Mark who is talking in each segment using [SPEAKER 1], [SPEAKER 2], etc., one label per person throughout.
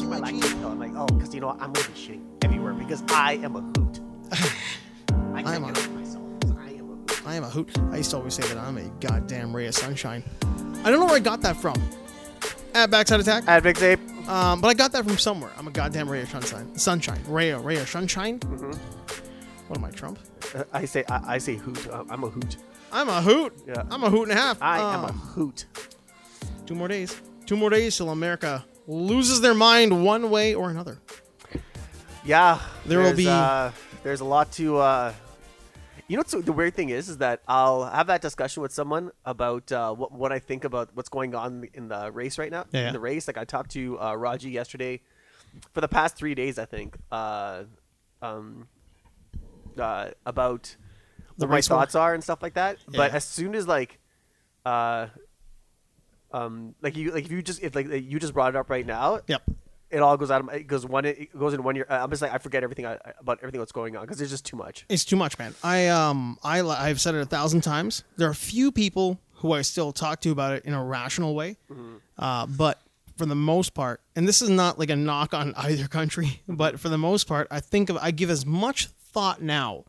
[SPEAKER 1] Mexico. I'm like, oh, because you know what? I'm gonna be shitting everywhere because I am a hoot. I
[SPEAKER 2] I'm
[SPEAKER 1] can't
[SPEAKER 2] a-
[SPEAKER 1] get over myself. 'cause I am a hoot.
[SPEAKER 2] I am a hoot. I used to always say that I'm a goddamn ray of sunshine. I don't know where I got that from. At Backside Attack.
[SPEAKER 1] Advix Ape.
[SPEAKER 2] Um, but I got that from somewhere. I'm a goddamn ray of sunshine. Sunshine. Ray of, ray of sunshine.
[SPEAKER 1] Mm-hmm.
[SPEAKER 2] What am I, Trump?
[SPEAKER 1] Uh, I say I, I say hoot. Uh, I'm a hoot.
[SPEAKER 2] I'm a hoot.
[SPEAKER 1] Yeah.
[SPEAKER 2] I'm a hoot and a half.
[SPEAKER 1] I am
[SPEAKER 2] Um,
[SPEAKER 1] a hoot.
[SPEAKER 2] Two more days. Two more days till America loses their mind one way or another.
[SPEAKER 1] Yeah.
[SPEAKER 2] There will
[SPEAKER 1] there's,
[SPEAKER 2] be-
[SPEAKER 1] Uh, there's a lot to. Uh, you know what's the weird thing is, is that I'll have that discussion with someone about uh, what what I think about what's going on in the race right now.
[SPEAKER 2] Yeah, yeah.
[SPEAKER 1] In the race, like I talked to uh, Raji yesterday. For the past three days, I think, uh, um, uh, about
[SPEAKER 2] The
[SPEAKER 1] what my
[SPEAKER 2] race war?
[SPEAKER 1] thoughts are and stuff like that. But
[SPEAKER 2] Yeah.
[SPEAKER 1] as soon as like, uh, um, like you like if you just if like you just brought it up right now,
[SPEAKER 2] Yep.
[SPEAKER 1] it all goes out of my, it goes one it goes in one year. I'm just like I forget everything I, about everything that's going on because there's just too much.
[SPEAKER 2] It's too much, man. I um I li- I've said it a thousand times. There are few people who I still talk to about it in a rational way, uh, but for the most part, and this is not like a knock on either country, but for the most part, I think of I give as much thought now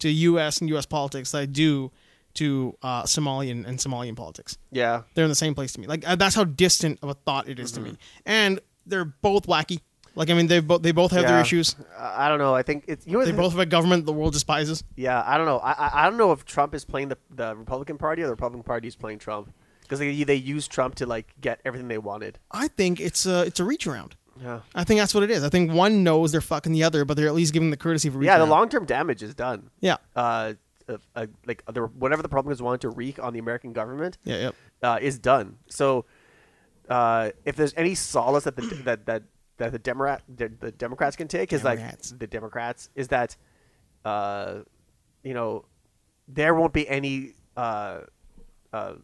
[SPEAKER 2] to U.S. and U.S. politics as I do to uh, Somalian and Somalian politics.
[SPEAKER 1] Yeah,
[SPEAKER 2] They're in the same place to me. Like uh, that's how distant of a thought it is to me, and they're both wacky. Like I mean, they both they both have their
[SPEAKER 1] Yeah.
[SPEAKER 2] issues.
[SPEAKER 1] I I don't know. I think it's you know
[SPEAKER 2] They both have a government the world despises.
[SPEAKER 1] Yeah, I don't know. I- I I don't know if Trump is playing the the Republican Party or the Republican Party is playing Trump because they they use Trump to like get everything they wanted.
[SPEAKER 2] I think it's a it's a reach around.
[SPEAKER 1] Yeah.
[SPEAKER 2] I think that's what it is. I think one knows they're fucking the other, but they're at least giving the courtesy of a reach
[SPEAKER 1] Yeah, the
[SPEAKER 2] around.
[SPEAKER 1] long term damage is done.
[SPEAKER 2] yeah,
[SPEAKER 1] Uh, uh, uh, like the, whatever the Republicans wanted to wreak on the American government,
[SPEAKER 2] yeah, yeah.
[SPEAKER 1] uh, is done. So, uh, if there's any solace that the that that that the Democrat the, the Democrats can take is
[SPEAKER 2] Democrats.
[SPEAKER 1] like the Democrats is that, uh, you know, there won't be any uh, uh,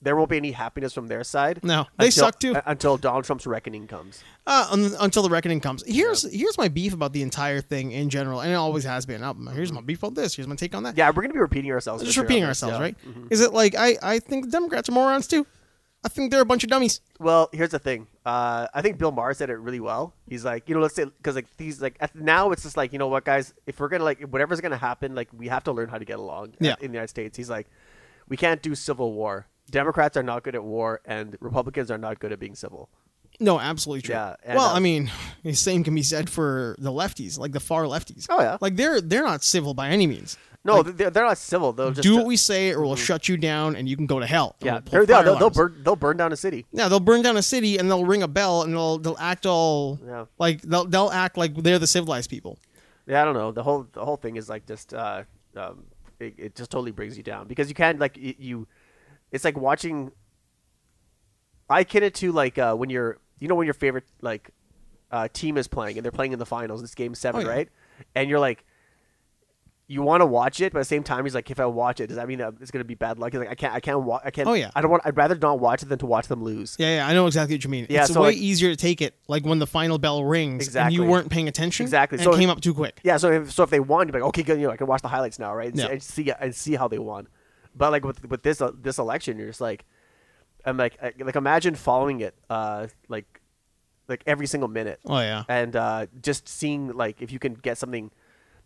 [SPEAKER 1] there won't be any happiness from their side.
[SPEAKER 2] No, they
[SPEAKER 1] until-
[SPEAKER 2] suck too.
[SPEAKER 1] uh, until Donald Trump's reckoning comes.
[SPEAKER 2] Uh, un- until the reckoning comes. Here's here's my beef about the entire thing in general, and it always has been. Uh, Here's my beef about this. Here's my take on that.
[SPEAKER 1] Yeah, we're gonna be repeating ourselves.
[SPEAKER 2] just
[SPEAKER 1] for sure on
[SPEAKER 2] repeating
[SPEAKER 1] this,
[SPEAKER 2] ourselves,
[SPEAKER 1] yeah. Mm-hmm.
[SPEAKER 2] right? Is it like I I think the Democrats are morons too? I think they're a bunch of dummies.
[SPEAKER 1] Well, here's the thing. Uh, I think Bill Maher said it really well. He's like, you know, let's say because like these like at, now it's just like you know what guys, if we're gonna like whatever's gonna happen, like we have to learn how to get along. at-
[SPEAKER 2] Yeah.
[SPEAKER 1] In the United States, he's like, we can't do civil war. Democrats are not good at war, and Republicans are not good at being civil.
[SPEAKER 2] No, absolutely true.
[SPEAKER 1] Yeah, and,
[SPEAKER 2] well,
[SPEAKER 1] uh,
[SPEAKER 2] I mean, the same can be said for the lefties, like the far lefties.
[SPEAKER 1] Oh, yeah.
[SPEAKER 2] like they're they're not civil by any means.
[SPEAKER 1] No, they're, they're not civil. They'll just Mm-hmm.
[SPEAKER 2] Do what we say, or we'll shut you down, and you can go to hell. and
[SPEAKER 1] yeah.
[SPEAKER 2] we'll pull
[SPEAKER 1] They're, they'll,
[SPEAKER 2] fire
[SPEAKER 1] they'll, they'll
[SPEAKER 2] alarms.
[SPEAKER 1] burn they'll burn down a city.
[SPEAKER 2] Yeah, they'll burn down a city and they'll ring a bell and they'll they'll act all
[SPEAKER 1] Yeah.
[SPEAKER 2] like they'll they'll act like they're the civilized people.
[SPEAKER 1] Yeah, I don't know. The whole the whole thing is like just uh, um, it, it just totally brings you down because you can't like y- you, it's like watching. I kid it to like uh, when you're you know when your favorite like uh, team is playing and they're playing in the finals. It's game seven,
[SPEAKER 2] Oh, yeah.
[SPEAKER 1] right? And you're like. You want to watch it, but at the same time, he's like, "If I watch it, does that mean that it's gonna be bad luck?" He's like, "I can't, I can't, wa- I can't.
[SPEAKER 2] Oh, yeah.
[SPEAKER 1] I don't want. I'd rather not watch it than to watch them lose."
[SPEAKER 2] Yeah, yeah, I know exactly what you mean.
[SPEAKER 1] Yeah,
[SPEAKER 2] it's
[SPEAKER 1] so,
[SPEAKER 2] way
[SPEAKER 1] like-
[SPEAKER 2] easier to take it like when the final bell rings
[SPEAKER 1] Exactly.
[SPEAKER 2] and you weren't paying attention.
[SPEAKER 1] Exactly.
[SPEAKER 2] And
[SPEAKER 1] So-
[SPEAKER 2] it came up too quick.
[SPEAKER 1] Yeah, so if, so if they won, you'd be like, okay, good, you know, I can watch the highlights now, right? And,
[SPEAKER 2] Yeah.
[SPEAKER 1] see, and see and see how they won. But like with with this uh, this election, you're just like, I'm like I- like imagine following it, uh, like like every single minute,
[SPEAKER 2] Oh yeah.
[SPEAKER 1] and uh, just seeing like if you can get something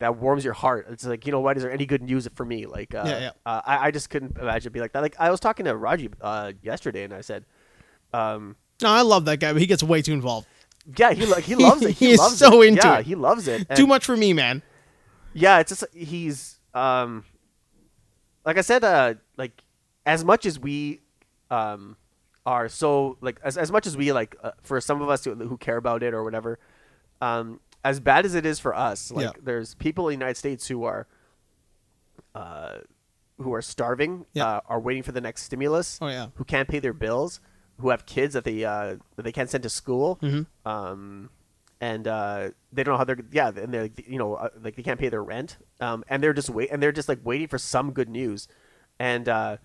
[SPEAKER 1] that warms your heart. It's like you know what? Is there any good news for me? Like uh,
[SPEAKER 2] Yeah, yeah.
[SPEAKER 1] Uh, I I just couldn't imagine it be like that. Like I was talking to Raji uh, yesterday, and I said, um,
[SPEAKER 2] No, I love that guy, but he gets way too involved.
[SPEAKER 1] yeah, he like he loves it. He,
[SPEAKER 2] He is
[SPEAKER 1] loves
[SPEAKER 2] so
[SPEAKER 1] it.
[SPEAKER 2] into
[SPEAKER 1] yeah,
[SPEAKER 2] it.
[SPEAKER 1] He loves it.
[SPEAKER 2] too
[SPEAKER 1] and-
[SPEAKER 2] much for me, man.
[SPEAKER 1] yeah it's just he's um like i said uh like as much as we um are so like as, as much as we like uh, for some of us who, who care about it or whatever um as bad as it is for us like
[SPEAKER 2] Yeah.
[SPEAKER 1] there's people in the united states who are uh who are starving
[SPEAKER 2] Yeah.
[SPEAKER 1] uh, are waiting for the next stimulus
[SPEAKER 2] Oh, yeah.
[SPEAKER 1] who can't pay their bills who have kids that they uh that they can't send to school
[SPEAKER 2] Mm-hmm.
[SPEAKER 1] um and uh, they don't know how they're yeah, and they're like, you know uh, like they can't pay their rent, um, and they're just wait and they're just like waiting for some good news, and uh,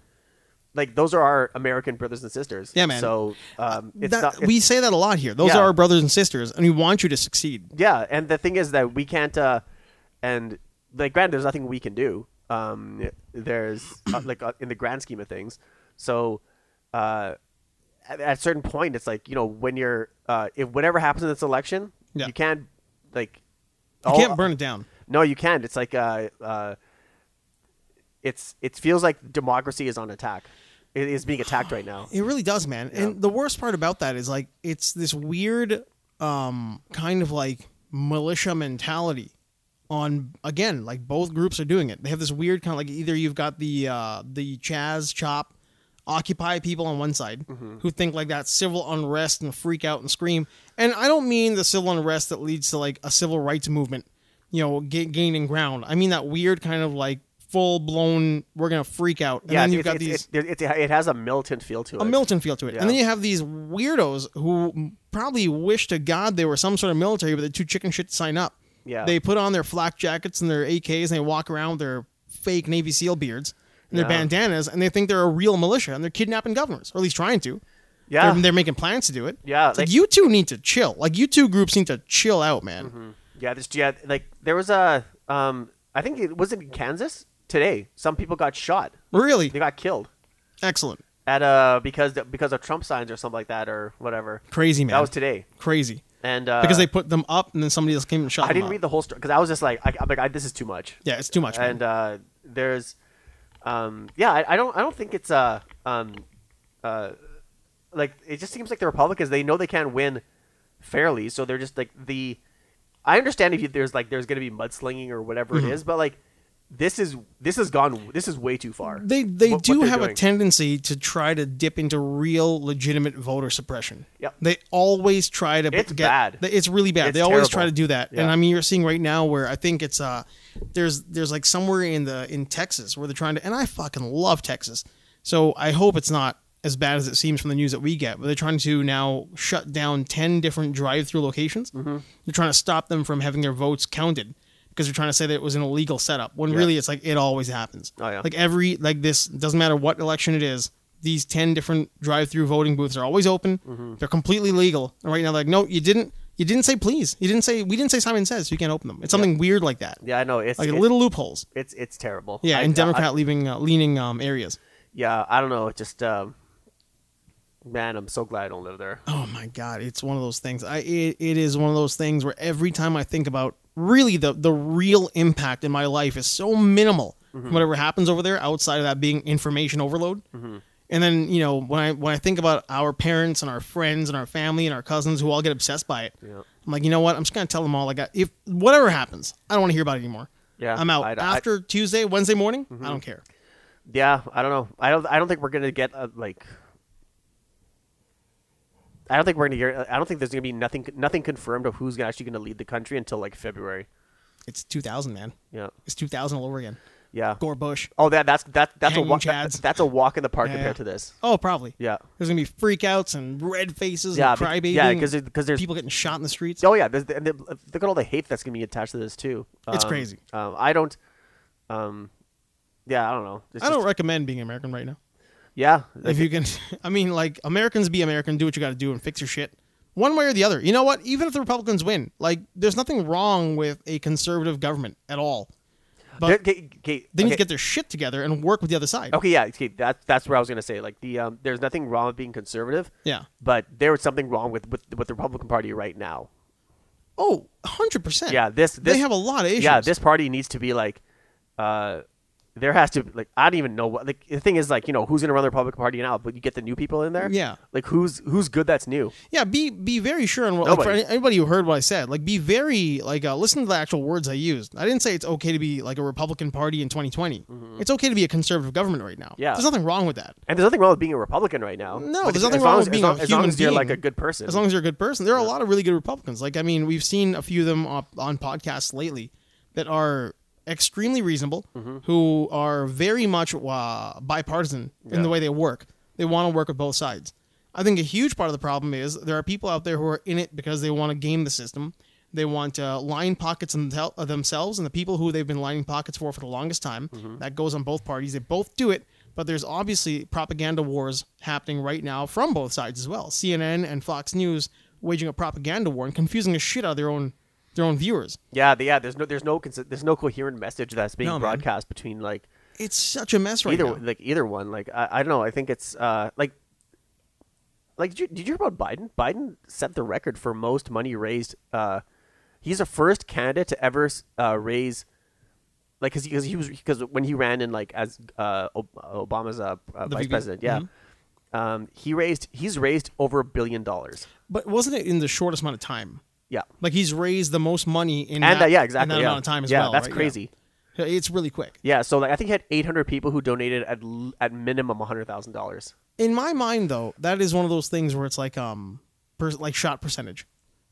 [SPEAKER 1] like those are our American brothers and sisters.
[SPEAKER 2] Yeah, man. Uh,
[SPEAKER 1] So um, it's
[SPEAKER 2] That-
[SPEAKER 1] not, it's-
[SPEAKER 2] we say that a lot here. Those
[SPEAKER 1] Yeah.
[SPEAKER 2] are our brothers and sisters, and we want you to succeed.
[SPEAKER 1] yeah, and the thing is that we can't uh, and like granted, there's nothing we can do. Um, there's uh, like uh, in the grand scheme of things, so uh, at, at a certain point, it's like you know when you're uh, if whatever happens in this election,
[SPEAKER 2] Yeah.
[SPEAKER 1] You can't like.
[SPEAKER 2] You
[SPEAKER 1] all-
[SPEAKER 2] can't burn it down.
[SPEAKER 1] No, you can't. It's like uh, uh, it's it feels like democracy is on attack. It is being attacked right now.
[SPEAKER 2] It really does, man. And the worst part about that is like it's this weird um kind of like militia mentality on again, like both groups are doing it. They have this weird kind of like either you've got the uh the Chaz chop occupy people on one side
[SPEAKER 1] Mm-hmm.
[SPEAKER 2] who think like that civil unrest and freak out and scream. And I don't mean the civil unrest that leads to like a civil rights movement, you know, ga- gaining ground. I mean that weird kind of like full blown we're going to freak out. And
[SPEAKER 1] yeah,
[SPEAKER 2] then
[SPEAKER 1] it's-
[SPEAKER 2] you've got
[SPEAKER 1] it's-
[SPEAKER 2] these
[SPEAKER 1] it's- it, it, it has a militant feel to it.
[SPEAKER 2] a Milton feel to it.
[SPEAKER 1] Yeah.
[SPEAKER 2] And then you have these weirdos who probably wish to God they were some sort of military, but they're too chicken shit to sign up.
[SPEAKER 1] Yeah.
[SPEAKER 2] They put on their flak jackets and their AKs and they walk around with their fake Navy SEAL beards and their
[SPEAKER 1] Yeah.
[SPEAKER 2] bandanas and they think they're a real militia and they're kidnapping governors, or at least trying to.
[SPEAKER 1] yeah,
[SPEAKER 2] They're, they're making plans to do it.
[SPEAKER 1] Yeah,
[SPEAKER 2] It's like,
[SPEAKER 1] like-
[SPEAKER 2] you two need to chill. Like you two groups need to chill out, man.
[SPEAKER 1] Mm-hmm. yeah. This yeah, like there was a um, I think it was in Kansas today. Some people got shot.
[SPEAKER 2] Really?
[SPEAKER 1] They got killed
[SPEAKER 2] Excellent.
[SPEAKER 1] at uh because because of Trump signs or something like that or whatever.
[SPEAKER 2] Crazy, man.
[SPEAKER 1] That was today,
[SPEAKER 2] Crazy.
[SPEAKER 1] and uh,
[SPEAKER 2] Because they put them up and then somebody else came and shot
[SPEAKER 1] I
[SPEAKER 2] them
[SPEAKER 1] didn't
[SPEAKER 2] up.
[SPEAKER 1] read the whole story because I was just like, I, I'm like, I, this is too much.
[SPEAKER 2] yeah, it's too much, man.
[SPEAKER 1] and uh, there's um, yeah I, I don't I don't think it's uh, um, uh, like it just seems like the Republicans they know they can't win fairly so they're just like the I understand if you, there's like there's gonna be mudslinging or whatever
[SPEAKER 2] Mm-hmm.
[SPEAKER 1] it is but like this is this has gone this is way too far
[SPEAKER 2] They they
[SPEAKER 1] what- what
[SPEAKER 2] do
[SPEAKER 1] they're
[SPEAKER 2] have a
[SPEAKER 1] doing.
[SPEAKER 2] tendency to try to dip into real legitimate voter suppression.
[SPEAKER 1] Yep.
[SPEAKER 2] They always try to
[SPEAKER 1] It's
[SPEAKER 2] get-
[SPEAKER 1] bad.
[SPEAKER 2] they- It's really bad.
[SPEAKER 1] It's
[SPEAKER 2] they always
[SPEAKER 1] terrible.
[SPEAKER 2] try to do that. And
[SPEAKER 1] Yeah.
[SPEAKER 2] I mean you're seeing right now where I think it's uh there's there's like somewhere in the in Texas where they're trying to and I fucking love Texas. So I hope it's not as bad as it seems from the news that we get, but they're trying to now shut down 10 different drive-through locations.
[SPEAKER 1] Mm-hmm.
[SPEAKER 2] They're trying to stop them from having their votes counted because they're trying to say that it was an illegal setup when really it's like it always happens.
[SPEAKER 1] Oh, yeah.
[SPEAKER 2] Like every like this doesn't matter what election it is. These ten different drive-through voting booths are always open.
[SPEAKER 1] Mm-hmm.
[SPEAKER 2] They're completely legal. And right now, they're like, no, you didn't. You didn't say please. You didn't say we didn't say Simon says. So you can't open them. It's something weird like that.
[SPEAKER 1] yeah I know it's
[SPEAKER 2] Like
[SPEAKER 1] it-
[SPEAKER 2] little loopholes.
[SPEAKER 1] it's it's terrible
[SPEAKER 2] Yeah,
[SPEAKER 1] I-
[SPEAKER 2] in
[SPEAKER 1] I-
[SPEAKER 2] Democrat leaving uh, leaning um, areas.
[SPEAKER 1] yeah I don't know it just um, man I'm so glad I don't live there
[SPEAKER 2] Oh my god, it's one of those things. I it, it is one of those things where every time I think about really the the real impact in my life is so minimal. from
[SPEAKER 1] Mm-hmm.
[SPEAKER 2] Whatever happens over there outside of that being information overload.
[SPEAKER 1] Mm-hmm.
[SPEAKER 2] And then, you know, when I when I think about our parents and our friends and our family and our cousins who all get obsessed by it.
[SPEAKER 1] Yeah.
[SPEAKER 2] I'm like, you know what? I'm just gonna tell them all I got. If whatever happens, I don't want to hear about it anymore.
[SPEAKER 1] Yeah,
[SPEAKER 2] I'm out
[SPEAKER 1] I'd- I- Mm-hmm.
[SPEAKER 2] after Tuesday, Wednesday morning. I don't care.
[SPEAKER 1] Yeah, I don't know. I don't. I don't think we're gonna get uh like. I don't think we're gonna hear. uh, I don't think there's gonna be nothing. Nothing confirmed of who's actually gonna lead the country until like February.
[SPEAKER 2] It's 2000, man.
[SPEAKER 1] Yeah,
[SPEAKER 2] It's 2000 all over again.
[SPEAKER 1] yeah.
[SPEAKER 2] Gore Bush.
[SPEAKER 1] Oh, that that's that that's
[SPEAKER 2] Hanging
[SPEAKER 1] a walk. that-
[SPEAKER 2] chads.
[SPEAKER 1] that's a walk in the park
[SPEAKER 2] Yeah,
[SPEAKER 1] compared
[SPEAKER 2] yeah.
[SPEAKER 1] to this.
[SPEAKER 2] Oh, probably.
[SPEAKER 1] Yeah.
[SPEAKER 2] There's gonna be freakouts and red faces
[SPEAKER 1] Yeah,
[SPEAKER 2] and
[SPEAKER 1] bec-
[SPEAKER 2] crybaby.
[SPEAKER 1] yeah,
[SPEAKER 2] and
[SPEAKER 1] 'cause there- 'cause there's-
[SPEAKER 2] people getting shot in the streets.
[SPEAKER 1] Oh yeah, there's, and the, look at all the hate that's gonna be attached to this too.
[SPEAKER 2] It's
[SPEAKER 1] Um,
[SPEAKER 2] crazy.
[SPEAKER 1] Um, I don't. Um, yeah, I don't know. It's
[SPEAKER 2] I don't
[SPEAKER 1] just-
[SPEAKER 2] recommend being American right now.
[SPEAKER 1] yeah,
[SPEAKER 2] If you can, I mean, like Americans be American, do what you got to do and fix your shit, one way or the other. You know what? Even if the Republicans win, like there's nothing wrong with a conservative government at all. But
[SPEAKER 1] There- okay, okay,
[SPEAKER 2] they need
[SPEAKER 1] okay.
[SPEAKER 2] to get their shit together and work with the other side.
[SPEAKER 1] Okay, yeah, okay, that, that's where I was gonna say. Like the um, there's nothing wrong with being conservative.
[SPEAKER 2] Yeah.
[SPEAKER 1] But there was something wrong with with, with the Republican Party right now.
[SPEAKER 2] Oh, 100 percent.
[SPEAKER 1] Yeah, this, this
[SPEAKER 2] they have a lot of issues.
[SPEAKER 1] Yeah, this party needs to be like, uh, there has to like I don't even know what like the thing is like you know who's gonna run the Republican Party now, but you get the new people in there.
[SPEAKER 2] Yeah.
[SPEAKER 1] Like who's who's good that's new.
[SPEAKER 2] Yeah, be be very sure on what. Like for
[SPEAKER 1] Nobody.
[SPEAKER 2] any- anybody who heard what I said, like be very like uh, listen to the actual words I used. I didn't say it's okay to be like a Republican Party in 2020. It's okay to be a conservative government right now.
[SPEAKER 1] Mm-hmm. Yeah.
[SPEAKER 2] there's nothing wrong with that.
[SPEAKER 1] And there's nothing wrong with being a Republican right now.
[SPEAKER 2] No,
[SPEAKER 1] But
[SPEAKER 2] there's
[SPEAKER 1] as
[SPEAKER 2] nothing
[SPEAKER 1] long
[SPEAKER 2] wrong
[SPEAKER 1] as-
[SPEAKER 2] with being
[SPEAKER 1] as
[SPEAKER 2] a
[SPEAKER 1] long, as long
[SPEAKER 2] human
[SPEAKER 1] as you're like
[SPEAKER 2] being.
[SPEAKER 1] a good person.
[SPEAKER 2] As long as you're a good person, there are a lot of really good Republicans. Like I mean, we've seen a few of them on, on podcasts lately that are extremely reasonable,
[SPEAKER 1] Mm-hmm.
[SPEAKER 2] who are very much uh, bipartisan in the way they work. They want to work with both sides. I think a huge part of the problem is there are people out there who are in it because they want to game the system. They want to line pockets in tel- of themselves and the people who they've been lining pockets for for the longest time.
[SPEAKER 1] Mm-hmm.
[SPEAKER 2] That goes on both parties. They both do it, but there's obviously propaganda wars happening right now from both sides as well. CNN and Fox News waging a propaganda war and confusing the shit out of their own their own viewers.
[SPEAKER 1] yeah, the, yeah. There's no there's no consi- there's no coherent message that's being
[SPEAKER 2] No, man.
[SPEAKER 1] broadcast between like
[SPEAKER 2] It's such a mess right
[SPEAKER 1] either
[SPEAKER 2] now.
[SPEAKER 1] like either one. Like I, I don't know. I think it's uh like like did you, did you hear about Biden? Biden set the record for most money raised uh He's the first candidate to ever uh, raise, like, because he, 'cause he was because when he ran in like as uh, Ob- Obama's uh, uh,
[SPEAKER 2] The Mm-hmm.
[SPEAKER 1] vice
[SPEAKER 2] VP?
[SPEAKER 1] president, yeah, um, he raised he's raised over a billion dollars.
[SPEAKER 2] But wasn't it in the shortest amount of time?
[SPEAKER 1] Yeah,
[SPEAKER 2] Like he's raised the most money in
[SPEAKER 1] and
[SPEAKER 2] that,
[SPEAKER 1] uh, yeah,
[SPEAKER 2] in
[SPEAKER 1] exactly.
[SPEAKER 2] that
[SPEAKER 1] yeah.
[SPEAKER 2] amount of time as
[SPEAKER 1] yeah,
[SPEAKER 2] well.
[SPEAKER 1] that's
[SPEAKER 2] right?
[SPEAKER 1] crazy.
[SPEAKER 2] Yeah. It's really quick.
[SPEAKER 1] Yeah. so like I think he had 800 people who donated at l- at minimum hundred thousand dollars.
[SPEAKER 2] in my mind though that is one of those things where it's like um per- like shot percentage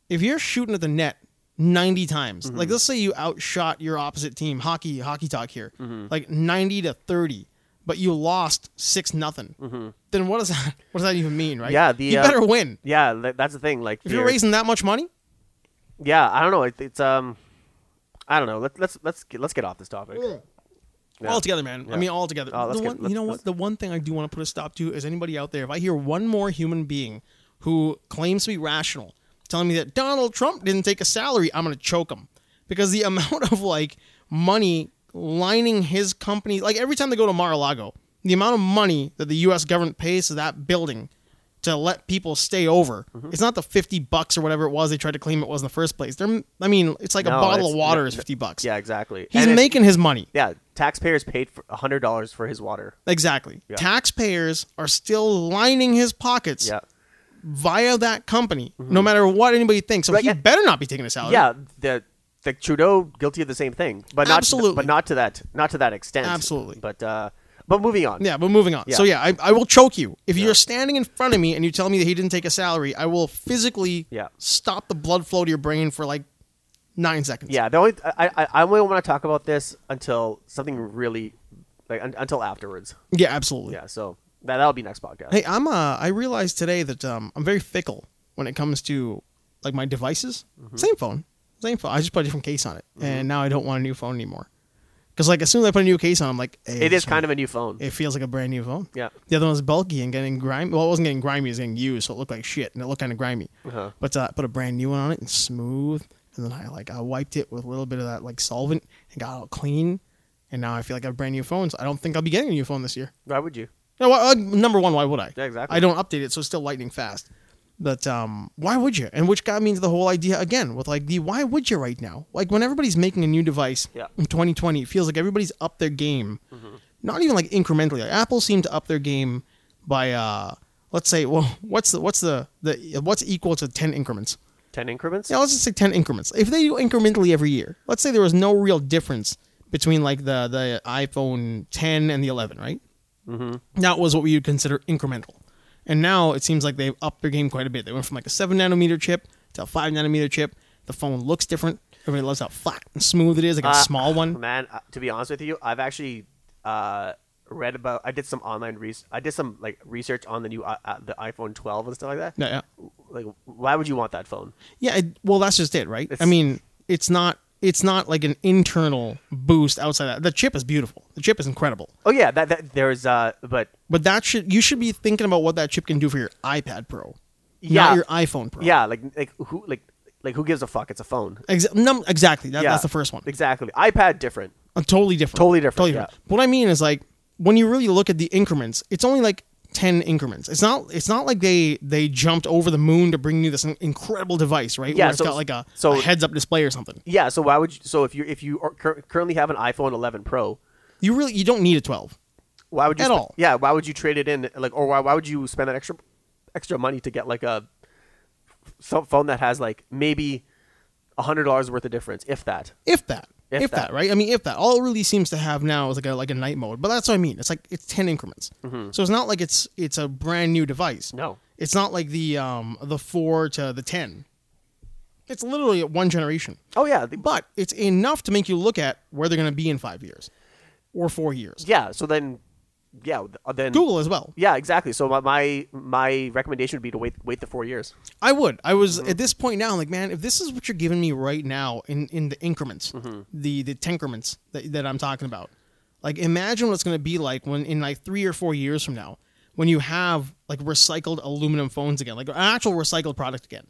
[SPEAKER 2] if you're shooting at the net 90 times like
[SPEAKER 1] Mm-hmm.
[SPEAKER 2] let's say you outshot your opposite team hockey hockey talk here
[SPEAKER 1] Mm-hmm.
[SPEAKER 2] like 90 to 30 but you lost 6 nothing then what does that what does that even mean right
[SPEAKER 1] Mm-hmm. Yeah, the,
[SPEAKER 2] you
[SPEAKER 1] uh,
[SPEAKER 2] better win
[SPEAKER 1] Yeah, tha- that's the thing. Like,
[SPEAKER 2] if you're
[SPEAKER 1] they're-
[SPEAKER 2] raising that much money
[SPEAKER 1] yeah, I don't know. It, it's um, I don't know. Let, let's let's get, let's get off this topic. Yeah.
[SPEAKER 2] All together, man.
[SPEAKER 1] Yeah.
[SPEAKER 2] I mean, all together.
[SPEAKER 1] Oh, let's
[SPEAKER 2] the
[SPEAKER 1] get-
[SPEAKER 2] one,
[SPEAKER 1] let's-
[SPEAKER 2] you know
[SPEAKER 1] let's-
[SPEAKER 2] what? The one thing I do want to put a stop to is anybody out there. If I hear one more human being who claims to be rational telling me that Donald Trump didn't take a salary, I'm going to choke him because the amount of like money lining his company, like every time they go to Mar-a-Lago, the amount of money that the U.S. government pays to that building to let people stay over,
[SPEAKER 1] Mm-hmm.
[SPEAKER 2] it's not the fifty bucks or whatever it was they tried to claim it was in the first place. They're, I mean, it's like
[SPEAKER 1] No,
[SPEAKER 2] a bottle
[SPEAKER 1] it's-
[SPEAKER 2] of water
[SPEAKER 1] no,
[SPEAKER 2] is fifty bucks.
[SPEAKER 1] Yeah, exactly.
[SPEAKER 2] He's
[SPEAKER 1] And it-
[SPEAKER 2] making his money.
[SPEAKER 1] yeah, taxpayers paid for hundred dollars for his water.
[SPEAKER 2] Exactly.
[SPEAKER 1] Yeah.
[SPEAKER 2] Taxpayers are still lining his pockets
[SPEAKER 1] Yeah,
[SPEAKER 2] via that company, no matter what anybody thinks. So
[SPEAKER 1] Like,
[SPEAKER 2] he
[SPEAKER 1] uh,
[SPEAKER 2] better not be taking a salary.
[SPEAKER 1] yeah. The the Trudeau guilty of the same thing, but not
[SPEAKER 2] Absolutely.
[SPEAKER 1] but not to that not to that extent.
[SPEAKER 2] Absolutely.
[SPEAKER 1] But uh, but moving on.
[SPEAKER 2] Yeah, but moving on.
[SPEAKER 1] Yeah.
[SPEAKER 2] So yeah, I, I will choke you. If you're standing in front of me and you tell me that he didn't take a salary, I will physically
[SPEAKER 1] Yeah.
[SPEAKER 2] stop the blood flow to your brain for like nine seconds.
[SPEAKER 1] Yeah, the only I I, I only want to talk about this until something really like un, until afterwards.
[SPEAKER 2] Yeah, absolutely.
[SPEAKER 1] Yeah, so that that'll be next podcast.
[SPEAKER 2] Hey, I'm uh I realized today that um I'm very fickle when it comes to like my devices.
[SPEAKER 1] Mm-hmm.
[SPEAKER 2] Same phone. Same phone. I just put a different case on it. And now I don't want a new phone anymore. Cuz like as soon as I put a new case on, I'm like hey,
[SPEAKER 1] it
[SPEAKER 2] this
[SPEAKER 1] is kind of a new phone.
[SPEAKER 2] one- it feels like a brand new phone.
[SPEAKER 1] Yeah.
[SPEAKER 2] The other one was bulky and getting grimy. Well, it wasn't getting grimy, it was getting used, so it looked like shit and it looked kind of grimy.
[SPEAKER 1] Uh-huh.
[SPEAKER 2] But uh, I put a brand new one on it and smooth. And then I like I wiped it with a little bit of that like solvent and got it all clean. And now I feel like I have brand new phones. I don't think I'll be getting a new phone this year.
[SPEAKER 1] Why would you?
[SPEAKER 2] No, why, uh, number one, why would I?
[SPEAKER 1] Yeah, exactly.
[SPEAKER 2] I don't update it, so it's still lightning fast. But um, why would you? And which got me into the whole idea again with like the why would you right now? Like when everybody's making a new device
[SPEAKER 1] Yeah. Mm-hmm.
[SPEAKER 2] in 2020, it feels like everybody's up their game. Not even like incrementally. Like Apple seemed to up their game by uh, let's say well, what's the what's the, the what's equal to 10 increments?
[SPEAKER 1] Ten increments?
[SPEAKER 2] Yeah, let's just say 10 increments. If they do incrementally every year, let's say there was no real difference between like the, the iPhone 10 and the 11, right? Mm-hmm. That was what we would consider incremental. And now it seems like they've upped their game quite a bit. They went from like a 7 nanometer chip to a 5 nanometer chip. The phone looks different. Everybody loves how flat and smooth it is, like a
[SPEAKER 1] Uh,
[SPEAKER 2] small one.
[SPEAKER 1] Man, uh, to be honest with you, I've actually uh, read about. I did some online research. I did some like research on the new uh, uh, the iPhone 12 and stuff like that.
[SPEAKER 2] Yeah, yeah.
[SPEAKER 1] Like, why would you want that phone?
[SPEAKER 2] Yeah, it, well, that's just it, right? I
[SPEAKER 1] It's-
[SPEAKER 2] mean, it's not it's not like an internal boost outside that. The chip is beautiful. The chip is incredible.
[SPEAKER 1] Oh yeah, that, that there's uh, but
[SPEAKER 2] But that should you should be thinking about what that chip can do for your iPad Pro,
[SPEAKER 1] Yeah.
[SPEAKER 2] not your iPhone Pro.
[SPEAKER 1] yeah, like like who like like who gives a fuck? It's a phone.
[SPEAKER 2] Exa- num- exactly. That,
[SPEAKER 1] yeah,
[SPEAKER 2] That's the first one.
[SPEAKER 1] Exactly. iPad different.
[SPEAKER 2] Uh, totally different.
[SPEAKER 1] Totally different, yeah.
[SPEAKER 2] What I mean is like when you really look at the increments, it's only like ten increments. It's not. It's not like they they jumped over the moon to bring you this in- incredible device, right?
[SPEAKER 1] Yeah,
[SPEAKER 2] Where it's
[SPEAKER 1] so-
[SPEAKER 2] got like a,
[SPEAKER 1] so-
[SPEAKER 2] heads up display or something.
[SPEAKER 1] Yeah. So why would you? So if you if you are cur- currently have an iPhone 11 Pro,
[SPEAKER 2] You really you don't need a twelve.
[SPEAKER 1] why would you
[SPEAKER 2] At
[SPEAKER 1] spe-
[SPEAKER 2] all.
[SPEAKER 1] Yeah, why would you trade it in? Like, or why why would you spend that extra extra money to get like a some phone that has like maybe a hundred dollars worth of difference, if that?
[SPEAKER 2] If that.
[SPEAKER 1] If
[SPEAKER 2] If,
[SPEAKER 1] that.
[SPEAKER 2] that. right? I mean, if that. All it really seems to have now is like a like a night mode, but that's what I mean. It's like it's ten increments,
[SPEAKER 1] Mm-hmm.
[SPEAKER 2] so it's not like it's it's a brand new device.
[SPEAKER 1] No.
[SPEAKER 2] it's not like the um the four to the ten. It's literally one generation,
[SPEAKER 1] Oh yeah, the-
[SPEAKER 2] but it's enough to make you look at where they're going to be in five years, or four years.
[SPEAKER 1] yeah. So then, yeah, th- uh, then
[SPEAKER 2] Google as well.
[SPEAKER 1] Yeah, exactly. So my, my my recommendation would be to wait wait the four years.
[SPEAKER 2] I would. I was at this point now. I'm like, man, if this is what you're giving me right now in in the increments, the the tenkrements that, that I'm talking about, like imagine what it's going to be like when in like three or four years from now, when you have like recycled aluminum phones again, like an actual recycled product again,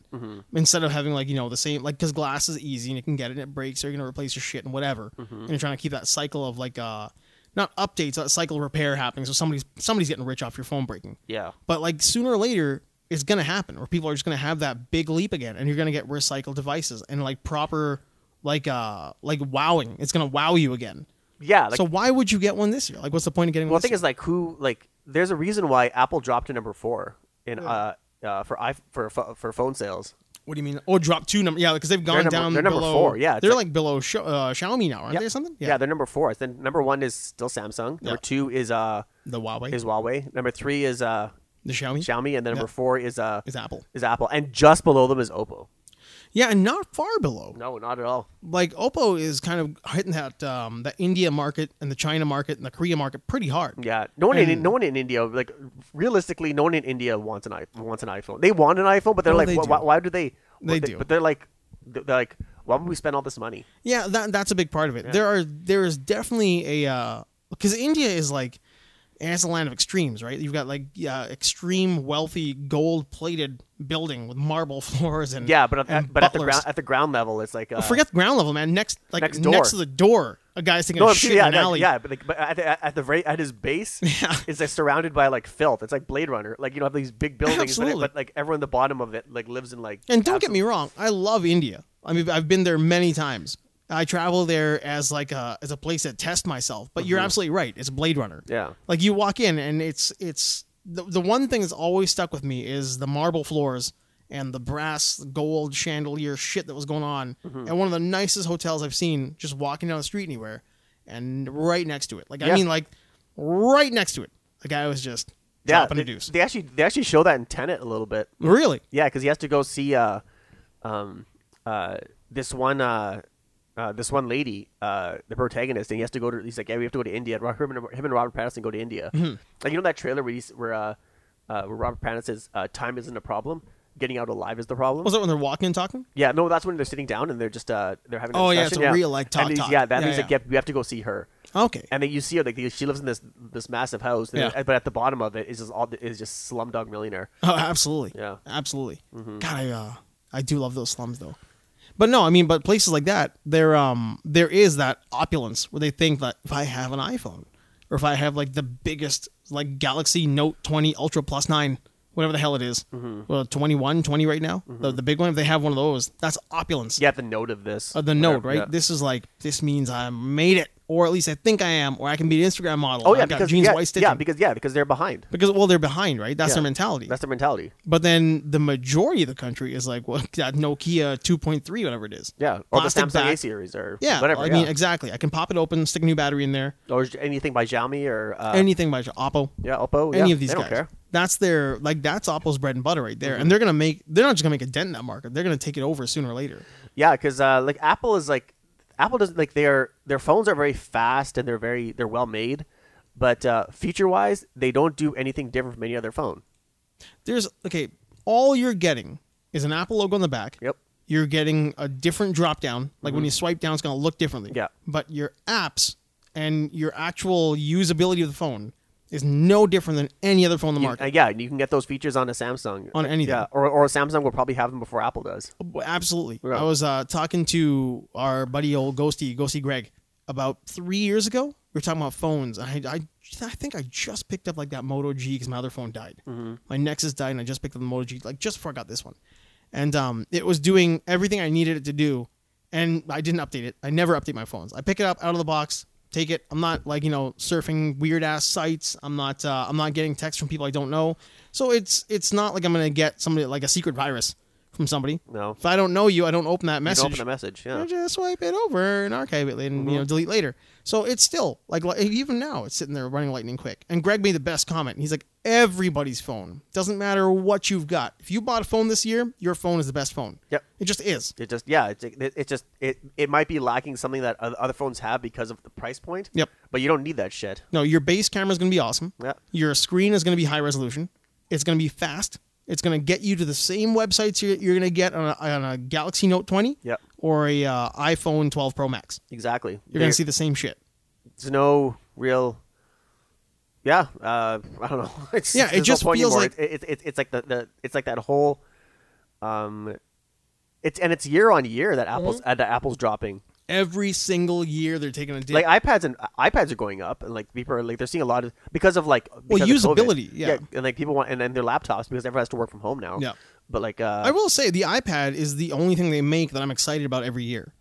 [SPEAKER 2] instead of having like you know the same like because glass is easy and you can get it and it breaks, or you're going to replace your shit and whatever, and you're trying to keep that cycle of like uh not updates, that cycle of repair happening. So somebody's somebody's getting rich off your phone breaking.
[SPEAKER 1] Yeah.
[SPEAKER 2] But like sooner or later, it's going to happen or people are just going to have that big leap again and you're going to get recycled devices and like proper like uh like wowing it's going to wow you again
[SPEAKER 1] Yeah, like
[SPEAKER 2] so why would you get one this year like what's the point of getting
[SPEAKER 1] well,
[SPEAKER 2] one
[SPEAKER 1] the thing
[SPEAKER 2] this
[SPEAKER 1] is like who like there's a reason why Apple dropped to number four in uh, uh for i for pho- for phone sales.
[SPEAKER 2] year? what do you mean oh drop two number yeah because they've gone
[SPEAKER 1] number-
[SPEAKER 2] down
[SPEAKER 1] they're number
[SPEAKER 2] below
[SPEAKER 1] four, yeah, it's
[SPEAKER 2] they're
[SPEAKER 1] like-
[SPEAKER 2] like, below Sh- uh, xiaomi now aren't they or something
[SPEAKER 1] Yeah. they're number four. Then number one is still Samsung. Number
[SPEAKER 2] Yeah.
[SPEAKER 1] two is uh
[SPEAKER 2] the huawei
[SPEAKER 1] is Huawei. Number three is uh
[SPEAKER 2] the xiaomi
[SPEAKER 1] Xiaomi, and then number four is uh
[SPEAKER 2] is apple
[SPEAKER 1] is Apple, and just below them is Oppo.
[SPEAKER 2] yeah and not far below
[SPEAKER 1] No, not at all.
[SPEAKER 2] like Oppo is kind of hitting that um, the India market and the China market and the Korea market pretty hard.
[SPEAKER 1] Yeah, no one in no one in India like realistically, no one in India wants an i wants an iPhone. They want an iPhone, but they're
[SPEAKER 2] No,
[SPEAKER 1] like,
[SPEAKER 2] they
[SPEAKER 1] why,
[SPEAKER 2] do.
[SPEAKER 1] why, why do they?
[SPEAKER 2] They
[SPEAKER 1] but
[SPEAKER 2] do.
[SPEAKER 1] but they're like, they're like, why would we spend all this money?
[SPEAKER 2] Yeah, that that's a big part of it. There are there is definitely a because India is like and it's a land of extremes, right? You've got like yeah, extreme wealthy gold plated building with marble floors and
[SPEAKER 1] Yeah, but at,
[SPEAKER 2] Mm. and
[SPEAKER 1] at- but at the
[SPEAKER 2] butlers.
[SPEAKER 1] ground at the ground level, it's like uh,
[SPEAKER 2] forget the ground level, man. Next like
[SPEAKER 1] Next
[SPEAKER 2] next,
[SPEAKER 1] door.
[SPEAKER 2] to the door, a guy's taking a
[SPEAKER 1] no, I'm-
[SPEAKER 2] shit
[SPEAKER 1] yeah,
[SPEAKER 2] in an
[SPEAKER 1] like-
[SPEAKER 2] alley.
[SPEAKER 1] yeah, but like, but at the, at the very at his base,
[SPEAKER 2] Yeah.
[SPEAKER 1] it's like surrounded by like filth. It's like Blade Runner, like you know, have these big buildings, but, it-
[SPEAKER 2] Absolutely.
[SPEAKER 1] but like everyone at the bottom of it like lives in like
[SPEAKER 2] And don't
[SPEAKER 1] abs-
[SPEAKER 2] get me wrong, I love India. I mean, I've been there many times. I travel there as like a as a place to test myself. But
[SPEAKER 1] Mm-hmm.
[SPEAKER 2] you're absolutely right. It's Blade Runner.
[SPEAKER 1] Yeah.
[SPEAKER 2] Like you walk in and it's it's the, the one thing that's always stuck with me is the marble floors and the brass gold chandelier shit that was going on
[SPEAKER 1] Mm-hmm.
[SPEAKER 2] at one of the nicest hotels I've seen just walking down the street anywhere and right next to it. Like
[SPEAKER 1] Yeah.
[SPEAKER 2] I mean like right next to it. The guy was just
[SPEAKER 1] yeah,
[SPEAKER 2] dropping
[SPEAKER 1] they,
[SPEAKER 2] a deuce.
[SPEAKER 1] they actually they actually show that in Tenet a little bit.
[SPEAKER 2] really?
[SPEAKER 1] Yeah, because he has to go see uh, um, uh, this one uh, uh, this one lady, uh, the protagonist, and he has to go to. He's like, yeah, we have to go to India. Ro- Him and, him and Robert Pattinson go to India.
[SPEAKER 2] Mm-hmm.
[SPEAKER 1] Like you know that trailer where he's, where uh, uh, where Robert Pattinson says, uh, "Time isn't a problem, getting out alive is the problem."
[SPEAKER 2] Was that when they're walking and talking?
[SPEAKER 1] Yeah, no, that's when they're sitting down and they're just uh they're having. A
[SPEAKER 2] Oh, yeah,
[SPEAKER 1] discussion.
[SPEAKER 2] it's a real, like,
[SPEAKER 1] And
[SPEAKER 2] talk
[SPEAKER 1] he's-
[SPEAKER 2] talk.
[SPEAKER 1] Yeah, that
[SPEAKER 2] Yeah,
[SPEAKER 1] means like
[SPEAKER 2] yeah.
[SPEAKER 1] you have, you have to go see her.
[SPEAKER 2] Okay.
[SPEAKER 1] And then you see her like she lives in this this massive house, and
[SPEAKER 2] Yeah.
[SPEAKER 1] but at the bottom of it is just all is just Slumdog Millionaire.
[SPEAKER 2] Oh, absolutely.
[SPEAKER 1] Yeah. Mm-hmm.
[SPEAKER 2] absolutely. God, I uh, I do love those slums though. But no, I mean, but places like that, there um, there is that opulence where they think that if I have an iPhone, or if I have like the biggest like Galaxy Note 20 Ultra Plus Nine, whatever the hell it is,
[SPEAKER 1] Mm-hmm.
[SPEAKER 2] well, 21, 20 right now, the, the big one. If they have one of those, that's opulence.
[SPEAKER 1] You have to note of this.
[SPEAKER 2] Uh, the
[SPEAKER 1] Whatever,
[SPEAKER 2] note, right?
[SPEAKER 1] yeah.
[SPEAKER 2] This is like this means I made it, or at least I think I am, or I can be an Instagram model.
[SPEAKER 1] Oh
[SPEAKER 2] or
[SPEAKER 1] yeah,
[SPEAKER 2] I've got
[SPEAKER 1] because
[SPEAKER 2] jeans
[SPEAKER 1] yeah,
[SPEAKER 2] white stitching.
[SPEAKER 1] yeah, because yeah, because they're behind.
[SPEAKER 2] because well, they're behind, right? That's
[SPEAKER 1] Yeah.
[SPEAKER 2] their mentality.
[SPEAKER 1] That's their mentality.
[SPEAKER 2] But then the majority of the country is like, well, that Nokia 2.3, whatever it is.
[SPEAKER 1] Yeah, or
[SPEAKER 2] Plastic
[SPEAKER 1] the Samsung
[SPEAKER 2] back-
[SPEAKER 1] A series or
[SPEAKER 2] Yeah.
[SPEAKER 1] whatever.
[SPEAKER 2] I mean,
[SPEAKER 1] yeah.
[SPEAKER 2] exactly. I can pop it open, stick a new battery in there.
[SPEAKER 1] or anything by Xiaomi or uh,
[SPEAKER 2] anything by Oppo.
[SPEAKER 1] yeah, Oppo.
[SPEAKER 2] Any
[SPEAKER 1] yeah,
[SPEAKER 2] of these
[SPEAKER 1] they
[SPEAKER 2] guys.
[SPEAKER 1] don't care. Mm-hmm.
[SPEAKER 2] That's their like that's Apple's bread and butter right there. And they're gonna make they're not just gonna make a dent in that market. They're gonna take it over sooner or later.
[SPEAKER 1] Yeah, because uh, like Apple is like Apple doesn't like their their phones are very fast and they're very they're well made, but uh, feature wise they don't do anything different from any other phone.
[SPEAKER 2] There's okay, all you're getting is an Apple logo on the back.
[SPEAKER 1] Yep.
[SPEAKER 2] You're getting a different drop down. Like when you swipe down, it's gonna look differently.
[SPEAKER 1] Mm-hmm. Yeah.
[SPEAKER 2] But your apps and your actual usability of the phone is no different than any other phone in the market.
[SPEAKER 1] Uh, yeah, and you can get those features on a Samsung
[SPEAKER 2] On
[SPEAKER 1] Like,
[SPEAKER 2] anything.
[SPEAKER 1] Yeah, or or Samsung will probably have them before Apple does.
[SPEAKER 2] Well, Absolutely.
[SPEAKER 1] Yeah.
[SPEAKER 2] I was uh, talking to our buddy old Ghosty, Ghosty Greg, about three years ago. We were talking about phones. I, I, I think I just picked up like that Moto G because my other phone died.
[SPEAKER 1] Mm-hmm.
[SPEAKER 2] My Nexus died, and I just picked up the Moto G like just before I got this one. And um, it was doing everything I needed it to do, and I didn't update it. I never update my phones. I pick it up out of the box, take it. I'm not like you know surfing weird ass sites. I'm not uh, I'm not getting texts from people I don't know. So it's it's not like I'm gonna get somebody like a secret virus from somebody.
[SPEAKER 1] No,
[SPEAKER 2] If I don't know you, I don't open that
[SPEAKER 1] you
[SPEAKER 2] message.
[SPEAKER 1] don't open the message. Yeah, Mm-hmm.
[SPEAKER 2] I just swipe it over and archive it and you know delete later. So it's still like li- even now it's sitting there running lightning quick. And Greg made the best comment. He's like, everybody's phone doesn't matter what you've got. If you bought a phone this year, your phone is the best phone.
[SPEAKER 1] Yep.
[SPEAKER 2] it just is.
[SPEAKER 1] it just yeah, it's it, it just it it might be lacking something that oth- other phones have because of the price point.
[SPEAKER 2] Yep.
[SPEAKER 1] but you don't need that shit.
[SPEAKER 2] No, your base camera is going to be awesome.
[SPEAKER 1] Yeah.
[SPEAKER 2] Your screen is going to be high resolution. It's going to be fast. It's going to get you to the same websites you're, you're going to get on a, on a Galaxy Note 20
[SPEAKER 1] Yep.
[SPEAKER 2] or a uh, iPhone 12 Pro Max.
[SPEAKER 1] Exactly.
[SPEAKER 2] You're going
[SPEAKER 1] There-
[SPEAKER 2] to see the same shit.
[SPEAKER 1] there's no real. Yeah, uh, I don't know. It's,
[SPEAKER 2] Yeah, it
[SPEAKER 1] there's
[SPEAKER 2] just
[SPEAKER 1] no point
[SPEAKER 2] feels
[SPEAKER 1] anymore.
[SPEAKER 2] like-
[SPEAKER 1] it, it, it, it's like the, the it's like that whole, um, it's and it's year on year that Apple's uh, that Apple's dropping.
[SPEAKER 2] every single year they're taking a dip.
[SPEAKER 1] Like uh, iPads and iPads are going up, and like people are like they're seeing a lot of because of like because of COVID.
[SPEAKER 2] usability, yeah.
[SPEAKER 1] and like people want and, and their laptops because everyone has to work from home now.
[SPEAKER 2] Yeah.
[SPEAKER 1] but like uh,
[SPEAKER 2] I will say the iPad is the only thing they make that I'm excited about every year.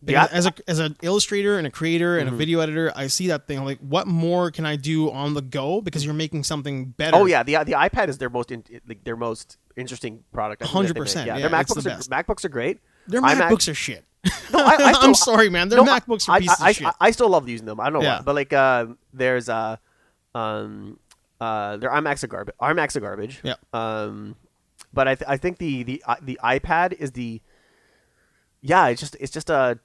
[SPEAKER 1] Yeah.
[SPEAKER 2] Because as a as an illustrator and a creator
[SPEAKER 1] Mm-hmm.
[SPEAKER 2] and a video editor, I see that thing. I'm like, what more can I do on the go? Because you're making something better.
[SPEAKER 1] Oh yeah, the the iPad is their most in, like their most interesting product. I think, that they make.
[SPEAKER 2] 100%,
[SPEAKER 1] Yeah,
[SPEAKER 2] yeah,
[SPEAKER 1] their
[SPEAKER 2] it's the
[SPEAKER 1] MacBooks are,
[SPEAKER 2] best.
[SPEAKER 1] MacBooks are great.
[SPEAKER 2] their
[SPEAKER 1] iMac-
[SPEAKER 2] MacBooks are shit.
[SPEAKER 1] No, I, I
[SPEAKER 2] I'm
[SPEAKER 1] still-
[SPEAKER 2] sorry, man. Their
[SPEAKER 1] no, I-
[SPEAKER 2] MacBooks are
[SPEAKER 1] I-
[SPEAKER 2] pieces
[SPEAKER 1] I,
[SPEAKER 2] of shit.
[SPEAKER 1] I, I still love using them. I don't know
[SPEAKER 2] Yeah.
[SPEAKER 1] why, but like uh, there's uh, um, uh, their iMacs are garbage. iMacs are garbage.
[SPEAKER 2] Yeah.
[SPEAKER 1] Um, but I, th- I think the the i- the iPad is the yeah. It's just it's just a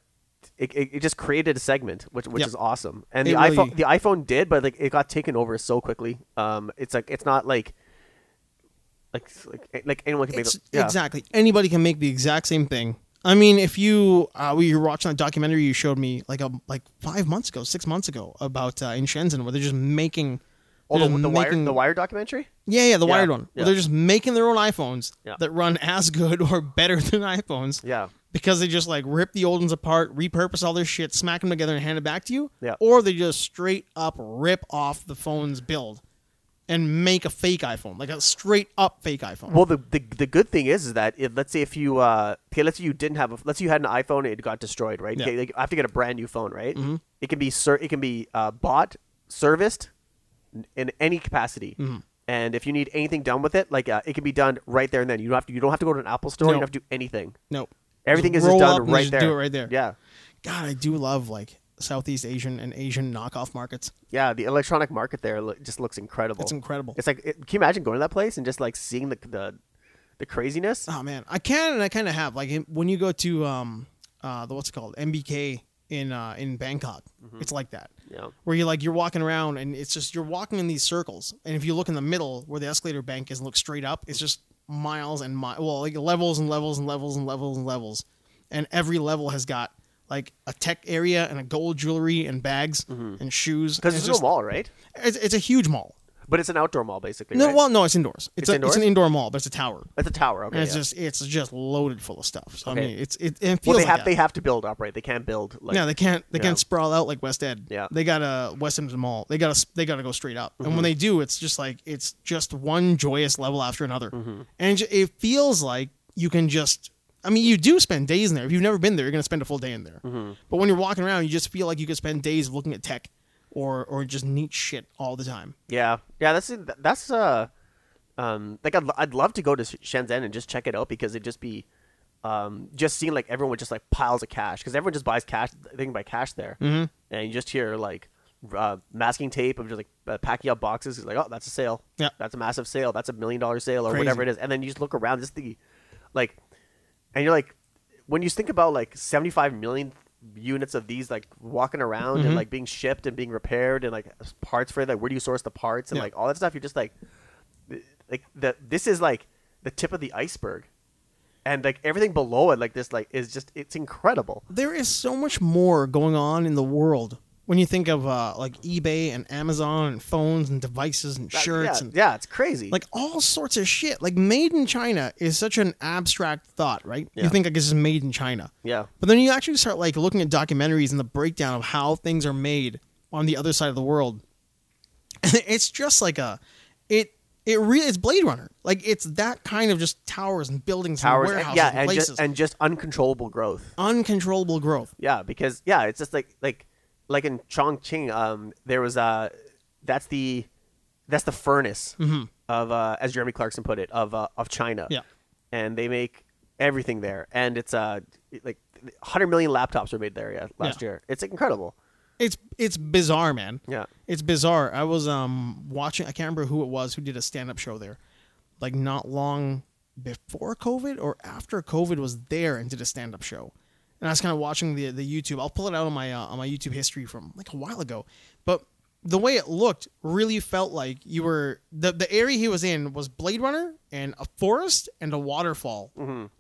[SPEAKER 1] it, it, it just created a segment which which
[SPEAKER 2] Yep.
[SPEAKER 1] is awesome. And
[SPEAKER 2] It
[SPEAKER 1] the
[SPEAKER 2] really-
[SPEAKER 1] iPhone the iPhone did, but like it got taken over so quickly. Um, it's like it's not like like like, like anyone can make
[SPEAKER 2] It's-
[SPEAKER 1] it. Yeah.
[SPEAKER 2] Exactly. Anybody can make the exact same thing. I mean, if you uh, we were watching that documentary you showed me like a like five months ago, six months ago about uh, in Shenzhen where they're just making.
[SPEAKER 1] Oh,
[SPEAKER 2] they're
[SPEAKER 1] the, the wire
[SPEAKER 2] making-
[SPEAKER 1] the wire documentary.
[SPEAKER 2] Yeah, yeah, the
[SPEAKER 1] Yeah,
[SPEAKER 2] wired one.
[SPEAKER 1] yeah.
[SPEAKER 2] They're just making their own iPhones
[SPEAKER 1] Yeah.
[SPEAKER 2] that run as good or better than iPhones.
[SPEAKER 1] Yeah.
[SPEAKER 2] Because they just like rip the old ones apart, repurpose all their shit, smack them together, and hand it back to you.
[SPEAKER 1] Yeah.
[SPEAKER 2] Or they just straight up rip off the phone's build and make a fake iPhone, like a straight up fake iPhone.
[SPEAKER 1] Well, the, the the good thing is, is that if, let's say if you uh, okay, let's say you didn't have a, let's say you had an iPhone and it got destroyed, right?
[SPEAKER 2] Yeah. Mm-hmm.
[SPEAKER 1] Okay, like, I have to get a brand new phone, right? It can be ser- it can be uh, bought, serviced, n- in any capacity.
[SPEAKER 2] Mm-hmm.
[SPEAKER 1] And if you need anything done with it, like uh, it can be done right there and then. You don't have to you don't have to go to an Apple store.
[SPEAKER 2] No.
[SPEAKER 1] You don't have to do anything.
[SPEAKER 2] nope.
[SPEAKER 1] Everything
[SPEAKER 2] Just
[SPEAKER 1] is just
[SPEAKER 2] roll
[SPEAKER 1] done
[SPEAKER 2] up and
[SPEAKER 1] right
[SPEAKER 2] just
[SPEAKER 1] there.
[SPEAKER 2] Do it right there.
[SPEAKER 1] Yeah,
[SPEAKER 2] God, I do love like Southeast Asian and Asian knockoff markets.
[SPEAKER 1] yeah. The electronic market there lo- just looks incredible.
[SPEAKER 2] It's incredible.
[SPEAKER 1] It's like it, can you imagine going to that place and just like seeing the the, the craziness?
[SPEAKER 2] Oh man, I can and I kind of have like in- when you go to um uh the what's it called MBK in uh in Bangkok,
[SPEAKER 1] Mm-hmm.
[SPEAKER 2] it's like that
[SPEAKER 1] Yeah.
[SPEAKER 2] where you are like you're walking around and it's just you're walking in these circles and if you look in the middle where the escalator bank is and look straight up, it's just miles and miles, well like levels and levels and levels and levels and levels, and every level has got like a tech area and a gold jewelry and bags and shoes
[SPEAKER 1] Because
[SPEAKER 2] And it's
[SPEAKER 1] Mm-hmm. it's, a
[SPEAKER 2] just-
[SPEAKER 1] mall, right?
[SPEAKER 2] It's, it's a huge mall.
[SPEAKER 1] But it's an outdoor mall, basically.
[SPEAKER 2] No,
[SPEAKER 1] right?
[SPEAKER 2] well, no, it's indoors. It's,
[SPEAKER 1] It's
[SPEAKER 2] a,
[SPEAKER 1] indoors?
[SPEAKER 2] it's an indoor mall, but it's a tower.
[SPEAKER 1] It's a tower. Okay.
[SPEAKER 2] And it's
[SPEAKER 1] yeah.
[SPEAKER 2] just it's just loaded full of stuff. So I
[SPEAKER 1] Okay.
[SPEAKER 2] mean, it's it, it feels
[SPEAKER 1] well, they
[SPEAKER 2] like
[SPEAKER 1] have
[SPEAKER 2] that.
[SPEAKER 1] they have to build up, right? They can't build like
[SPEAKER 2] yeah, they can't they
[SPEAKER 1] Yeah.
[SPEAKER 2] can't sprawl out like West Ed.
[SPEAKER 1] Yeah. Mm-hmm.
[SPEAKER 2] they got to West Edmonton Mall. They got to they got to go straight up. And when they do, it's just like it's just one joyous level after another,
[SPEAKER 1] Mm-hmm.
[SPEAKER 2] and it ju- it feels like you can just. I mean, you do spend days in there. If you've never been there, you're gonna spend a full day in there.
[SPEAKER 1] Mm-hmm.
[SPEAKER 2] But when you're walking around, you just feel like you could spend days looking at tech, or or just neat shit all the time.
[SPEAKER 1] yeah, yeah. That's that's uh, um, like I'd, I'd love to go to Shenzhen and just check it out because it'd just be, um, just seeing like everyone with just like piles of cash because everyone just buys cash. They can buy cash there, mm-hmm. and you just hear like uh, masking tape of just like uh, packing up boxes. It's like, oh, that's a sale.
[SPEAKER 2] Yeah.
[SPEAKER 1] that's a massive sale. That's a million dollar sale or
[SPEAKER 2] Crazy.
[SPEAKER 1] whatever it is. And then you just look around, just the, like, and you're like, when you think about like 75 million units of these like walking around
[SPEAKER 2] Mm-hmm.
[SPEAKER 1] and like being shipped and being repaired and like parts for it, like where do you source the parts and
[SPEAKER 2] Yeah.
[SPEAKER 1] like all that stuff, you're just like, th- like the this is like the tip of the iceberg, and like everything below it, like this, like is just it's incredible.
[SPEAKER 2] there is so much more going on in the world when you think of uh, like eBay and Amazon and phones and devices and
[SPEAKER 1] That-
[SPEAKER 2] shirts
[SPEAKER 1] yeah,
[SPEAKER 2] and
[SPEAKER 1] yeah, it's crazy.
[SPEAKER 2] like all sorts of shit. Like made in China is such an abstract thought, right? You
[SPEAKER 1] Yeah.
[SPEAKER 2] think like this is made in China.
[SPEAKER 1] yeah,
[SPEAKER 2] But then you actually start like looking at documentaries and the breakdown of how things are made on the other side of the world. it's just like a it it really it's Blade Runner. Like it's that kind of just towers and buildings
[SPEAKER 1] towers,
[SPEAKER 2] and warehouses
[SPEAKER 1] and, yeah,
[SPEAKER 2] and
[SPEAKER 1] and
[SPEAKER 2] places.
[SPEAKER 1] just and just uncontrollable growth.
[SPEAKER 2] Uncontrollable growth.
[SPEAKER 1] Yeah, because yeah, it's just like like like in Chongqing, um, there was uh that's the that's the furnace of uh, as Jeremy Clarkson put it of uh, of China.
[SPEAKER 2] Mm-hmm. Yeah.
[SPEAKER 1] and they make everything there, and it's uh like 100 million laptops were made there yeah, last
[SPEAKER 2] Yeah.
[SPEAKER 1] year. It's incredible.
[SPEAKER 2] It's it's bizarre, man.
[SPEAKER 1] Yeah,
[SPEAKER 2] It's bizarre. I was um watching. I can't remember who it was who did a stand up show there, like not long before COVID or after COVID was there and did a stand up show. And I was kind of watching the the YouTube. I'll pull it out on my uh, on my YouTube history from like a while ago, but the way it looked really felt like you were the the area he was in was Blade Runner and a forest and a waterfall,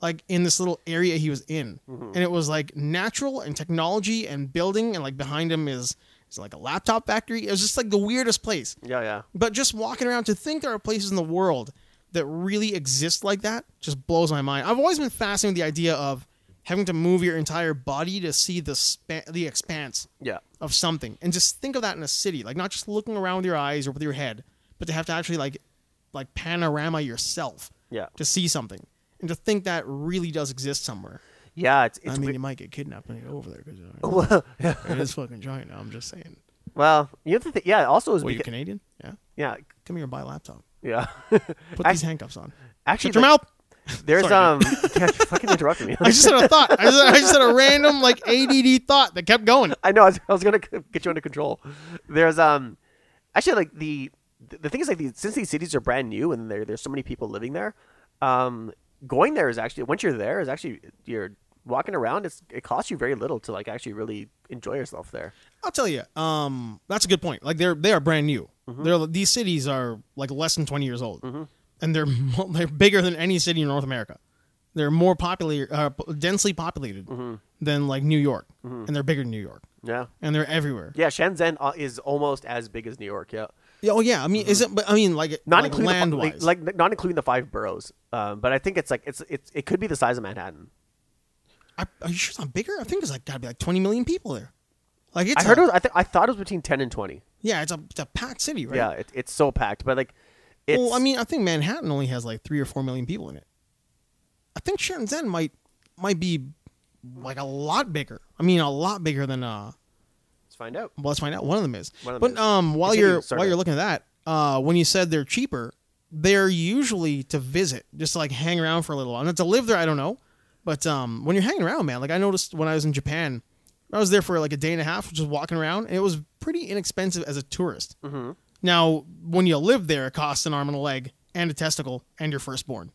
[SPEAKER 2] like in this little area he was in, and it was like natural and technology and building and like behind him is is like a laptop factory. It was just like the weirdest place.
[SPEAKER 1] yeah, yeah.
[SPEAKER 2] But just walking around to think there are places in the world that really exist like that just blows my mind. I've always been fascinated with the idea of having to move your entire body to see the span, the expanse
[SPEAKER 1] Yeah.
[SPEAKER 2] of something, and just think of that in a city, like not just looking around with your eyes or with your head, but to have to actually like like panorama yourself
[SPEAKER 1] Yeah.
[SPEAKER 2] to see something, and to think that really does exist somewhere.
[SPEAKER 1] Yeah. It's,
[SPEAKER 2] I
[SPEAKER 1] it's
[SPEAKER 2] mean,
[SPEAKER 1] we-
[SPEAKER 2] you might get kidnapped when you go over there because
[SPEAKER 1] well,
[SPEAKER 2] it is fucking giant. Now I'm just saying.
[SPEAKER 1] well, you have to think. Yeah. Also, is
[SPEAKER 2] Well, you
[SPEAKER 1] because,
[SPEAKER 2] Canadian? Yeah.
[SPEAKER 1] yeah,
[SPEAKER 2] Come here and buy a laptop.
[SPEAKER 1] yeah.
[SPEAKER 2] Put these
[SPEAKER 1] actually,
[SPEAKER 2] handcuffs on.
[SPEAKER 1] actually,
[SPEAKER 2] Shut your
[SPEAKER 1] like,
[SPEAKER 2] mouth.
[SPEAKER 1] There's
[SPEAKER 2] Sorry,
[SPEAKER 1] um. yeah, you fucking interrupted me.
[SPEAKER 2] I just had a thought. I just, I just had a random like ADD thought that kept going.
[SPEAKER 1] I know. I was, I was gonna get you under control. There's um, actually like the the thing is like these since these cities are brand new and there there's so many people living there, um, going there is actually once you're there is actually you're walking around. It's it costs you very little to like actually really enjoy yourself there.
[SPEAKER 2] I'll tell you. Um, that's a good point. Like they're they are brand new. They're these cities are like less than twenty years old, and they're mo- they're bigger than any city in North America. They're more popular, uh, p- densely populated than like New York, and they're bigger than New York,
[SPEAKER 1] Yeah.
[SPEAKER 2] and they're everywhere.
[SPEAKER 1] Yeah, Shenzhen uh, is almost as big as New York. Yeah,
[SPEAKER 2] Yeah, Oh yeah, I mean, is it? But I mean, like
[SPEAKER 1] not
[SPEAKER 2] like
[SPEAKER 1] including the fi-
[SPEAKER 2] land
[SPEAKER 1] like-
[SPEAKER 2] wise,
[SPEAKER 1] like, not including the five boroughs. Um, but I think it's like it's it's it could be the size of Manhattan.
[SPEAKER 2] I, are you sure it's not bigger? I think it's like gotta be like twenty million people there. Like it's
[SPEAKER 1] I heard
[SPEAKER 2] a-
[SPEAKER 1] it was, I th- I thought it was between ten and twenty.
[SPEAKER 2] yeah, it's a, it's a packed city, right?
[SPEAKER 1] Yeah, it, it's so packed. But like, it's
[SPEAKER 2] well, I mean, I think Manhattan only has like three or four million people in it. I think Shenzhen might might be like a lot bigger. I mean, a lot bigger than uh.
[SPEAKER 1] let's find out.
[SPEAKER 2] Well, let's find out. One of them is.
[SPEAKER 1] One of
[SPEAKER 2] but
[SPEAKER 1] them is.
[SPEAKER 2] um, while
[SPEAKER 1] Continue,
[SPEAKER 2] you're
[SPEAKER 1] sorry,
[SPEAKER 2] while
[SPEAKER 1] go
[SPEAKER 2] you're
[SPEAKER 1] ahead.
[SPEAKER 2] looking at that, uh, when you said they're cheaper, they're usually to visit, just to, like hang around for a little while. Now to live there, I don't know, but um, when you're hanging around, man, like I noticed when I was in Japan, I was there for like a day and a half, just walking around, and it was pretty inexpensive as a tourist. Mm-hmm. Now, when you live there, it costs an arm and a leg, and a testicle, and your firstborn,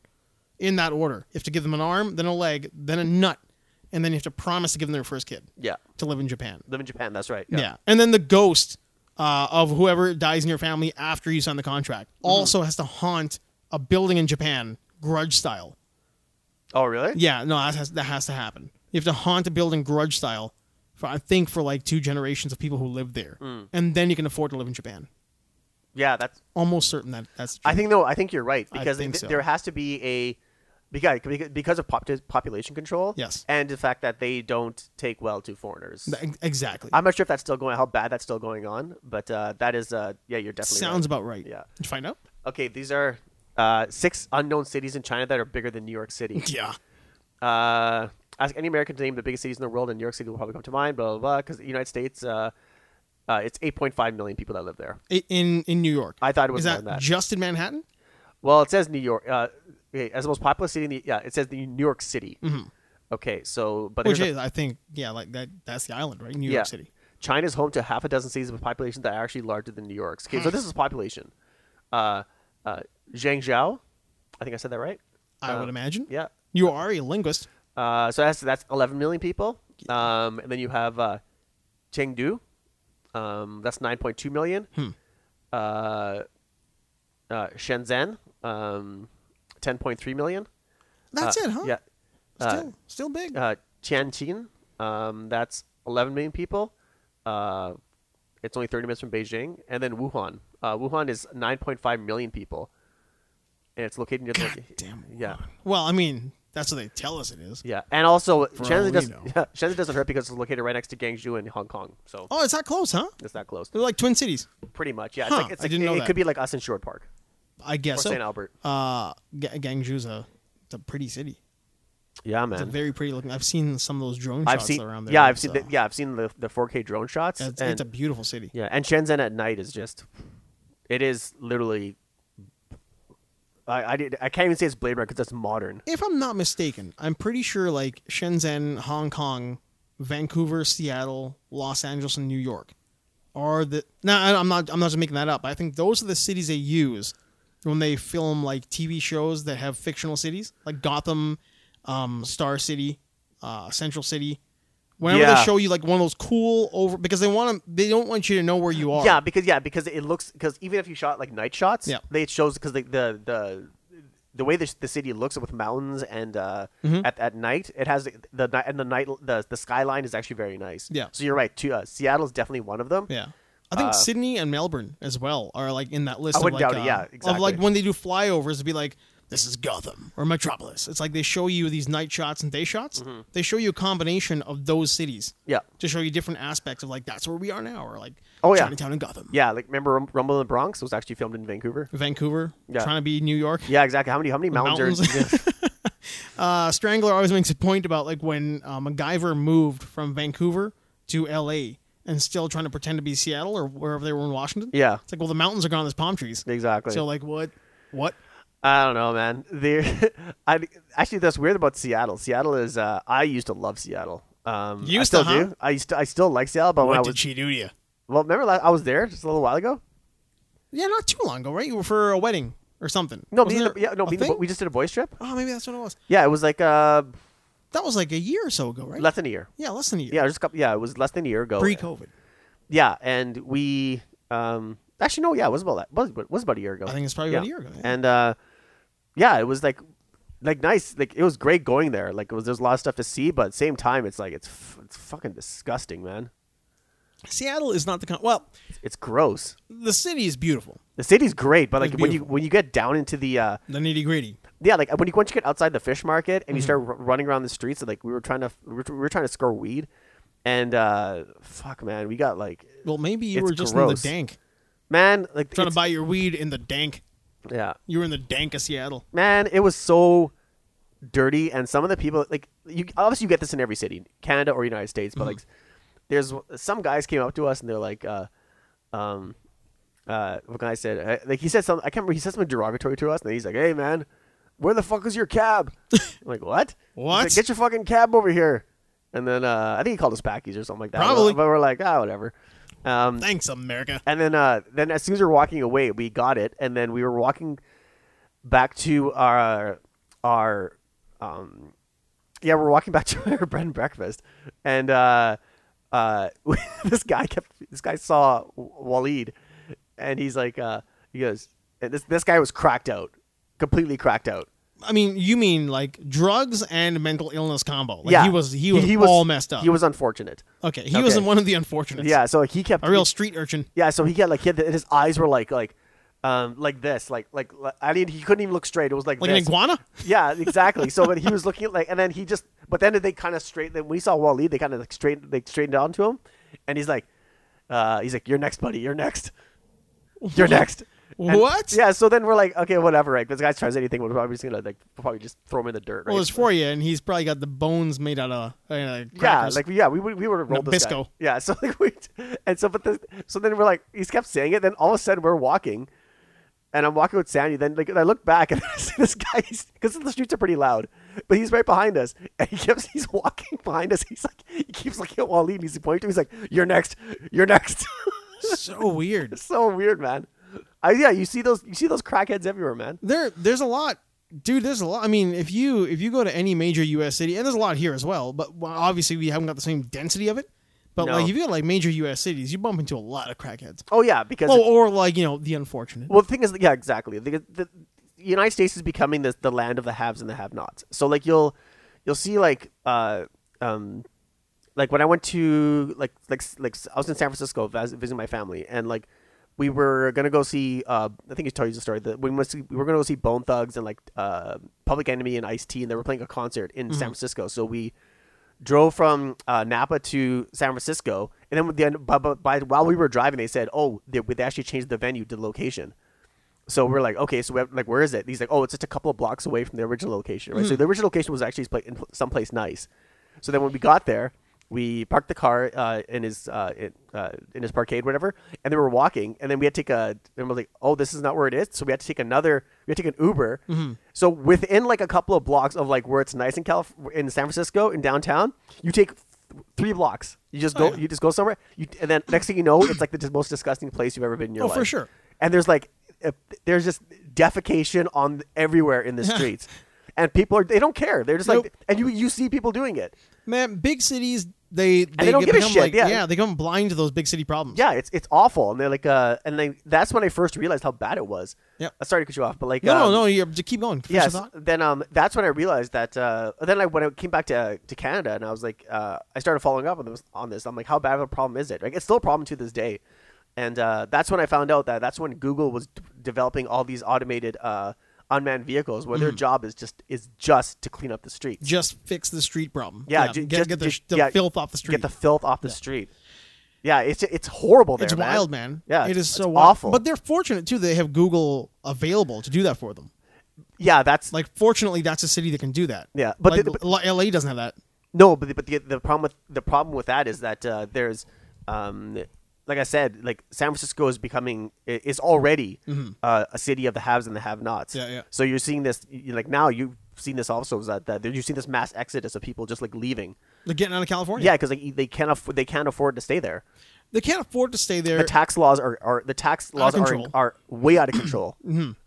[SPEAKER 2] in that order. You have to give them an arm, then a leg, then a nut, and then you have to promise to give them their first kid
[SPEAKER 1] Yeah,
[SPEAKER 2] to live in Japan.
[SPEAKER 1] live in Japan. That's right.
[SPEAKER 2] Yeah. And then the ghost uh, of whoever dies in your family after you sign the contract
[SPEAKER 1] Mm-hmm.
[SPEAKER 2] also has to haunt a building in Japan, grudge style.
[SPEAKER 1] Oh, really?
[SPEAKER 2] Yeah, no, that has, that has to happen. You have to haunt a building grudge style for, I think, for like two generations of people who live there.
[SPEAKER 1] Mm.
[SPEAKER 2] And then you can afford to live in Japan.
[SPEAKER 1] Yeah, that's.
[SPEAKER 2] Almost certain that that's true.
[SPEAKER 1] I think no. I think you're right because
[SPEAKER 2] think
[SPEAKER 1] th-
[SPEAKER 2] so.
[SPEAKER 1] there has to be a because because of pop- population control.
[SPEAKER 2] Yes.
[SPEAKER 1] and the fact that they don't take well to foreigners.
[SPEAKER 2] Th- exactly.
[SPEAKER 1] I'm not sure if that's still going, how bad that's still going on, but uh, that is, uh, yeah, you're definitely
[SPEAKER 2] Sounds
[SPEAKER 1] right.
[SPEAKER 2] about right.
[SPEAKER 1] Yeah.
[SPEAKER 2] Did you find out?
[SPEAKER 1] Okay, these are uh, six unknown cities in China that are bigger than New York City.
[SPEAKER 2] Yeah.
[SPEAKER 1] Uh, ask any American to name the biggest cities in the world, and New York City will probably come to mind. Blah blah blah. Because the United States, uh, uh, it's 8.5 million people that live there.
[SPEAKER 2] I- In, in New York.
[SPEAKER 1] I thought it was
[SPEAKER 2] Is
[SPEAKER 1] more
[SPEAKER 2] that,
[SPEAKER 1] than that.
[SPEAKER 2] just in Manhattan?
[SPEAKER 1] Well, it says New York uh, okay, as the most populous city. In the, yeah, it says the New York City. Okay, so but
[SPEAKER 2] Which
[SPEAKER 1] there's
[SPEAKER 2] Mm-hmm.
[SPEAKER 1] a-
[SPEAKER 2] Oh, is, I think, yeah, like that. that's the island, right? New
[SPEAKER 1] yeah,
[SPEAKER 2] York City.
[SPEAKER 1] China's home to half a dozen cities with populations that are actually larger than New York's. Okay,
[SPEAKER 2] Hmm.
[SPEAKER 1] so this is population. Uh, uh, Zhangzhou, I think I said that right.
[SPEAKER 2] I
[SPEAKER 1] Uh,
[SPEAKER 2] would imagine.
[SPEAKER 1] Yeah.
[SPEAKER 2] You are a linguist.
[SPEAKER 1] Uh, so that's that's 11 million people. Um, and then you have uh, Chengdu. Um, that's 9.2 million.
[SPEAKER 2] Hmm.
[SPEAKER 1] Uh, uh, Shenzhen, um, 10.3 million.
[SPEAKER 2] That's
[SPEAKER 1] Uh,
[SPEAKER 2] it, huh?
[SPEAKER 1] Yeah.
[SPEAKER 2] Still, still big.
[SPEAKER 1] Uh, Tianjin, um, that's 11 million people. Uh, it's only 30 minutes from Beijing. And then Wuhan. Uh, Wuhan is 9.5 million people. And it's located near
[SPEAKER 2] God
[SPEAKER 1] the.
[SPEAKER 2] damn.
[SPEAKER 1] Yeah.
[SPEAKER 2] Well, I mean, that's what they tell us it is.
[SPEAKER 1] Yeah, and also
[SPEAKER 2] all we
[SPEAKER 1] Shenzhen doesn't,
[SPEAKER 2] know.
[SPEAKER 1] yeah, Shenzhen doesn't hurt because it's located right next to Guangzhou and Hong Kong, so
[SPEAKER 2] Oh, it's that close, huh?
[SPEAKER 1] it's that close.
[SPEAKER 2] They're like twin cities.
[SPEAKER 1] Pretty much, yeah. It's
[SPEAKER 2] Huh,
[SPEAKER 1] like, it's
[SPEAKER 2] I
[SPEAKER 1] like-
[SPEAKER 2] didn't
[SPEAKER 1] it,
[SPEAKER 2] know
[SPEAKER 1] it
[SPEAKER 2] that.
[SPEAKER 1] could be like us in Short Park
[SPEAKER 2] I
[SPEAKER 1] or
[SPEAKER 2] guess
[SPEAKER 1] St.
[SPEAKER 2] so.
[SPEAKER 1] Albert.
[SPEAKER 2] Uh, G- Gangju's a, it's a pretty city.
[SPEAKER 1] Yeah,
[SPEAKER 2] It's a
[SPEAKER 1] man.
[SPEAKER 2] very pretty looking. I've seen some of those drone
[SPEAKER 1] I've
[SPEAKER 2] shots
[SPEAKER 1] seen,
[SPEAKER 2] around there.
[SPEAKER 1] yeah, I've
[SPEAKER 2] It's,
[SPEAKER 1] seen,
[SPEAKER 2] uh,
[SPEAKER 1] the, yeah, I've seen the the 4K drone shots.
[SPEAKER 2] It's,
[SPEAKER 1] and,
[SPEAKER 2] it's a beautiful city.
[SPEAKER 1] yeah, and Shenzhen at night is just, it is literally. I I, did, I can't even say it's Blade Runner because that's modern.
[SPEAKER 2] If I'm not mistaken, I'm pretty sure like Shenzhen, Hong Kong, Vancouver, Seattle, Los Angeles, and New York are the. No, I- I'm not. I'm not just making that up. I think those are the cities they use when they film like TV shows that have fictional cities, like Gotham, um, Star City, uh, Central City. Whenever
[SPEAKER 1] Yeah.
[SPEAKER 2] they show you like one of those cool over, because they want to, they don't want you to know where you are.
[SPEAKER 1] Yeah, because yeah, because it looks because even if you shot like night shots,
[SPEAKER 2] Yeah.
[SPEAKER 1] they it shows because the, the the the way the, the city looks with mountains and uh,
[SPEAKER 2] Mm-hmm.
[SPEAKER 1] at at night, it has the- the ni- and the night the the skyline is actually very nice.
[SPEAKER 2] Yeah.
[SPEAKER 1] So you're right. Too, uh, Seattle's definitely one of them.
[SPEAKER 2] Yeah. I think Sydney and Melbourne as well are like in that list.
[SPEAKER 1] Uh, I
[SPEAKER 2] of
[SPEAKER 1] wouldn't
[SPEAKER 2] like,
[SPEAKER 1] doubt it.
[SPEAKER 2] uh,
[SPEAKER 1] Yeah,
[SPEAKER 2] Of like
[SPEAKER 1] exactly.
[SPEAKER 2] when they do flyovers, it'd be like this is Gotham or Metropolis. It's like they show you these night shots and day shots. They show you a combination of those cities
[SPEAKER 1] Mm-hmm. Yeah.
[SPEAKER 2] to show you different aspects of like that's where we are now or like
[SPEAKER 1] Oh, yeah.
[SPEAKER 2] Chinatown and Gotham.
[SPEAKER 1] Yeah, like remember Rum- Rumble in the Bronx was actually filmed in Vancouver.
[SPEAKER 2] Vancouver,
[SPEAKER 1] Yeah.
[SPEAKER 2] trying to be New York.
[SPEAKER 1] Yeah, exactly. How many how many mountains? Are,
[SPEAKER 2] Mountains. Uh, Strangler always makes a point about like when uh, MacGyver moved from Vancouver to L.A. and still trying to pretend to be Seattle or wherever they were in Washington.
[SPEAKER 1] yeah,
[SPEAKER 2] It's like, well, the mountains are gone. There's palm trees.
[SPEAKER 1] exactly.
[SPEAKER 2] So like, what? What?
[SPEAKER 1] I don't know, man. The I actually that's weird about Seattle. Seattle is uh, I used to love Seattle. Um,
[SPEAKER 2] You
[SPEAKER 1] I
[SPEAKER 2] used to,
[SPEAKER 1] still
[SPEAKER 2] huh?
[SPEAKER 1] do. I used to, I still like Seattle, but when I
[SPEAKER 2] What
[SPEAKER 1] Oh, was
[SPEAKER 2] did she do to you?
[SPEAKER 1] well, remember la- I was there just a little while ago.
[SPEAKER 2] Yeah, not too long ago, right? You were for a wedding or something.
[SPEAKER 1] No, me
[SPEAKER 2] Wasn't
[SPEAKER 1] and the,
[SPEAKER 2] there
[SPEAKER 1] yeah, no,
[SPEAKER 2] a
[SPEAKER 1] me and the
[SPEAKER 2] thing?
[SPEAKER 1] bo- we just did a boys trip.
[SPEAKER 2] Oh, maybe that's what it was.
[SPEAKER 1] Yeah, it was like uh,
[SPEAKER 2] That was like a year or so ago, right?
[SPEAKER 1] less than a year.
[SPEAKER 2] yeah, less than a year.
[SPEAKER 1] Yeah, just a couple, yeah, it was less than a year ago.
[SPEAKER 2] pre-COVID.
[SPEAKER 1] Yeah, and we um actually no, yeah, it was about that was was about a year ago.
[SPEAKER 2] I think it's probably
[SPEAKER 1] yeah.
[SPEAKER 2] about a year ago, yeah.
[SPEAKER 1] And uh, yeah, it was like like nice, like it was great going there. Like it was there's a lot of stuff to see, but at the same time, it's like it's f- it's fucking disgusting, man.
[SPEAKER 2] Seattle is not the kind. Well,
[SPEAKER 1] It's gross.
[SPEAKER 2] the city is beautiful.
[SPEAKER 1] The city's great, but like
[SPEAKER 2] It's
[SPEAKER 1] when you
[SPEAKER 2] beautiful.
[SPEAKER 1] when you get down into the uh,
[SPEAKER 2] The nitty gritty.
[SPEAKER 1] yeah, like when you once you get outside the fish market and you start r- running around the streets, like we were trying to we were, we were trying to score weed, and uh, fuck man, we got like
[SPEAKER 2] Well, maybe you
[SPEAKER 1] It's
[SPEAKER 2] were just
[SPEAKER 1] gross.
[SPEAKER 2] in the dank,
[SPEAKER 1] man like
[SPEAKER 2] trying
[SPEAKER 1] it's-
[SPEAKER 2] to buy your weed in the dank.
[SPEAKER 1] yeah
[SPEAKER 2] You were in the dank of Seattle.
[SPEAKER 1] man, it was so dirty. And some of the people, like, you obviously you get this in every city, Canada or United States, but like,
[SPEAKER 2] Mm-hmm.
[SPEAKER 1] there's some guys came up to us and they're like, uh, um, uh, what guy said? Uh, like, he said something. I can't remember. He said something derogatory to us, and he's like, "Hey, man, where the fuck is your cab?" I'm like, what? He's
[SPEAKER 2] What?
[SPEAKER 1] like, Get your fucking cab over here. And then uh, I think he called us packies or something like that.
[SPEAKER 2] Probably.
[SPEAKER 1] But we're like, ah, whatever. Um,
[SPEAKER 2] Thanks, America.
[SPEAKER 1] and then uh then as soon as we were walking away, we got it, and then we were walking back to our our um yeah, we're walking back to our bread and breakfast, and uh uh this guy kept this guy saw Waleed, and he's like uh he goes and this this guy was cracked out, completely cracked out.
[SPEAKER 2] I mean, you mean like drugs and mental illness combo? Like,
[SPEAKER 1] yeah,
[SPEAKER 2] he was he was all messed up.
[SPEAKER 1] He was unfortunate.
[SPEAKER 2] okay. He
[SPEAKER 1] okay.
[SPEAKER 2] was one of the unfortunates.
[SPEAKER 1] Yeah, so like, he kept
[SPEAKER 2] a real street urchin.
[SPEAKER 1] Yeah, so he got like he had the, his eyes were like like um like this like like like- I mean he couldn't even look straight. It was like
[SPEAKER 2] Like
[SPEAKER 1] this.
[SPEAKER 2] an iguana?
[SPEAKER 1] Yeah, exactly. So but he was looking at like and then he just but then they kind of straight then when he saw Waleed they kind of like straight they straightened onto him and he's like uh he's like you're next buddy you're next you're next. And-
[SPEAKER 2] What?
[SPEAKER 1] Yeah. So then we're like okay whatever right. If this guy tries anything we're probably just gonna like probably just throw him in the dirt. Right?
[SPEAKER 2] Well, it's for you, and he's probably got the bones made out of uh, crackers.
[SPEAKER 1] Yeah, like yeah, we would we would have rolled this guy.
[SPEAKER 2] Nabisco.
[SPEAKER 1] Yeah, so like we and so but the, so then we're like he's kept saying it. Then all of a sudden we're walking, and I'm walking with Sandy. Then like I look back and I see this guy because the streets are pretty loud, but he's right behind us, and he keeps he's walking behind us. He's like he keeps looking at Waleed and he's pointing. to him. He's like, "You're next. You're next."
[SPEAKER 2] so weird.
[SPEAKER 1] it's so weird, man. I, yeah, you see those you see those crackheads everywhere, man.
[SPEAKER 2] there there's a lot dude there's a lot i mean if you if you go to any major us city and there's a lot here as well but well, obviously we haven't got the same density of it but
[SPEAKER 1] No.
[SPEAKER 2] like if you go to like major us cities you bump into a lot of crackheads
[SPEAKER 1] Oh yeah, because
[SPEAKER 2] well or like you know the unfortunate
[SPEAKER 1] Well, the thing is, yeah, exactly. The, the, the United States is becoming the the land of the haves and the have-nots. So like you'll you'll see like uh um like when I went to like like like I was in San Francisco vas- visiting my family and like we were gonna go see uh I think I told you the story that we must we were gonna go see Bone Thugs and like uh Public Enemy and Ice T and they were playing a concert in San Francisco. So we drove from uh, Napa to San Francisco, and then with the end, by, by, by- while we were driving, they said, "Oh, they, they actually changed the venue to location." So we're like, "Okay, so we have, like, where is it?" And he's like, "Oh, it's just a couple of blocks away from the original location, right?" So
[SPEAKER 2] Mm.
[SPEAKER 1] the original location was actually pla- in pl- someplace nice. So then when we got there, we parked the car uh, in his uh, in, uh, in his parkade, whatever, and then we were walking, and then we had to take a, and we're like, "Oh, this is not where it is," so we had to take another, we had to take an Uber.
[SPEAKER 2] Mm-hmm.
[SPEAKER 1] So within like a couple of blocks of like where it's nice in Calif- in San Francisco in downtown, you take th- three blocks. You just go,
[SPEAKER 2] Oh, yeah.
[SPEAKER 1] you just go somewhere, you, and then next thing you know, it's like the dis- most disgusting place you've ever been in your
[SPEAKER 2] Oh,
[SPEAKER 1] life.
[SPEAKER 2] for sure.
[SPEAKER 1] And there's like, uh, there's just defecation on everywhere in the streets. And people are they don't care. They're just like
[SPEAKER 2] Nope.
[SPEAKER 1] and you you see people doing it.
[SPEAKER 2] man big cities they they,
[SPEAKER 1] don't
[SPEAKER 2] get-
[SPEAKER 1] give a
[SPEAKER 2] become
[SPEAKER 1] shit,
[SPEAKER 2] like
[SPEAKER 1] yeah.
[SPEAKER 2] they become blind to those big city problems
[SPEAKER 1] Yeah, it's it's awful. And they're like uh and then that's when I first realized how bad it was.
[SPEAKER 2] Yep.
[SPEAKER 1] Uh, sorry to cut you off, but like
[SPEAKER 2] no
[SPEAKER 1] um,
[SPEAKER 2] no no you just keep going Finish your
[SPEAKER 1] Yes.
[SPEAKER 2] thought.
[SPEAKER 1] Then um, that's when I realized that. Uh, then I when I came back to to Canada and I was like, uh, I started following up on this. On this, I'm like, how bad of a problem is it? Like, it's still a problem to this day. And uh, that's when I found out that that's when Google was d- developing all these automated uh, unmanned vehicles where
[SPEAKER 2] Mm.
[SPEAKER 1] their job is just is just to clean up the streets.
[SPEAKER 2] just fix the street problem.
[SPEAKER 1] Yeah, ju-
[SPEAKER 2] get,
[SPEAKER 1] just-
[SPEAKER 2] get the,
[SPEAKER 1] just-
[SPEAKER 2] the
[SPEAKER 1] yeah,
[SPEAKER 2] filth off the street.
[SPEAKER 1] Get the filth off the street. Yeah, it's it's horrible there.
[SPEAKER 2] it's wild, man.
[SPEAKER 1] Yeah,
[SPEAKER 2] it is
[SPEAKER 1] it's-
[SPEAKER 2] so
[SPEAKER 1] it's
[SPEAKER 2] wild.
[SPEAKER 1] awful.
[SPEAKER 2] But they're fortunate too. They have Google available to do that for them.
[SPEAKER 1] Yeah, that's
[SPEAKER 2] Like, fortunately, that's a city that can do that.
[SPEAKER 1] Yeah, but
[SPEAKER 2] Like,
[SPEAKER 1] the- but-
[SPEAKER 2] L- LA doesn't have that.
[SPEAKER 1] No, but the, but the, the problem with the problem with that is that uh, there's, um, like I said, like San Francisco is becoming i- is already uh, a city of the haves and the have-nots.
[SPEAKER 2] Mm-hmm. Yeah, yeah.
[SPEAKER 1] So you're seeing this you- like now you've seen this also is that, that you're seeing this mass exodus of people just like leaving.
[SPEAKER 2] They're getting out of California.
[SPEAKER 1] Yeah, because like, e, they can't afford they can't afford to stay there.
[SPEAKER 2] they can't afford to stay there.
[SPEAKER 1] The tax laws are, are the tax laws are,
[SPEAKER 2] control. Mm-hmm.
[SPEAKER 1] are way out of control.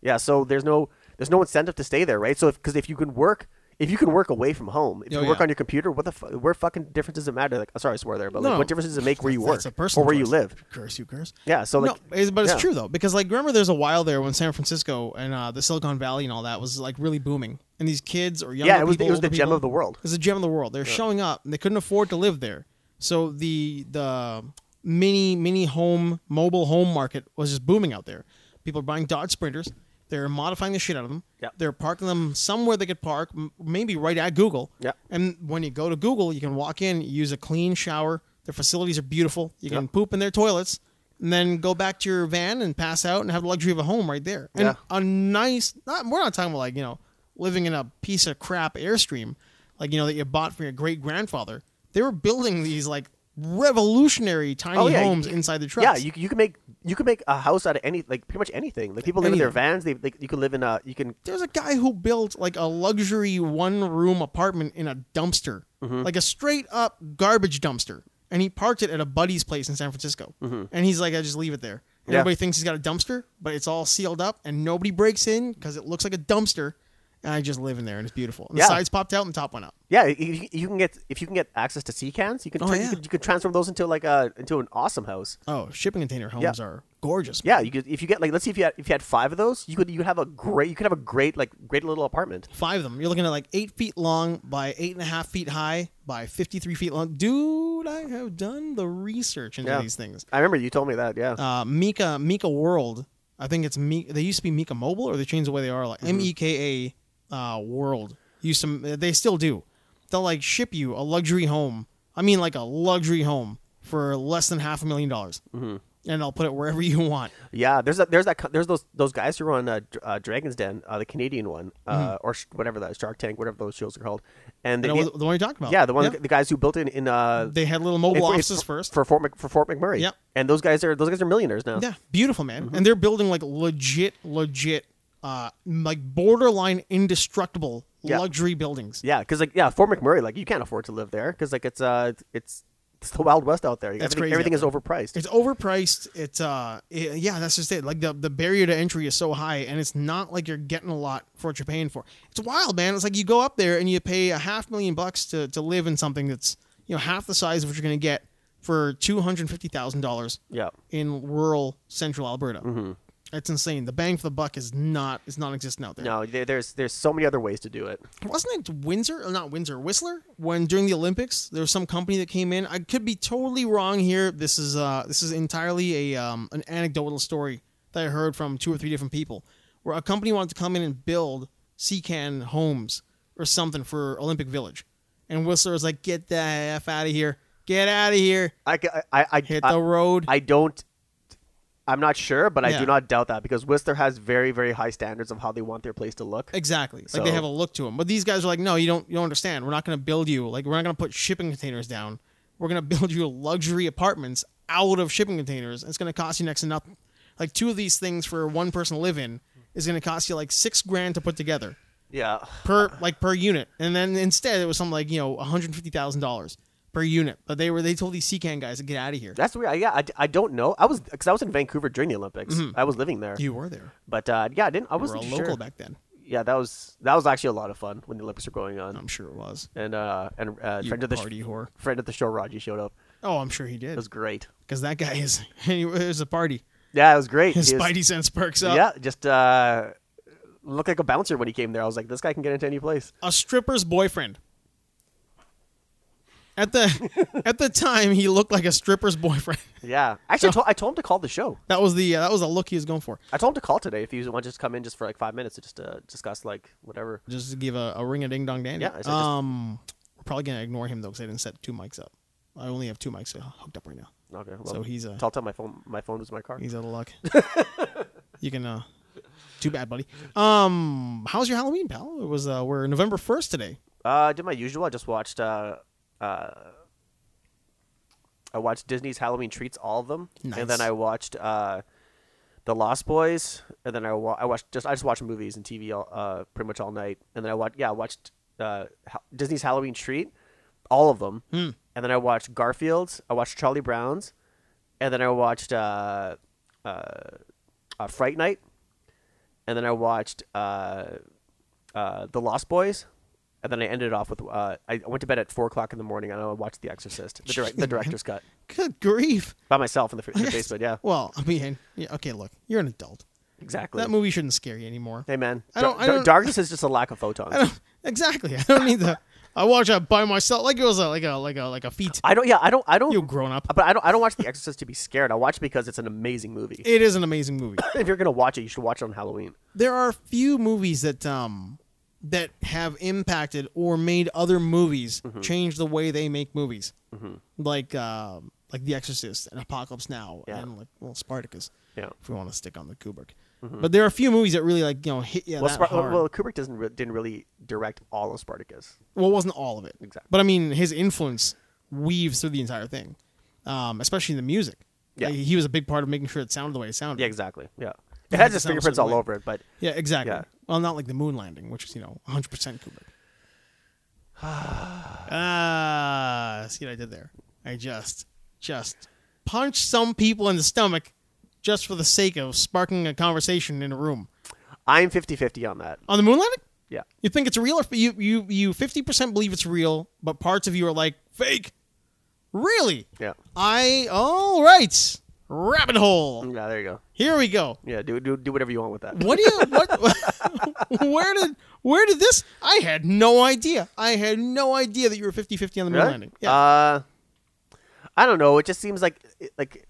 [SPEAKER 1] Yeah, so there's no there's no incentive to stay there, right? So because if, you can work. If you can work away from home, if you
[SPEAKER 2] Oh,
[SPEAKER 1] can work
[SPEAKER 2] yeah.
[SPEAKER 1] on your computer, what the fu- where fucking difference does it matter? Like, sorry, I swear there, but like,
[SPEAKER 2] No.
[SPEAKER 1] what difference does it make where you work
[SPEAKER 2] That's a personal
[SPEAKER 1] or where you
[SPEAKER 2] choice.
[SPEAKER 1] live?
[SPEAKER 2] Curse you, curse.
[SPEAKER 1] Yeah, so
[SPEAKER 2] no,
[SPEAKER 1] like,
[SPEAKER 2] it's, but it's
[SPEAKER 1] yeah.
[SPEAKER 2] true though because like remember there's a while there when San Francisco and uh, the Silicon Valley and all that was like really booming and these kids or young
[SPEAKER 1] Yeah, it was
[SPEAKER 2] people,
[SPEAKER 1] it was the
[SPEAKER 2] older
[SPEAKER 1] gem
[SPEAKER 2] people-
[SPEAKER 1] of the world.
[SPEAKER 2] It was the gem of the world. They're showing up and they couldn't afford to live there, so the the mini mini home mobile home market was just booming out there. People are buying Dodge Sprinters. They're modifying the shit out of them.
[SPEAKER 1] Yep.
[SPEAKER 2] They're parking them somewhere they could park, m- maybe right at Google.
[SPEAKER 1] Yep.
[SPEAKER 2] And when you go to Google, you can walk in, use a clean shower. Their facilities are beautiful. You can
[SPEAKER 1] Yep.
[SPEAKER 2] poop in their toilets, and then go back to your van and pass out and have the luxury of a home right there. And
[SPEAKER 1] Yeah.
[SPEAKER 2] a nice. Not, we're not talking about like you know living in a piece of crap airstream, like you know that you bought from your great grandfather. They were building these like revolutionary tiny
[SPEAKER 1] Oh, yeah.
[SPEAKER 2] homes inside the trucks.
[SPEAKER 1] Yeah, you, you can make you can make a house out of any like pretty much anything. Like people live in their
[SPEAKER 2] Anything.
[SPEAKER 1] vans. They like you can live in a you can
[SPEAKER 2] there's a guy who built like a luxury one room apartment in a dumpster,
[SPEAKER 1] Mm-hmm.
[SPEAKER 2] like a straight up garbage dumpster, and he parked it at a buddy's place in San Francisco. And he's like, I just leave it there. And
[SPEAKER 1] Mm-hmm. Yeah.
[SPEAKER 2] Everybody thinks he's got a dumpster, but it's all sealed up, and nobody breaks in because it looks like a dumpster. And I just live in there, and it's beautiful. And the
[SPEAKER 1] Yeah.
[SPEAKER 2] sides popped out, and the top went up.
[SPEAKER 1] Yeah, you, you can get if you can get access to sea cans, you can,
[SPEAKER 2] Oh,
[SPEAKER 1] turn-
[SPEAKER 2] yeah.
[SPEAKER 1] you can you can transform those into like a into an awesome house.
[SPEAKER 2] Oh, shipping container homes are gorgeous.
[SPEAKER 1] Yeah, you could if you get like let's see if you had, if you had five of those, you could you could have a great you could have a great like great little apartment.
[SPEAKER 2] Five of them. You're looking at like eight feet long by eight and a half feet high by 53 feet long. Dude, I have done the research into
[SPEAKER 1] Yeah.
[SPEAKER 2] these things.
[SPEAKER 1] I remember you told me that. Yeah,
[SPEAKER 2] uh, Mika Mika World. I think it's Mi- they used to be Mika Mobile, or they changed the way they are.
[SPEAKER 1] Mm-hmm.
[SPEAKER 2] Like M E K A uh, World used to. They still do. They'll like ship you a luxury home. I mean, like a luxury home for less than half a million dollars, mm-hmm. and I'll put it wherever you want.
[SPEAKER 1] yeah. There's that there's that co- there's those those guys who run uh, Dr- uh, Dragon's Den, uh, the Canadian one, uh,
[SPEAKER 2] Mm-hmm.
[SPEAKER 1] or sh- whatever that Shark Tank, whatever those shows are called. And
[SPEAKER 2] You
[SPEAKER 1] they,
[SPEAKER 2] know, the one you're talking about.
[SPEAKER 1] yeah, the one
[SPEAKER 2] Yep.
[SPEAKER 1] the guys who built in in uh
[SPEAKER 2] they had little
[SPEAKER 1] in-
[SPEAKER 2] mobile
[SPEAKER 1] for-
[SPEAKER 2] offices first.
[SPEAKER 1] for Fort Mc, for Fort McMurray.
[SPEAKER 2] Yep.
[SPEAKER 1] and those guys are those guys are millionaires now.
[SPEAKER 2] Yeah, beautiful man.
[SPEAKER 1] Mm-hmm.
[SPEAKER 2] And they're building like legit, legit, uh, like borderline indestructible
[SPEAKER 1] Yeah.
[SPEAKER 2] luxury buildings.
[SPEAKER 1] Yeah, because like yeah, Fort McMurray, like you can't afford to live there because like it's uh it's it's the Wild West out there. everything,
[SPEAKER 2] crazy
[SPEAKER 1] everything
[SPEAKER 2] out
[SPEAKER 1] is overpriced.
[SPEAKER 2] It's overpriced. It's uh, it- yeah, that's just it. Like the the barrier to entry is so high, and it's not like you're getting a lot for what you're paying for. It's wild, man. It's like you go up there and you pay a half million bucks to to live in something that's you know half the size of what you're gonna get for two hundred fifty thousand dollars
[SPEAKER 1] yeah,
[SPEAKER 2] in rural central Alberta. It's insane. The bang for the buck is not is non-existent out there.
[SPEAKER 1] no, there, there's there's so many other ways to do it.
[SPEAKER 2] Wasn't it Windsor? Or not Windsor, Whistler. When during the Olympics, there was some company that came in. I could be totally wrong here. This is uh, this is entirely a um, an anecdotal story that I heard from two or three different people, where a company wanted to come in and build can homes or something for Olympic Village, and Whistler was like, "Get the f out of here! Get out of here!
[SPEAKER 1] I ca- I I,
[SPEAKER 2] Hit
[SPEAKER 1] I,
[SPEAKER 2] the road!"
[SPEAKER 1] I don't. I'm not sure, but I
[SPEAKER 2] Yeah.
[SPEAKER 1] do not doubt that because Whistler has very very high standards of how they want their place to look.
[SPEAKER 2] Exactly. Like they
[SPEAKER 1] So-
[SPEAKER 2] have a look to them. But these guys are like, no, you don't you don't understand. We're not going to build you like we're not going to put shipping containers down. We're going to build you luxury apartments out of shipping containers. It's going to cost you next to nothing. Like two of these things for one person to live in is going to cost you like 6 grand to put together
[SPEAKER 1] Yeah,
[SPEAKER 2] per like per unit. And then instead it was something like, you know, $150,000 per unit. But they were they told these CCAN guys to get out of here.
[SPEAKER 1] that's weird. I- Yeah, I, I don't know. I was because I was in Vancouver during the Olympics. I was living there,
[SPEAKER 2] Mm-hmm. You were there.
[SPEAKER 1] but uh, yeah, I didn't. I
[SPEAKER 2] You were a
[SPEAKER 1] wasn't
[SPEAKER 2] local
[SPEAKER 1] sure.
[SPEAKER 2] back then.
[SPEAKER 1] Yeah, that was that was actually a lot of fun when the Olympics were going on,
[SPEAKER 2] I'm sure it was.
[SPEAKER 1] and uh and uh,
[SPEAKER 2] Um, You
[SPEAKER 1] friend of the sh-
[SPEAKER 2] party whore.
[SPEAKER 1] friend of the show, Raji showed up.
[SPEAKER 2] Oh, I'm sure he
[SPEAKER 1] It
[SPEAKER 2] did.
[SPEAKER 1] was great.
[SPEAKER 2] Because that guy is, it was a party.
[SPEAKER 1] Yeah, it was great.
[SPEAKER 2] His
[SPEAKER 1] He was-
[SPEAKER 2] spidey sense perks up.
[SPEAKER 1] Yeah, just uh, looked like a bouncer when he came there. I was like, this guy can get into any place.
[SPEAKER 2] A stripper's boyfriend. At the at the time, he looked like a stripper's boyfriend.
[SPEAKER 1] Yeah, actually, I, told, I told him to call the show.
[SPEAKER 2] That was the uh, that was the look he was going for.
[SPEAKER 1] I told him to call today if he wants to just come in just for like five minutes to just uh, discuss like whatever.
[SPEAKER 2] Just to give a, a ring a ding dong dandy.
[SPEAKER 1] Yeah, I said just-
[SPEAKER 2] um, we're probably gonna ignore him though because I didn't set two mics up. I only have two mics uh, hooked up right now.
[SPEAKER 1] Okay. Well,
[SPEAKER 2] So he's uh, a
[SPEAKER 1] Tell time my phone. My phone was in my car.
[SPEAKER 2] he's out of luck. you can. uh Too bad, buddy. Um, how's your Halloween, pal? It was uh we're November first today.
[SPEAKER 1] Uh, I did my usual. I just watched. Uh, uh, I watched Disney's Halloween treats, all of them, and
[SPEAKER 2] Nice.
[SPEAKER 1] then I watched uh, the Lost Boys, and then I, wa- I watched just I just watched movies and TV all, uh, pretty much all night, and then I watched yeah I watched uh, Ha- Disney's Halloween treat, all of them,
[SPEAKER 2] Hmm.
[SPEAKER 1] and then I watched Garfield's, I watched Charlie Brown's, and then I watched uh, uh, uh, Fright Night, and then I watched uh, uh, The Lost Boys, and then I ended it off with uh, I I went to bed at four o'clock in the morning and I watched The Exorcist, the, direct, the director's cut,
[SPEAKER 2] Good grief.
[SPEAKER 1] by myself in the, fr- in the basement. Yeah,
[SPEAKER 2] Well, I mean, yeah, okay, look, you're an adult.
[SPEAKER 1] exactly.
[SPEAKER 2] That movie shouldn't scare you anymore.
[SPEAKER 1] hey man,
[SPEAKER 2] I don't-
[SPEAKER 1] Dar-
[SPEAKER 2] I
[SPEAKER 1] dar-
[SPEAKER 2] don't-
[SPEAKER 1] darkness is just a lack of photons. I don't,
[SPEAKER 2] Exactly. I don't need that. I watch that by myself, like it was a, like a like a like a feat.
[SPEAKER 1] Yeah, I don't. I don't.
[SPEAKER 2] You grown up.
[SPEAKER 1] but I don't. I don't watch The Exorcist to be scared. I watch it because it's an amazing movie.
[SPEAKER 2] It is an amazing movie.
[SPEAKER 1] if you're gonna watch it, you should watch it on Halloween.
[SPEAKER 2] There are few movies that um that have impacted or made other movies
[SPEAKER 1] Mm-hmm.
[SPEAKER 2] change the way they make movies, like um like The Exorcist and Apocalypse Now
[SPEAKER 1] Yeah.
[SPEAKER 2] and like well Spartacus.
[SPEAKER 1] Yeah. Mm-hmm.
[SPEAKER 2] If we want to stick on the Kubrick, but there are a few movies that really like you know hit you
[SPEAKER 1] Well,
[SPEAKER 2] that
[SPEAKER 1] Spar-
[SPEAKER 2] hard.
[SPEAKER 1] well, Kubrick doesn't re- didn't really direct all of Spartacus.
[SPEAKER 2] well, it wasn't all of it.
[SPEAKER 1] Exactly.
[SPEAKER 2] But I mean, his influence weaves through the entire thing, um, especially in the music.
[SPEAKER 1] Yeah.
[SPEAKER 2] Like, he was a big part of making sure it sounded the way it sounded.
[SPEAKER 1] Yeah, exactly. Yeah,
[SPEAKER 2] Yeah,
[SPEAKER 1] it has
[SPEAKER 2] it
[SPEAKER 1] his
[SPEAKER 2] sounds
[SPEAKER 1] fingerprints
[SPEAKER 2] that
[SPEAKER 1] all
[SPEAKER 2] way.
[SPEAKER 1] over it, but
[SPEAKER 2] Yeah, exactly.
[SPEAKER 1] Yeah.
[SPEAKER 2] Well, not like the moon landing, which is, you know, 100% Kubrick. Ah, see what I did there? I just, just punched some people in the stomach just for the sake of sparking a conversation in a room.
[SPEAKER 1] I'm 50-50 on that.
[SPEAKER 2] On the moon landing?
[SPEAKER 1] Yeah.
[SPEAKER 2] You think it's real, or you you you fifty percent believe it's real, but parts of you are like fake. Really?
[SPEAKER 1] Yeah.
[SPEAKER 2] I all right. Rabbit hole.
[SPEAKER 1] Yeah, there you go.
[SPEAKER 2] Here we go.
[SPEAKER 1] Yeah, do do do whatever you want with that.
[SPEAKER 2] What do you? What? where did where did this? I had no idea. I had no idea that you were 50-50 on the moon
[SPEAKER 1] Really?
[SPEAKER 2] landing. Yeah.
[SPEAKER 1] Uh, I don't know. It just seems like like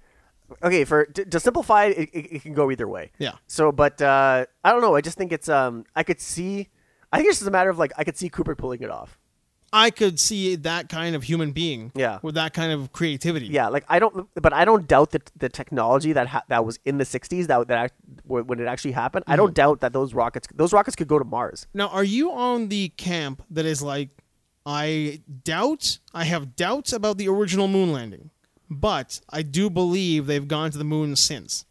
[SPEAKER 1] okay for to, to simplify it, it, it can go either way.
[SPEAKER 2] Yeah.
[SPEAKER 1] So, but uh, I don't know. I just think it's um I could see. I think it's just a matter of like I could see Kubrick pulling it off.
[SPEAKER 2] I could see that kind of human being.
[SPEAKER 1] Yeah.
[SPEAKER 2] With that kind of creativity.
[SPEAKER 1] Yeah, like I don't, but I don't doubt that the technology that ha- that was in the '60s that that act- wh- when it actually happened, I
[SPEAKER 2] Mm-hmm.
[SPEAKER 1] don't doubt that those rockets those rockets could go to Mars.
[SPEAKER 2] Now, are you on the camp that is like, I doubt, I have doubts about the original moon landing, but I do believe they've gone to the moon since.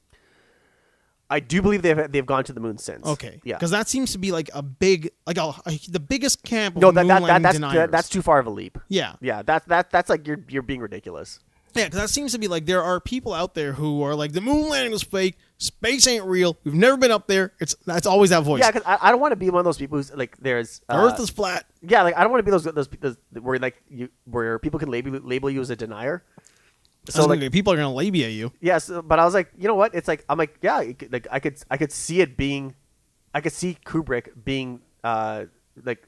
[SPEAKER 1] I do believe they've they've gone to the moon since.
[SPEAKER 2] Okay,
[SPEAKER 1] yeah,
[SPEAKER 2] because that seems to be like a big, like a, the biggest camp. Of
[SPEAKER 1] no, that,
[SPEAKER 2] moon
[SPEAKER 1] that, that
[SPEAKER 2] landing
[SPEAKER 1] that's
[SPEAKER 2] deniers.
[SPEAKER 1] that, that's too far of a leap.
[SPEAKER 2] yeah,
[SPEAKER 1] Yeah, that that that's like you're you're being ridiculous.
[SPEAKER 2] yeah, because that seems to be like there are people out there who are like the moon landing was fake, space ain't real, we've never been up there. It's that's always that voice.
[SPEAKER 1] Yeah, because I, I don't want to be one of those people who's like there's
[SPEAKER 2] the
[SPEAKER 1] uh,
[SPEAKER 2] Earth is flat.
[SPEAKER 1] yeah, like I don't want to be those those, those where like you where people can label label you as a denier.
[SPEAKER 2] So
[SPEAKER 1] So like
[SPEAKER 2] people are gonna labia you.
[SPEAKER 1] yes, but I was like, you know what? It's like I'm like yeah, it could- like I could I could see it being, I could see Kubrick being uh like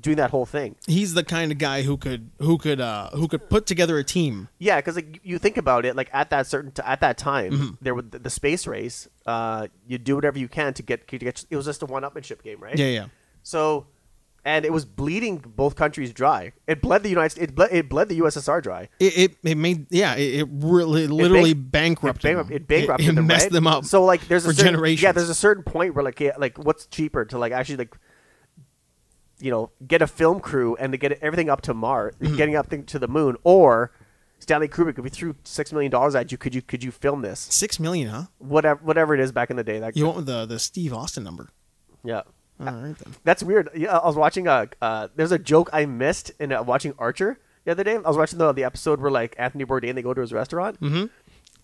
[SPEAKER 1] doing that whole thing.
[SPEAKER 2] He's the kind of guy who could who could uh who could put together a team.
[SPEAKER 1] Yeah, because like you think about it, like at that certain t- at that time,
[SPEAKER 2] Mm-hmm.
[SPEAKER 1] there was the, the space race. Uh, you do whatever you can to get to get. It was just a one-upmanship game, right?
[SPEAKER 2] Yeah, yeah.
[SPEAKER 1] So, and it was bleeding both countries dry. It bled the United. It bled, it bled the USSR dry.
[SPEAKER 2] It, it, it made yeah it, it really literally bankrupted
[SPEAKER 1] It, bankrupt-
[SPEAKER 2] them.
[SPEAKER 1] it bankrupted
[SPEAKER 2] it, it
[SPEAKER 1] them.
[SPEAKER 2] messed
[SPEAKER 1] right?
[SPEAKER 2] them up.
[SPEAKER 1] So like, there's
[SPEAKER 2] for
[SPEAKER 1] a certain,
[SPEAKER 2] generations.
[SPEAKER 1] Yeah, there's a certain point where like, yeah, like what's cheaper to like actually like, you know, get a film crew and to get everything up to Mars,
[SPEAKER 2] Mm-hmm.
[SPEAKER 1] getting up thing- to the moon, or Stanley Kubrick. If we threw six million dollars at you, could you could you film this?
[SPEAKER 2] six million, huh?
[SPEAKER 1] Whatever whatever it is back in the day. That
[SPEAKER 2] You went with the the Steve Austin number.
[SPEAKER 1] yeah.
[SPEAKER 2] All right then.
[SPEAKER 1] That's weird. Yeah, I was watching a. Uh, there's a joke I missed in uh, watching Archer the other day. I was watching the, the episode where like Anthony Bourdain they go to his restaurant, mm-hmm.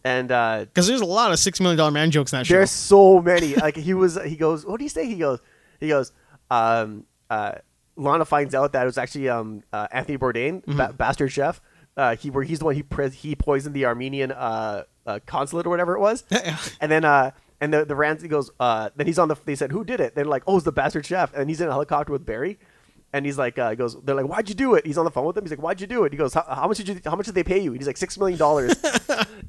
[SPEAKER 1] and uh,
[SPEAKER 2] Because there's a lot of six million dollar man jokes in that show.
[SPEAKER 1] there's so many. Like he was, he goes, "What do you say?" He goes, he goes. Um, uh, Lana finds out that it was actually um, uh, Anthony Bourdain, ba- bastard chef. Uh, he where he's the one he pres- he poisoned the Armenian uh, uh, consulate or whatever it was, and then uh, and the the Ramsey goes. Uh, then he's on the. They said who did it? They're like, oh, it's the bastard chef, and he's in a helicopter with Barry. And he's like, uh, he goes, they're like, why'd you do it? He's on the phone with them. He's like, why'd you do it? He goes, how how much did you, how much did they pay you? And he's like, six million dollars.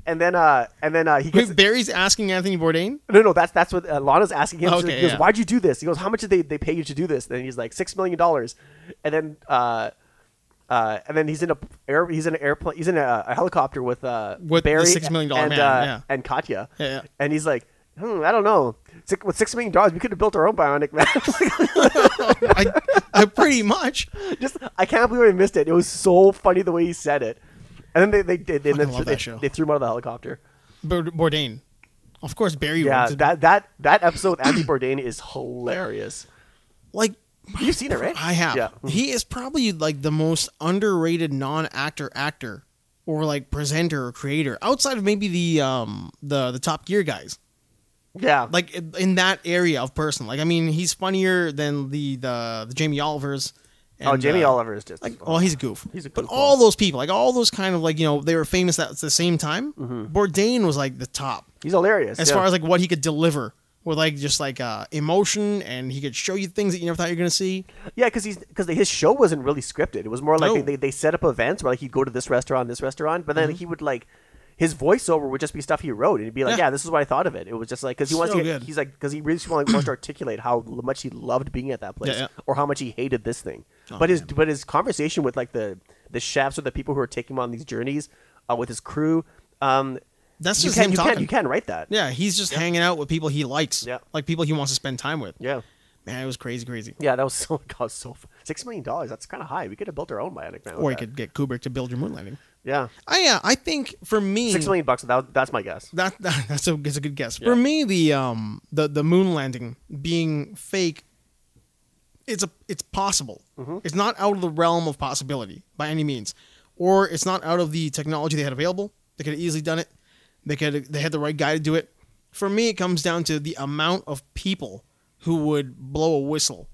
[SPEAKER 1] and then, uh, and then uh, he gets,
[SPEAKER 2] Wait, Barry's asking Anthony Bourdain.
[SPEAKER 1] no, no, that's that's what uh, Lana's asking him. She's
[SPEAKER 2] Okay,
[SPEAKER 1] like- he goes,
[SPEAKER 2] yeah.
[SPEAKER 1] "Why'd you do this?" He goes, "How much did they, they pay you to do this?" And he's like, six million dollars." And then, uh, uh, and then he's in a air, he's in an airplane, he's in a, a helicopter with uh,
[SPEAKER 2] With the
[SPEAKER 1] Barry
[SPEAKER 2] $6 million
[SPEAKER 1] and,
[SPEAKER 2] man,
[SPEAKER 1] uh,
[SPEAKER 2] yeah.
[SPEAKER 1] and Katya.
[SPEAKER 2] Yeah, yeah.
[SPEAKER 1] And he's like, hmm, "I don't know. Six, with six million dollars, we could have built our own bionic man."
[SPEAKER 2] I, I pretty much.
[SPEAKER 1] Just, I can't believe I missed it. It was so funny the way he said it. And then they they did. They,
[SPEAKER 2] Fucking
[SPEAKER 1] they,
[SPEAKER 2] love that show.
[SPEAKER 1] they threw him out of the helicopter.
[SPEAKER 2] Bour- Bourdain. Of course, Barry
[SPEAKER 1] Yeah,
[SPEAKER 2] wants it.
[SPEAKER 1] that that that episode with Andy Bourdain is hilarious.
[SPEAKER 2] like
[SPEAKER 1] You've seen it, right?
[SPEAKER 2] I have.
[SPEAKER 1] Yeah. mm-hmm.
[SPEAKER 2] He is probably like the most underrated non-actor actor or like presenter or creator outside of maybe the um the the Top Gear guys.
[SPEAKER 1] Yeah.
[SPEAKER 2] Like in that area of person. Like I mean, he's funnier than the the, the Jamie Olivers. And,
[SPEAKER 1] oh, Jamie
[SPEAKER 2] uh,
[SPEAKER 1] Oliver is just
[SPEAKER 2] Like, oh, he's a goof.
[SPEAKER 1] He's a
[SPEAKER 2] But
[SPEAKER 1] goofball.
[SPEAKER 2] all those people, like all those kind of like you know, they were famous at the same time. Bourdain was like the top
[SPEAKER 1] he's hilarious.
[SPEAKER 2] oh, as
[SPEAKER 1] Mm-hmm. yeah.
[SPEAKER 2] far as like what he could deliver with like just like uh emotion, and he could show you things that you never thought you were gonna see.
[SPEAKER 1] yeah, because he's because his show wasn't really scripted. It was more like
[SPEAKER 2] No.
[SPEAKER 1] they, they they set up events where like he'd go to this restaurant, this restaurant, but then
[SPEAKER 2] Mm-hmm.
[SPEAKER 1] he would like his voiceover would just be stuff he wrote, and he'd be like,
[SPEAKER 2] Yeah.
[SPEAKER 1] "Yeah, this is what I thought of it." It was just like because he wants
[SPEAKER 2] So
[SPEAKER 1] to get,
[SPEAKER 2] good.
[SPEAKER 1] he's like because he really just want- wants to articulate how l- much he loved being at that place
[SPEAKER 2] Yeah, Oh, yeah.
[SPEAKER 1] or how much he hated this thing. but his but his conversation with like the the chefs or the people who are taking him on these journeys uh, with his crew. Um,
[SPEAKER 2] That's
[SPEAKER 1] you
[SPEAKER 2] just
[SPEAKER 1] can't
[SPEAKER 2] him
[SPEAKER 1] you
[SPEAKER 2] talking.
[SPEAKER 1] can't you can't write that.
[SPEAKER 2] Yeah, he's just hanging out with people he likes.
[SPEAKER 1] Yeah.
[SPEAKER 2] Like people he wants to spend time with.
[SPEAKER 1] yeah.
[SPEAKER 2] Man, it was crazy, crazy.
[SPEAKER 1] Yeah, that was so God, so f- six million dollars. That's kind of high. We could have built our own bionic man. with
[SPEAKER 2] Or you
[SPEAKER 1] that.
[SPEAKER 2] could get Kubrick to build your moon landing.
[SPEAKER 1] yeah,
[SPEAKER 2] I yeah, I think for me
[SPEAKER 1] six million bucks. That, that's my guess.
[SPEAKER 2] that, that- that's a that's a good guess.
[SPEAKER 1] Yeah.
[SPEAKER 2] For me, the um the the moon landing being fake, it's a it's possible.
[SPEAKER 1] Mm-hmm.
[SPEAKER 2] It's not out of the realm of possibility by any means, or it's not out of the technology they had available. They could have easily done it. They could they had the right guy to do it. For me, it comes down to the amount of people who would blow a whistle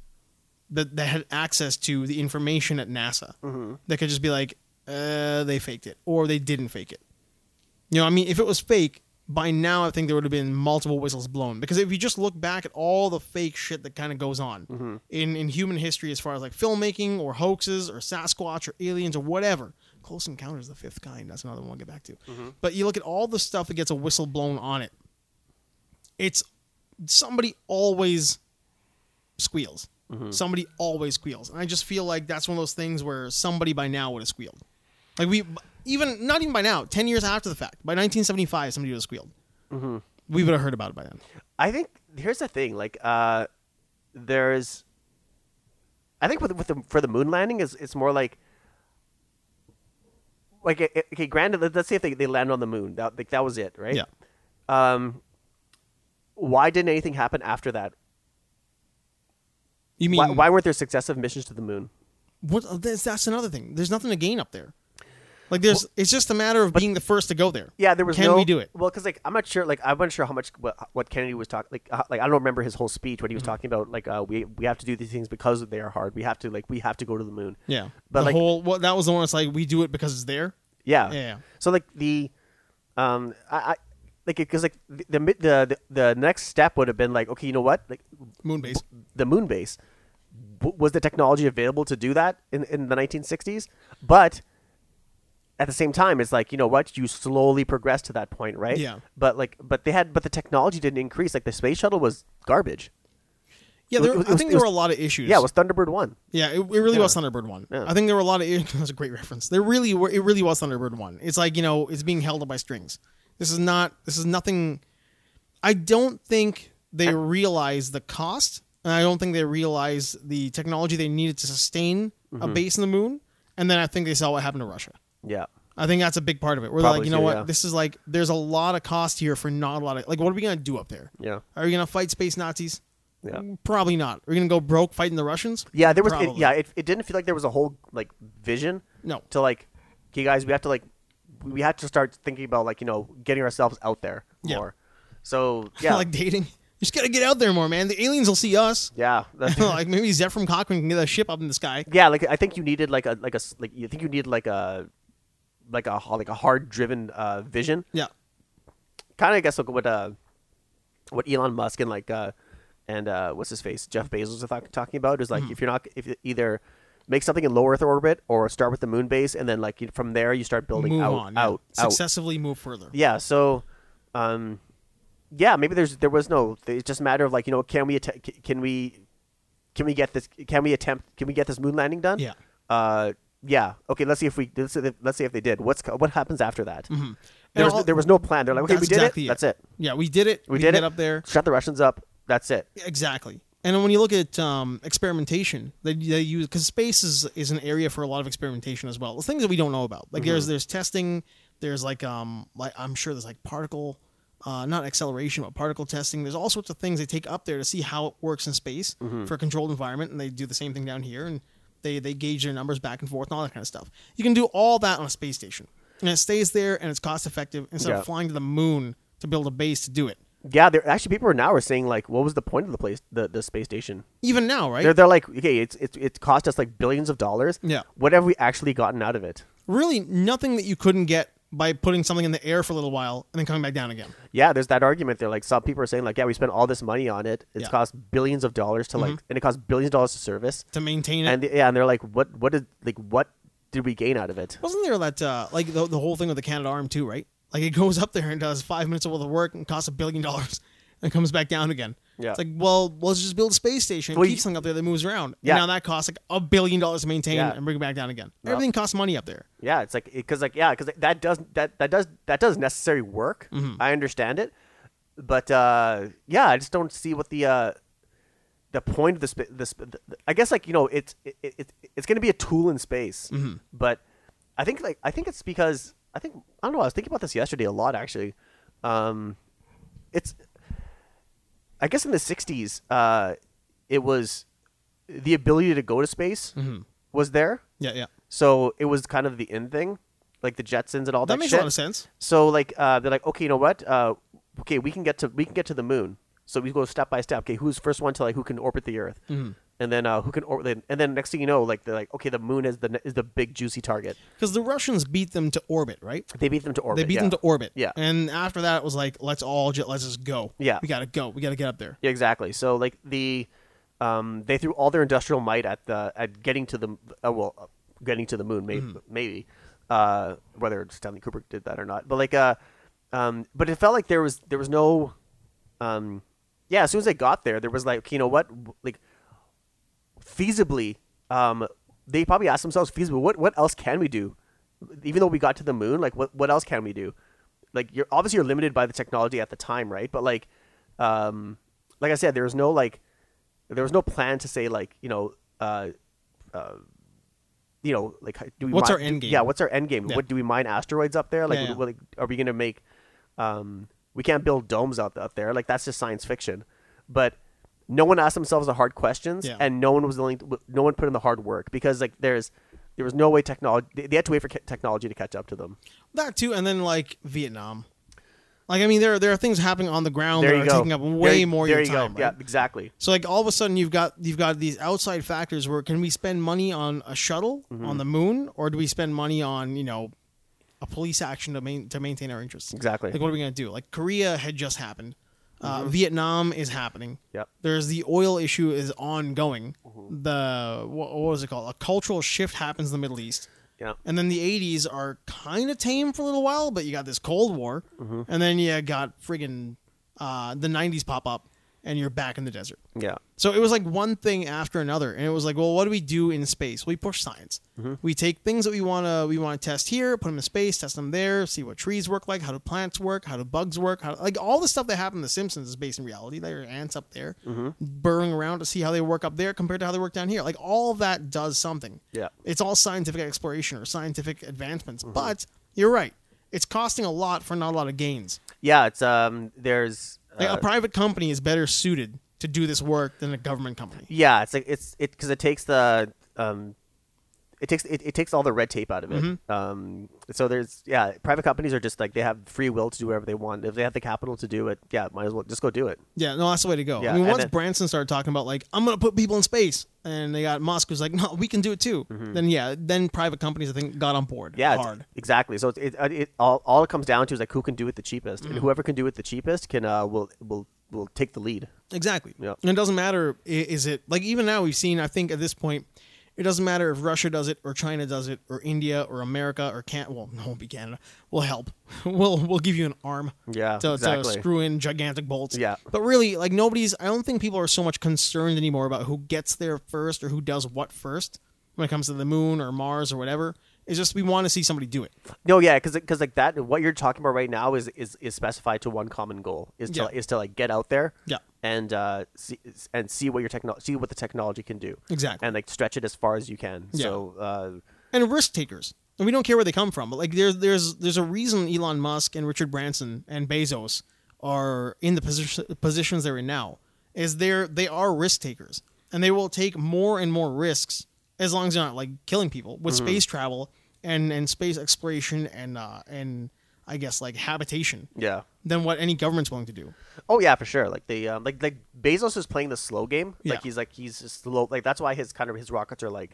[SPEAKER 2] that that had access to the information at NASA.
[SPEAKER 1] Mm-hmm.
[SPEAKER 2] That could just be like, uh, they faked it or they didn't fake it. You know, I mean, if it was fake, by now I think there would have been multiple whistles blown. Because if you just look back at all the fake shit that kind of goes on in, in human history, as far as like filmmaking or hoaxes or Sasquatch or aliens or whatever, Close Encounters of the Fifth Kind, that's another one we'll get back to. But you look at all the stuff that gets a whistle blown on it, it's somebody always squeals.
[SPEAKER 1] Mm-hmm.
[SPEAKER 2] Somebody always squeals. And I just feel like that's one of those things where somebody by now would have squealed. Like we even not even by now, ten years after the fact, by 1975, somebody would have squealed.
[SPEAKER 1] Mm-hmm.
[SPEAKER 2] We would have heard about it by then.
[SPEAKER 1] I think here's the thing. Like, uh, there's, I think with with the, for the moon landing is it's more like, like eh, eh, okay, granted, let- let's say if they, they land on the moon, that like that was it, right?
[SPEAKER 2] Yeah.
[SPEAKER 1] Um, why didn't anything happen after that?
[SPEAKER 2] You mean
[SPEAKER 1] why, why weren't there successive missions to the moon?
[SPEAKER 2] What, that's, that's another thing. There's nothing to gain up there. Like there's, it's just a matter of being the first to go there.
[SPEAKER 1] Yeah, there was
[SPEAKER 2] Can
[SPEAKER 1] no.
[SPEAKER 2] we do it?
[SPEAKER 1] Well, because like I'm not sure. Like I'm not sure how much what, what Kennedy was talking. Like uh, like I don't remember his whole speech when he
[SPEAKER 2] Mm-hmm.
[SPEAKER 1] was talking about like uh, we we have to do these things because they are hard. We have to like we have to go to the moon.
[SPEAKER 2] Yeah,
[SPEAKER 1] But,
[SPEAKER 2] the
[SPEAKER 1] like-
[SPEAKER 2] whole well, that was the one. that's like we do it because it's there.
[SPEAKER 1] Yeah.
[SPEAKER 2] Yeah.
[SPEAKER 1] So like the, um, I, I like because like the, the mi- the the the next step would have been like okay, you know what, like
[SPEAKER 2] Moonbase.
[SPEAKER 1] the moon base w- was the technology available to do that in in the 1960s, but. At the same time, it's like you know what you slowly progress to that point, right?
[SPEAKER 2] Yeah.
[SPEAKER 1] But like, but they had, but the technology didn't increase. Like the space shuttle was garbage.
[SPEAKER 2] Yeah,
[SPEAKER 1] was-
[SPEAKER 2] there,
[SPEAKER 1] it was-
[SPEAKER 2] I think
[SPEAKER 1] it
[SPEAKER 2] there
[SPEAKER 1] was-
[SPEAKER 2] were a lot of issues.
[SPEAKER 1] Yeah, it was Thunderbird One.
[SPEAKER 2] Yeah, it, it really was Thunderbird one.
[SPEAKER 1] Yeah.
[SPEAKER 2] I think there were a lot of. That's a great reference. There really were. It really was Thunderbird one. It's like you know, it's being held up by strings. This is not. This is nothing. I don't think they realized the cost, and I don't think they realized the technology they needed to sustain a
[SPEAKER 1] Mm-hmm.
[SPEAKER 2] base in the moon. And then I think they saw what happened to Russia.
[SPEAKER 1] Yeah.
[SPEAKER 2] I think that's a big part of it. We're
[SPEAKER 1] Probably
[SPEAKER 2] like, you know
[SPEAKER 1] too,
[SPEAKER 2] what?
[SPEAKER 1] yeah.
[SPEAKER 2] This is like, there's a lot of cost here for not a lot of. Like, what are we gonna do up there?
[SPEAKER 1] Yeah.
[SPEAKER 2] Are we gonna fight space Nazis?
[SPEAKER 1] Yeah.
[SPEAKER 2] Probably not. We're gonna go broke fighting the Russians.
[SPEAKER 1] Yeah, there was. It,
[SPEAKER 2] Probably.
[SPEAKER 1] yeah, it, it didn't feel like there was a whole like vision.
[SPEAKER 2] No.
[SPEAKER 1] To like, okay, guys, we have to like, we have to start thinking about like you know getting ourselves out there
[SPEAKER 2] Yeah.
[SPEAKER 1] more. So yeah,
[SPEAKER 2] like dating. You just gotta get out there more, man. The aliens will see us.
[SPEAKER 1] yeah, that's-
[SPEAKER 2] like maybe Zephram Cochrane can get a ship up in the sky.
[SPEAKER 1] yeah. Like I think you needed like a like a s- like you think you needed like a like a ho- like a hard driven uh, vision.
[SPEAKER 2] Yeah,
[SPEAKER 1] Kind of I guess like what uh what Elon Musk
[SPEAKER 2] Mm-hmm.
[SPEAKER 1] and like uh and uh what's his face Jeff Bezos are th- talking about is like if you're not if you're either make something in low Earth orbit or start with the moon base, and then like you- from there you start building
[SPEAKER 2] move
[SPEAKER 1] out,
[SPEAKER 2] on, yeah.
[SPEAKER 1] out, out.
[SPEAKER 2] successively move further.
[SPEAKER 1] Yeah. So, um, yeah, maybe there's there was no. It's just a matter of like you know, can we att- can we can we get this? Can we attempt? Can we get this moon landing done?
[SPEAKER 2] Yeah.
[SPEAKER 1] Uh, yeah. Okay. Let's see if we let's see if, let's see if they did. What's co- what happens after that? There
[SPEAKER 2] And
[SPEAKER 1] was,
[SPEAKER 2] Mm-hmm. all-
[SPEAKER 1] there was no plan. They're like, okay, we
[SPEAKER 2] That's
[SPEAKER 1] did
[SPEAKER 2] exactly
[SPEAKER 1] it. That's it.
[SPEAKER 2] Yeah, we did it.
[SPEAKER 1] We,
[SPEAKER 2] get
[SPEAKER 1] did it.
[SPEAKER 2] up there
[SPEAKER 1] Shut the Russians up. That's it.
[SPEAKER 2] exactly. And then when you look at um, experimentation, they, they use because space is, is an area for a lot of experimentation as well. There's things that we don't know about. Like there's there's testing. There's like um like I'm sure there's like particle, uh, not acceleration but particle testing. There's all sorts of things they take up there to see how it works in space for a controlled environment, and they do the same thing down here, and they they gauge their numbers back and forth and all that kind of stuff. You can do all that on a space station, and it stays there and it's cost effective instead
[SPEAKER 1] Yeah.
[SPEAKER 2] of flying to the moon to build a base to do it.
[SPEAKER 1] Yeah. There actually people are now are saying like, what was the point of the place the, the space station?
[SPEAKER 2] Even now, right?
[SPEAKER 1] They're, they're like, okay, it's it's it cost us like billions of dollars.
[SPEAKER 2] Yeah.
[SPEAKER 1] What have we actually gotten out of it?
[SPEAKER 2] really nothing that you couldn't get by putting something in the air for a little while and then coming back down again.
[SPEAKER 1] yeah, there's that argument there. Like some people are saying, like, yeah, we spent all this money on it.
[SPEAKER 2] Yeah.
[SPEAKER 1] It's
[SPEAKER 2] Mm-hmm.
[SPEAKER 1] cost billions of dollars to like, and it cost billions of dollars to service.
[SPEAKER 2] To maintain it,
[SPEAKER 1] And yeah, and they're like, what, what did like, what did we gain out of it?
[SPEAKER 2] wasn't there that uh, like the, the whole thing with the Canada Arm too, right? Like it goes up there and does five minutes of worth of work and costs a billion dollars and comes back down again.
[SPEAKER 1] Yeah.
[SPEAKER 2] It's like, well, let's just build a space station,
[SPEAKER 1] Well,
[SPEAKER 2] keep
[SPEAKER 1] you-
[SPEAKER 2] something up there that moves around.
[SPEAKER 1] Yeah.
[SPEAKER 2] And now that costs like a billion dollars to maintain
[SPEAKER 1] Yeah.
[SPEAKER 2] and bring it back down again.
[SPEAKER 1] Well-
[SPEAKER 2] Everything costs money up there.
[SPEAKER 1] Yeah, it's like because like yeah, because that does that that does that does necessary work. I understand it, but uh, yeah, I just don't see what the uh, the point of the, sp- the, sp- the I guess like you know it's it, it, it's going to be a tool in space, but I think like I think it's because I think I don't know. I was thinking about this yesterday a lot actually. Um, it's I guess in the '60s, uh, it was the ability to go to space was there.
[SPEAKER 2] Yeah, yeah.
[SPEAKER 1] So it was kind of the end thing, like the Jetsons and all that.
[SPEAKER 2] That makes a
[SPEAKER 1] shit.
[SPEAKER 2] lot of sense.
[SPEAKER 1] So like uh, they're like, okay, you know what? Uh, okay, we can get to we can get to the moon. So we go step by step. Okay, who's first one to like who can orbit the Earth,
[SPEAKER 2] Mm-hmm.
[SPEAKER 1] and then uh, who can orbit, and then next thing you know, like they're like, okay, the moon is the ne- is the big juicy target.
[SPEAKER 2] Because the Russians beat them to orbit, right?
[SPEAKER 1] They beat them to orbit.
[SPEAKER 2] They beat
[SPEAKER 1] yeah.
[SPEAKER 2] them to orbit.
[SPEAKER 1] Yeah.
[SPEAKER 2] And after that, it was like, let's all just, let's just go.
[SPEAKER 1] Yeah.
[SPEAKER 2] We gotta go. We gotta get up there.
[SPEAKER 1] Yeah, exactly. So like the um, they threw all their industrial might at the at getting to the uh, well, uh, getting to the moon maybe maybe uh, whether Stanley Kubrick did that or not. But like uh, um, but it felt like there was there was no um, yeah. As soon as they got there, there was like you know what like feasibly um, they probably asked themselves feasibly what what else can we do even though we got to the moon like what what else can we do like you're obviously you're limited by the technology at the time right but like um like i said there was no like there was no plan to say like you know uh uh you know like do we
[SPEAKER 2] What's
[SPEAKER 1] mine-
[SPEAKER 2] our end
[SPEAKER 1] do-
[SPEAKER 2] game?
[SPEAKER 1] yeah what's our end game
[SPEAKER 2] Yeah.
[SPEAKER 1] what do we mine asteroids up there like,
[SPEAKER 2] Yeah, yeah.
[SPEAKER 1] what- like, are we gonna make um we can't build domes out up there like that's just science fiction but no one asked themselves the hard questions
[SPEAKER 2] Yeah.
[SPEAKER 1] and no one was willing to, no one put in the hard work because like there's there was no way technology they, they had to wait for ca- technology to catch up to them
[SPEAKER 2] That too, and then like Vietnam. Like I mean, there there are things happening on the ground
[SPEAKER 1] there
[SPEAKER 2] that
[SPEAKER 1] you
[SPEAKER 2] are
[SPEAKER 1] go
[SPEAKER 2] taking up
[SPEAKER 1] There
[SPEAKER 2] way
[SPEAKER 1] you-
[SPEAKER 2] more
[SPEAKER 1] there
[SPEAKER 2] of
[SPEAKER 1] you
[SPEAKER 2] your time.
[SPEAKER 1] go yeah
[SPEAKER 2] right?
[SPEAKER 1] exactly
[SPEAKER 2] So like all of a sudden you've got you've got these outside factors where can we spend money on a shuttle
[SPEAKER 1] Mm-hmm.
[SPEAKER 2] on the moon or do we spend money on you know a police action to main, to maintain our interests?
[SPEAKER 1] Exactly. Mm-hmm.
[SPEAKER 2] Like what are we gonna do? Like Korea had just happened. Uh, Vietnam is happening.
[SPEAKER 1] Yep. Mm-hmm.
[SPEAKER 2] There's the oil issue is ongoing. The what, what was it called? A cultural shift happens in the Middle East.
[SPEAKER 1] yeah
[SPEAKER 2] And then the 80s are kind of tame for a little while, but you got this Cold War. And then you got friggin' uh, the 90s pop up, and you're back in the desert.
[SPEAKER 1] yeah
[SPEAKER 2] So it was like one thing after another, and it was like, well, what do we do in space? We push science.
[SPEAKER 1] Mm-hmm.
[SPEAKER 2] We take things that we wanna we wanna test here, put them in space, test them there, see what trees work like, how do plants work, how do bugs work, how like all the stuff that happened in The Simpsons is based in reality. There are ants up there,
[SPEAKER 1] Mm-hmm.
[SPEAKER 2] burrowing around to see how they work up there compared to how they work down here. Like all that does something.
[SPEAKER 1] Yeah. Mm-hmm.
[SPEAKER 2] it's all scientific exploration or scientific advancements. But you're right, it's costing a lot for not a lot of gains.
[SPEAKER 1] yeah it's um there's
[SPEAKER 2] Like
[SPEAKER 1] uh,
[SPEAKER 2] a private company is better suited to do this work than a government company.
[SPEAKER 1] Yeah, it's like it's it because it takes the um, it takes it, it takes all the red tape out of it. Um, so there's yeah, private companies are just like they have free will to do whatever they want. If they have the capital to do it, yeah, might as well just go do it.
[SPEAKER 2] Yeah, no, that's the way to go.
[SPEAKER 1] Yeah,
[SPEAKER 2] I mean,
[SPEAKER 1] and
[SPEAKER 2] once
[SPEAKER 1] then-
[SPEAKER 2] Branson started talking about like I'm gonna put people in space, and they got Musk who's like, no, we can do it too. Then yeah, then private companies I think got on board.
[SPEAKER 1] Mm-hmm. Yeah, it's-
[SPEAKER 2] hard.
[SPEAKER 1] exactly. So it, uh, it, it all all it comes down to is like who can do it the cheapest, and whoever can do it the cheapest can uh will will will take the lead.
[SPEAKER 2] Exactly.
[SPEAKER 1] Yeah.
[SPEAKER 2] And it doesn't matter. i- Is it like even now we've seen? I think at this point, It doesn't matter if Russia does it or China does it or India or America or can well, no, it won't be Canada. We'll help. We'll we'll give you an arm.
[SPEAKER 1] Yeah,
[SPEAKER 2] To,
[SPEAKER 1] exactly.
[SPEAKER 2] to screw in gigantic bolts.
[SPEAKER 1] Yeah.
[SPEAKER 2] But really, like nobody's. I don't think people are so much concerned anymore about who gets there first or who does what first when it comes to the moon or Mars or whatever. It's just we want to see somebody do it.
[SPEAKER 1] No, yeah, because because like that, what you're talking about right now is is, is specified to one common goal is to
[SPEAKER 2] Yeah.
[SPEAKER 1] is to like get out there,
[SPEAKER 2] Yeah.
[SPEAKER 1] and uh, see and see what your techno- see what the technology can do,
[SPEAKER 2] Exactly.
[SPEAKER 1] and like stretch it as far as you can.
[SPEAKER 2] Yeah.
[SPEAKER 1] So uh,
[SPEAKER 2] and risk takers. And we don't care where they come from, but like there's there's there's a reason Elon Musk and Richard Branson and Bezos are in the position, positions they're in now. Is they're they are risk takers, and they will take more and more risks as long as they're not like killing people with space travel and and space exploration and uh, and I guess like habitation
[SPEAKER 1] yeah,
[SPEAKER 2] than what any government's willing to do.
[SPEAKER 1] oh yeah, for sure. Like the um, like like Bezos is playing the slow game.
[SPEAKER 2] Yeah.
[SPEAKER 1] Like he's like he's just slow. Like that's why his kind of his rockets are like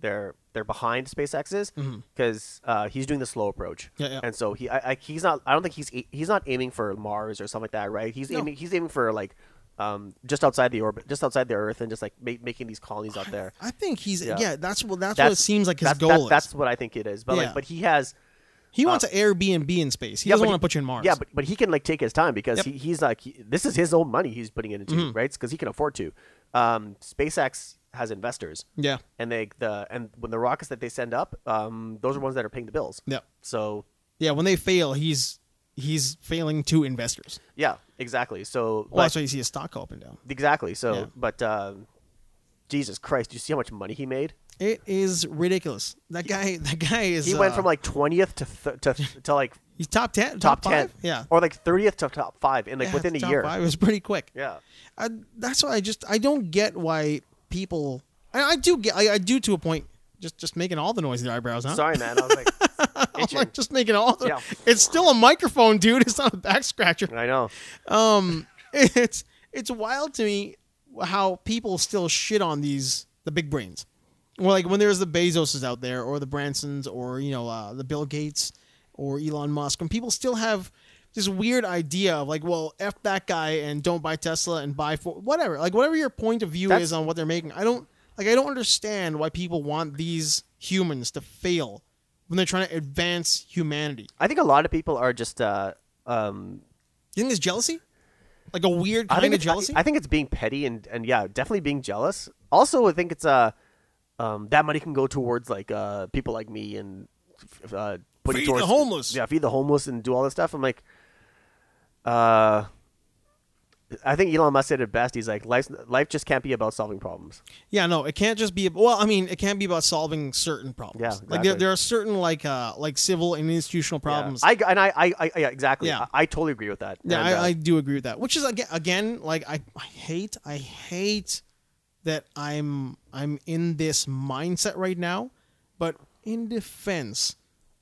[SPEAKER 1] they're they're behind SpaceX's because uh, he's doing the slow approach.
[SPEAKER 2] Mm-hmm. Yeah, yeah.
[SPEAKER 1] And so he I, I he's not I don't think he's a- he's not aiming for Mars or something like that, right? He's
[SPEAKER 2] No.
[SPEAKER 1] aiming he's aiming for like um, just outside the orbit, just outside the Earth, and just like ma- making these colonies out there.
[SPEAKER 2] I think he's yeah,
[SPEAKER 1] Yeah.
[SPEAKER 2] that's what that's, what it seems like his
[SPEAKER 1] that's,
[SPEAKER 2] goal
[SPEAKER 1] that's,
[SPEAKER 2] is.
[SPEAKER 1] That's what I think it is. But
[SPEAKER 2] Yeah.
[SPEAKER 1] like, but he has.
[SPEAKER 2] he wants an Airbnb in space. uh, He
[SPEAKER 1] yeah,
[SPEAKER 2] doesn't
[SPEAKER 1] but
[SPEAKER 2] want
[SPEAKER 1] he-
[SPEAKER 2] to put you in Mars.
[SPEAKER 1] Yeah, but, but he can like take his time because
[SPEAKER 2] Yep. Mm-hmm.
[SPEAKER 1] he, he's like he- this is his own money he's putting it into right because he can afford to. Um, SpaceX has investors.
[SPEAKER 2] yeah,
[SPEAKER 1] and they the and when the rockets that they send up, um, those are ones that are paying the bills.
[SPEAKER 2] yeah.
[SPEAKER 1] So
[SPEAKER 2] Yeah, when they fail, he's he's failing to investors.
[SPEAKER 1] yeah, exactly. So
[SPEAKER 2] Well,
[SPEAKER 1] but-
[SPEAKER 2] that's why you see his stock go up and down.
[SPEAKER 1] exactly. So
[SPEAKER 2] Yeah.
[SPEAKER 1] but um, Jesus Christ, do you see how much money he made?
[SPEAKER 2] It is ridiculous. That guy, that guy is.
[SPEAKER 1] He went
[SPEAKER 2] uh,
[SPEAKER 1] from like twentieth to th- to to like
[SPEAKER 2] he's top ten,
[SPEAKER 1] top,
[SPEAKER 2] top,
[SPEAKER 1] ten,
[SPEAKER 2] five? Yeah,
[SPEAKER 1] or like thirtieth to top five in like
[SPEAKER 2] Yeah,
[SPEAKER 1] within a
[SPEAKER 2] top
[SPEAKER 1] year.
[SPEAKER 2] five. It was pretty quick.
[SPEAKER 1] Yeah.
[SPEAKER 2] I, that's why I just I don't get why people. I, I do get. I, I do to a point. Just just making all the noise in the eyebrows, huh? Oh
[SPEAKER 1] Sorry, man. I was like,
[SPEAKER 2] I'm
[SPEAKER 1] itching.
[SPEAKER 2] like just making all the.
[SPEAKER 1] Yeah.
[SPEAKER 2] It's still a microphone, dude. It's not a back scratcher.
[SPEAKER 1] I know.
[SPEAKER 2] Um, it's it's wild to me how people still shit on these the big brains. Well, like when there's the Bezoses out there, or the Bransons, or you know uh, the Bill Gates, or Elon Musk, and people still have this weird idea of like, well, f that guy and don't buy Tesla and buy for whatever. Like whatever your point of view
[SPEAKER 1] That's-
[SPEAKER 2] is on what they're making, I don't like. I don't understand why people want these humans to fail when they're trying to advance humanity.
[SPEAKER 1] I think a lot of people are just. Uh, um,
[SPEAKER 2] You think it's jealousy? Like a weird
[SPEAKER 1] I
[SPEAKER 2] kind
[SPEAKER 1] think
[SPEAKER 2] of
[SPEAKER 1] it's-
[SPEAKER 2] jealousy?
[SPEAKER 1] I, I think it's being petty and and yeah, definitely being jealous. Also, I think it's uh, um, that money can go towards like uh people like me and f- uh putting
[SPEAKER 2] Feed the
[SPEAKER 1] towards
[SPEAKER 2] homeless.
[SPEAKER 1] Yeah, feed the homeless and do all this stuff. I'm like, uh. I think Elon Musk said it best. He's like, life, life just can't be about solving problems.
[SPEAKER 2] Yeah, no, it can't just be. Well, I mean, it can't be about solving certain problems. like
[SPEAKER 1] Yeah,
[SPEAKER 2] there,
[SPEAKER 1] exactly.
[SPEAKER 2] there are certain like uh like civil and institutional
[SPEAKER 1] Yeah.
[SPEAKER 2] problems.
[SPEAKER 1] I and I, I, I yeah, exactly.
[SPEAKER 2] Yeah.
[SPEAKER 1] I, I totally agree with that.
[SPEAKER 2] Yeah,
[SPEAKER 1] And, uh,
[SPEAKER 2] I, I do agree with that. Which is again, again, like I, I hate, I hate that I'm I'm in this mindset right now. But in defense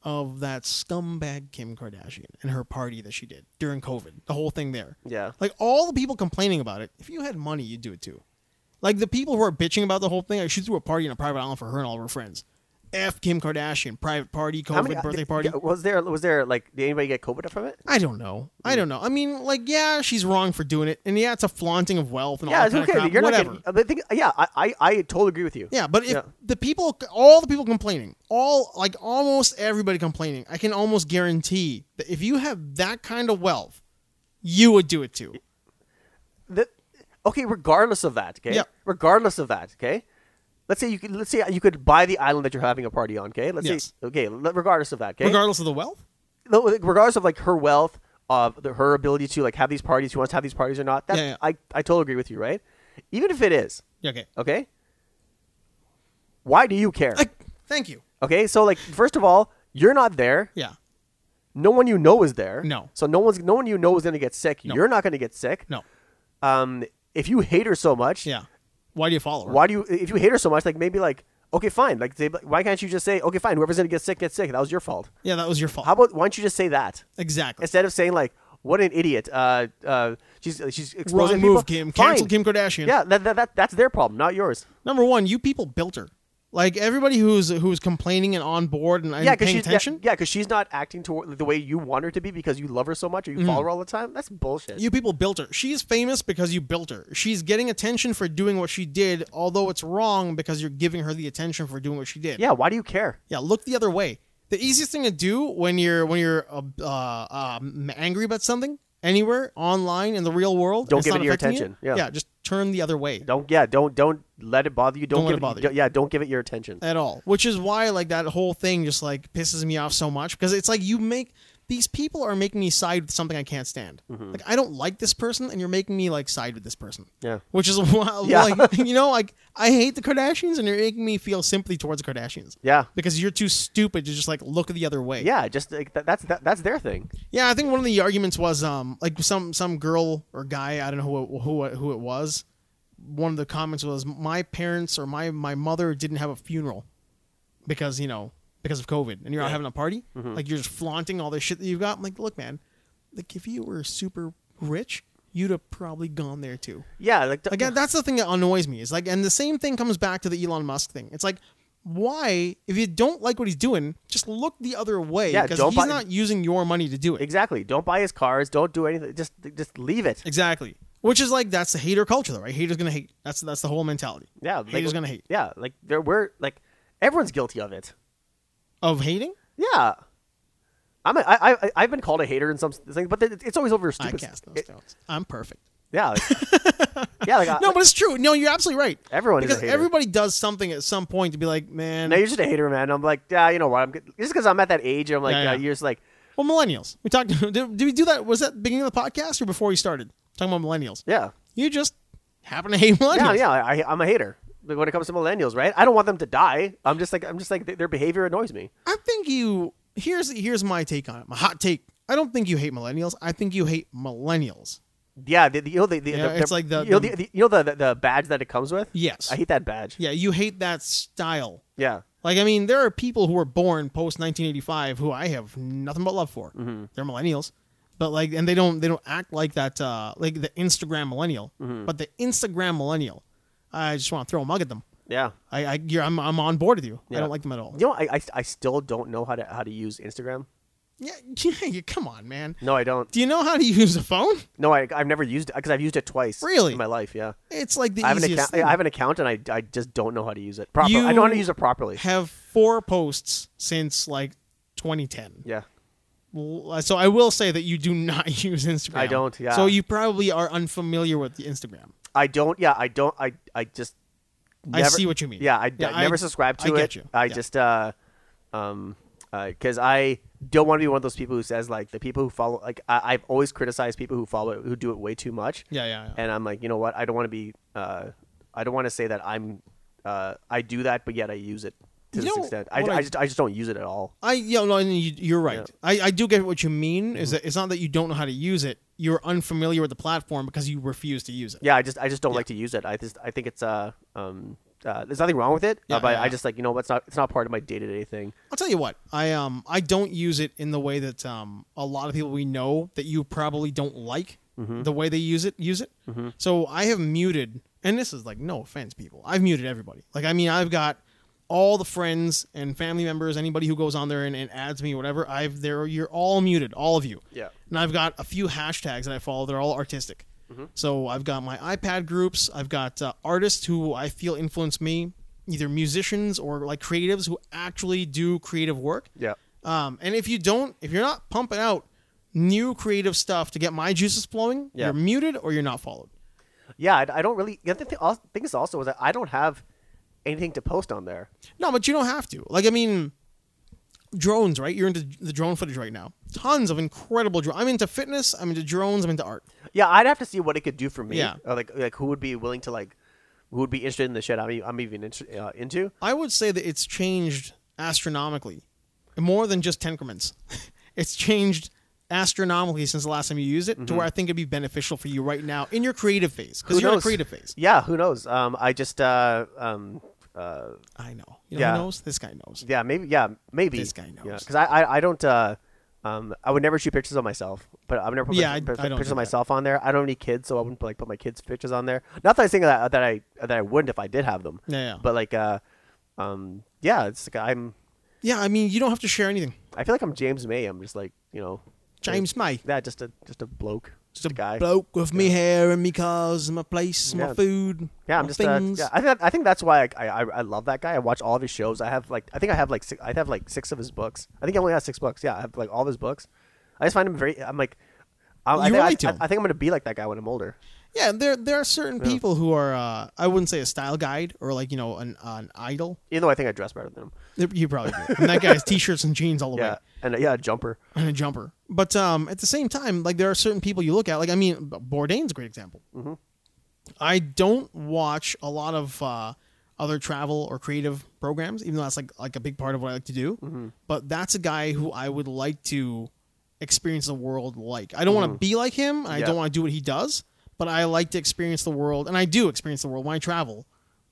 [SPEAKER 2] of that scumbag Kim Kardashian and her party that she did during COVID, the whole thing there.
[SPEAKER 1] Yeah.
[SPEAKER 2] like all the people complaining about it. If you had money, you'd do it too. Like the people who are bitching about the whole thing, like she threw a party in a private island for her and all of her friends. F Kim Kardashian, private party,
[SPEAKER 1] how
[SPEAKER 2] COVID
[SPEAKER 1] many- uh,
[SPEAKER 2] birthday
[SPEAKER 1] did-
[SPEAKER 2] party.
[SPEAKER 1] yeah, was there? Was there like? Did anybody get COVID from it?
[SPEAKER 2] I don't know.
[SPEAKER 1] Mm.
[SPEAKER 2] I don't know. I mean, like, yeah, she's wrong for doing it, and yeah, it's a flaunting of wealth and all that
[SPEAKER 1] Yeah, it's
[SPEAKER 2] kind
[SPEAKER 1] okay.
[SPEAKER 2] of crap.
[SPEAKER 1] You're
[SPEAKER 2] Whatever.
[SPEAKER 1] not getting. I think, yeah, I, I, I totally agree with you.
[SPEAKER 2] yeah, but if
[SPEAKER 1] Yeah.
[SPEAKER 2] the people, all the people complaining, all like almost everybody complaining, I can almost guarantee that if you have that kind of wealth, you would do it too.
[SPEAKER 1] The- okay, regardless of that, okay.
[SPEAKER 2] Yeah.
[SPEAKER 1] Regardless of that, okay. Let's say you could. Let's say you could buy the island that you're having a party on. Okay. Let's
[SPEAKER 2] Yes.
[SPEAKER 1] say. Okay. le- Regardless of that. Okay.
[SPEAKER 2] Regardless of the wealth.
[SPEAKER 1] No, like, regardless of like her wealth, of the, her ability to like have these parties, she wants to have these parties or not. That,
[SPEAKER 2] Yeah, yeah.
[SPEAKER 1] I, I totally agree with you, right? Even if it is,
[SPEAKER 2] Yeah, okay.
[SPEAKER 1] okay. Why do you care?
[SPEAKER 2] Like, thank you.
[SPEAKER 1] okay. So like, first of all, you're not there.
[SPEAKER 2] Yeah.
[SPEAKER 1] No one you know is there.
[SPEAKER 2] No.
[SPEAKER 1] So no one's no one you know is going to get sick.
[SPEAKER 2] No.
[SPEAKER 1] You're not going to get sick.
[SPEAKER 2] No.
[SPEAKER 1] Um, if you hate her so much,
[SPEAKER 2] Yeah. Why do you follow her?
[SPEAKER 1] why do you? If you hate her so much, like maybe like okay, fine. Like they, why can't you just say okay, fine? Whoever's going to get sick, get sick. That was your fault.
[SPEAKER 2] Yeah, that was your fault.
[SPEAKER 1] How about why don't you just say that
[SPEAKER 2] exactly.
[SPEAKER 1] instead of saying like what an idiot? Uh, uh, she's she's exposing
[SPEAKER 2] Wrong
[SPEAKER 1] people.
[SPEAKER 2] move, Kim.
[SPEAKER 1] Fine.
[SPEAKER 2] Cancel Kim Kardashian.
[SPEAKER 1] Yeah, that, that, that that's their problem, not yours.
[SPEAKER 2] Number one, you people built her. Like everybody who's who's complaining and on board and, and
[SPEAKER 1] yeah, because
[SPEAKER 2] paying
[SPEAKER 1] she's
[SPEAKER 2] attention.
[SPEAKER 1] yeah, because she's not acting toward the way you want her to be because you love her so much or you follow her all the time. That's bullshit.
[SPEAKER 2] Mm. You people built her. She's famous because you built her. She's getting attention for doing what she did, although it's wrong because you're giving her the attention for doing what she did.
[SPEAKER 1] yeah, why do you care?
[SPEAKER 2] Yeah, look the other way. The easiest thing to do when you're when you're uh, uh, um, angry about something anywhere online in the real world,
[SPEAKER 1] Don't
[SPEAKER 2] and it's
[SPEAKER 1] give
[SPEAKER 2] not
[SPEAKER 1] it your
[SPEAKER 2] affecting you,
[SPEAKER 1] attention. Yeah.
[SPEAKER 2] just turn the other way
[SPEAKER 1] Don't yeah, don't don't let it bother you. Don't,
[SPEAKER 2] Don't let
[SPEAKER 1] give
[SPEAKER 2] it bother
[SPEAKER 1] don't- Yeah, don't give it your attention.
[SPEAKER 2] at all. Which is why like that whole thing just like pisses me off so much because it's like you make these people are making me side with something I can't stand.
[SPEAKER 1] Mm-hmm.
[SPEAKER 2] Like I don't like this person, and you're making me like side with this person.
[SPEAKER 1] Yeah.
[SPEAKER 2] Which is why,
[SPEAKER 1] Yeah.
[SPEAKER 2] like, you know, like I hate the Kardashians, and you're making me feel sympathy towards the Kardashians
[SPEAKER 1] Yeah.
[SPEAKER 2] because you're too stupid to just like look the other way.
[SPEAKER 1] Yeah, just like that, that's that, that's their thing.
[SPEAKER 2] Yeah, I think one of the arguments was um like some some girl or guy I don't know who it, who it- who it was. One of the comments was my parents or my my mother didn't have a funeral because you know because of COVID and you're out having a party
[SPEAKER 1] Mm-hmm.
[SPEAKER 2] like you're just flaunting all this shit that you've got. I'm like, look, man, like if you were super rich, you'd have probably gone there too.
[SPEAKER 1] Yeah, like
[SPEAKER 2] Again, that's the thing that annoys me. Is like, and the same thing comes back to the Elon Musk thing. It's like, why, if you don't like what he's doing, just look the other way
[SPEAKER 1] Yeah,
[SPEAKER 2] because
[SPEAKER 1] don't
[SPEAKER 2] he's
[SPEAKER 1] buy-
[SPEAKER 2] not using your money to do it.
[SPEAKER 1] exactly. Don't buy his cars. Don't do anything. Just just leave it.
[SPEAKER 2] Exactly. Which is like that's the hater culture, though, right? Haters gonna hate. That's that's the whole mentality.
[SPEAKER 1] Yeah, like,
[SPEAKER 2] haters gonna hate.
[SPEAKER 1] Yeah, like there we're like everyone's guilty of it.
[SPEAKER 2] Of hating,
[SPEAKER 1] Yeah. I'm a, I, I, I've been called a hater in some things, but it- it's always over
[SPEAKER 2] I
[SPEAKER 1] stupid.
[SPEAKER 2] cast those
[SPEAKER 1] it-
[SPEAKER 2] stones. I'm perfect.
[SPEAKER 1] yeah, like, yeah, like I-
[SPEAKER 2] No, but it's true. No, you're absolutely right.
[SPEAKER 1] Everyone is a
[SPEAKER 2] because
[SPEAKER 1] hater.
[SPEAKER 2] everybody does something at some point to be like, man.
[SPEAKER 1] No, you're just a hater, man. I'm like, yeah, you know what? I'm good. just because I'm at that age. I'm like,
[SPEAKER 2] Yeah,
[SPEAKER 1] yeah,
[SPEAKER 2] yeah.
[SPEAKER 1] you're just like,
[SPEAKER 2] well, millennials. We talked. Did, did we do that? Was that beginning of the podcast or before we started talking about millennials?
[SPEAKER 1] yeah,
[SPEAKER 2] You just happen to hate millennials.
[SPEAKER 1] yeah, yeah. I, I'm a hater Like, when it comes to millennials, right? I don't want them to die. I'm just like, I'm just like, th- their behavior annoys me.
[SPEAKER 2] I think you here's here's my take on it. My hot take. I don't think you hate millennials. I think you hate millennials.
[SPEAKER 1] Yeah, the, the, you know, the, the,
[SPEAKER 2] Yeah,
[SPEAKER 1] the,
[SPEAKER 2] it's like the-
[SPEAKER 1] you know,
[SPEAKER 2] the-
[SPEAKER 1] the, the- you know the, the the badge that it comes with.
[SPEAKER 2] Yes.
[SPEAKER 1] I hate that badge.
[SPEAKER 2] Yeah, you hate that style.
[SPEAKER 1] Yeah,
[SPEAKER 2] Like, I mean, there are people who were born post 1985 who I have nothing but love for.
[SPEAKER 1] Mm-hmm.
[SPEAKER 2] They're millennials, but like, and they don't they don't act like that uh, like the Instagram millennial,
[SPEAKER 1] Mm-hmm.
[SPEAKER 2] but the Instagram millennial. I just want to throw a mug at them.
[SPEAKER 1] yeah.
[SPEAKER 2] I, I you're, I'm I'm on board with you. I
[SPEAKER 1] Yeah.
[SPEAKER 2] don't like them at all.
[SPEAKER 1] You know, I, I, I still don't know how to how to use Instagram.
[SPEAKER 2] Yeah, yeah, you- come on, man.
[SPEAKER 1] No, I don't.
[SPEAKER 2] Do you know how to use a phone?
[SPEAKER 1] No, I, I've never used it because I've used it twice.
[SPEAKER 2] Really?
[SPEAKER 1] In my life, yeah.
[SPEAKER 2] It's like the
[SPEAKER 1] I have, an
[SPEAKER 2] easiest.
[SPEAKER 1] account,
[SPEAKER 2] thing.
[SPEAKER 1] I have an account and I, I just don't know how to use it properly. I
[SPEAKER 2] You-
[SPEAKER 1] don't know how to use it properly.
[SPEAKER 2] have four posts since like 2010.
[SPEAKER 1] Yeah.
[SPEAKER 2] L- So I will say that you do not use Instagram.
[SPEAKER 1] I don't, yeah.
[SPEAKER 2] So you probably are unfamiliar with the Instagram.
[SPEAKER 1] I don't. Yeah, I don't. I I just.
[SPEAKER 2] I
[SPEAKER 1] never-
[SPEAKER 2] see what you mean.
[SPEAKER 1] Yeah, I,
[SPEAKER 2] Yeah,
[SPEAKER 1] I never
[SPEAKER 2] I-
[SPEAKER 1] subscribed
[SPEAKER 2] I
[SPEAKER 1] to it.
[SPEAKER 2] get you.
[SPEAKER 1] I
[SPEAKER 2] Yeah.
[SPEAKER 1] just uh, um, because I don't want to be one of those people who says like the people who follow. Like I, I've always criticized people who follow who do it way too much.
[SPEAKER 2] Yeah, yeah, yeah.
[SPEAKER 1] And I'm like, you know what? I don't want to be. Uh, I don't want to say that I'm. Uh, I do that, but yet I use it to
[SPEAKER 2] You
[SPEAKER 1] this
[SPEAKER 2] know
[SPEAKER 1] extent. I,
[SPEAKER 2] what I-
[SPEAKER 1] I just I just don't use it at all.
[SPEAKER 2] I yeah no, and you, you're right.
[SPEAKER 1] Yeah. Mm-hmm.
[SPEAKER 2] I, I do get what you mean. Is that it's not that you don't know how to use it. You're unfamiliar with the platform because you refuse to use it.
[SPEAKER 1] Yeah, I just I just don't like to use it. I just I think it's uh um uh, there's nothing wrong with it,
[SPEAKER 2] Yeah,
[SPEAKER 1] uh, but
[SPEAKER 2] yeah, yeah.
[SPEAKER 1] I just like you know what's not it's not part of my day to day thing.
[SPEAKER 2] I'll tell you what. I um I don't use it in the way that um a lot of people we know that you probably don't like
[SPEAKER 1] Mm-hmm.
[SPEAKER 2] the way they use it use it. So I have muted, and this is like no offense, people. I've muted everybody. Like I mean, I've got all the friends and family members, anybody who goes on there and, and adds me, whatever. I've there. You're all muted, all of you.
[SPEAKER 1] Yeah.
[SPEAKER 2] And I've got a few hashtags that I follow. They're all artistic. So I've got my iPad groups. I've got uh, artists who I feel influence me, either musicians or like creatives who actually do creative work.
[SPEAKER 1] Yeah.
[SPEAKER 2] Um, and if you don't, if you're not pumping out new creative stuff to get my juices flowing,
[SPEAKER 1] Yeah.
[SPEAKER 2] you're muted or you're not followed.
[SPEAKER 1] Yeah, I, I don't really. The other thing, al- thing is also is that I don't have anything to post on there.
[SPEAKER 2] No, but you don't have to. Like, I mean, drones, right? You're into the drone footage right now. Tons of incredible drones. I'm into fitness. I'm into drones. I'm into art.
[SPEAKER 1] Yeah, I'd have to see what it could do for me.
[SPEAKER 2] Yeah.
[SPEAKER 1] Or, like like who would be willing to like who would be interested in the shit I'm, e- I'm even inter- uh, into.
[SPEAKER 2] I would say that it's changed astronomically, more than just temperaments. it's changed astronomically since the last time you used it to where I think it'd be beneficial for you right now in your creative phase because
[SPEAKER 1] Mm-hmm. Who
[SPEAKER 2] you're in a
[SPEAKER 1] knows?
[SPEAKER 2] creative phase.
[SPEAKER 1] Yeah, who knows? Um, I just uh um uh
[SPEAKER 2] I know. You know
[SPEAKER 1] Yeah.
[SPEAKER 2] who knows? This guy knows.
[SPEAKER 1] yeah maybe yeah maybe
[SPEAKER 2] This guy knows.
[SPEAKER 1] because I, I I don't uh um I would never shoot pictures of myself, but I would never put
[SPEAKER 2] Yeah,
[SPEAKER 1] my,
[SPEAKER 2] I-
[SPEAKER 1] put
[SPEAKER 2] I don't
[SPEAKER 1] pictures
[SPEAKER 2] do
[SPEAKER 1] of
[SPEAKER 2] that.
[SPEAKER 1] myself on there. I don't have any kids, so I wouldn't like put my kids' pictures on there. Not that I think that that I that I wouldn't if I did have them.
[SPEAKER 2] Yeah, yeah.
[SPEAKER 1] But like uh Um, yeah, it's like I'm.
[SPEAKER 2] Yeah, I mean, you don't have to share anything.
[SPEAKER 1] I feel like I'm James May. I'm just like you know,
[SPEAKER 2] James May.
[SPEAKER 1] yeah, just a just a bloke, just,
[SPEAKER 2] Just
[SPEAKER 1] a guy.
[SPEAKER 2] bloke with me hair and me cars and my place and
[SPEAKER 1] Yeah.
[SPEAKER 2] my food.
[SPEAKER 1] Yeah, I'm
[SPEAKER 2] my
[SPEAKER 1] just. Uh,
[SPEAKER 2] things.
[SPEAKER 1] yeah, I think I think that's why I, I I love that guy. I watch all of his shows. I have like I think I have like six, I have like six of his books. I think I only have six books. Yeah, I have like all of his books. I just find him very. I'm like, I, I,
[SPEAKER 2] You
[SPEAKER 1] think, I-
[SPEAKER 2] relate to
[SPEAKER 1] I,
[SPEAKER 2] him.
[SPEAKER 1] I think I'm gonna be like that guy when I'm older.
[SPEAKER 2] Yeah, there there are certain people who are uh, I wouldn't say a style guide or like you know an an idol.
[SPEAKER 1] Even though I think I dress better than him.
[SPEAKER 2] You probably do. And that guy has t-shirts and jeans all the
[SPEAKER 1] Yeah,
[SPEAKER 2] way
[SPEAKER 1] and uh, yeah, a jumper.
[SPEAKER 2] and a jumper. But um, at the same time, like there are certain people you look at. Like I mean, B- Bourdain's a great example. I don't watch a lot of uh, other travel or creative programs, even though that's like like a big part of what I like to do. But that's a guy who I would like to experience the world like. I don't want to be like him, and I
[SPEAKER 1] Yeah.
[SPEAKER 2] don't want to do what he does. But I like to experience the world, and I do experience the world when I travel.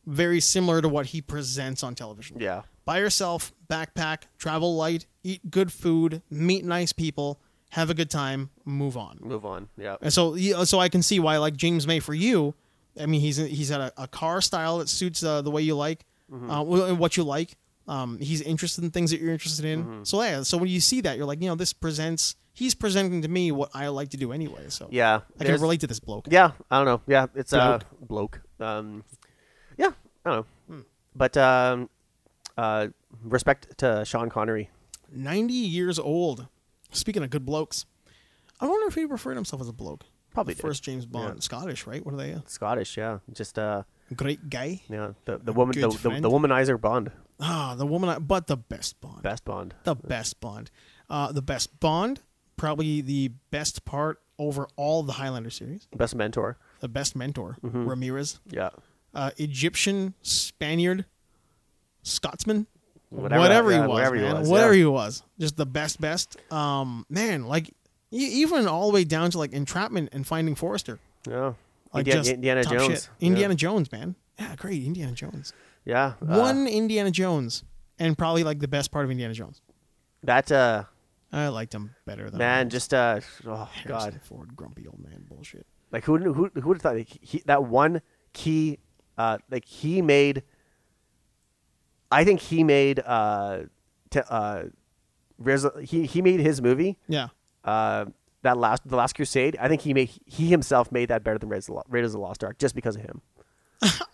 [SPEAKER 2] Very similar to what he presents on television
[SPEAKER 1] Yeah,
[SPEAKER 2] by yourself, backpack, travel light, eat good food, meet nice people, have a good time, move on.
[SPEAKER 1] move on. Yeah,
[SPEAKER 2] And so, yeah, so I can see why, like James May, for you, I mean, he's he's had a, a car style that suits uh, the way you like,
[SPEAKER 1] Mm-hmm.
[SPEAKER 2] uh, wh- and what you like. Um, he's interested in things that you're interested in.
[SPEAKER 1] Mm-hmm.
[SPEAKER 2] So yeah, so when you see that, you're like, you know, this presents. He's presenting to me what I like to do anyway. So
[SPEAKER 1] yeah.
[SPEAKER 2] I can
[SPEAKER 1] there's-
[SPEAKER 2] relate to this bloke.
[SPEAKER 1] Yeah, I don't know. Yeah, it's uh, bloke. Um, yeah, I don't
[SPEAKER 2] Hmm.
[SPEAKER 1] know. But um, uh, respect to Sean Connery.
[SPEAKER 2] 90 years old. Speaking of good blokes, I wonder if he referred himself as a bloke.
[SPEAKER 1] Probably
[SPEAKER 2] The
[SPEAKER 1] did.
[SPEAKER 2] first James Bond, Scottish, right? What are they? uh,
[SPEAKER 1] Scottish, yeah. Just uh,
[SPEAKER 2] Great guy.
[SPEAKER 1] yeah, the the woman, the,
[SPEAKER 2] good
[SPEAKER 1] the,
[SPEAKER 2] friend.
[SPEAKER 1] the womanizer Bond,
[SPEAKER 2] Ah, the woman, I, but the best Bond.
[SPEAKER 1] best Bond.
[SPEAKER 2] The best Bond. Uh, the best Bond. Probably the best part over all the Highlander series.
[SPEAKER 1] best mentor.
[SPEAKER 2] The best mentor,
[SPEAKER 1] Mm-hmm.
[SPEAKER 2] Ramirez,
[SPEAKER 1] Yeah,
[SPEAKER 2] uh, Egyptian, Spaniard, Scotsman.
[SPEAKER 1] Whatever
[SPEAKER 2] Whatever,
[SPEAKER 1] that-
[SPEAKER 2] he
[SPEAKER 1] yeah,
[SPEAKER 2] was,
[SPEAKER 1] whatever he
[SPEAKER 2] man.
[SPEAKER 1] was,
[SPEAKER 2] whatever
[SPEAKER 1] yeah.
[SPEAKER 2] he was, just the best, best. Um, man, like e- even all the way down to like Entrapment and Finding Forrester.
[SPEAKER 1] yeah.
[SPEAKER 2] Like
[SPEAKER 1] Indiana,
[SPEAKER 2] just
[SPEAKER 1] Indiana
[SPEAKER 2] top
[SPEAKER 1] Jones.
[SPEAKER 2] shit.
[SPEAKER 1] Yeah.
[SPEAKER 2] Indiana Jones, man. Yeah, great Indiana Jones.
[SPEAKER 1] Yeah. uh,
[SPEAKER 2] One Indiana Jones, and probably like the best part of Indiana Jones.
[SPEAKER 1] that uh,
[SPEAKER 2] I liked him better than
[SPEAKER 1] man, just uh, oh
[SPEAKER 2] Harrison
[SPEAKER 1] god,
[SPEAKER 2] Ford, grumpy old man bullshit.
[SPEAKER 1] like who knew- who who would have thought like, he, that one key, uh, like he made. I think he made uh, t- uh, res- he he made his movie.
[SPEAKER 2] Yeah,
[SPEAKER 1] Uh, that last the last crusade i think he made he himself made that better than raiders of the Lo- Raiders of the lost ark just because of him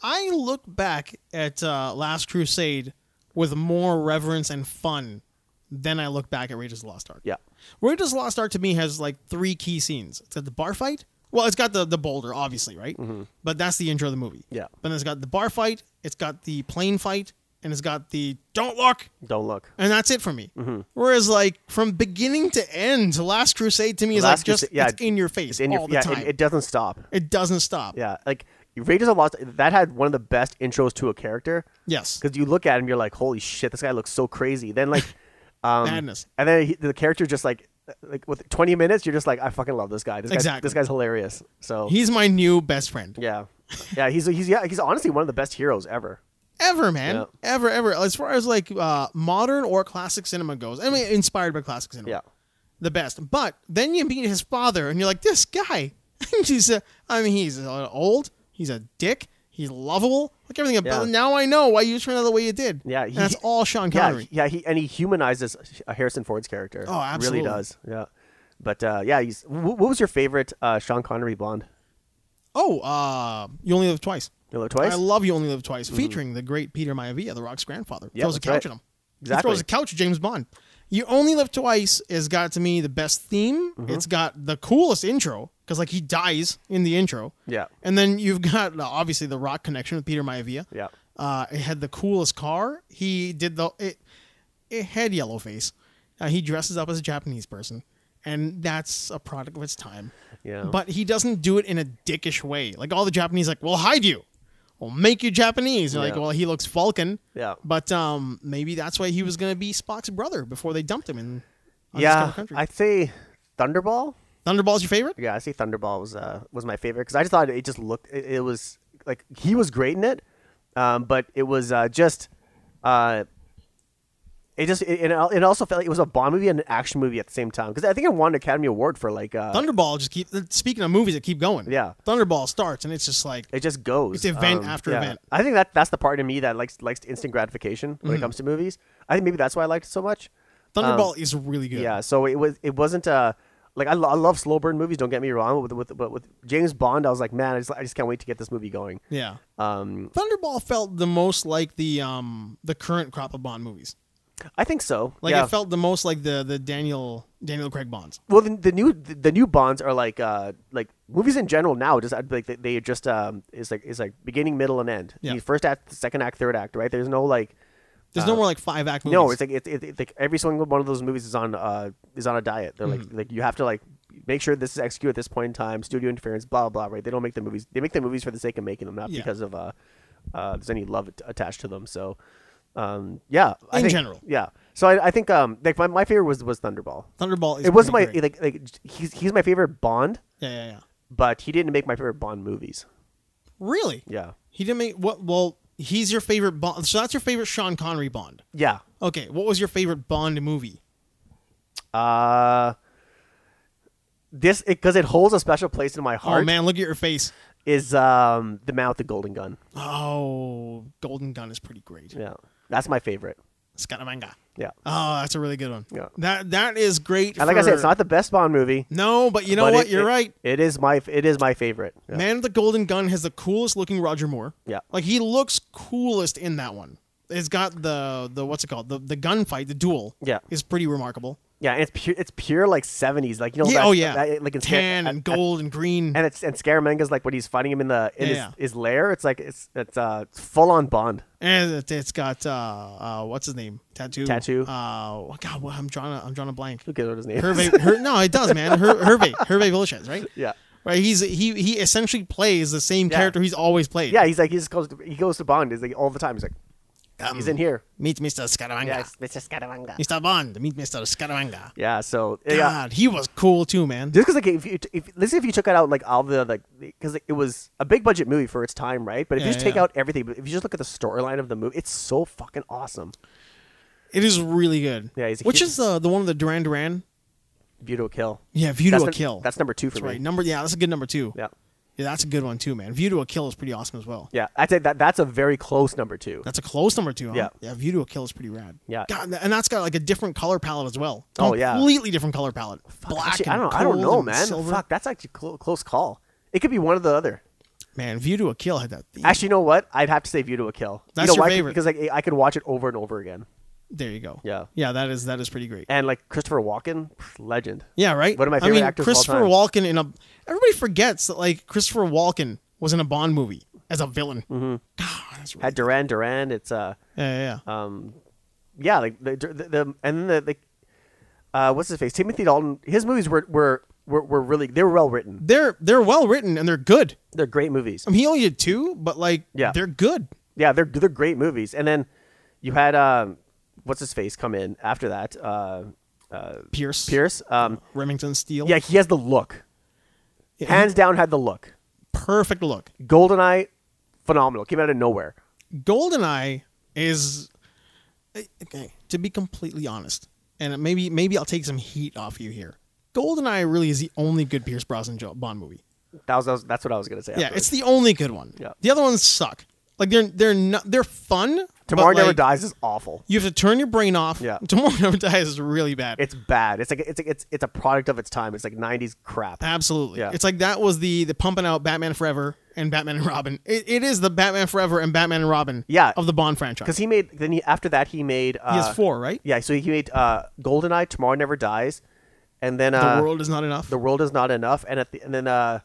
[SPEAKER 2] I look back at uh, Last Crusade with more reverence and fun than I look back at Raiders of the Lost Ark.
[SPEAKER 1] yeah
[SPEAKER 2] Raiders of the Lost Ark to me has like three key scenes. It's got the bar fight. Well, it's got the the boulder, obviously, right? But that's the intro of the movie.
[SPEAKER 1] Mm-hmm. Yeah.
[SPEAKER 2] But then it's got the bar fight. It's got the plane fight, and it's got the don't look.
[SPEAKER 1] don't look
[SPEAKER 2] and that's it for me.
[SPEAKER 1] Mm-hmm.
[SPEAKER 2] Whereas, like from beginning to end, Last Crusade to me is
[SPEAKER 1] Last
[SPEAKER 2] like just
[SPEAKER 1] Crusade- yeah,
[SPEAKER 2] it's in your face
[SPEAKER 1] it's in
[SPEAKER 2] all
[SPEAKER 1] your
[SPEAKER 2] the
[SPEAKER 1] yeah
[SPEAKER 2] time.
[SPEAKER 1] It,
[SPEAKER 2] It,
[SPEAKER 1] it doesn't stop
[SPEAKER 2] doesn't stop.
[SPEAKER 1] Yeah, like Raiders of the Lost that had one of the best intros to a character
[SPEAKER 2] Yes,
[SPEAKER 1] because you look at him, you're like, holy shit, this guy looks so crazy. Then like, um,
[SPEAKER 2] madness.
[SPEAKER 1] and then he, the character just like, like with 20 minutes, you're just like, I fucking love this guy. This Guy,
[SPEAKER 2] Exactly.
[SPEAKER 1] this guy's hilarious. So
[SPEAKER 2] He's my new best friend
[SPEAKER 1] yeah, yeah, he's he's yeah, he's honestly one of the best heroes ever.
[SPEAKER 2] ever, man,
[SPEAKER 1] Yeah.
[SPEAKER 2] ever, ever. As far as like uh, modern or classic cinema goes, I mean, inspired by classic cinema,
[SPEAKER 1] Yeah,
[SPEAKER 2] the best. But then you meet his father, and you're like, this guy. he's a, I mean, he's uh, old. He's a dick. He's lovable. Like everything about.
[SPEAKER 1] Yeah.
[SPEAKER 2] Now I know why you turned out the way you did.
[SPEAKER 1] Yeah,
[SPEAKER 2] And
[SPEAKER 1] he-
[SPEAKER 2] that's all Sean
[SPEAKER 1] yeah,
[SPEAKER 2] Connery.
[SPEAKER 1] he- yeah. He and he humanizes Harrison Ford's character.
[SPEAKER 2] Oh, absolutely.
[SPEAKER 1] really does. Yeah, but uh, yeah, he's. wh- What was your favorite uh, Sean Connery Bond?
[SPEAKER 2] Oh, uh, you only live twice.
[SPEAKER 1] You know, twice.
[SPEAKER 2] I
[SPEAKER 1] Mm.
[SPEAKER 2] love You Only Live Twice, featuring the great Peter Maivia, The Rock's grandfather.
[SPEAKER 1] Yeah,
[SPEAKER 2] throws a
[SPEAKER 1] that's right.
[SPEAKER 2] couch at him. He
[SPEAKER 1] Exactly.
[SPEAKER 2] throws a couch at James Bond. You Only Live Twice has got to me the best theme.
[SPEAKER 1] Mm-hmm.
[SPEAKER 2] It's got the coolest intro because like he dies in the intro.
[SPEAKER 1] Yeah.
[SPEAKER 2] And then you've got uh, obviously the Rock connection with Peter Maivia.
[SPEAKER 1] Yeah.
[SPEAKER 2] Uh, it had the coolest car. He did the it. It had yellow face. Uh, he dresses up as a Japanese person, and that's a product of its time.
[SPEAKER 1] Yeah.
[SPEAKER 2] But he doesn't do it in a dickish way. Like all the Japanese, like we'll hide you, we'll make you Japanese. You're Like
[SPEAKER 1] Yeah.
[SPEAKER 2] well, he looks Vulcan.
[SPEAKER 1] Yeah.
[SPEAKER 2] But um, maybe that's why he was gonna be Spock's brother before they dumped him in.
[SPEAKER 1] yeah,
[SPEAKER 2] Undiscovered Country.
[SPEAKER 1] I'd say Thunderball.
[SPEAKER 2] Thunderball's your favorite?
[SPEAKER 1] Yeah, I see Thunderball was uh, was my favorite because I just thought it just looked it, it was like he was great in it, um, but it was uh, just uh, It just it, it al- it also felt like it was a Bond movie and an action movie at the same time because I think it won an Academy Award for like uh,
[SPEAKER 2] Thunderball just keep speaking of movies that keep going.
[SPEAKER 1] Yeah.
[SPEAKER 2] Thunderball starts and it's just like
[SPEAKER 1] it just goes. um,
[SPEAKER 2] It's event after event.
[SPEAKER 1] I think that that's the part of me that likes likes instant gratification
[SPEAKER 2] Mm-hmm.
[SPEAKER 1] when it comes to movies. I think maybe that's why I liked it so much.
[SPEAKER 2] Thunderball is really good.
[SPEAKER 1] Um, Yeah, so it was it wasn't uh like I, lo- I love slow burn movies. Don't get me wrong, but with, with but with James Bond, I was like, man, I just I just can't wait to get this movie going.
[SPEAKER 2] Yeah.
[SPEAKER 1] Um,
[SPEAKER 2] Thunderball felt the most like the um the current crop of Bond movies.
[SPEAKER 1] I think so.
[SPEAKER 2] Like
[SPEAKER 1] yeah.
[SPEAKER 2] it felt the most like the the Daniel Daniel Craig Bonds.
[SPEAKER 1] well, the, the new the, the new Bonds are like uh like movies in general now. Just like they, they just um is like is like beginning, middle, and end.
[SPEAKER 2] Yeah.
[SPEAKER 1] The first act, second act, third act. Right? There's no like
[SPEAKER 2] There's no more like five act movies.
[SPEAKER 1] Uh, No, it's like it's it, it, like every single one of those movies is on uh is on a diet. They're like
[SPEAKER 2] Mm-hmm.
[SPEAKER 1] like you have to like make sure this is executed at this point in time. Studio interference, blah blah. blah, Right? They don't make the movies. They make the movies for the sake of making them, not
[SPEAKER 2] Yeah.
[SPEAKER 1] because of uh, uh there's any love at- attached to them. So, um yeah, I
[SPEAKER 2] In
[SPEAKER 1] think-
[SPEAKER 2] general.
[SPEAKER 1] yeah. So I, I think um like my, my favorite was was Thunderball.
[SPEAKER 2] Thunderball is
[SPEAKER 1] It wasn't my
[SPEAKER 2] pretty great.
[SPEAKER 1] like like he's he's my favorite Bond,
[SPEAKER 2] Yeah, yeah, yeah.
[SPEAKER 1] but he didn't make my favorite Bond movies.
[SPEAKER 2] Really?
[SPEAKER 1] Yeah,
[SPEAKER 2] He didn't make what well he's your favorite Bond so that's your favorite Sean Connery Bond.
[SPEAKER 1] yeah.
[SPEAKER 2] Okay, what was your favorite Bond movie?
[SPEAKER 1] Uh, this because it, holds a special place in my heart.
[SPEAKER 2] Oh man, look at your face.
[SPEAKER 1] is um the man with the golden gun.
[SPEAKER 2] Oh, Golden Gun is pretty great.
[SPEAKER 1] Yeah, that's my favorite.
[SPEAKER 2] Scaramanga.
[SPEAKER 1] Yeah,
[SPEAKER 2] Oh, that's a really good one.
[SPEAKER 1] Yeah.
[SPEAKER 2] That that is great.
[SPEAKER 1] and like I
[SPEAKER 2] for-
[SPEAKER 1] said, it's not the best Bond movie.
[SPEAKER 2] No, but you know
[SPEAKER 1] but
[SPEAKER 2] what?
[SPEAKER 1] it-
[SPEAKER 2] You're
[SPEAKER 1] it-
[SPEAKER 2] right.
[SPEAKER 1] It is my it is my favorite. Yeah.
[SPEAKER 2] Man with the Golden Gun has the coolest looking Roger Moore.
[SPEAKER 1] Yeah.
[SPEAKER 2] Like he looks coolest in that one. It's got the the what's it called? The the gunfight, the duel.
[SPEAKER 1] Yeah.
[SPEAKER 2] Is pretty remarkable.
[SPEAKER 1] Yeah, and it's pure it's pure like seventies, like you know,
[SPEAKER 2] yeah,
[SPEAKER 1] that-
[SPEAKER 2] oh yeah.
[SPEAKER 1] that- like in Scar-
[SPEAKER 2] tan and gold and green.
[SPEAKER 1] and it's and Scaramanga's like when he's fighting him in the in
[SPEAKER 2] Yeah,
[SPEAKER 1] his,
[SPEAKER 2] yeah.
[SPEAKER 1] his lair. It's like it's it's uh full on Bond.
[SPEAKER 2] And it, it's got uh, uh what's his name? Tattoo.
[SPEAKER 1] Tattoo.
[SPEAKER 2] Uh oh, God, well, I'm drawing a, I'm drawing a blank.
[SPEAKER 1] Who cares what his name? is?
[SPEAKER 2] Hervé, Her, no, it does, man. Her, Hervé, Hervé Villachez, right?
[SPEAKER 1] Yeah,
[SPEAKER 2] Right. He's he he essentially plays the same
[SPEAKER 1] Yeah.
[SPEAKER 2] character he's always played.
[SPEAKER 1] yeah. He's like he's goes to, he goes to Bond. He's like all the time. He's like
[SPEAKER 2] Um,
[SPEAKER 1] he's in here.
[SPEAKER 2] Meet Mr. Scaramanga.
[SPEAKER 1] Yeah, it's, it's just Scaramanga.
[SPEAKER 2] Mr. Bond, meet Mr. Scaramanga.
[SPEAKER 1] Yeah, so yeah,
[SPEAKER 2] God, he was cool too, man.
[SPEAKER 1] just because like if you if, let's say if you took out like all the like because it was a big budget movie for its time right but if
[SPEAKER 2] Yeah,
[SPEAKER 1] you just take
[SPEAKER 2] yeah.
[SPEAKER 1] out everything but if you just look at the storyline of the movie it's so fucking awesome
[SPEAKER 2] It is really good.
[SPEAKER 1] Yeah, he's a
[SPEAKER 2] which
[SPEAKER 1] huge-
[SPEAKER 2] is uh, the the one with the Duran Duran.
[SPEAKER 1] view to a kill
[SPEAKER 2] Yeah, View
[SPEAKER 1] that's
[SPEAKER 2] to a
[SPEAKER 1] num-
[SPEAKER 2] Kill.
[SPEAKER 1] that's number two for
[SPEAKER 2] That's
[SPEAKER 1] me
[SPEAKER 2] right. Number yeah, that's a good number two.
[SPEAKER 1] yeah
[SPEAKER 2] Yeah, that's a good one too, man. View to a Kill is pretty awesome as well.
[SPEAKER 1] yeah I'd say that that's a very close number two
[SPEAKER 2] That's a close number two. Huh?
[SPEAKER 1] Yeah.
[SPEAKER 2] yeah. View to a Kill is pretty rad.
[SPEAKER 1] Yeah.
[SPEAKER 2] God, and that's got like a different color palette as well.
[SPEAKER 1] Oh, yeah.
[SPEAKER 2] completely different color palette. Black.
[SPEAKER 1] Actually,
[SPEAKER 2] and
[SPEAKER 1] I don't I don't
[SPEAKER 2] gold
[SPEAKER 1] know
[SPEAKER 2] and
[SPEAKER 1] man
[SPEAKER 2] Silver.
[SPEAKER 1] fuck that's actually cl- close call it could be one or the other
[SPEAKER 2] Man, View to a Kill had that. theme.
[SPEAKER 1] actually you know what I'd have to say view to a kill
[SPEAKER 2] That's
[SPEAKER 1] you know
[SPEAKER 2] your
[SPEAKER 1] why?
[SPEAKER 2] favorite.
[SPEAKER 1] because like I could watch it over and over again
[SPEAKER 2] there you go.
[SPEAKER 1] Yeah.
[SPEAKER 2] yeah, that is that is pretty great.
[SPEAKER 1] and like Christopher Walken pff, legend
[SPEAKER 2] Yeah, right.
[SPEAKER 1] One of my
[SPEAKER 2] I
[SPEAKER 1] favorite
[SPEAKER 2] mean,
[SPEAKER 1] actors of all
[SPEAKER 2] Christopher
[SPEAKER 1] time.
[SPEAKER 2] Walken in a. Everybody forgets that like Christopher Walken was in a Bond movie as a villain. Mm-hmm. God, that's
[SPEAKER 1] had
[SPEAKER 2] really,
[SPEAKER 1] Duran Duran it's uh
[SPEAKER 2] yeah, yeah, yeah.
[SPEAKER 1] um, yeah, like the, the, the and the, the uh, what's his face Timothy Dalton. His movies were were were, were really they were well written.
[SPEAKER 2] they're they're well written and they're good.
[SPEAKER 1] They're great movies.
[SPEAKER 2] I mean, he only did two, but like,
[SPEAKER 1] Yeah.
[SPEAKER 2] they're good.
[SPEAKER 1] Yeah, they're they're great movies. And then you had um, what's his face come in after that. Uh, uh,
[SPEAKER 2] Pierce,
[SPEAKER 1] Pierce. Um,
[SPEAKER 2] Remington Steele.
[SPEAKER 1] yeah, he has the look.
[SPEAKER 2] Yeah,
[SPEAKER 1] Hands down, had the look.
[SPEAKER 2] perfect look.
[SPEAKER 1] Goldeneye, phenomenal. Came out of nowhere.
[SPEAKER 2] Goldeneye is okay. To be completely honest, and maybe maybe I'll take some heat off you here. Goldeneye really is the only good Pierce Brosnan jo- Bond movie.
[SPEAKER 1] That was, that was that's what I was gonna say.
[SPEAKER 2] Yeah,
[SPEAKER 1] afterwards.
[SPEAKER 2] it's the only good one.
[SPEAKER 1] Yeah.
[SPEAKER 2] The other ones suck. Like they're they're not they're fun.
[SPEAKER 1] Tomorrow
[SPEAKER 2] but,
[SPEAKER 1] Never
[SPEAKER 2] like,
[SPEAKER 1] Dies is awful.
[SPEAKER 2] You have to turn your brain off.
[SPEAKER 1] Yeah.
[SPEAKER 2] Tomorrow Never Dies is really bad.
[SPEAKER 1] It's bad. It's like it's like, it's it's a product of its time. It's like '90s crap.
[SPEAKER 2] Absolutely.
[SPEAKER 1] Yeah.
[SPEAKER 2] It's like that was the the pumping out Batman Forever and Batman and Robin. It, it is the Batman Forever and Batman and Robin.
[SPEAKER 1] Yeah.
[SPEAKER 2] Of the Bond
[SPEAKER 1] Because
[SPEAKER 2] franchise.
[SPEAKER 1] he made then he after that he made uh,
[SPEAKER 2] He has four, right?
[SPEAKER 1] Yeah, so he made uh, Goldeneye, Tomorrow Never Dies, and then uh,
[SPEAKER 2] the world is not enough.
[SPEAKER 1] The World is not enough, and at the, and then uh,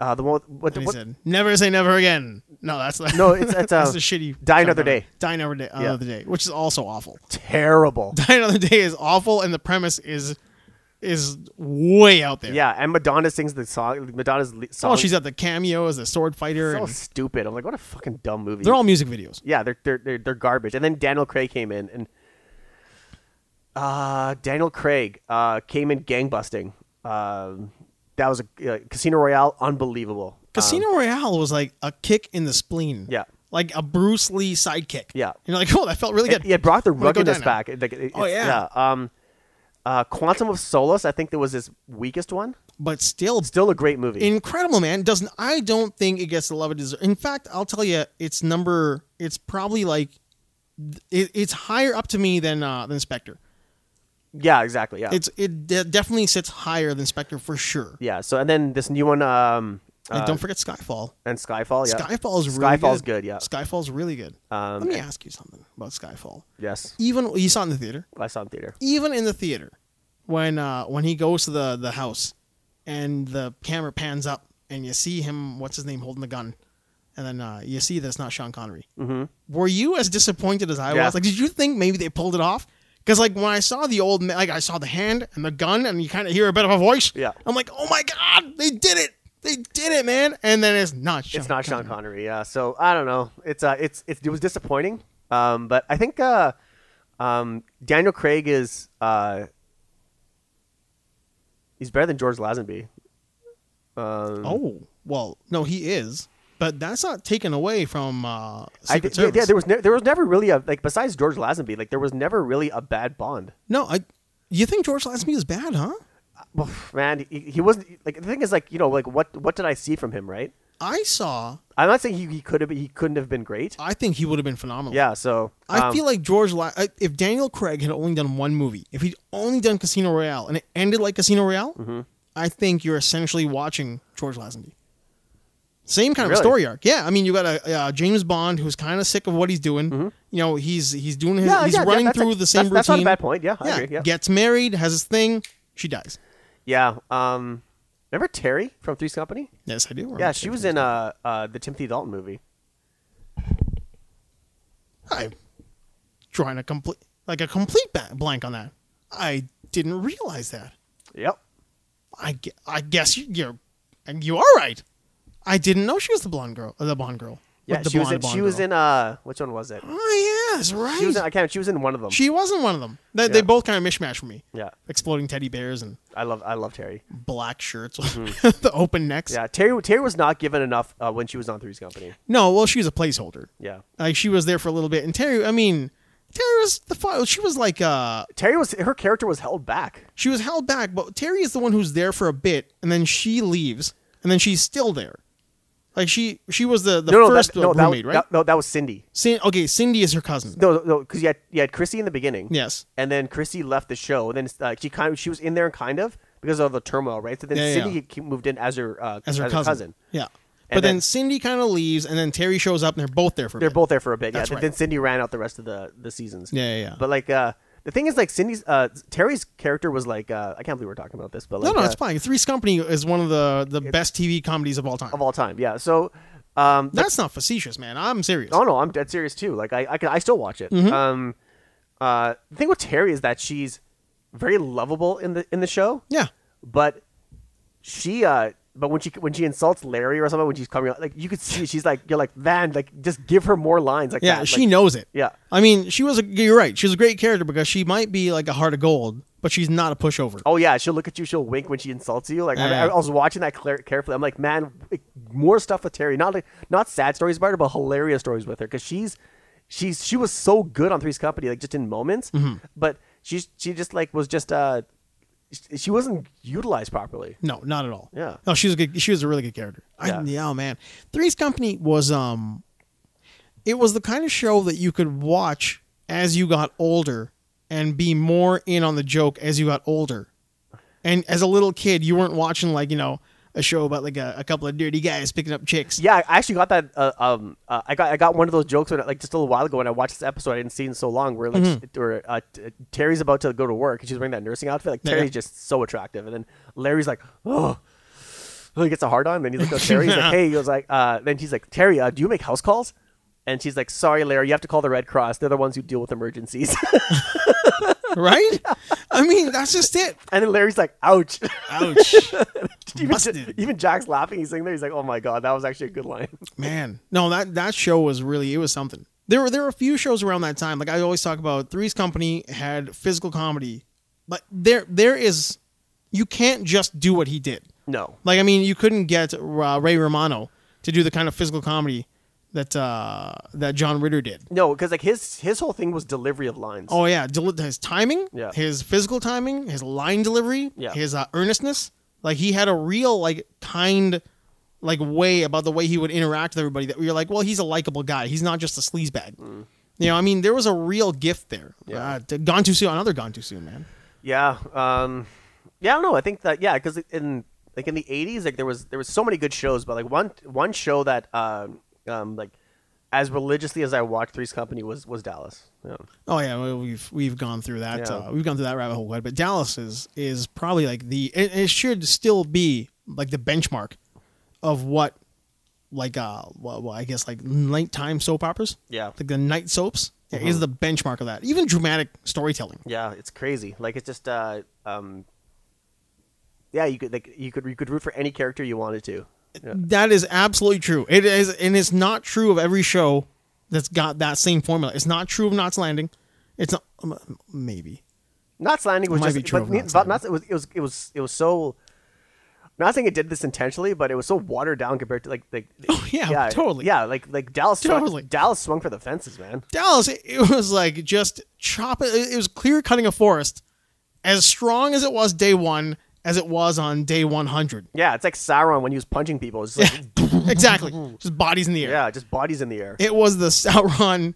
[SPEAKER 1] uh, the one with, what,
[SPEAKER 2] and he
[SPEAKER 1] what-
[SPEAKER 2] said, "Never say never again." No, that's the,
[SPEAKER 1] No, it's- it's,
[SPEAKER 2] that's
[SPEAKER 1] uh,
[SPEAKER 2] the shitty.
[SPEAKER 1] Die Another Day.
[SPEAKER 2] Die another day. Another day, which is also awful.
[SPEAKER 1] terrible.
[SPEAKER 2] Die another day is awful, and the premise is is way out there.
[SPEAKER 1] yeah, and Madonna sings the song. Madonna's le- song.
[SPEAKER 2] Oh, she's at the cameo as a sword fighter.
[SPEAKER 1] so Um,
[SPEAKER 2] and
[SPEAKER 1] stupid. I'm like, what a fucking dumb movie.
[SPEAKER 2] they're all music videos.
[SPEAKER 1] yeah, they're they're they're, they're garbage. And then Daniel Craig came in, and uh, Daniel Craig uh, came in gangbusting. Um that was a uh, Casino Royale, unbelievable. Um,
[SPEAKER 2] Casino Royale was like a kick in the spleen.
[SPEAKER 1] Yeah.
[SPEAKER 2] like a Bruce Lee sidekick.
[SPEAKER 1] Yeah.
[SPEAKER 2] And you're like, oh, that felt really
[SPEAKER 1] It,
[SPEAKER 2] good.
[SPEAKER 1] yeah, it brought the
[SPEAKER 2] gonna go
[SPEAKER 1] ruggedness
[SPEAKER 2] down now.
[SPEAKER 1] back. It- like, it-
[SPEAKER 2] Oh,
[SPEAKER 1] it's-
[SPEAKER 2] yeah.
[SPEAKER 1] Um, uh, Quantum of Solace, I think that was his weakest one.
[SPEAKER 2] But still,
[SPEAKER 1] Still a great movie.
[SPEAKER 2] incredible, man. Doesn't I don't think it gets the love it deserves. In fact, I'll tell you, it's number. It's probably like, th- it, it's higher up to me than uh, than Spectre.
[SPEAKER 1] yeah, exactly. Yeah.
[SPEAKER 2] It's it de- definitely sits higher than Spectre for sure.
[SPEAKER 1] yeah. So and then this new one, um,
[SPEAKER 2] And
[SPEAKER 1] uh,
[SPEAKER 2] don't forget Skyfall.
[SPEAKER 1] and Skyfall. Yeah.
[SPEAKER 2] Skyfall's really
[SPEAKER 1] Skyfall's
[SPEAKER 2] good.
[SPEAKER 1] good, yeah.
[SPEAKER 2] Skyfall's really good.
[SPEAKER 1] Um,
[SPEAKER 2] Let me ask you something about Skyfall.
[SPEAKER 1] yes,
[SPEAKER 2] Even you saw it in the theater.
[SPEAKER 1] I saw it in theater.
[SPEAKER 2] Even in the theater, when uh, when he goes to the the house, and the camera pans up, and you see him, what's his name, holding the gun, and then uh, you see that's not Sean Connery. Mm-hmm. Were you as disappointed as I
[SPEAKER 1] Yeah.
[SPEAKER 2] was? Like, did you think maybe they pulled it off? Because like when I saw the old, ma- like I saw the hand and the gun, and you kind of hear a bit of a voice.
[SPEAKER 1] Yeah.
[SPEAKER 2] I'm like, oh my god, they did it. They did it, man! And then it's not. Sean
[SPEAKER 1] It's not Sean Connery. Yeah. So I don't know. It's uh, it's, it's it was disappointing. Um, but I think uh, um, Daniel Craig is uh, he's better than George Lazenby. Um,
[SPEAKER 2] Oh well, no, he is, but that's not taken away from uh,
[SPEAKER 1] I,
[SPEAKER 2] Secret
[SPEAKER 1] yeah,
[SPEAKER 2] Service.
[SPEAKER 1] yeah, there was ne- there was never really a like besides George Lazenby, like there was never really a bad Bond.
[SPEAKER 2] no, I. You think George Lazenby is bad, huh?
[SPEAKER 1] Well, man, he, he wasn't like the thing is like you know like what what did I see from him, right?
[SPEAKER 2] I saw.
[SPEAKER 1] I'm not saying he, he could have he couldn't have been great.
[SPEAKER 2] I think he would have been phenomenal.
[SPEAKER 1] Yeah, so
[SPEAKER 2] I
[SPEAKER 1] um,
[SPEAKER 2] feel like George. La- I- if Daniel Craig had only done one movie, if he'd only done Casino Royale and it ended like Casino Royale,
[SPEAKER 1] Mm-hmm.
[SPEAKER 2] I think you're essentially watching George Lazenby. Same kind of
[SPEAKER 1] Really?
[SPEAKER 2] a story arc. Yeah, I mean, you got a uh, James Bond who's kind of sick of what he's doing. You know, he's he's doing his
[SPEAKER 1] Mm-hmm. yeah,
[SPEAKER 2] he's
[SPEAKER 1] yeah, yeah,
[SPEAKER 2] running
[SPEAKER 1] that's a-
[SPEAKER 2] through the same
[SPEAKER 1] that's, That's not a
[SPEAKER 2] routine.
[SPEAKER 1] bad point. Yeah, I
[SPEAKER 2] yeah,
[SPEAKER 1] agree. Yeah,
[SPEAKER 2] gets married, has his thing, she dies.
[SPEAKER 1] yeah. Um, remember Terry from Three's Company?
[SPEAKER 2] Yes, I do. remember
[SPEAKER 1] Yeah,
[SPEAKER 2] that
[SPEAKER 1] she
[SPEAKER 2] from
[SPEAKER 1] was
[SPEAKER 2] this
[SPEAKER 1] in uh, uh the Timothy Dalton movie.
[SPEAKER 2] movie. I'm drawing a complete, like a complete ba- blank on that. I didn't realize that.
[SPEAKER 1] Yep.
[SPEAKER 2] I, gue- I guess you, you're, and you are right. I didn't know she was the blonde girl, the blonde girl.
[SPEAKER 1] Yeah,
[SPEAKER 2] With the
[SPEAKER 1] she was
[SPEAKER 2] blonde
[SPEAKER 1] in.
[SPEAKER 2] Bond
[SPEAKER 1] She was
[SPEAKER 2] girl.
[SPEAKER 1] in. Uh, which one was it?
[SPEAKER 2] Oh yes, right.
[SPEAKER 1] She was. In, I can't. She was in one of them.
[SPEAKER 2] She wasn't one of them. They, they
[SPEAKER 1] Yeah.
[SPEAKER 2] both kind of mishmash for me.
[SPEAKER 1] yeah,
[SPEAKER 2] Exploding teddy bears and
[SPEAKER 1] I love. I love Terry.
[SPEAKER 2] black shirts, with the open necks.
[SPEAKER 1] Mm-hmm. Yeah, Terry. Terry was not given enough uh, when she was on Three's Company.
[SPEAKER 2] No, well, she was a placeholder.
[SPEAKER 1] Yeah,
[SPEAKER 2] Like she was there for a little bit, and Terry. I mean, Terry was the fi- she was like uh
[SPEAKER 1] Terry was. Her character was held back.
[SPEAKER 2] She was held back, but Terry is the one who's there for a bit, and then she leaves, and then she's still there. Like she, she was the the
[SPEAKER 1] no, no,
[SPEAKER 2] first
[SPEAKER 1] that, no,
[SPEAKER 2] uh,
[SPEAKER 1] that,
[SPEAKER 2] roommate, right?
[SPEAKER 1] that- no, that was Cindy.
[SPEAKER 2] Cin- okay, Cindy is her cousin.
[SPEAKER 1] No, no, because you had you had Chrissy in the beginning.
[SPEAKER 2] Yes,
[SPEAKER 1] and then Chrissy left the show. And then uh, she kind of she was in there kind of because of the turmoil, right? So then
[SPEAKER 2] Yeah, yeah,
[SPEAKER 1] Cindy
[SPEAKER 2] yeah.
[SPEAKER 1] ke- moved in as her uh,
[SPEAKER 2] as her cousin. Yeah, but then,
[SPEAKER 1] then-
[SPEAKER 2] Cindy kind of leaves, and then Terry shows up, and they're both there for. A
[SPEAKER 1] They're
[SPEAKER 2] bit.
[SPEAKER 1] both there for a bit, yeah.
[SPEAKER 2] That's
[SPEAKER 1] But
[SPEAKER 2] right.
[SPEAKER 1] Then Cindy ran out the rest of the the seasons.
[SPEAKER 2] Yeah, yeah, yeah.
[SPEAKER 1] But like uh, the thing is, like Cindy's uh, Terry's character was like uh, I can't believe we're talking about this, but
[SPEAKER 2] No,
[SPEAKER 1] like
[SPEAKER 2] no,
[SPEAKER 1] uh,
[SPEAKER 2] it's fine. Three's Company is one of the the best TV comedies of all time.
[SPEAKER 1] of all time, yeah. So um,
[SPEAKER 2] That's not facetious, man. I'm serious.
[SPEAKER 1] Oh no, I'm dead serious too. Like I, I, can, I still watch it.
[SPEAKER 2] Mm-hmm.
[SPEAKER 1] Um, uh, the thing with Terry is that she's very lovable in the in the show.
[SPEAKER 2] Yeah,
[SPEAKER 1] but she, uh, but when she when she insults Larry or something when she's coming out, like you could see she's like you're like Van, like just give her more lines like
[SPEAKER 2] yeah.
[SPEAKER 1] that.
[SPEAKER 2] she
[SPEAKER 1] like,
[SPEAKER 2] knows it.
[SPEAKER 1] Yeah.
[SPEAKER 2] I mean, she was. A, you're right. She was a great character because she might be like a heart of gold, but she's not a pushover.
[SPEAKER 1] Oh yeah, she'll look at you. She'll wink when she insults you. Like
[SPEAKER 2] Yeah.
[SPEAKER 1] I, I was watching that clear, carefully. I'm like, man, like, more stuff with Terry. Not like not sad stories about her, but hilarious stories with her because she's she's she was so good on Three's Company, like just in moments. But she's she just like was just uh sh- she wasn't utilized properly.
[SPEAKER 2] No, not at all.
[SPEAKER 1] Yeah.
[SPEAKER 2] No, she was a good. She was a really good character. I,
[SPEAKER 1] Yeah.
[SPEAKER 2] yeah, oh, man. Three's Company was um, it was the kind of show that you could watch as you got older and be more in on the joke as you got older. And as a little kid, you weren't watching like you know a show about like a, a couple of dirty guys picking up chicks.
[SPEAKER 1] Yeah, I actually got that. Uh, um, uh, I got I got one of those jokes when, like just a little while ago when I watched this episode I didn't see in so long where like sh-
[SPEAKER 2] Mm-hmm.
[SPEAKER 1] where uh, t- Terry's about to go to work and she's wearing that nursing outfit. Like
[SPEAKER 2] Yeah.
[SPEAKER 1] Terry's just so attractive, and then Larry's like, oh. He gets a hard on, and then he's like, oh, Terry. He's like, hey, he goes like, uh, then he's like, Terry, uh, do you make house calls? And she's like, sorry, Larry, you have to call the Red Cross. They're the ones who deal with emergencies.
[SPEAKER 2] Right? I mean, that's just it.
[SPEAKER 1] and then Larry's like, ouch.
[SPEAKER 2] Ouch,
[SPEAKER 1] even,
[SPEAKER 2] Busted.
[SPEAKER 1] even Jack's laughing. He's sitting there. He's like, oh my god, that was actually a good line.
[SPEAKER 2] man. No, that that show was really it was something. There were there were a few shows around that time. Like I always talk about, Three's Company had physical comedy, but there there is you can't just do what he did.
[SPEAKER 1] No,
[SPEAKER 2] Like I mean, you couldn't get uh, Ray Romano to do the kind of physical comedy that uh, that John Ritter did.
[SPEAKER 1] No, because like his his whole thing was delivery of lines.
[SPEAKER 2] Oh yeah, Del- his timing,
[SPEAKER 1] Yeah.
[SPEAKER 2] his physical timing, his line delivery,
[SPEAKER 1] Yeah.
[SPEAKER 2] his uh, earnestness. Like he had a real like kind like way about the way he would interact with everybody that we were like, well, he's a likable guy. He's not just a sleazebag. You know, I mean, there was a real gift there.
[SPEAKER 1] Mm. Yeah.
[SPEAKER 2] Uh, t- gone too soon. Another gone too soon, man.
[SPEAKER 1] Yeah. Um, yeah, I don't know. I think that yeah, because in like in the '80s, like there was there was so many good shows, but like one one show that um, um like as religiously as I watched Three's Company was was Dallas. Yeah.
[SPEAKER 2] Oh yeah, well, we've we've gone through that.
[SPEAKER 1] Yeah.
[SPEAKER 2] Uh, we've gone through that rabbit hole quite a bit. Dallas is is probably like the it, it should still be like the benchmark of what like uh well, well I guess like nighttime soap operas.
[SPEAKER 1] Yeah. Mm-hmm.
[SPEAKER 2] like the night soaps It is the benchmark of that. Even dramatic storytelling.
[SPEAKER 1] Yeah, it's crazy. Like it's just uh um yeah, you could like you could you could root for any character you wanted to. Yeah.
[SPEAKER 2] That is absolutely true. It is, and it's not true of every show that's got that same formula. It's not true of Knots Landing. It's not um, maybe.
[SPEAKER 1] Not Landing was
[SPEAKER 2] Might
[SPEAKER 1] just
[SPEAKER 2] be true
[SPEAKER 1] but,
[SPEAKER 2] of Knots
[SPEAKER 1] but
[SPEAKER 2] Landing.
[SPEAKER 1] Knots- it was it was it was it was so I'm not saying it did this intentionally, but it was so watered down compared to like like
[SPEAKER 2] Oh, yeah, totally.
[SPEAKER 1] Yeah, like like Dallas swung-
[SPEAKER 2] Totally.
[SPEAKER 1] Dallas swung for the fences, man.
[SPEAKER 2] Dallas, it- it was like just chop it. It was clear cutting a forest, as strong as it was day one, as it was on day one hundred.
[SPEAKER 1] Yeah, it's like Sauron when he was punching people. It's just like
[SPEAKER 2] exactly, just bodies in the air.
[SPEAKER 1] yeah, just bodies in the air.
[SPEAKER 2] It was the Sauron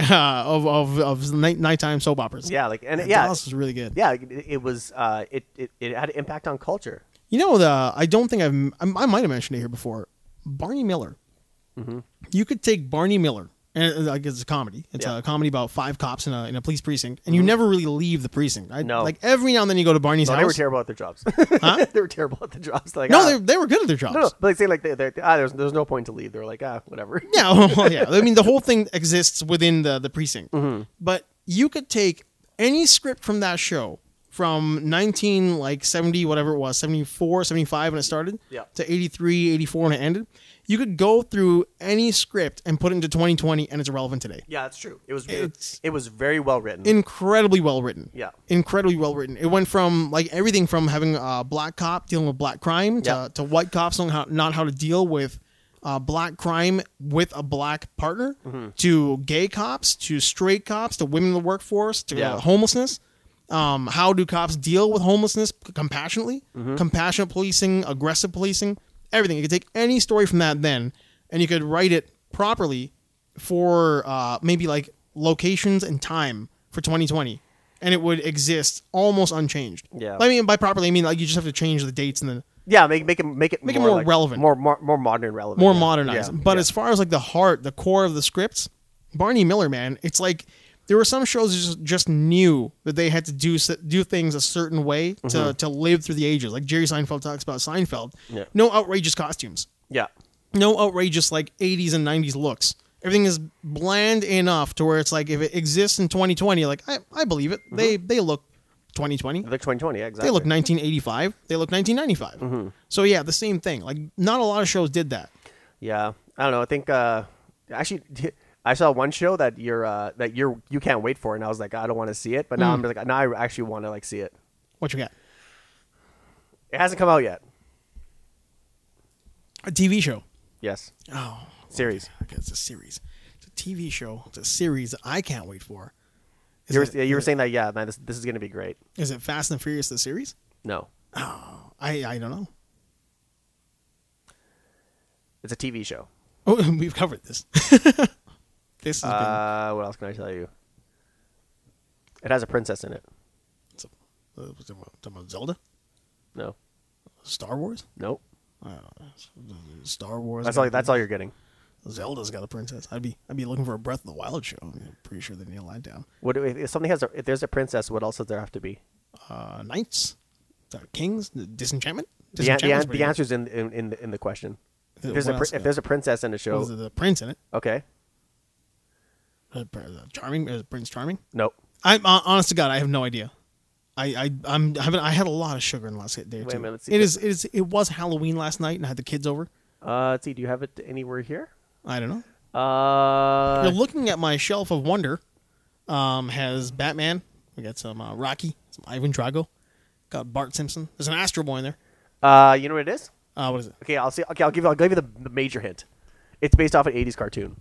[SPEAKER 2] uh, of of of night, nighttime soap operas.
[SPEAKER 1] yeah, like and yeah,
[SPEAKER 2] Dallas was really good.
[SPEAKER 1] yeah, it, it was uh it, it it had an impact on culture.
[SPEAKER 2] You know, the I don't think I've I, I might have mentioned it here before. Barney Miller.
[SPEAKER 1] Mm-hmm.
[SPEAKER 2] You could take Barney Miller, and uh, I guess it's a comedy. It's
[SPEAKER 1] Yeah. Mm-hmm.
[SPEAKER 2] a comedy about five cops in a, in a police precinct, and you never really leave the precinct. I,
[SPEAKER 1] No.
[SPEAKER 2] like every now and then you go to Barney's
[SPEAKER 1] No,
[SPEAKER 2] house.
[SPEAKER 1] they were terrible at their jobs. they were terrible at their jobs. Like
[SPEAKER 2] No,
[SPEAKER 1] ah,
[SPEAKER 2] they, they were good at their jobs.
[SPEAKER 1] No, no, but like saying like they, they, ah, there's there's no point to leave. They're like ah, whatever.
[SPEAKER 2] Yeah, well, yeah. I mean, the whole thing exists within the the precinct. But you could take any script from that show from 19 like 70 whatever it was 74 75 when it started
[SPEAKER 1] Yeah.
[SPEAKER 2] to 83 84 when it ended you could go through any script and put it into 2020 and it's relevant today
[SPEAKER 1] Yeah, that's true. It was
[SPEAKER 2] It's-
[SPEAKER 1] it, was very well written.
[SPEAKER 2] incredibly well written
[SPEAKER 1] Yeah.
[SPEAKER 2] incredibly well written it went from like everything from having a black cop dealing with black crime to,
[SPEAKER 1] Yeah.
[SPEAKER 2] to white cops on how, not how to deal with uh, black crime with a black partner
[SPEAKER 1] Mm-hmm.
[SPEAKER 2] to gay cops to straight cops to women in the workforce to uh,
[SPEAKER 1] Yeah.
[SPEAKER 2] homelessness um, how do cops deal with homelessness c- compassionately compassionate policing aggressive policing everything you could take any story from that then and you could write it properly for uh, maybe like locations and time for 2020 and it would exist almost unchanged
[SPEAKER 1] Yeah.
[SPEAKER 2] i mean by properly i mean like you just have to change the dates and the
[SPEAKER 1] yeah, make make it make it
[SPEAKER 2] Make it
[SPEAKER 1] more,
[SPEAKER 2] more
[SPEAKER 1] like,
[SPEAKER 2] relevant.
[SPEAKER 1] more, more more modern and relevant,
[SPEAKER 2] more
[SPEAKER 1] yeah.
[SPEAKER 2] modernized.
[SPEAKER 1] Yeah,
[SPEAKER 2] But
[SPEAKER 1] yeah.
[SPEAKER 2] as far as like the heart, the core of the scripts, Barney Miller, man, it's like there were some shows that just, just knew that they had to do s- do things a certain way to to live through the ages. Like Jerry Seinfeld talks about Seinfeld,
[SPEAKER 1] Mm-hmm. Yeah.
[SPEAKER 2] no outrageous costumes,
[SPEAKER 1] yeah,
[SPEAKER 2] no outrageous like 80s and 90s looks. Everything is bland enough to where it's like if it exists in 2020, like I, I believe it. They they look 2020.
[SPEAKER 1] like 2020, yeah, Mm-hmm. exactly.
[SPEAKER 2] They look
[SPEAKER 1] Mm-hmm.
[SPEAKER 2] 1985. They look 1995. So yeah, the same thing. Like not a lot of shows did that.
[SPEAKER 1] yeah, I don't know. I think uh, actually. I saw one show that you're uh, that you're you can't wait for, and I was like, I don't want to see it.
[SPEAKER 2] Hmm.
[SPEAKER 1] But now I'm like, now I actually want to like see it.
[SPEAKER 2] What you got?
[SPEAKER 1] It hasn't come out yet.
[SPEAKER 2] A TV show.
[SPEAKER 1] Yes,
[SPEAKER 2] Oh,
[SPEAKER 1] series.
[SPEAKER 2] okay, it's a series. It's a TV show. It's a series that I can't wait for. Is
[SPEAKER 1] You were,
[SPEAKER 2] it,
[SPEAKER 1] yeah, you were saying that, yeah, man, this this is gonna be great.
[SPEAKER 2] is it Fast and Furious the series?
[SPEAKER 1] No, Oh.
[SPEAKER 2] I I don't know.
[SPEAKER 1] it's a TV show.
[SPEAKER 2] Oh, we've covered this. this has
[SPEAKER 1] Uh, what else can I tell you? It has a princess in it.
[SPEAKER 2] been uh, was it about- talking about Zelda,
[SPEAKER 1] No,
[SPEAKER 2] Star Wars,
[SPEAKER 1] nope.
[SPEAKER 2] uh, Star Wars.
[SPEAKER 1] That's all. That's all you're getting.
[SPEAKER 2] Zelda's got a princess. I'd be I'd be looking for a Breath of the Wild show. I'm pretty sure they nailed that down.
[SPEAKER 1] What if, if something has a, if there's a princess? What else does there have to be?
[SPEAKER 2] Uh, Knights, uh, Kings, Disenchantment.
[SPEAKER 1] The, an- the,
[SPEAKER 2] Disenchantment's
[SPEAKER 1] an-
[SPEAKER 2] pretty
[SPEAKER 1] the
[SPEAKER 2] good.
[SPEAKER 1] answer's in in in the, in the question.
[SPEAKER 2] Uh,
[SPEAKER 1] If there's,
[SPEAKER 2] what
[SPEAKER 1] a,
[SPEAKER 2] else
[SPEAKER 1] pri-
[SPEAKER 2] is
[SPEAKER 1] if there's a princess in a
[SPEAKER 2] There's
[SPEAKER 1] show,
[SPEAKER 2] the prince in it.
[SPEAKER 1] okay.
[SPEAKER 2] Uh, pr- uh, Charming, uh, Prince Charming.
[SPEAKER 1] Nope.
[SPEAKER 2] I'm uh, honest to God, I have no idea. I I I'm I, haven't, I had a lot of sugar in the last day.
[SPEAKER 1] Wait a
[SPEAKER 2] too.
[SPEAKER 1] minute, let's see.
[SPEAKER 2] It is it is it was Halloween last night, and I had the kids over.
[SPEAKER 1] Uh, let's see. Do you have it anywhere here?
[SPEAKER 2] I don't know.
[SPEAKER 1] Uh,
[SPEAKER 2] You're looking at my shelf of wonder. Um, has Batman? We got some uh, Rocky, some Ivan Drago, got Bart Simpson. There's an Astro Boy in there.
[SPEAKER 1] uh, you know what it is?
[SPEAKER 2] Uh, what is it?
[SPEAKER 1] Okay, I'll see. Okay, I'll give you. I'll give you the, the major hint. It's based off an '80s cartoon.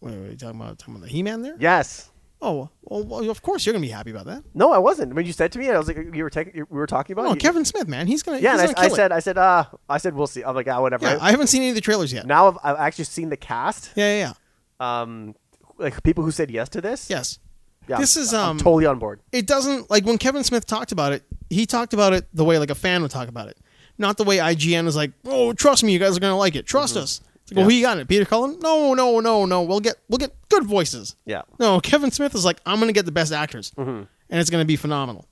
[SPEAKER 2] Wait, wait, you talking about talking about the He-Man there?
[SPEAKER 1] Yes.
[SPEAKER 2] Oh, well, well, of course you're gonna be happy about that.
[SPEAKER 1] No, I wasn't. When you said to me, I was like, you were tech- you- we were talking about.
[SPEAKER 2] No,
[SPEAKER 1] it.
[SPEAKER 2] Kevin Smith, man, he's gonna.
[SPEAKER 1] Yeah,
[SPEAKER 2] he's
[SPEAKER 1] and
[SPEAKER 2] gonna
[SPEAKER 1] I, I
[SPEAKER 2] kill it.
[SPEAKER 1] said, I said, uh, I said, we'll see. I'm like, ah, whatever.
[SPEAKER 2] Yeah, I haven't seen any of the trailers yet.
[SPEAKER 1] now I've, I've actually seen the cast.
[SPEAKER 2] Yeah, yeah, yeah.
[SPEAKER 1] Um, like people who said yes to this.
[SPEAKER 2] Yes.
[SPEAKER 1] Yeah,
[SPEAKER 2] This is,
[SPEAKER 1] I'm
[SPEAKER 2] um,
[SPEAKER 1] totally on board.
[SPEAKER 2] It doesn't like when Kevin Smith talked about it. He talked about it the way like a fan would talk about it, not the way IGN was like, "Oh, trust me, you guys are gonna like it. Trust us." It's like, well,
[SPEAKER 1] Yeah.
[SPEAKER 2] we got it. Peter Cullen? No, no, no, no. We'll get we'll get good voices.
[SPEAKER 1] Yeah.
[SPEAKER 2] No, Kevin Smith is like, I'm gonna get the best actors, and it's gonna be phenomenal.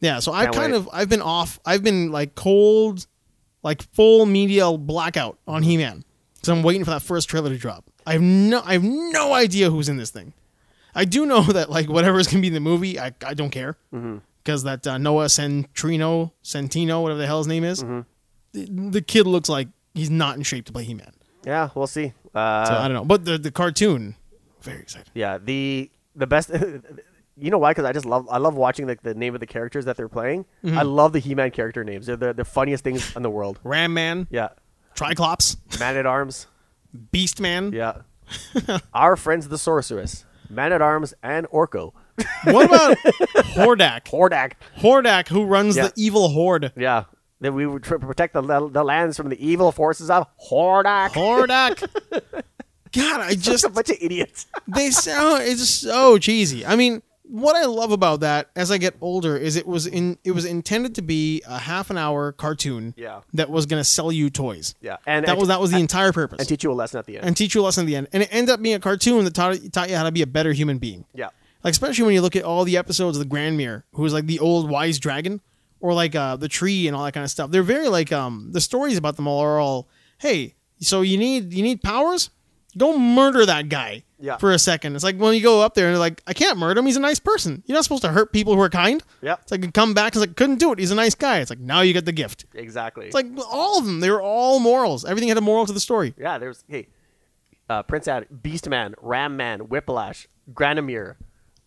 [SPEAKER 2] Yeah, so I
[SPEAKER 1] Mm-hmm. Can't
[SPEAKER 2] kind
[SPEAKER 1] wait.
[SPEAKER 2] of I've been off. I've been like cold, like full media blackout
[SPEAKER 1] Mm-hmm.
[SPEAKER 2] on He Man because I'm waiting for that first trailer to drop. I have no I have no idea who's in this thing. I do know that like whatever's gonna be in the movie, I I don't care
[SPEAKER 1] Mm-hmm.
[SPEAKER 2] because that uh, Noah Centrino Centino whatever the hell his name is,
[SPEAKER 1] Mm-hmm.
[SPEAKER 2] the, the kid looks like he's not in shape to play He Man.
[SPEAKER 1] Yeah, we'll see.
[SPEAKER 2] So
[SPEAKER 1] Uh,
[SPEAKER 2] I don't know, but the the cartoon, very excited.
[SPEAKER 1] yeah. The the best. you know why? Because I just love I love watching like the name of the characters that they're playing.
[SPEAKER 2] Mm-hmm.
[SPEAKER 1] I love the He-Man character names. They're the, the funniest things in the world.
[SPEAKER 2] Ram Man,
[SPEAKER 1] Yeah.
[SPEAKER 2] Triclops,
[SPEAKER 1] Man at Arms.
[SPEAKER 2] Beast Man.
[SPEAKER 1] Yeah. Our friends the Sorceress, Man at Arms, and Orko.
[SPEAKER 2] What about Hordak?
[SPEAKER 1] Hordak.
[SPEAKER 2] Hordak, who runs
[SPEAKER 1] Yeah.
[SPEAKER 2] the evil horde.
[SPEAKER 1] Yeah. That we would tr- protect the, the the lands from the evil forces of Hordak.
[SPEAKER 2] Hordak. God, I
[SPEAKER 1] just
[SPEAKER 2] just
[SPEAKER 1] a bunch of idiots.
[SPEAKER 2] they sound it's just so cheesy. I mean, what I love about that as I get older is it was in it was intended to be a half an hour cartoon
[SPEAKER 1] Yeah.
[SPEAKER 2] that was going to sell you toys.
[SPEAKER 1] Yeah, and
[SPEAKER 2] That
[SPEAKER 1] and,
[SPEAKER 2] was that was the entire purpose.
[SPEAKER 1] and teach you a lesson at the end.
[SPEAKER 2] and teach you a lesson at the end. And it ended up being a cartoon that taught, taught you how to be a better human being.
[SPEAKER 1] yeah,
[SPEAKER 2] Like especially when you look at all the episodes of the Grandmere, who was like the old wise dragon, or like uh, the tree and all that kind of stuff. They're very like um the stories about them all are all hey, so you need you need powers, go murder that guy
[SPEAKER 1] Yeah.
[SPEAKER 2] for a second. It's like when you go up there and they're like I can't murder him, he's a nice person. You're not supposed to hurt people who are kind.
[SPEAKER 1] Yeah.
[SPEAKER 2] It's like you come back, it's like couldn't do it, he's a nice guy. It's like now you get the gift.
[SPEAKER 1] exactly.
[SPEAKER 2] It's like all of them, they were all morals. Everything had a moral to the story.
[SPEAKER 1] yeah, there's hey, uh, Prince Adam, Beast Man, Ram Man, Whiplash, Granomir,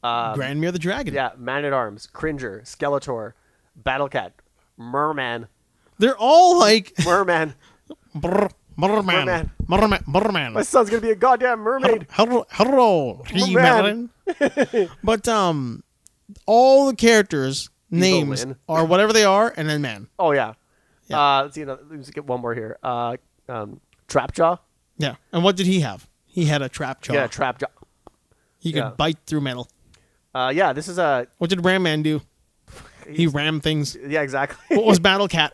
[SPEAKER 1] uh,
[SPEAKER 2] Grandmere the dragon.
[SPEAKER 1] yeah, Man at Arms, Cringer, Skeletor, Battlecat, Merman,
[SPEAKER 2] They're all like
[SPEAKER 1] Merman.
[SPEAKER 2] brr, merman,
[SPEAKER 1] Merman.
[SPEAKER 2] merman, merman.
[SPEAKER 1] My son's gonna be a goddamn mermaid.
[SPEAKER 2] Hello, hello, he
[SPEAKER 1] man.
[SPEAKER 2] man. but um, all the characters' names
[SPEAKER 1] Lin.
[SPEAKER 2] are whatever they are, and then man.
[SPEAKER 1] Oh yeah.
[SPEAKER 2] Yeah.
[SPEAKER 1] Uh, let's see. Another, let's get one more here. Uh, um, Trapjaw.
[SPEAKER 2] Yeah. And what did he have? He had a trap jaw.
[SPEAKER 1] Yeah, Trapjaw.
[SPEAKER 2] he could
[SPEAKER 1] yeah.
[SPEAKER 2] bite through metal.
[SPEAKER 1] Uh, yeah, this is a.
[SPEAKER 2] What did Ram Man do? He rammed things.
[SPEAKER 1] Yeah, exactly.
[SPEAKER 2] What was Battle Cat?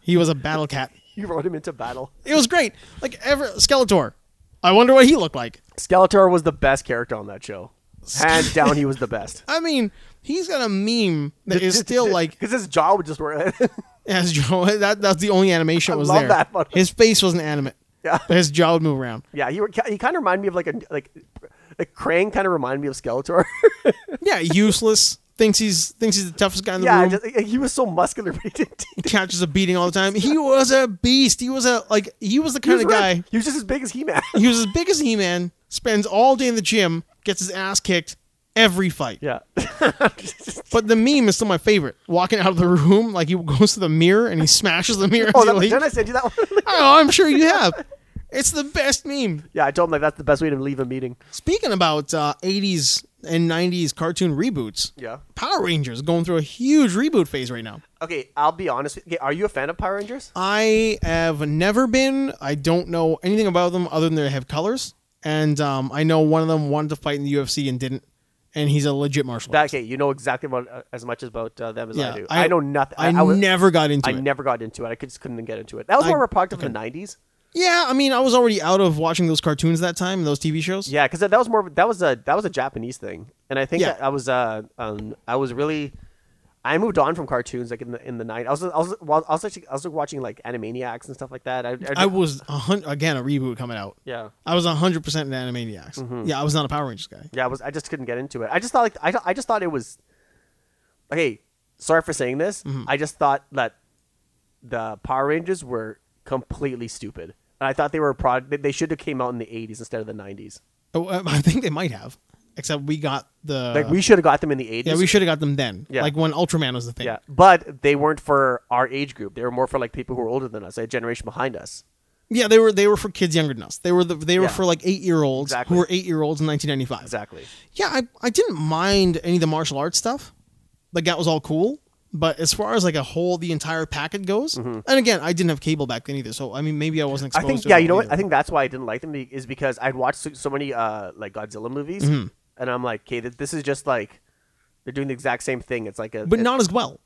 [SPEAKER 2] he was a Battle Cat.
[SPEAKER 1] you rode him into battle.
[SPEAKER 2] It was great. Like ever Skeletor. I wonder what he looked like.
[SPEAKER 1] Skeletor was the best character on that show. Hands down, he was the best.
[SPEAKER 2] I mean, he's got a meme that is still like
[SPEAKER 1] because his jaw would just work.
[SPEAKER 2] As Joe, that that's the only animation that was
[SPEAKER 1] love
[SPEAKER 2] there.
[SPEAKER 1] that one.
[SPEAKER 2] His face wasn't animate.
[SPEAKER 1] Yeah.
[SPEAKER 2] But his jaw would move around.
[SPEAKER 1] yeah, he were, he kind of reminded me of like a like like Krang kind of reminded me of Skeletor.
[SPEAKER 2] Yeah, useless. thinks he's thinks he's the toughest guy in the
[SPEAKER 1] yeah,
[SPEAKER 2] room.
[SPEAKER 1] just, he was so muscular. But he didn't, he
[SPEAKER 2] Catches a beating all the time. He was a beast. He was a like he was the kind
[SPEAKER 1] was
[SPEAKER 2] of guy.
[SPEAKER 1] ripped. He was just as big as He Man.
[SPEAKER 2] He was as big as He Man. Spends all day in the gym. Gets his ass kicked every fight.
[SPEAKER 1] yeah,
[SPEAKER 2] But the meme is still my favorite. Walking out of the room, like he goes to the mirror and he smashes the mirror.
[SPEAKER 1] oh,
[SPEAKER 2] as he
[SPEAKER 1] that,
[SPEAKER 2] leaves.
[SPEAKER 1] didn't I send you that one?
[SPEAKER 2] oh, I'm sure you have. It's the best meme.
[SPEAKER 1] yeah, I told him like that's the best way to leave a meeting.
[SPEAKER 2] Speaking about uh, 80s and 90s cartoon reboots,
[SPEAKER 1] Yeah.
[SPEAKER 2] Power Rangers going through a huge reboot phase right now.
[SPEAKER 1] Okay, I'll be honest. with- Okay, are you a fan of Power Rangers?
[SPEAKER 2] I have never been. I don't know anything about them other than they have colors, and um, I know one of them wanted to fight in the UFC and didn't, and he's a legit martial.
[SPEAKER 1] That,
[SPEAKER 2] artist.
[SPEAKER 1] okay, you know exactly about uh, as much about uh, them as I do.
[SPEAKER 2] I-
[SPEAKER 1] I, know nothing.
[SPEAKER 2] I,
[SPEAKER 1] was-
[SPEAKER 2] never got into
[SPEAKER 1] I
[SPEAKER 2] it.
[SPEAKER 1] never got into it. I could- just couldn't get into it. That was more of a product of the '90s.
[SPEAKER 2] yeah, I mean, I was already out of watching those cartoons that time, those TV shows.
[SPEAKER 1] Yeah, because that that was more of- that was a that was a Japanese thing, and I think
[SPEAKER 2] Yeah.
[SPEAKER 1] that I was uh um I was really I moved on from cartoons like in the in the night. I was I was well, I was actually I was watching like Animaniacs and stuff like that. I, I,
[SPEAKER 2] I was a hun- again a reboot coming out.
[SPEAKER 1] yeah
[SPEAKER 2] I was hundred percent in Animaniacs.
[SPEAKER 1] Mm-hmm.
[SPEAKER 2] Yeah, I was not a Power Rangers guy.
[SPEAKER 1] yeah I was I just couldn't get into it. I just thought like I I just thought it was okay. Sorry for saying this.
[SPEAKER 2] Mm-hmm.
[SPEAKER 1] I just thought that the Power Rangers were completely stupid, and I thought they were a product. They, they should have came out in the '80s instead of the '90s.
[SPEAKER 2] Oh, um, I think they might have, except we got the
[SPEAKER 1] Like we should have got them in the '80s.
[SPEAKER 2] Uh. Yeah, we should have got them then.
[SPEAKER 1] Yeah.
[SPEAKER 2] Like when Ultraman was the thing.
[SPEAKER 1] Yeah, but they weren't for our age group. They were more for like people who were older than us, a generation behind us.
[SPEAKER 2] Yeah, they were they were for kids younger than us. They were the, they were
[SPEAKER 1] Yeah.
[SPEAKER 2] for like eight year olds
[SPEAKER 1] Exactly.
[SPEAKER 2] who were eight year olds in 1995.
[SPEAKER 1] Exactly.
[SPEAKER 2] Yeah, I I didn't mind any of the martial arts stuff. Like that was all cool. But as far as like a whole the entire packet goes, and again, I didn't have cable back then either, so I mean maybe I wasn't
[SPEAKER 1] Mm-hmm. I
[SPEAKER 2] exposed.
[SPEAKER 1] think
[SPEAKER 2] to
[SPEAKER 1] yeah,
[SPEAKER 2] it
[SPEAKER 1] you know
[SPEAKER 2] all
[SPEAKER 1] what?
[SPEAKER 2] either.
[SPEAKER 1] I think that's why I didn't like them be- is because I'd watched so, so many uh like Godzilla movies,
[SPEAKER 2] Mm-hmm.
[SPEAKER 1] and I'm like, okay, th- this is just like they're doing the exact same thing. It's like a
[SPEAKER 2] but
[SPEAKER 1] it-
[SPEAKER 2] not as well.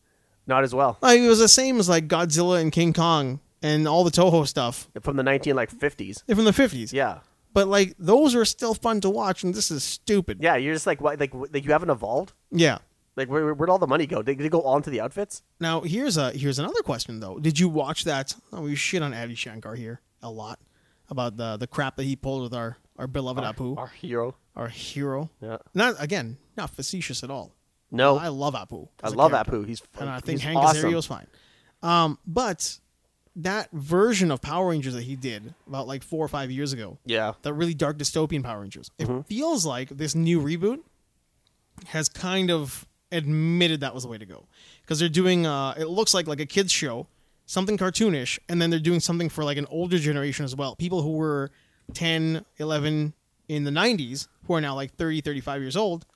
[SPEAKER 1] not as well
[SPEAKER 2] Like, it was the same as like Godzilla and King Kong and all the Toho stuff
[SPEAKER 1] from the 19 like 50s.
[SPEAKER 2] from the fifties.
[SPEAKER 1] Yeah,
[SPEAKER 2] But like those are still fun to watch, and this is stupid.
[SPEAKER 1] yeah. You're just like why like w- like you haven't evolved.
[SPEAKER 2] Yeah.
[SPEAKER 1] Like where where- where'd all the money go? Did, did it go all into the outfits?
[SPEAKER 2] Now here's a here's another question though. Did you watch that? Oh, we shit on Adi Shankar here a lot about the the crap that he pulled with our our beloved Apu,
[SPEAKER 1] Our hero.
[SPEAKER 2] our hero.
[SPEAKER 1] Yeah.
[SPEAKER 2] Not again, not facetious at all.
[SPEAKER 1] No,
[SPEAKER 2] I
[SPEAKER 1] I,
[SPEAKER 2] love Apu. as a
[SPEAKER 1] love
[SPEAKER 2] character,
[SPEAKER 1] Apu. He's
[SPEAKER 2] and I think
[SPEAKER 1] he's
[SPEAKER 2] Hank
[SPEAKER 1] awesome.
[SPEAKER 2] Azario's fine. Um, but that version of Power Rangers that he did about like four or five years ago,
[SPEAKER 1] Yeah,
[SPEAKER 2] the really dark dystopian Power Rangers. It
[SPEAKER 1] Mm-hmm.
[SPEAKER 2] feels like this new reboot has kind of admitted that was the way to go because they're doing. Uh, it looks like like a kids show, something cartoonish, and then they're doing something for like an older generation as well. People who were 10, 11 in the 90s who are now like 30, 35 years old.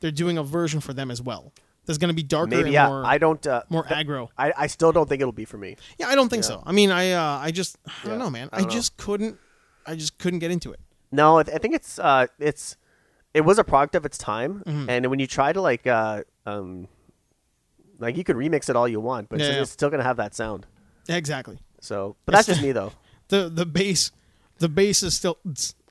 [SPEAKER 2] They're doing a version for them as well. That's going to be darker
[SPEAKER 1] maybe.
[SPEAKER 2] and
[SPEAKER 1] Yeah,
[SPEAKER 2] more
[SPEAKER 1] I don't. Uh,
[SPEAKER 2] more aggro.
[SPEAKER 1] I I still don't think it'll be for me.
[SPEAKER 2] Yeah, I don't think so. I mean, I uh, I just I
[SPEAKER 1] Yeah,
[SPEAKER 2] don't know, man.
[SPEAKER 1] I
[SPEAKER 2] I,
[SPEAKER 1] don't know.
[SPEAKER 2] just couldn't I just couldn't get into it.
[SPEAKER 1] No, I, th- I think it's uh, it's it was a product of its time,
[SPEAKER 2] Mm-hmm.
[SPEAKER 1] and when you try to like uh, um, like you could remix it all you want, but it's,
[SPEAKER 2] Yeah, yeah.
[SPEAKER 1] it's still gonna have that sound.
[SPEAKER 2] Exactly.
[SPEAKER 1] So, but that's
[SPEAKER 2] It's-
[SPEAKER 1] just me though.
[SPEAKER 2] the the bass the bass is still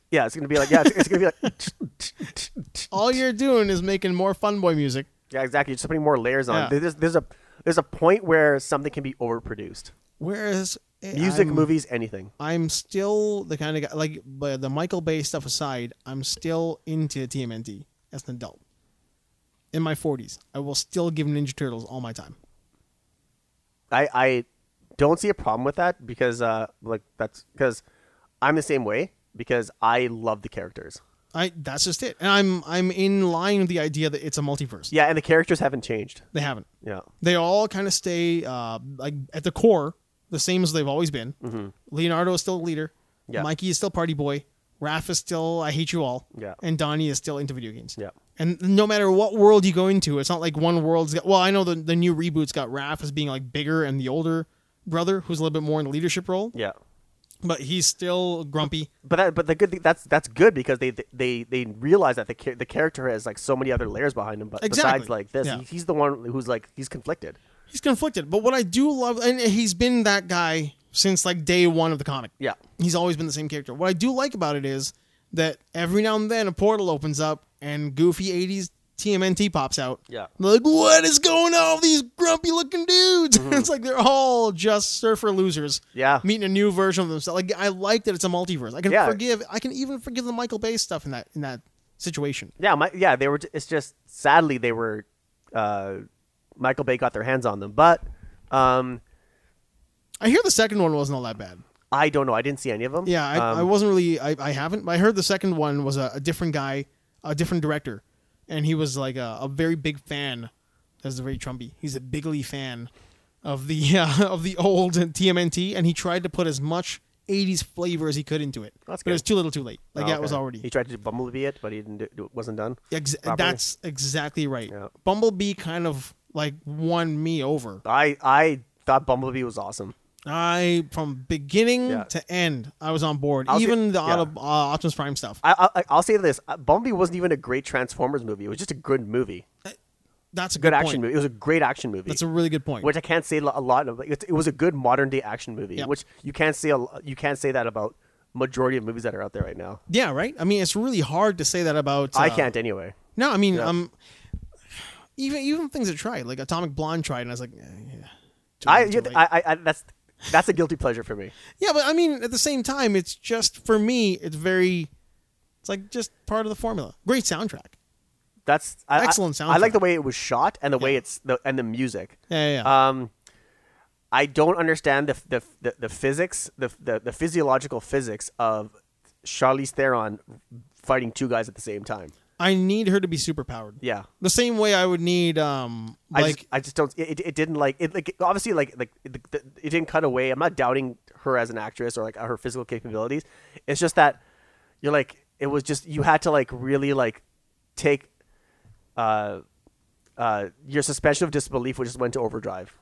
[SPEAKER 1] Yeah, it's gonna be like yeah, it's, it's gonna be like
[SPEAKER 2] all you're doing is making more fun boy music
[SPEAKER 1] yeah, exactly. Just putting more layers on.
[SPEAKER 2] Yeah.
[SPEAKER 1] There's there's a there's a point where something can be overproduced.
[SPEAKER 2] whereas eh,
[SPEAKER 1] Music,
[SPEAKER 2] I'm,
[SPEAKER 1] movies, anything.
[SPEAKER 2] i'm still the kind of guy like but the michael bay stuff aside i'm still into tmnt as an adult in my 40s i will still give ninja turtles all my time
[SPEAKER 1] I I don't see a problem with that because uh like that's because I'm the same way because I love the characters.
[SPEAKER 2] i that's just it and i'm i'm in line with the idea that it's a multiverse
[SPEAKER 1] Yeah, and the characters haven't changed.
[SPEAKER 2] they haven't
[SPEAKER 1] Yeah.
[SPEAKER 2] they all kind of stay uh, like at the core the same as they've always been. Leonardo is still a leader.
[SPEAKER 1] Mm-hmm. Yeah.
[SPEAKER 2] Mikey is still party boy. Raph is still I hate you all.
[SPEAKER 1] Yeah.
[SPEAKER 2] And Donnie is still into video games.
[SPEAKER 1] Yeah.
[SPEAKER 2] And no matter what world you go into, it's not like one world's got. Well, I know the the new reboots got Raph as being like bigger and the older brother who's a little bit more in the leadership role,
[SPEAKER 1] Yeah.
[SPEAKER 2] but he's still grumpy.
[SPEAKER 1] But that, but the good thing, that's that's good because they they they realize that the cha- the character has like so many other layers behind him. But
[SPEAKER 2] Exactly.
[SPEAKER 1] besides like this,
[SPEAKER 2] Yeah.
[SPEAKER 1] he- he's the one who's like he's conflicted.
[SPEAKER 2] He's conflicted. But what I do love, and he's been that guy since like day one of the comic.
[SPEAKER 1] Yeah.
[SPEAKER 2] he's always been the same character. What I do like about it is that every now and then a portal opens up and goofy 80s TMNT pops out.
[SPEAKER 1] Yeah.
[SPEAKER 2] Like, what is going on with these grumpy looking dudes? it's like they're all just surfer losers.
[SPEAKER 1] Mm-hmm. Yeah.
[SPEAKER 2] Meeting a new version of themselves. Like I like that it's a multiverse. I can
[SPEAKER 1] Yeah.
[SPEAKER 2] forgive I can even forgive the Michael Bay stuff in that in that situation.
[SPEAKER 1] Yeah. My, yeah. They were. j- It's just sadly they were. Uh, Michael Bay got their hands on them, but um,
[SPEAKER 2] I hear the second one wasn't all that bad.
[SPEAKER 1] I don't know. I didn't see any of them.
[SPEAKER 2] Yeah, I,
[SPEAKER 1] Um,
[SPEAKER 2] I wasn't really. I, I haven't. But I heard the second one was a, a different guy, a different director, and he was like a, a very big fan. That's very Trumpy. He's a bigly fan of the uh, of the old TMNT, and he tried to put as much '80s flavor as he could into it.
[SPEAKER 1] That's
[SPEAKER 2] but it was
[SPEAKER 1] good.
[SPEAKER 2] too little, too late. Like
[SPEAKER 1] Oh,
[SPEAKER 2] that was
[SPEAKER 1] okay.
[SPEAKER 2] already.
[SPEAKER 1] He tried to do Bumblebee it, but he didn't. Do, do- wasn't done.
[SPEAKER 2] Ex-
[SPEAKER 1] properly.
[SPEAKER 2] that's exactly right.
[SPEAKER 1] Yeah.
[SPEAKER 2] Bumblebee kind of like won me over.
[SPEAKER 1] I I thought Bumblebee was awesome.
[SPEAKER 2] I from beginning
[SPEAKER 1] Yeah.
[SPEAKER 2] to end, I was on board.
[SPEAKER 1] I'll see-
[SPEAKER 2] even the
[SPEAKER 1] yeah.
[SPEAKER 2] Auto, uh, Optimus Prime stuff.
[SPEAKER 1] I, I I'll say this: uh, Bumblebee wasn't even a great Transformers movie. It was just a good movie,
[SPEAKER 2] That's a good,
[SPEAKER 1] good action
[SPEAKER 2] point.
[SPEAKER 1] movie. It was a great action movie,
[SPEAKER 2] That's a really good point.
[SPEAKER 1] which I can't say lo- a lot of. It, it was a good modern day action movie,
[SPEAKER 2] Yep.
[SPEAKER 1] which you can't say a, lo- you can't say that about majority of movies that are out there right now.
[SPEAKER 2] Yeah, right. I mean, it's really hard to say that about. Uh,
[SPEAKER 1] I can't anyway.
[SPEAKER 2] No, I mean,
[SPEAKER 1] Yeah.
[SPEAKER 2] um, even even things that tried, like Atomic Blonde tried, and I was like, eh, yeah, Too
[SPEAKER 1] I,
[SPEAKER 2] late,
[SPEAKER 1] you-
[SPEAKER 2] too late.
[SPEAKER 1] I, I I that's that's a guilty pleasure for me.
[SPEAKER 2] yeah, but I mean, at the same time, it's just for me, it's very, it's like just part of the formula. Great soundtrack.
[SPEAKER 1] That's I, I-
[SPEAKER 2] Excellent
[SPEAKER 1] I like
[SPEAKER 2] soundtrack.
[SPEAKER 1] the way it was shot and the way
[SPEAKER 2] Yeah.
[SPEAKER 1] it's the and the music.
[SPEAKER 2] Yeah, yeah. yeah.
[SPEAKER 1] Um, I don't understand the the the, the physics, the, the the physiological physics of Charlize Theron fighting two guys at the same time.
[SPEAKER 2] I need her to be superpowered.
[SPEAKER 1] Yeah.
[SPEAKER 2] The same way I would need, um,
[SPEAKER 1] I
[SPEAKER 2] like
[SPEAKER 1] just, I just don't. It, it didn't like it. Like obviously, like like it, the- it didn't cut away. I'm not doubting her as an actress or like her physical capabilities. It's just that you're like it was just you had to like really like take uh uh your suspension of disbelief which just went to overdrive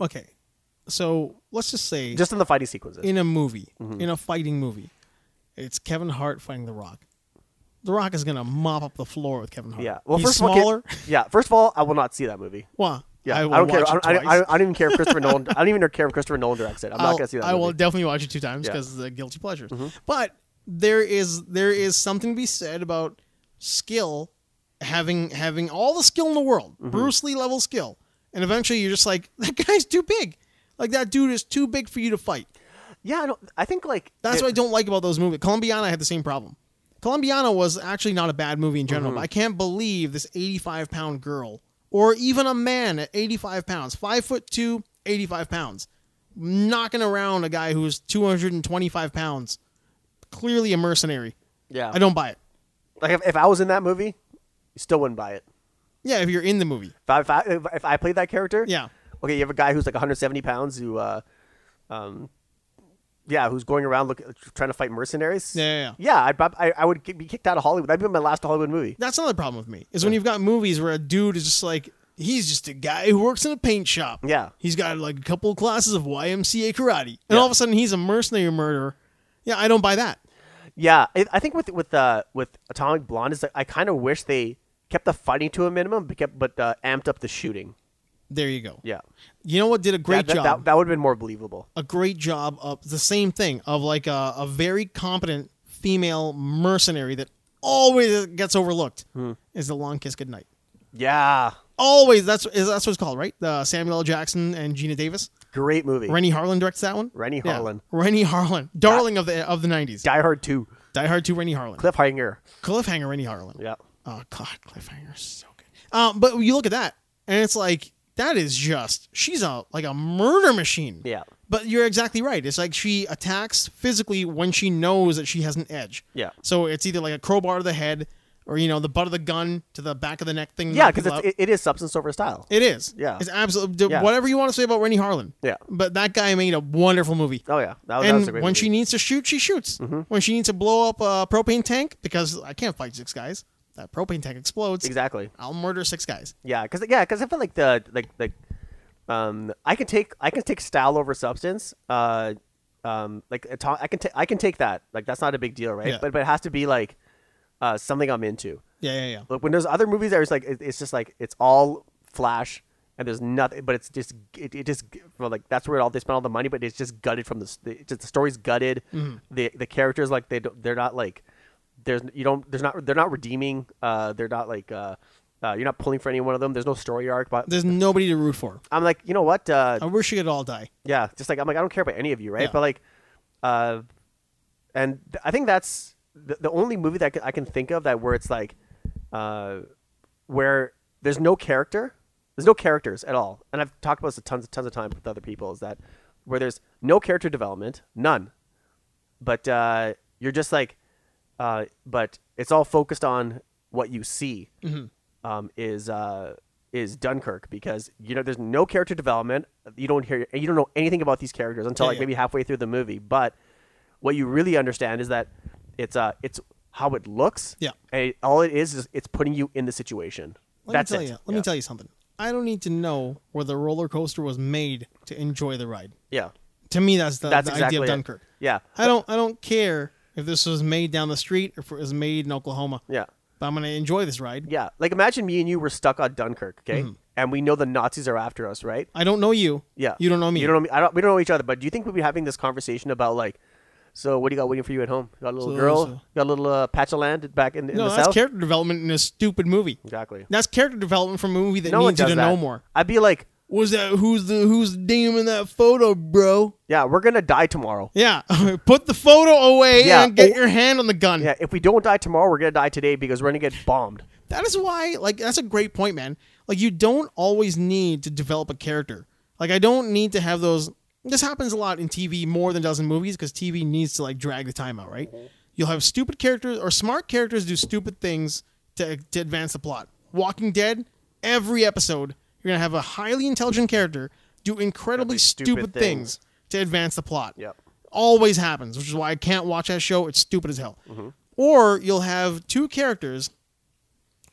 [SPEAKER 2] Okay, so let's just say
[SPEAKER 1] just in the fighting sequences.
[SPEAKER 2] in a movie,
[SPEAKER 1] Mm-hmm.
[SPEAKER 2] in a fighting movie, it's Kevin Hart fighting The Rock. The Rock is gonna mop up the floor with Kevin Hart.
[SPEAKER 1] yeah. Well,
[SPEAKER 2] He's
[SPEAKER 1] first
[SPEAKER 2] smaller.
[SPEAKER 1] Of all, yeah. First of all, I will not see that movie.
[SPEAKER 2] Why?
[SPEAKER 1] Yeah,
[SPEAKER 2] I,
[SPEAKER 1] I,
[SPEAKER 2] will
[SPEAKER 1] don't care.
[SPEAKER 2] watch it
[SPEAKER 1] I don't, I, don't,
[SPEAKER 2] twice.
[SPEAKER 1] I don't- I don't even care if Christopher Nolan. I don't even care if Christopher Nolan directs it. I'm
[SPEAKER 2] I'll-
[SPEAKER 1] not gonna see that.
[SPEAKER 2] I will
[SPEAKER 1] movie.
[SPEAKER 2] definitely watch it two times
[SPEAKER 1] Yeah. Mm-hmm.
[SPEAKER 2] because the guilty pleasures. But there is there is something to be said about skill, having having all the skill in the world,
[SPEAKER 1] Mm-hmm.
[SPEAKER 2] Bruce Lee level skill, and eventually you're just like that guy's too big, like that dude is too big for you to fight.
[SPEAKER 1] Yeah, I don't. I think like
[SPEAKER 2] That's
[SPEAKER 1] it-
[SPEAKER 2] what I don't like about those movies. Columbiana had the same problem. Columbiana was actually not a bad movie in
[SPEAKER 1] Mm-hmm.
[SPEAKER 2] general, but I can't believe this 85 pound girl or even a man at 85 pounds, five foot two, 85 pounds, knocking around a guy who's 225 pounds, clearly a mercenary.
[SPEAKER 1] Yeah,
[SPEAKER 2] I don't buy it.
[SPEAKER 1] like if, if I was in that movie, you still wouldn't buy it.
[SPEAKER 2] Yeah, if you're in the movie.
[SPEAKER 1] If I, if I if- if I played that character,
[SPEAKER 2] Yeah.
[SPEAKER 1] Okay, you have a guy who's like 170 pounds who, uh, um, yeah, who's going around look, trying to fight mercenaries.
[SPEAKER 2] Yeah, yeah, yeah.
[SPEAKER 1] yeah. I'd, prob- I I would get- be kicked out of Hollywood. That'd be my last Hollywood movie.
[SPEAKER 2] That's another problem with me is when you've got movies where a dude is just like he's just a guy who works in a paint shop.
[SPEAKER 1] Yeah.
[SPEAKER 2] he's got like a couple of classes of YMCA karate, and
[SPEAKER 1] Yeah.
[SPEAKER 2] all of a sudden he's a mercenary murderer. Yeah, I don't buy that.
[SPEAKER 1] Yeah, I, I think with with uh, with Atomic Blonde is like, I kind of wish they kept the fighting to a minimum, but kept but uh, amped up the shooting.
[SPEAKER 2] There you go.
[SPEAKER 1] Yeah,
[SPEAKER 2] You know what did a great
[SPEAKER 1] that, that,
[SPEAKER 2] job?
[SPEAKER 1] That, that would have been more believable.
[SPEAKER 2] a great job of the same thing of like a, a very competent female mercenary that always gets overlooked
[SPEAKER 1] Hmm.
[SPEAKER 2] is the long kiss goodnight.
[SPEAKER 1] Yeah,
[SPEAKER 2] Always that's is that's what it's called, right? The Samuel L. Jackson and Gina Davis.
[SPEAKER 1] great movie.
[SPEAKER 2] Rennie Harlan directs that one.
[SPEAKER 1] Rennie
[SPEAKER 2] Yeah.
[SPEAKER 1] Harlan.
[SPEAKER 2] Rennie Harlan, darling of the of the nineties.
[SPEAKER 1] Die Hard Two,
[SPEAKER 2] Die Hard Two. Rennie Harlan.
[SPEAKER 1] cliffhanger.
[SPEAKER 2] Cliffhanger. Rennie Harlan.
[SPEAKER 1] Yeah,
[SPEAKER 2] Oh God, cliffhanger is so good. Um, but you look at that, and it's like that is just she's a like a murder machine.
[SPEAKER 1] Yeah.
[SPEAKER 2] But you're exactly right. It's like she attacks physically when she knows that she has an edge.
[SPEAKER 1] Yeah.
[SPEAKER 2] So it's either like a crowbar to the head, or you know the butt of the gun to the back of the neck thing. to
[SPEAKER 1] yeah,
[SPEAKER 2] knock people
[SPEAKER 1] because
[SPEAKER 2] out.
[SPEAKER 1] it, it is substance over style.
[SPEAKER 2] it is.
[SPEAKER 1] Yeah.
[SPEAKER 2] It's absolutely
[SPEAKER 1] Yeah.
[SPEAKER 2] whatever you want to say about Rennie Harlan.
[SPEAKER 1] Yeah.
[SPEAKER 2] But that guy made a wonderful movie
[SPEAKER 1] oh yeah, that, was- that
[SPEAKER 2] and
[SPEAKER 1] was a great
[SPEAKER 2] when
[SPEAKER 1] movie. Mm-hmm.
[SPEAKER 2] she needs to shoot, she shoots. When she needs to blow up a propane tank, because I can't fight six guys, that propane tank explodes.
[SPEAKER 1] exactly.
[SPEAKER 2] I'll murder six guys.
[SPEAKER 1] Yeah, because yeah, because I feel like the like like um I can take I can take style over substance. Uh, um, like ato- I can ta- I can take that. Like that's not a big deal, right?
[SPEAKER 2] Yeah.
[SPEAKER 1] But but it has to be like uh something I'm into.
[SPEAKER 2] Yeah, yeah, yeah.
[SPEAKER 1] Like when there's other movies, I was like, it, it's just like it's all flash and there's nothing, but it's just it, it just well, like that's where all they spent all the money, but it's just gutted from the s- the, it's just, the story's gutted. The the characters like they don't, they're not like there's you don't there's not they're not redeeming. Uh, they're not like uh, uh, you're not pulling for any one of them. There's no story arc, but
[SPEAKER 2] There's nobody to root for.
[SPEAKER 1] I'm like you know what? Uh,
[SPEAKER 2] I wish we could all die.
[SPEAKER 1] yeah, just like I'm like I don't care about any of you, right?
[SPEAKER 2] Yeah.
[SPEAKER 1] But like, uh, and th- I think that's the, the only movie that I can, I can think of that where it's like, uh, where there's no character, there's no characters at all, and I've talked about this tons tons of times with other people is that where there's no character development, none, but uh, you're just like, uh, but it's all focused on what you see
[SPEAKER 2] Mm-hmm.
[SPEAKER 1] um, is uh, is Dunkirk because you know there's no character development. You don't hear you don't know anything about these characters until
[SPEAKER 2] Yeah,
[SPEAKER 1] like
[SPEAKER 2] yeah.
[SPEAKER 1] maybe halfway through the movie. But what you really understand is that it's uh it's how it looks.
[SPEAKER 2] Yeah.
[SPEAKER 1] and it- all it is is it's putting you in the situation.
[SPEAKER 2] Let
[SPEAKER 1] That's
[SPEAKER 2] me tell
[SPEAKER 1] it.
[SPEAKER 2] you. Let me
[SPEAKER 1] Yeah.
[SPEAKER 2] tell you something. I don't need to know where the roller coaster was made to enjoy the ride.
[SPEAKER 1] Yeah,
[SPEAKER 2] To me, that's the,
[SPEAKER 1] that's
[SPEAKER 2] the
[SPEAKER 1] exactly
[SPEAKER 2] idea of
[SPEAKER 1] it.
[SPEAKER 2] Dunkirk.
[SPEAKER 1] Yeah,
[SPEAKER 2] I don't. I don't care if this was made down the street or if it was made in Oklahoma.
[SPEAKER 1] yeah.
[SPEAKER 2] But I'm gonna enjoy this ride.
[SPEAKER 1] Yeah, like imagine me and you were stuck on Dunkirk, okay?
[SPEAKER 2] Mm-hmm.
[SPEAKER 1] And we know the Nazis are after us, right?
[SPEAKER 2] I don't know you.
[SPEAKER 1] Yeah.
[SPEAKER 2] You don't know me.
[SPEAKER 1] You don't know me. I don't, we don't know each other, but do you think we'd be having this conversation about like, so what do you got waiting for you at home? You got a little
[SPEAKER 2] So-
[SPEAKER 1] girl?
[SPEAKER 2] so-
[SPEAKER 1] Got a little uh, patch of land back in, in
[SPEAKER 2] no,
[SPEAKER 1] the
[SPEAKER 2] that's
[SPEAKER 1] south?
[SPEAKER 2] character development in a stupid movie.
[SPEAKER 1] exactly.
[SPEAKER 2] That's character development from a movie that
[SPEAKER 1] No one
[SPEAKER 2] needs you
[SPEAKER 1] does
[SPEAKER 2] to
[SPEAKER 1] that.
[SPEAKER 2] know more.
[SPEAKER 1] I'd be like,
[SPEAKER 2] Was that who's the who's the name in that photo, bro?
[SPEAKER 1] yeah, we're gonna die tomorrow.
[SPEAKER 2] Yeah, put the photo away
[SPEAKER 1] Yeah.
[SPEAKER 2] and get
[SPEAKER 1] Oh.
[SPEAKER 2] your hand on the gun.
[SPEAKER 1] Yeah, if we don't die tomorrow, we're gonna die today because we're gonna get bombed.
[SPEAKER 2] That is why, like, that's a great point, man. Like, you don't always need to develop a character. Like, I don't need to have those. This happens a lot in TV more than it does in movies because TV needs to like drag the time out,
[SPEAKER 1] Mm-hmm.
[SPEAKER 2] right? You'll have stupid characters or smart characters do stupid things to, to advance the plot. Walking Dead, every episode, you're gonna have a highly intelligently intelligent character do incredibly
[SPEAKER 1] Incredibly stupid
[SPEAKER 2] stupid, things. to advance the plot.
[SPEAKER 1] Yep.
[SPEAKER 2] Always happens, which is why I can't watch that show. It's stupid as hell.
[SPEAKER 1] Mm-hmm.
[SPEAKER 2] Or you'll have two characters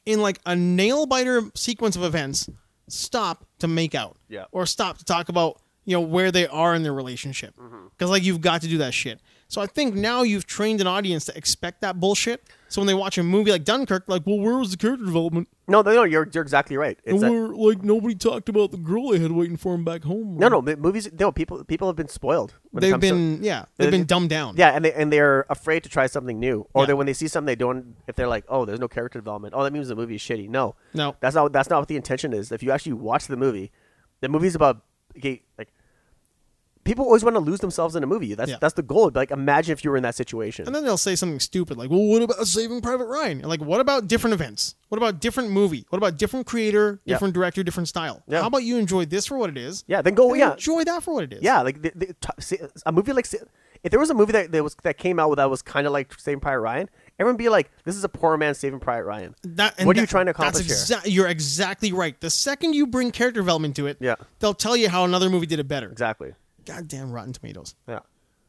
[SPEAKER 2] in like a nail biter sequence of events stop to make out
[SPEAKER 1] Yeah.
[SPEAKER 2] or stop to talk about you know where they are in their relationship because
[SPEAKER 1] Mm-hmm.
[SPEAKER 2] like you've got to do that shit so i think now you've trained an audience to expect that bullshit so when they watch a movie like dunkirk like well where was the character development
[SPEAKER 1] No, no, no, you're you're exactly right. It's
[SPEAKER 2] and
[SPEAKER 1] that-
[SPEAKER 2] where like nobody talked about the girl they had waiting for him back home
[SPEAKER 1] no, no, m- movies. No, people people have been spoiled. When it
[SPEAKER 2] they've
[SPEAKER 1] comes to-
[SPEAKER 2] been yeah they've been dumbed down
[SPEAKER 1] yeah, and they and they're afraid to try something new, or
[SPEAKER 2] Yeah.
[SPEAKER 1] they when they see something they don't. If they're like, oh, there's no character development. Oh, that means the movie is shitty. No,
[SPEAKER 2] No.
[SPEAKER 1] that's not that's not what the intention is. If you actually watch the movie, the movie's about okay, like people always want to lose themselves in a movie. That's
[SPEAKER 2] Yeah.
[SPEAKER 1] that's the goal. Like imagine if you were in that situation.
[SPEAKER 2] And then they'll say something stupid like, "Well, what about Saving Private Ryan?" And like, what about different events? What about different movie? What about different creator,
[SPEAKER 1] Yeah.
[SPEAKER 2] different director, different style?
[SPEAKER 1] Yeah.
[SPEAKER 2] How about you enjoy this for what it is?
[SPEAKER 1] yeah, then go.
[SPEAKER 2] and
[SPEAKER 1] Yeah,
[SPEAKER 2] enjoy that for what it is.
[SPEAKER 1] yeah, like the, the, t- see, a movie like see, if there was a movie that, that was that came out that was kind of like Saving Private Ryan, everyone would be like, this is a poor man Saving Private Ryan.
[SPEAKER 2] That, and
[SPEAKER 1] what are you
[SPEAKER 2] that-
[SPEAKER 1] trying to accomplish
[SPEAKER 2] that's
[SPEAKER 1] here?
[SPEAKER 2] exa- You're exactly right. The second you bring character development to it,
[SPEAKER 1] Yeah.
[SPEAKER 2] they'll tell you how another movie did it better.
[SPEAKER 1] Exactly.
[SPEAKER 2] Goddamn Rotten Tomatoes.
[SPEAKER 1] Yeah.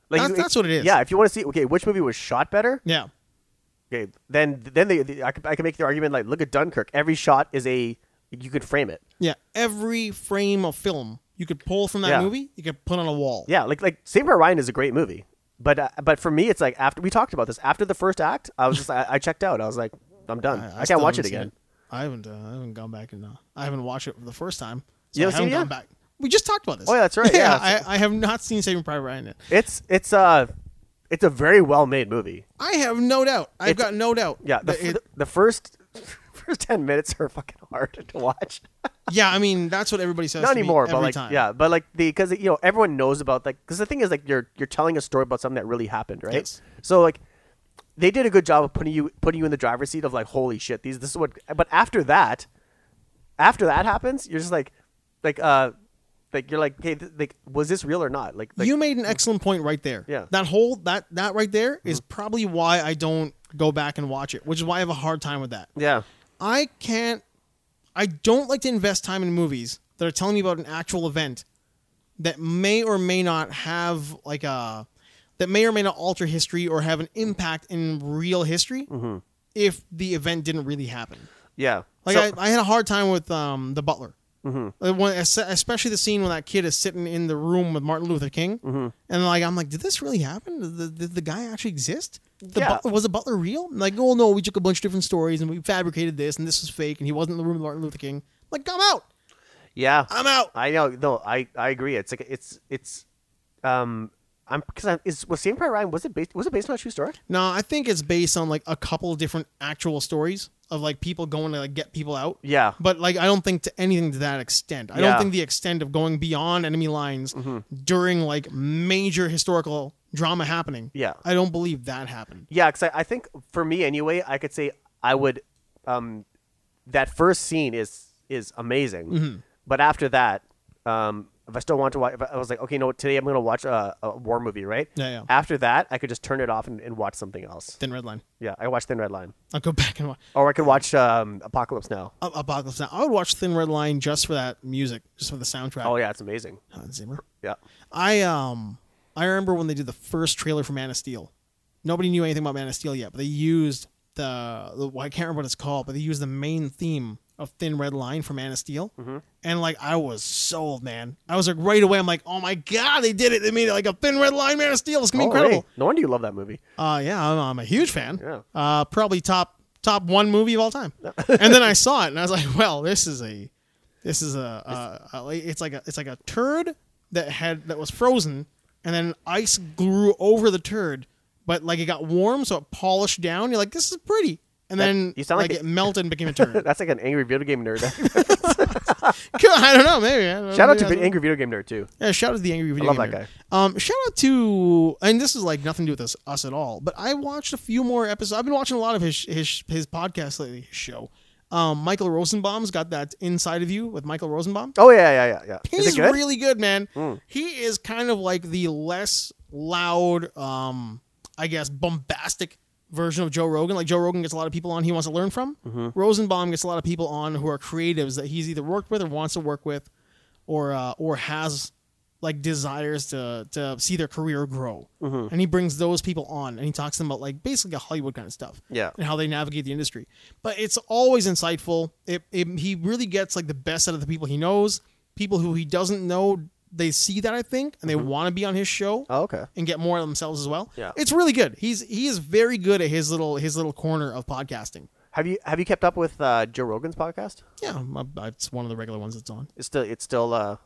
[SPEAKER 2] That's- that's what it is.
[SPEAKER 1] Yeah, if you want to see, okay, which movie was shot better?
[SPEAKER 2] Yeah,
[SPEAKER 1] Okay, then then they, they- I, could, I could make the argument like, look at Dunkirk. Every shot is a you could frame it.
[SPEAKER 2] yeah. Every frame of film you could pull from that
[SPEAKER 1] Yeah.
[SPEAKER 2] movie, you could put on a wall.
[SPEAKER 1] Yeah, like like Saving Private Ryan is a great movie, but uh, but for me, it's like after we talked about this after the first act, I was just I, I checked out. I was like, I'm done. I,
[SPEAKER 2] still
[SPEAKER 1] can't watch it
[SPEAKER 2] haven't seen
[SPEAKER 1] again.
[SPEAKER 2] I haven't. Uh, I haven't gone back and uh, I haven't watched it for the first time. So
[SPEAKER 1] You
[SPEAKER 2] I
[SPEAKER 1] haven't
[SPEAKER 2] haven't
[SPEAKER 1] seen it
[SPEAKER 2] gone
[SPEAKER 1] yet?
[SPEAKER 2] back. We just talked about this.
[SPEAKER 1] Oh, yeah, that's right.
[SPEAKER 2] yeah,
[SPEAKER 1] Yeah.
[SPEAKER 2] I, I have not seen Saving Private Ryan yet.
[SPEAKER 1] It's it's uh it's a very well made movie.
[SPEAKER 2] I have no doubt. I've
[SPEAKER 1] It's-
[SPEAKER 2] got no doubt.
[SPEAKER 1] Yeah, the,
[SPEAKER 2] that it-
[SPEAKER 1] the, the first first ten minutes are fucking hard to watch.
[SPEAKER 2] yeah. I mean, that's what everybody says.
[SPEAKER 1] Not
[SPEAKER 2] to me
[SPEAKER 1] anymore, but
[SPEAKER 2] every
[SPEAKER 1] like
[SPEAKER 2] time.
[SPEAKER 1] yeah, but like the because you know everyone knows about like because the thing is like you're you're telling a story about something that really happened, right?
[SPEAKER 2] Yes.
[SPEAKER 1] So like they did a good job of putting you putting you in the driver's seat of like holy shit these this is what but after that after that happens you're just like like uh like you're like hey th- like was this real or not like, like
[SPEAKER 2] you made an excellent point right there.
[SPEAKER 1] Yeah. Mm-hmm.
[SPEAKER 2] That whole that that right there is probably why I don't go back and watch it, which is why I have a hard time with that.
[SPEAKER 1] yeah
[SPEAKER 2] I can't. I don't like to invest time in movies that are telling me about an actual event that may or may not have like a that may or may not alter history or have an impact in real history if the event didn't really happen.
[SPEAKER 1] yeah
[SPEAKER 2] Like
[SPEAKER 1] So-
[SPEAKER 2] I, I had a hard time with um, the butler. Like, when- es- especially the scene when that kid is sitting in the room with Martin Luther King, and like I'm like, did this really happen? Did the, did the guy actually exist? The
[SPEAKER 1] Yeah.
[SPEAKER 2] butler, was the butler real? And like, oh no, we took a bunch of different stories and we fabricated this, and this was fake, and he wasn't in the room with Martin Luther King. Like, I'm out.
[SPEAKER 1] yeah
[SPEAKER 2] I'm out.
[SPEAKER 1] I know. No, I, I agree. It's like it's it's um I'm because I, is was Saving Private Ryan was it based was it based on a true story?
[SPEAKER 2] No, I think it's based on like a couple of different actual stories of like people going to like get people out.
[SPEAKER 1] Yeah.
[SPEAKER 2] But like I don't think to anything to that extent. I don't
[SPEAKER 1] Yeah. Mm-hmm.
[SPEAKER 2] think the extent of going beyond enemy lines during like major historical drama happening.
[SPEAKER 1] Yeah.
[SPEAKER 2] I don't believe that happened.
[SPEAKER 1] Yeah, because I, I think for me anyway, I could say I would um that first scene is is amazing, but after that, um, if I still want to watch, if I I was like, okay, no, today I'm gonna watch a, a war movie, right?
[SPEAKER 2] Yeah, yeah.
[SPEAKER 1] After that, I could just turn it off and, and watch something else.
[SPEAKER 2] Then red line.
[SPEAKER 1] Yeah, I watched Thin Red Line,
[SPEAKER 2] I'll go back and watch
[SPEAKER 1] or I could watch um, Apocalypse Now.
[SPEAKER 2] Ap- Apocalypse Now. I would watch Thin Red Line just for that music, just for the soundtrack.
[SPEAKER 1] Oh yeah, it's amazing.
[SPEAKER 2] Hans Zimmer.
[SPEAKER 1] Yeah,
[SPEAKER 2] I um I remember when they did the first trailer for Man of Steel. Nobody knew anything about Man of Steel yet, but they used the, the well, I can't remember what it's called, but they used the main theme of Thin Red Line for Man of Steel.
[SPEAKER 1] Mm-hmm.
[SPEAKER 2] And like I was sold, man. I was like right away. I'm like, oh my god, they did it! They made it like a Thin Red Line Man of Steel. It's gonna be
[SPEAKER 1] Oh, hey,
[SPEAKER 2] incredible.
[SPEAKER 1] no wonder you love that movie.
[SPEAKER 2] Uh, yeah, I'm, I'm a huge fan.
[SPEAKER 1] Yeah.
[SPEAKER 2] Uh, probably top top one movie of all time. and then I saw it and I was like, well, this is a this is a, uh a it's like a it's like a turd that had that was frozen and then ice grew over the turd, but like it got warm so it polished down. You're like, this is pretty. And then
[SPEAKER 1] you sound like
[SPEAKER 2] it
[SPEAKER 1] the-
[SPEAKER 2] melted and became a turd.
[SPEAKER 1] That's like an angry video game nerd.
[SPEAKER 2] I don't know, maybe. I don't know.
[SPEAKER 1] Shout out
[SPEAKER 2] Maybe that's
[SPEAKER 1] to Big
[SPEAKER 2] what-
[SPEAKER 1] Angry Video Game Nerd too.
[SPEAKER 2] Yeah, shout out to the angry video.
[SPEAKER 1] love
[SPEAKER 2] Game
[SPEAKER 1] that
[SPEAKER 2] Nerd. Um, shout out to, and this is like nothing to do with us, us at all. But I watched a few more episodes. I've been watching a lot of his his his podcast lately. His show. Um, Michael Rosenbaum's got that inside of you with Michael Rosenbaum.
[SPEAKER 1] Oh yeah, yeah, yeah, yeah.
[SPEAKER 2] He's
[SPEAKER 1] Is it good? Hmm.
[SPEAKER 2] really good, man. He is kind of like the less loud, um, I guess, bombastic version of Joe Rogan. Like Joe Rogan gets a lot of people on he wants to learn from.
[SPEAKER 1] Mm-hmm.
[SPEAKER 2] Rosenbaum gets a lot of people on who are creatives that he's either worked with or wants to work with, or uh, or has like desires to to see their career grow,
[SPEAKER 1] Mm-hmm.
[SPEAKER 2] and he brings those people on, and he talks to them about like basically Hollywood kind of stuff,
[SPEAKER 1] Yeah.
[SPEAKER 2] and how they navigate the industry. But it's always insightful. It, it he really gets like the best out of the people he knows, people who he doesn't know. They see that I think, and they want to be on his show
[SPEAKER 1] Oh, okay.
[SPEAKER 2] and get more of themselves as well.
[SPEAKER 1] Mm-hmm. Yeah.
[SPEAKER 2] it's really good. He's he is very good at his little his little corner of podcasting.
[SPEAKER 1] Have you have you kept up with uh, Joe Rogan's podcast?
[SPEAKER 2] Yeah, my- it's one of the regular ones that's on.
[SPEAKER 1] It's still it's still uh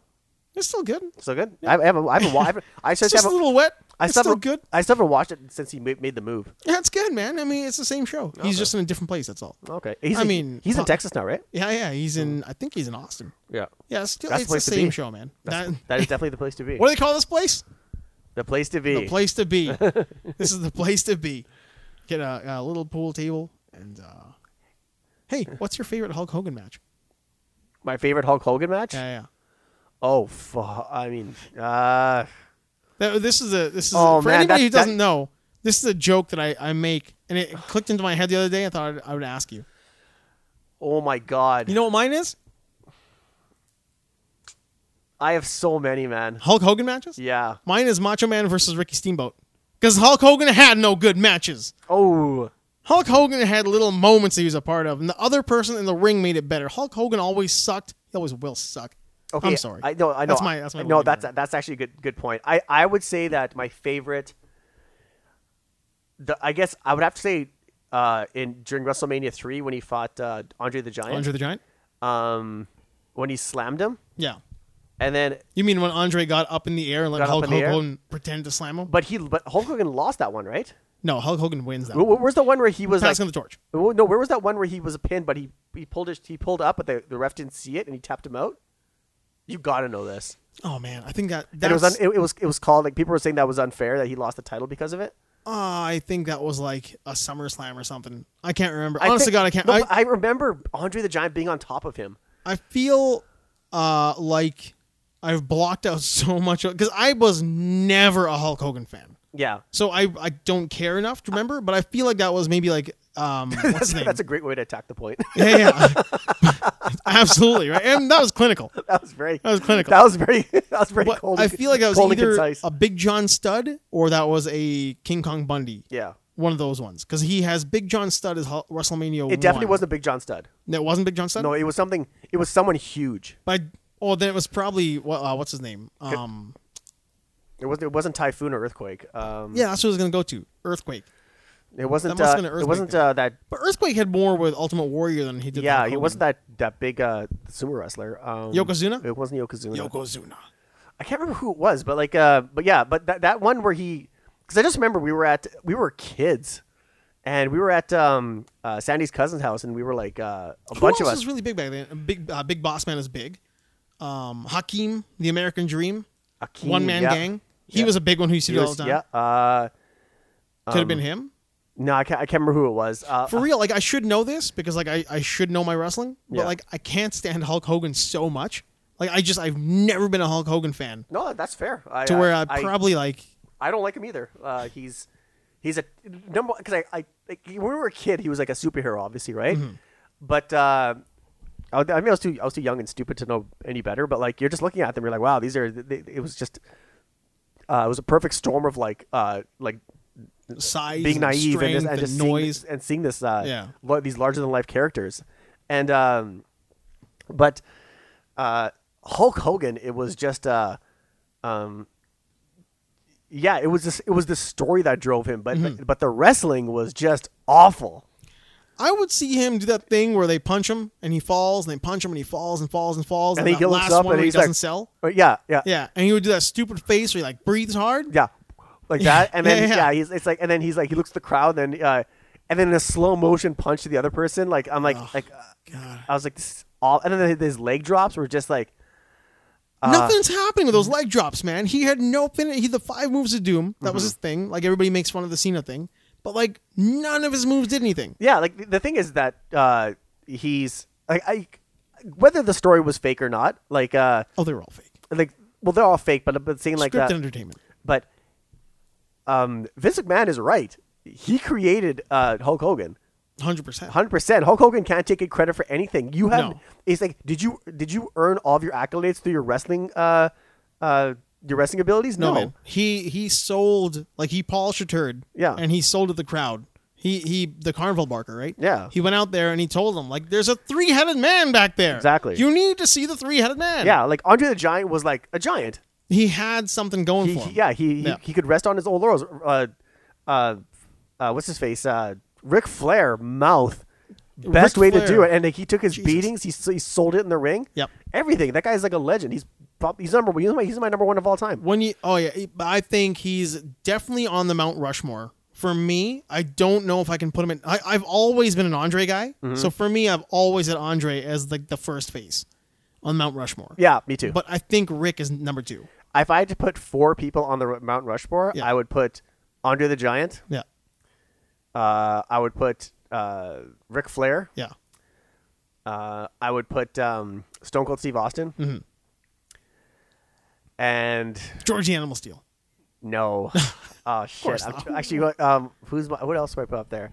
[SPEAKER 2] It's still good.
[SPEAKER 1] still good. I, I haven't I haven't wa- I haven't- I
[SPEAKER 2] It's
[SPEAKER 1] just
[SPEAKER 2] just a
[SPEAKER 1] haven't
[SPEAKER 2] little wet.
[SPEAKER 1] I
[SPEAKER 2] it's
[SPEAKER 1] still
[SPEAKER 2] still
[SPEAKER 1] haven't-
[SPEAKER 2] good.
[SPEAKER 1] I still haven't watched it since he ma- made the move.
[SPEAKER 2] Yeah, it's good, man. I mean, it's the same show. He's just in a different place. That's all.
[SPEAKER 1] Okay, he's
[SPEAKER 2] I
[SPEAKER 1] in-
[SPEAKER 2] mean,
[SPEAKER 1] he's in
[SPEAKER 2] po-
[SPEAKER 1] Texas now, right?
[SPEAKER 2] Yeah, yeah. He's in. I think he's in Austin.
[SPEAKER 1] Yeah,
[SPEAKER 2] Yeah, it's, still,
[SPEAKER 1] That's
[SPEAKER 2] it's
[SPEAKER 1] the
[SPEAKER 2] the
[SPEAKER 1] place to
[SPEAKER 2] same
[SPEAKER 1] be.
[SPEAKER 2] show, man.
[SPEAKER 1] That's,
[SPEAKER 2] That,
[SPEAKER 1] that is definitely the place to be.
[SPEAKER 2] what do they call this place?
[SPEAKER 1] The place to be.
[SPEAKER 2] The place to be. this is the place to be. Get a, a little pool table and. uh Hey, what's your favorite Hulk Hogan match?
[SPEAKER 1] My favorite Hulk Hogan match.
[SPEAKER 2] Yeah, yeah.
[SPEAKER 1] Oh, fu- I mean, uh,
[SPEAKER 2] That- this is a this is
[SPEAKER 1] Oh,
[SPEAKER 2] for
[SPEAKER 1] man,
[SPEAKER 2] anybody
[SPEAKER 1] that-
[SPEAKER 2] who
[SPEAKER 1] that-
[SPEAKER 2] doesn't know. This is a joke that I, I make, and it clicked into my head the other day. I thought I'd, I would ask you.
[SPEAKER 1] oh my God.
[SPEAKER 2] You know what mine is?
[SPEAKER 1] I have so many, man.
[SPEAKER 2] Hulk Hogan matches.
[SPEAKER 1] Yeah.
[SPEAKER 2] Mine is Macho Man versus Ricky Steamboat. Because Hulk Hogan had no good matches.
[SPEAKER 1] Oh,
[SPEAKER 2] Hulk Hogan had little moments he was a part of, and the other person in the ring made it better. Hulk Hogan always sucked. He always will suck.
[SPEAKER 1] okay.
[SPEAKER 2] I'm sorry.
[SPEAKER 1] I know. I know.
[SPEAKER 2] That's my- that's my
[SPEAKER 1] no,
[SPEAKER 2] leading
[SPEAKER 1] that's
[SPEAKER 2] one.
[SPEAKER 1] that's actually a good good point. I I would say that my favorite. The I guess I would have to say, uh, in during WrestleMania three when he fought uh, Andre the Giant,
[SPEAKER 2] Andre the Giant?
[SPEAKER 1] um, when he slammed him,
[SPEAKER 2] Yeah.
[SPEAKER 1] and then
[SPEAKER 2] You mean when Andre got up in the air and let
[SPEAKER 1] Got up
[SPEAKER 2] Hulk
[SPEAKER 1] in the air?
[SPEAKER 2] Hogan pretend to slam him?
[SPEAKER 1] but he but Hulk Hogan lost that one, right?
[SPEAKER 2] no, Hulk Hogan wins that.
[SPEAKER 1] Where-
[SPEAKER 2] one.
[SPEAKER 1] Where's the one where he was like,
[SPEAKER 2] Passing the torch.
[SPEAKER 1] Well, no, where was that one where he was pinned, but he, he pulled his, he pulled up, but the, the ref didn't see it, and he tapped him out. You gotta know this.
[SPEAKER 2] Oh man, I think that
[SPEAKER 1] And
[SPEAKER 2] that
[SPEAKER 1] it was un, it, it was it was called like people were saying that was unfair that he lost the title because of it.
[SPEAKER 2] ah, I think that was like a SummerSlam or something. I can't remember.
[SPEAKER 1] I
[SPEAKER 2] Honest to
[SPEAKER 1] think-
[SPEAKER 2] God, I can't.
[SPEAKER 1] no,
[SPEAKER 2] I,
[SPEAKER 1] but I remember Andre the Giant being on top of him.
[SPEAKER 2] I feel uh, like I've blocked out so much because I was never a Hulk Hogan fan.
[SPEAKER 1] Yeah,
[SPEAKER 2] So I, I don't care enough to remember, but I feel like that was maybe like um what's his name?
[SPEAKER 1] that's a great way to attack the point.
[SPEAKER 2] yeah, yeah. Absolutely, right? And that was clinical.
[SPEAKER 1] that was very
[SPEAKER 2] That was clinical.
[SPEAKER 1] That was very that was very
[SPEAKER 2] But
[SPEAKER 1] cold.
[SPEAKER 2] I
[SPEAKER 1] and-
[SPEAKER 2] feel like that was
[SPEAKER 1] cold and
[SPEAKER 2] either
[SPEAKER 1] concise.
[SPEAKER 2] a Big John Stud or that was a King Kong Bundy.
[SPEAKER 1] yeah.
[SPEAKER 2] One of those ones. Because he has Big John Stud as Hu- WrestleMania
[SPEAKER 1] It definitely
[SPEAKER 2] one.
[SPEAKER 1] wasn't a Big John Stud.
[SPEAKER 2] That wasn't Big John Stud?
[SPEAKER 1] No, it was something. It was someone huge.
[SPEAKER 2] But I, oh, then it was probably, what, uh, what's his name? Um,
[SPEAKER 1] It wasn't. It wasn't Typhoon or Earthquake. Um,
[SPEAKER 2] yeah, that's what I was going to go to. Earthquake.
[SPEAKER 1] It wasn't.
[SPEAKER 2] must've
[SPEAKER 1] uh,
[SPEAKER 2] been an
[SPEAKER 1] it
[SPEAKER 2] Earthquake
[SPEAKER 1] wasn't
[SPEAKER 2] then.
[SPEAKER 1] uh, that
[SPEAKER 2] But Earthquake had more with Ultimate Warrior than he did
[SPEAKER 1] Yeah,
[SPEAKER 2] with
[SPEAKER 1] he
[SPEAKER 2] Hogan.
[SPEAKER 1] wasn't that that big uh, sumo wrestler. Um,
[SPEAKER 2] Yokozuna?
[SPEAKER 1] It wasn't Yokozuna.
[SPEAKER 2] Yokozuna.
[SPEAKER 1] I can't remember who it was, but like, uh, but yeah, but that that one where he, because I just remember we were at we were kids, and we were at um, uh, Sandy's cousin's house, and we were like uh, a
[SPEAKER 2] Who
[SPEAKER 1] bunch of
[SPEAKER 2] else
[SPEAKER 1] us.
[SPEAKER 2] was really big back then? Big, uh, big Boss Man is big. Um, Hakim, the American Dream,
[SPEAKER 1] Akeem,
[SPEAKER 2] one man
[SPEAKER 1] yeah.
[SPEAKER 2] gang. He
[SPEAKER 1] Yeah.
[SPEAKER 2] was a big one who used to
[SPEAKER 1] He
[SPEAKER 2] do it all
[SPEAKER 1] was-
[SPEAKER 2] the time.
[SPEAKER 1] yeah. um, Uh,
[SPEAKER 2] Could have been him.
[SPEAKER 1] no, I can't, I can't remember who it was. Uh,
[SPEAKER 2] For real, like I should know this because like I, I should know my wrestling, but
[SPEAKER 1] Yeah.
[SPEAKER 2] like I can't stand Hulk Hogan so much. Like I just I've never been a Hulk Hogan fan
[SPEAKER 1] no, that's fair. I, uh,
[SPEAKER 2] to where uh, I,
[SPEAKER 1] I
[SPEAKER 2] probably like
[SPEAKER 1] I don't like him either. Uh, he's he's a number because I, I like, when we were a kid, he was like a superhero, obviously, right? But uh, I, was- I mean, I was too I was too young and stupid to know any better. But like, you're just looking at them, you're like, wow, these are. They, it was just uh, it was a perfect storm of like uh, like
[SPEAKER 2] size,
[SPEAKER 1] being
[SPEAKER 2] and
[SPEAKER 1] naive and
[SPEAKER 2] strength
[SPEAKER 1] just, and just seeing
[SPEAKER 2] noise.
[SPEAKER 1] this- and seeing this uh,
[SPEAKER 2] Yeah.
[SPEAKER 1] lo- these larger than life characters, and um, but uh, Hulk Hogan, it was just uh, um, yeah, it was this, it was the story that drove him, but
[SPEAKER 2] Mm-hmm.
[SPEAKER 1] but the wrestling was just awful.
[SPEAKER 2] I would see him do that thing where they punch him and he falls, and they punch him and he falls and falls and falls,
[SPEAKER 1] And
[SPEAKER 2] and,
[SPEAKER 1] he
[SPEAKER 2] that
[SPEAKER 1] looks
[SPEAKER 2] last
[SPEAKER 1] up
[SPEAKER 2] one where
[SPEAKER 1] and
[SPEAKER 2] he
[SPEAKER 1] he's like-
[SPEAKER 2] doesn't sell.
[SPEAKER 1] But Uh, yeah, yeah, yeah,
[SPEAKER 2] Yeah, and he would do that stupid face where he like breathes hard.
[SPEAKER 1] like that, and
[SPEAKER 2] Yeah, yeah,
[SPEAKER 1] then yeah,
[SPEAKER 2] yeah.
[SPEAKER 1] he's it's like, and then he's like, he looks at the crowd, and then uh, and then a slow motion punch to the other person. Like I'm like like
[SPEAKER 2] Oh,
[SPEAKER 1] uh,
[SPEAKER 2] God.
[SPEAKER 1] I was like this is all, and then his leg drops were just like. Uh,
[SPEAKER 2] Nothing's happening with those leg drops, man. He had no fin. He had the five moves of doom. That
[SPEAKER 1] Mm-hmm.
[SPEAKER 2] was his thing. Like everybody makes fun of the Cena thing, but like none of his moves did anything.
[SPEAKER 1] Yeah, like the- the thing is that uh, he's like I, whether the story was fake or not, like uh,
[SPEAKER 2] Oh, they were all fake.
[SPEAKER 1] like well they're all fake, but but saying like
[SPEAKER 2] Scripted
[SPEAKER 1] that,
[SPEAKER 2] entertainment.
[SPEAKER 1] but um, Vince McMahon is right. He created uh, Hulk Hogan,
[SPEAKER 2] Hundred percent.
[SPEAKER 1] hundred percent. Hulk Hogan can't take credit for anything. You have
[SPEAKER 2] No.
[SPEAKER 1] it's like did you did you earn all of your accolades through your wrestling uh, uh, your wrestling abilities?
[SPEAKER 2] No,
[SPEAKER 1] No.
[SPEAKER 2] man. He he sold like he Paul Shattered.
[SPEAKER 1] Yeah.
[SPEAKER 2] And he sold to the crowd. He he the carnival barker, right?
[SPEAKER 1] Yeah.
[SPEAKER 2] He went out there and he told them like there's a three headed man back there.
[SPEAKER 1] Exactly.
[SPEAKER 2] You need to see the three headed man.
[SPEAKER 1] Yeah, like Andre the Giant was like a giant.
[SPEAKER 2] He had something going
[SPEAKER 1] He,
[SPEAKER 2] for him.
[SPEAKER 1] he- yeah, he,
[SPEAKER 2] Yeah.
[SPEAKER 1] he he could rest on his old laurels. Uh, uh, uh what's his face? Uh, Ric Flair mouth. Best
[SPEAKER 2] Ric
[SPEAKER 1] way to do
[SPEAKER 2] Flair.
[SPEAKER 1] it, and like, he took his
[SPEAKER 2] Jesus.
[SPEAKER 1] beatings. He, s- he sold it in the ring.
[SPEAKER 2] Yep.
[SPEAKER 1] Everything. That guy's like a legend. He's prob- he's number he's my, he's my number one of all time.
[SPEAKER 2] When you oh yeah, but I think he's definitely on the Mount Rushmore. For me, I don't know if I can put him in. I, I've always been an Andre guy, so for me, I've always had Andre as like the first face on Mount Rushmore.
[SPEAKER 1] Yeah, me too.
[SPEAKER 2] But I think Rick is number two.
[SPEAKER 1] if I had to put four people on the R- Mount Rushmore,
[SPEAKER 2] Yeah.
[SPEAKER 1] I would put Andre the Giant.
[SPEAKER 2] Yeah,
[SPEAKER 1] Uh, I would put uh, Ric Flair.
[SPEAKER 2] yeah,
[SPEAKER 1] Uh, I would put um, Stone Cold Steve Austin.
[SPEAKER 2] Mm-hmm.
[SPEAKER 1] And
[SPEAKER 2] George the Animal Steel.
[SPEAKER 1] no, oh shit!
[SPEAKER 2] course
[SPEAKER 1] I'm
[SPEAKER 2] not.
[SPEAKER 1] tr- actually, what- um, who's my, what else do I put up there?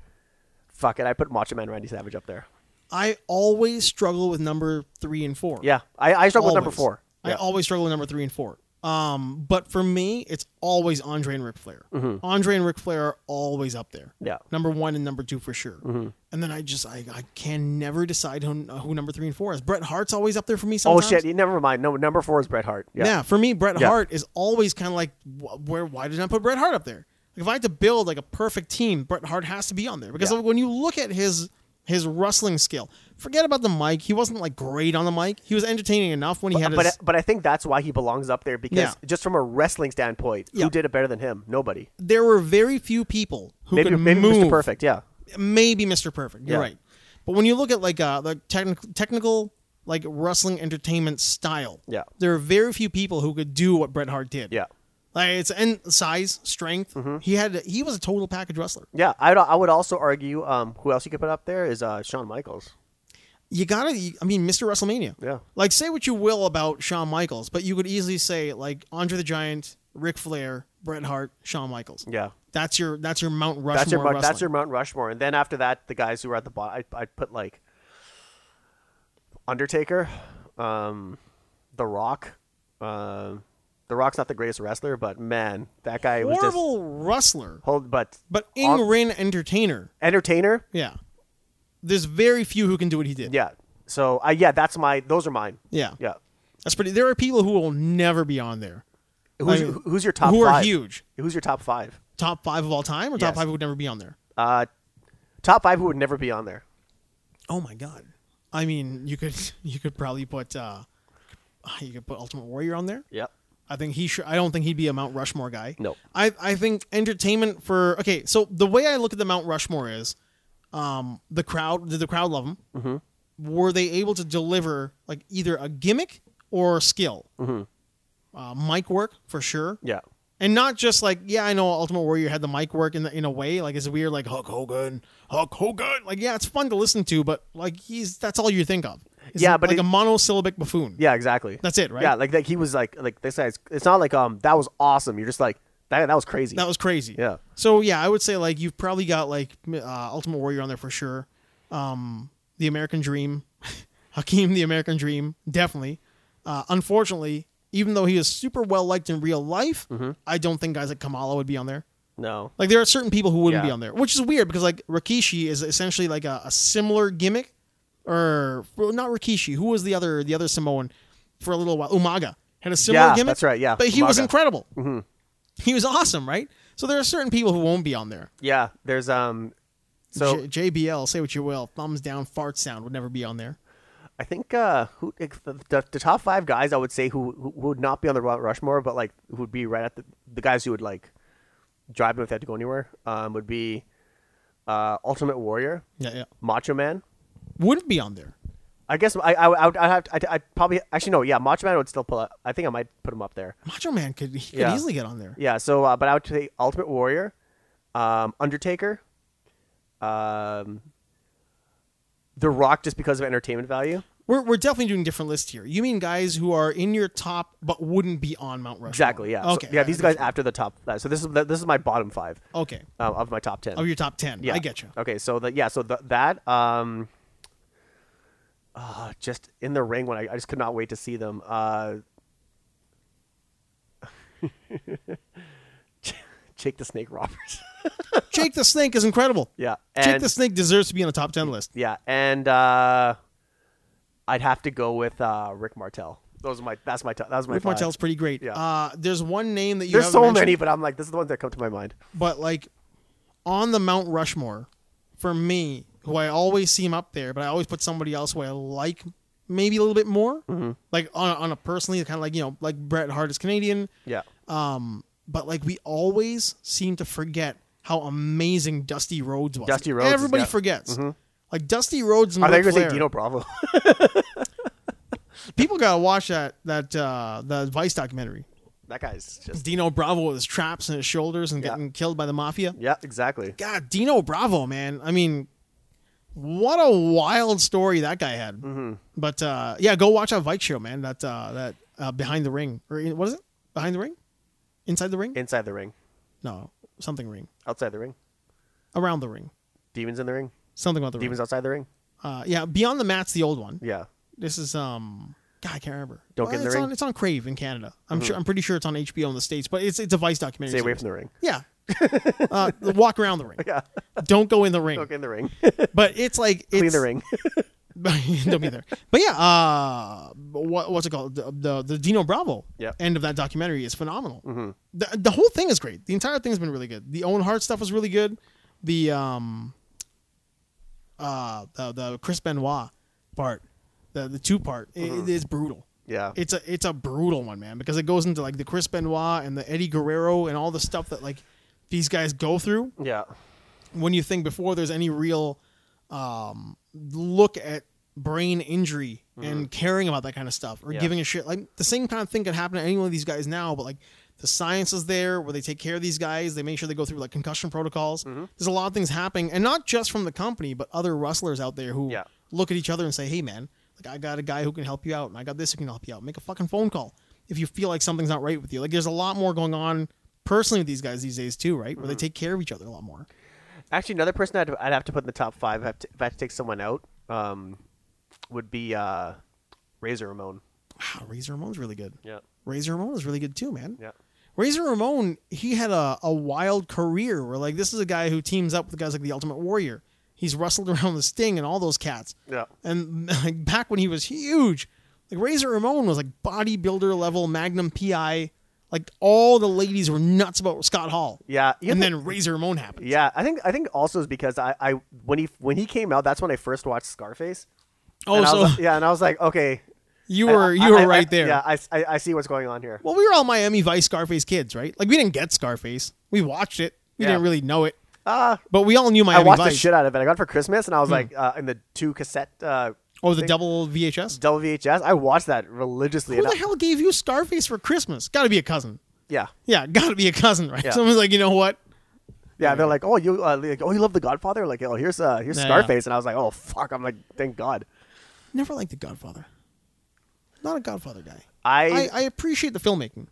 [SPEAKER 1] Fuck it, I put Macho Man Randy Savage up there.
[SPEAKER 2] I always struggle with number three and four.
[SPEAKER 1] Yeah, I, I struggle with number
[SPEAKER 2] Always.
[SPEAKER 1] four.
[SPEAKER 2] I always struggle with number three and four. Um, but for me, it's always Andre and Ric Flair. Andre and Ric Flair are always up there.
[SPEAKER 1] Mm-hmm. Yeah. Mm-hmm.
[SPEAKER 2] number one and number two for sure. And then I just I, I can never decide who, uh, who number three and four is. Bret Hart's always up there for me.
[SPEAKER 1] Oh
[SPEAKER 2] Sometimes.
[SPEAKER 1] shit! Never mind. No, number four is Bret Hart.
[SPEAKER 2] Yeah.
[SPEAKER 1] Yeah,
[SPEAKER 2] for me, Bret
[SPEAKER 1] Yeah.
[SPEAKER 2] Hart is always kind of like wh- where. Why did I put Bret Hart up there? Like, if I had to build like a perfect team, Bret Hart has to be on there because
[SPEAKER 1] Yeah.
[SPEAKER 2] when you look at his his wrestling skill, forget about the mic. He wasn't like great on the mic. He was entertaining enough when he had
[SPEAKER 1] but
[SPEAKER 2] his.
[SPEAKER 1] but I think that's why he belongs up there because
[SPEAKER 2] Yeah.
[SPEAKER 1] just from a wrestling standpoint,
[SPEAKER 2] Yeah.
[SPEAKER 1] who did it better than him? Nobody.
[SPEAKER 2] there were very few people who
[SPEAKER 1] Maybe
[SPEAKER 2] could
[SPEAKER 1] maybe
[SPEAKER 2] move.
[SPEAKER 1] Mr. Perfect. Yeah,
[SPEAKER 2] maybe Mr. Perfect. You're
[SPEAKER 1] Yeah.
[SPEAKER 2] right. But when you look at like uh like technical technical like wrestling entertainment style,
[SPEAKER 1] Yeah.
[SPEAKER 2] there are very few people who could do what Bret Hart did.
[SPEAKER 1] Yeah. Mm-hmm.
[SPEAKER 2] like it's and size, strength. He had he was a total package wrestler.
[SPEAKER 1] yeah. I I would also argue um, who else you could put up there is uh, Shawn Michaels.
[SPEAKER 2] You gotta, I mean, Mr. WrestleMania.
[SPEAKER 1] Yeah.
[SPEAKER 2] like say what you will about Shawn Michaels, but you could easily say like Andre the Giant, Ric Flair, Bret Hart, Shawn Michaels.
[SPEAKER 1] Yeah.
[SPEAKER 2] That's your that's your Mount Rushmore.
[SPEAKER 1] That's your Mount, that's
[SPEAKER 2] wrestling.
[SPEAKER 1] your Mount Rushmore, and then after that, the guys who were at the bottom, I I put like Undertaker, um, The Rock. Um the Rock's not the greatest wrestler, but man, that guy was just
[SPEAKER 2] horrible wrestler,
[SPEAKER 1] hold. But
[SPEAKER 2] but
[SPEAKER 1] on-
[SPEAKER 2] in ring entertainer.
[SPEAKER 1] entertainer,
[SPEAKER 2] Yeah. There's very few who can do what he did.
[SPEAKER 1] yeah. So I yeah, that's my those are mine.
[SPEAKER 2] Yeah.
[SPEAKER 1] Yeah,
[SPEAKER 2] That's pretty there are people who will never be on there.
[SPEAKER 1] who's
[SPEAKER 2] Like,
[SPEAKER 1] who's your top?
[SPEAKER 2] who
[SPEAKER 1] five?
[SPEAKER 2] are huge.
[SPEAKER 1] Who's your top five?
[SPEAKER 2] Top five of all time or top
[SPEAKER 1] Yes.
[SPEAKER 2] five who would never be on there?
[SPEAKER 1] Uh, top five who would never be on there?
[SPEAKER 2] Oh my god. I mean, you could you could probably put uh you could put Ultimate Warrior on there.
[SPEAKER 1] Yep.
[SPEAKER 2] I think he should. I don't think he'd be a Mount Rushmore guy.
[SPEAKER 1] No.
[SPEAKER 2] I I think entertainment for okay. So the way I look at the Mount Rushmore is, um, the crowd did the crowd love him? Mm-hmm. Were they able to deliver like either a gimmick or skill? Uh, mic work for sure.
[SPEAKER 1] Mm-hmm. Yeah.
[SPEAKER 2] And not just like yeah, I know Ultimate Warrior had the mic work in the, in a way like it's weird like Hulk Hogan, Hulk Hogan. Like yeah, it's fun to listen to, but like he's that's all you think of. It's
[SPEAKER 1] Yeah,
[SPEAKER 2] like,
[SPEAKER 1] but
[SPEAKER 2] like
[SPEAKER 1] it-
[SPEAKER 2] a monosyllabic buffoon.
[SPEAKER 1] Yeah, exactly.
[SPEAKER 2] That's it, right?
[SPEAKER 1] Yeah, like like he was like like this guy's. It's not like um that was awesome. You're just like that. That was crazy.
[SPEAKER 2] That was crazy.
[SPEAKER 1] Yeah.
[SPEAKER 2] So yeah, I would say like you've probably got like m- uh, Ultimate Warrior on there for sure. Um, the American Dream, Hakeem, the American Dream, definitely. Uh, unfortunately, even though he is super well liked in real life, I don't think guys like Kamala would be on there.
[SPEAKER 1] no.
[SPEAKER 2] Like there are certain people who wouldn't
[SPEAKER 1] Yeah.
[SPEAKER 2] be on there, which is weird because like Rikishi is essentially like a, a similar gimmick, or well, not Rikishi. Who was the other the other Samoan for a little while? Umaga had a similar
[SPEAKER 1] Yeah,
[SPEAKER 2] gimmick.
[SPEAKER 1] that's right, yeah,
[SPEAKER 2] but he was
[SPEAKER 1] Umaga. Mm-hmm.
[SPEAKER 2] incredible. He was awesome, right? So there are certain people who won't be on there.
[SPEAKER 1] Yeah, there's um. So
[SPEAKER 2] J- JBL, say what you will, thumbs down, fart sound would never be on there.
[SPEAKER 1] I think uh, who like, the, the, the top five guys I would say who, who would not be on the Mount Rushmore, but like who would be right at the the guys who would like drive them if they had to go anywhere um, would be uh, Ultimate Warrior,
[SPEAKER 2] Yeah, yeah,
[SPEAKER 1] Macho Man.
[SPEAKER 2] wouldn't be on there.
[SPEAKER 1] I guess I I, I would I'd have to, I'd, I'd probably actually no yeah Macho Man I would still pull up. I think I might put him up there.
[SPEAKER 2] Macho Man could he could
[SPEAKER 1] Yeah.
[SPEAKER 2] easily get on there.
[SPEAKER 1] Yeah. So, uh, but I would say Ultimate Warrior, um, Undertaker, um, The Rock, just because of entertainment value.
[SPEAKER 2] We're, we're definitely doing different lists here. You mean guys who are in your top but wouldn't be on Mount Rushmore?
[SPEAKER 1] Exactly. Yeah. So,
[SPEAKER 2] Okay.
[SPEAKER 1] yeah.
[SPEAKER 2] I
[SPEAKER 1] These guys after the top. uh, So this is this is my bottom five
[SPEAKER 2] Okay.
[SPEAKER 1] um, of my top ten.
[SPEAKER 2] Of your top 10.
[SPEAKER 1] yeah.
[SPEAKER 2] Oh, I get you.
[SPEAKER 1] Okay. So the, yeah. So the, that um, uh, just in the ring when I, I just could not wait to see them. Uh, Jake the Snake Roberts.
[SPEAKER 2] Jake the Snake is incredible.
[SPEAKER 1] yeah,
[SPEAKER 2] Jake
[SPEAKER 1] and
[SPEAKER 2] the Snake deserves to be on the top ten list.
[SPEAKER 1] yeah, and uh, I'd have to go with uh, Rick Martel. Those are my that's my top. that was my
[SPEAKER 2] Rick
[SPEAKER 1] five.
[SPEAKER 2] Martel's pretty great.
[SPEAKER 1] Yeah.
[SPEAKER 2] Uh, there's one name that you
[SPEAKER 1] There's
[SPEAKER 2] haven't
[SPEAKER 1] so
[SPEAKER 2] mentioned,
[SPEAKER 1] many, but I'm like this is the ones that come to my mind.
[SPEAKER 2] but like on the Mount Rushmore, for me, who I always see him up there, but I always put somebody else who I like maybe a little bit more.
[SPEAKER 1] Mm-hmm.
[SPEAKER 2] Like on on a personally kind of like you know like Bret Hart is Canadian,
[SPEAKER 1] Yeah,
[SPEAKER 2] um, but like we always seem to forget how amazing Dusty Rhodes was.
[SPEAKER 1] Dusty Rhodes is-
[SPEAKER 2] everybody
[SPEAKER 1] yeah. Mm-hmm.
[SPEAKER 2] forgets. Like Dusty Rhodes and
[SPEAKER 1] I
[SPEAKER 2] Ric
[SPEAKER 1] think we're
[SPEAKER 2] Flair.
[SPEAKER 1] say Dino Bravo.
[SPEAKER 2] People gotta watch that that uh, the Vice documentary.
[SPEAKER 1] that guy's just
[SPEAKER 2] Dino Bravo with his traps and his shoulders and
[SPEAKER 1] Yeah.
[SPEAKER 2] getting killed by the mafia.
[SPEAKER 1] yeah, exactly.
[SPEAKER 2] God, Dino Bravo, man. I mean, what a wild story that guy had. But uh, yeah, go watch that Vike show, man. That uh, that uh, behind the ring or in- what is it? Behind the ring, inside the ring?
[SPEAKER 1] Inside the ring,
[SPEAKER 2] no, something ring,
[SPEAKER 1] outside the ring,
[SPEAKER 2] around the ring,
[SPEAKER 1] demons in the ring,
[SPEAKER 2] something about the
[SPEAKER 1] demons
[SPEAKER 2] ring.
[SPEAKER 1] outside the ring.
[SPEAKER 2] Uh, yeah, beyond the mat's the old one.
[SPEAKER 1] Yeah,
[SPEAKER 2] This is um, God, I can't remember.
[SPEAKER 1] Don't
[SPEAKER 2] Well,
[SPEAKER 1] Get in the
[SPEAKER 2] it's
[SPEAKER 1] Ring? Mm-hmm.
[SPEAKER 2] on it's on Crave in Canada. I'm sure. I'm pretty sure it's on HBO in the states, but it's it's a Vice documentary.
[SPEAKER 1] stay away
[SPEAKER 2] series.
[SPEAKER 1] from the ring.
[SPEAKER 2] Yeah. uh, walk around the ring.
[SPEAKER 1] Yeah,
[SPEAKER 2] Don't go in the ring.
[SPEAKER 1] don't get in the ring.
[SPEAKER 2] But it's like it's,
[SPEAKER 1] Clean the ring.
[SPEAKER 2] don't be there. But yeah, uh, what, what's it called? The, the the Dino Bravo
[SPEAKER 1] Yep. Mm-hmm.
[SPEAKER 2] end of that documentary is phenomenal. The the whole thing is great. The entire thing's been really good. The Owen Hart stuff was really good. The um, uh, the, the Chris Benoit part, the the two part, i- it is brutal.
[SPEAKER 1] Mm-hmm. yeah,
[SPEAKER 2] It's a it's a brutal one, man, because it goes into like the Chris Benoit and the Eddie Guerrero and all the stuff that like these guys go through
[SPEAKER 1] yeah,
[SPEAKER 2] when you think before there's any real um, look at brain injury and caring about that kind of stuff or
[SPEAKER 1] Mm-hmm. Yeah.
[SPEAKER 2] giving a shit. Like the same kind of thing could happen to any one of these guys now, but like the science is there where they take care of these guys. They make sure they go through like concussion protocols.
[SPEAKER 1] Mm-hmm.
[SPEAKER 2] There's a lot of things happening, and not just from the company, but other wrestlers out there who
[SPEAKER 1] Yeah.
[SPEAKER 2] look at each other and say, "Hey, man, like I got a guy who can help you out, and I got this who can help you out. Make a fucking phone call if you feel like something's not right with you." Like there's a lot more going on personally with these guys these days too, right?
[SPEAKER 1] Mm-hmm.
[SPEAKER 2] Where they take care of each other a lot more.
[SPEAKER 1] Actually, another person I'd, I'd have to put in the top five if I have to, if I had to take someone out um, would be uh, Razor Ramon.
[SPEAKER 2] Wow, Razor Ramon's really good.
[SPEAKER 1] Yeah,
[SPEAKER 2] Razor Ramon is really good too, man.
[SPEAKER 1] yeah,
[SPEAKER 2] Razor Ramon, he had a, a wild career where like this is a guy who teams up with guys like the Ultimate Warrior. He's wrestled around the Sting and all those cats.
[SPEAKER 1] yeah,
[SPEAKER 2] And like back when he was huge, like Razor Ramon was like bodybuilder level Magnum PI. Like all the ladies were nuts about Scott Hall.
[SPEAKER 1] yeah. You
[SPEAKER 2] and
[SPEAKER 1] know-
[SPEAKER 2] then Razor Ramon happened.
[SPEAKER 1] yeah, I think I think also is because I, I when he when he came out, that's when I first watched Scarface.
[SPEAKER 2] Oh,
[SPEAKER 1] And I was
[SPEAKER 2] so
[SPEAKER 1] like- yeah, and I was like, okay,
[SPEAKER 2] you
[SPEAKER 1] I-
[SPEAKER 2] were
[SPEAKER 1] I-
[SPEAKER 2] you were
[SPEAKER 1] I- I-
[SPEAKER 2] right there.
[SPEAKER 1] Yeah, I, I, I see what's going on here.
[SPEAKER 2] Well, we were all Miami Vice Scarface kids, right? Like we didn't get Scarface. We watched it. We
[SPEAKER 1] Yeah.
[SPEAKER 2] didn't really know it.
[SPEAKER 1] Uh,
[SPEAKER 2] But we all knew
[SPEAKER 1] I
[SPEAKER 2] Miami
[SPEAKER 1] watched
[SPEAKER 2] Vice. Hmm.
[SPEAKER 1] the shit out of it. I got it for Christmas, and I was like, uh, in the two cassette uh,
[SPEAKER 2] Oh, the
[SPEAKER 1] thing,
[SPEAKER 2] double VHS.
[SPEAKER 1] double VHS. I watched that religiously.
[SPEAKER 2] Who
[SPEAKER 1] and
[SPEAKER 2] the
[SPEAKER 1] I-
[SPEAKER 2] hell gave you Scarface for Christmas? Got to be a cousin.
[SPEAKER 1] Yeah,
[SPEAKER 2] Yeah, got to be a cousin, right?
[SPEAKER 1] Yeah.
[SPEAKER 2] Someone's like, you know what?
[SPEAKER 1] Yeah, they're like, oh, you, uh, like, oh, you love The Godfather? Like, oh, here's uh, here's
[SPEAKER 2] Yeah,
[SPEAKER 1] Scarface, and I was like, oh, fuck, I'm like, thank God.
[SPEAKER 2] Never liked The Godfather. Not a Godfather guy.
[SPEAKER 1] I,
[SPEAKER 2] I, I appreciate the filmmaking.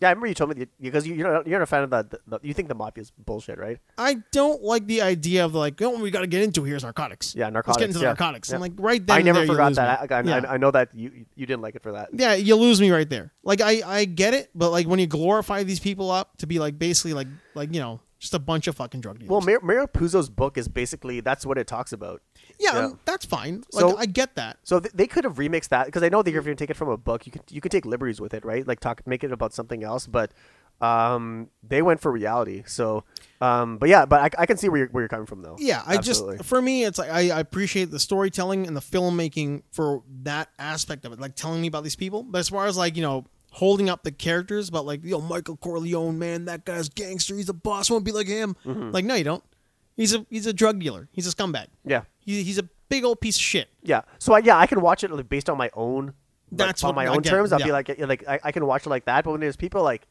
[SPEAKER 1] yeah, I remember you told me that because you, you're not, you're not a fan of the, the, you think the mafia's bullshit, right?
[SPEAKER 2] I don't like the idea of like, oh, we got to get into here's narcotics.
[SPEAKER 1] Yeah,
[SPEAKER 2] Let's
[SPEAKER 1] narcotics.
[SPEAKER 2] get into the
[SPEAKER 1] yeah,
[SPEAKER 2] narcotics.
[SPEAKER 1] yeah.
[SPEAKER 2] I'm like, right then.
[SPEAKER 1] I
[SPEAKER 2] and
[SPEAKER 1] never
[SPEAKER 2] there, you
[SPEAKER 1] forgot
[SPEAKER 2] lose me.
[SPEAKER 1] that. I, I,
[SPEAKER 2] yeah.
[SPEAKER 1] I know that you you didn't like it for that.
[SPEAKER 2] yeah, you lose me right there. Like I, I get it, but like when you glorify these people up to be like basically like like you know just a bunch of fucking drug dealers.
[SPEAKER 1] Well, Mar- Mario Puzo's book is basically that's what it talks about.
[SPEAKER 2] yeah,
[SPEAKER 1] yeah.
[SPEAKER 2] um, that's fine. Like
[SPEAKER 1] So-
[SPEAKER 2] I get that.
[SPEAKER 1] So th- they could have remixed that because I know that if you take it from a book, you could you could take liberties with it, right? Like talk, make it about something else. But um, they went for reality. So, um, but yeah, but I, I can see where you're, where you're coming from though.
[SPEAKER 2] Yeah, I
[SPEAKER 1] Absolutely.
[SPEAKER 2] just for me, it's like I, I appreciate the storytelling and the filmmaking for that aspect of it, like telling me about these people. But as far as like you know, holding up the characters, but like yo, Michael Corleone, man, that guy's gangster. He's a boss. Won't be like him. Like no, you don't. He's a he's a drug dealer. He's a scumbag.
[SPEAKER 1] Mm-hmm. yeah.
[SPEAKER 2] He, he's a big old piece of shit.
[SPEAKER 1] Yeah. So I, yeah, I can watch it like, based on my own. like,
[SPEAKER 2] That's
[SPEAKER 1] on
[SPEAKER 2] what-
[SPEAKER 1] my
[SPEAKER 2] I
[SPEAKER 1] own
[SPEAKER 2] get it,
[SPEAKER 1] terms. I'll be
[SPEAKER 2] yeah.
[SPEAKER 1] like, yeah, like I, I can watch it like that. But when there's people like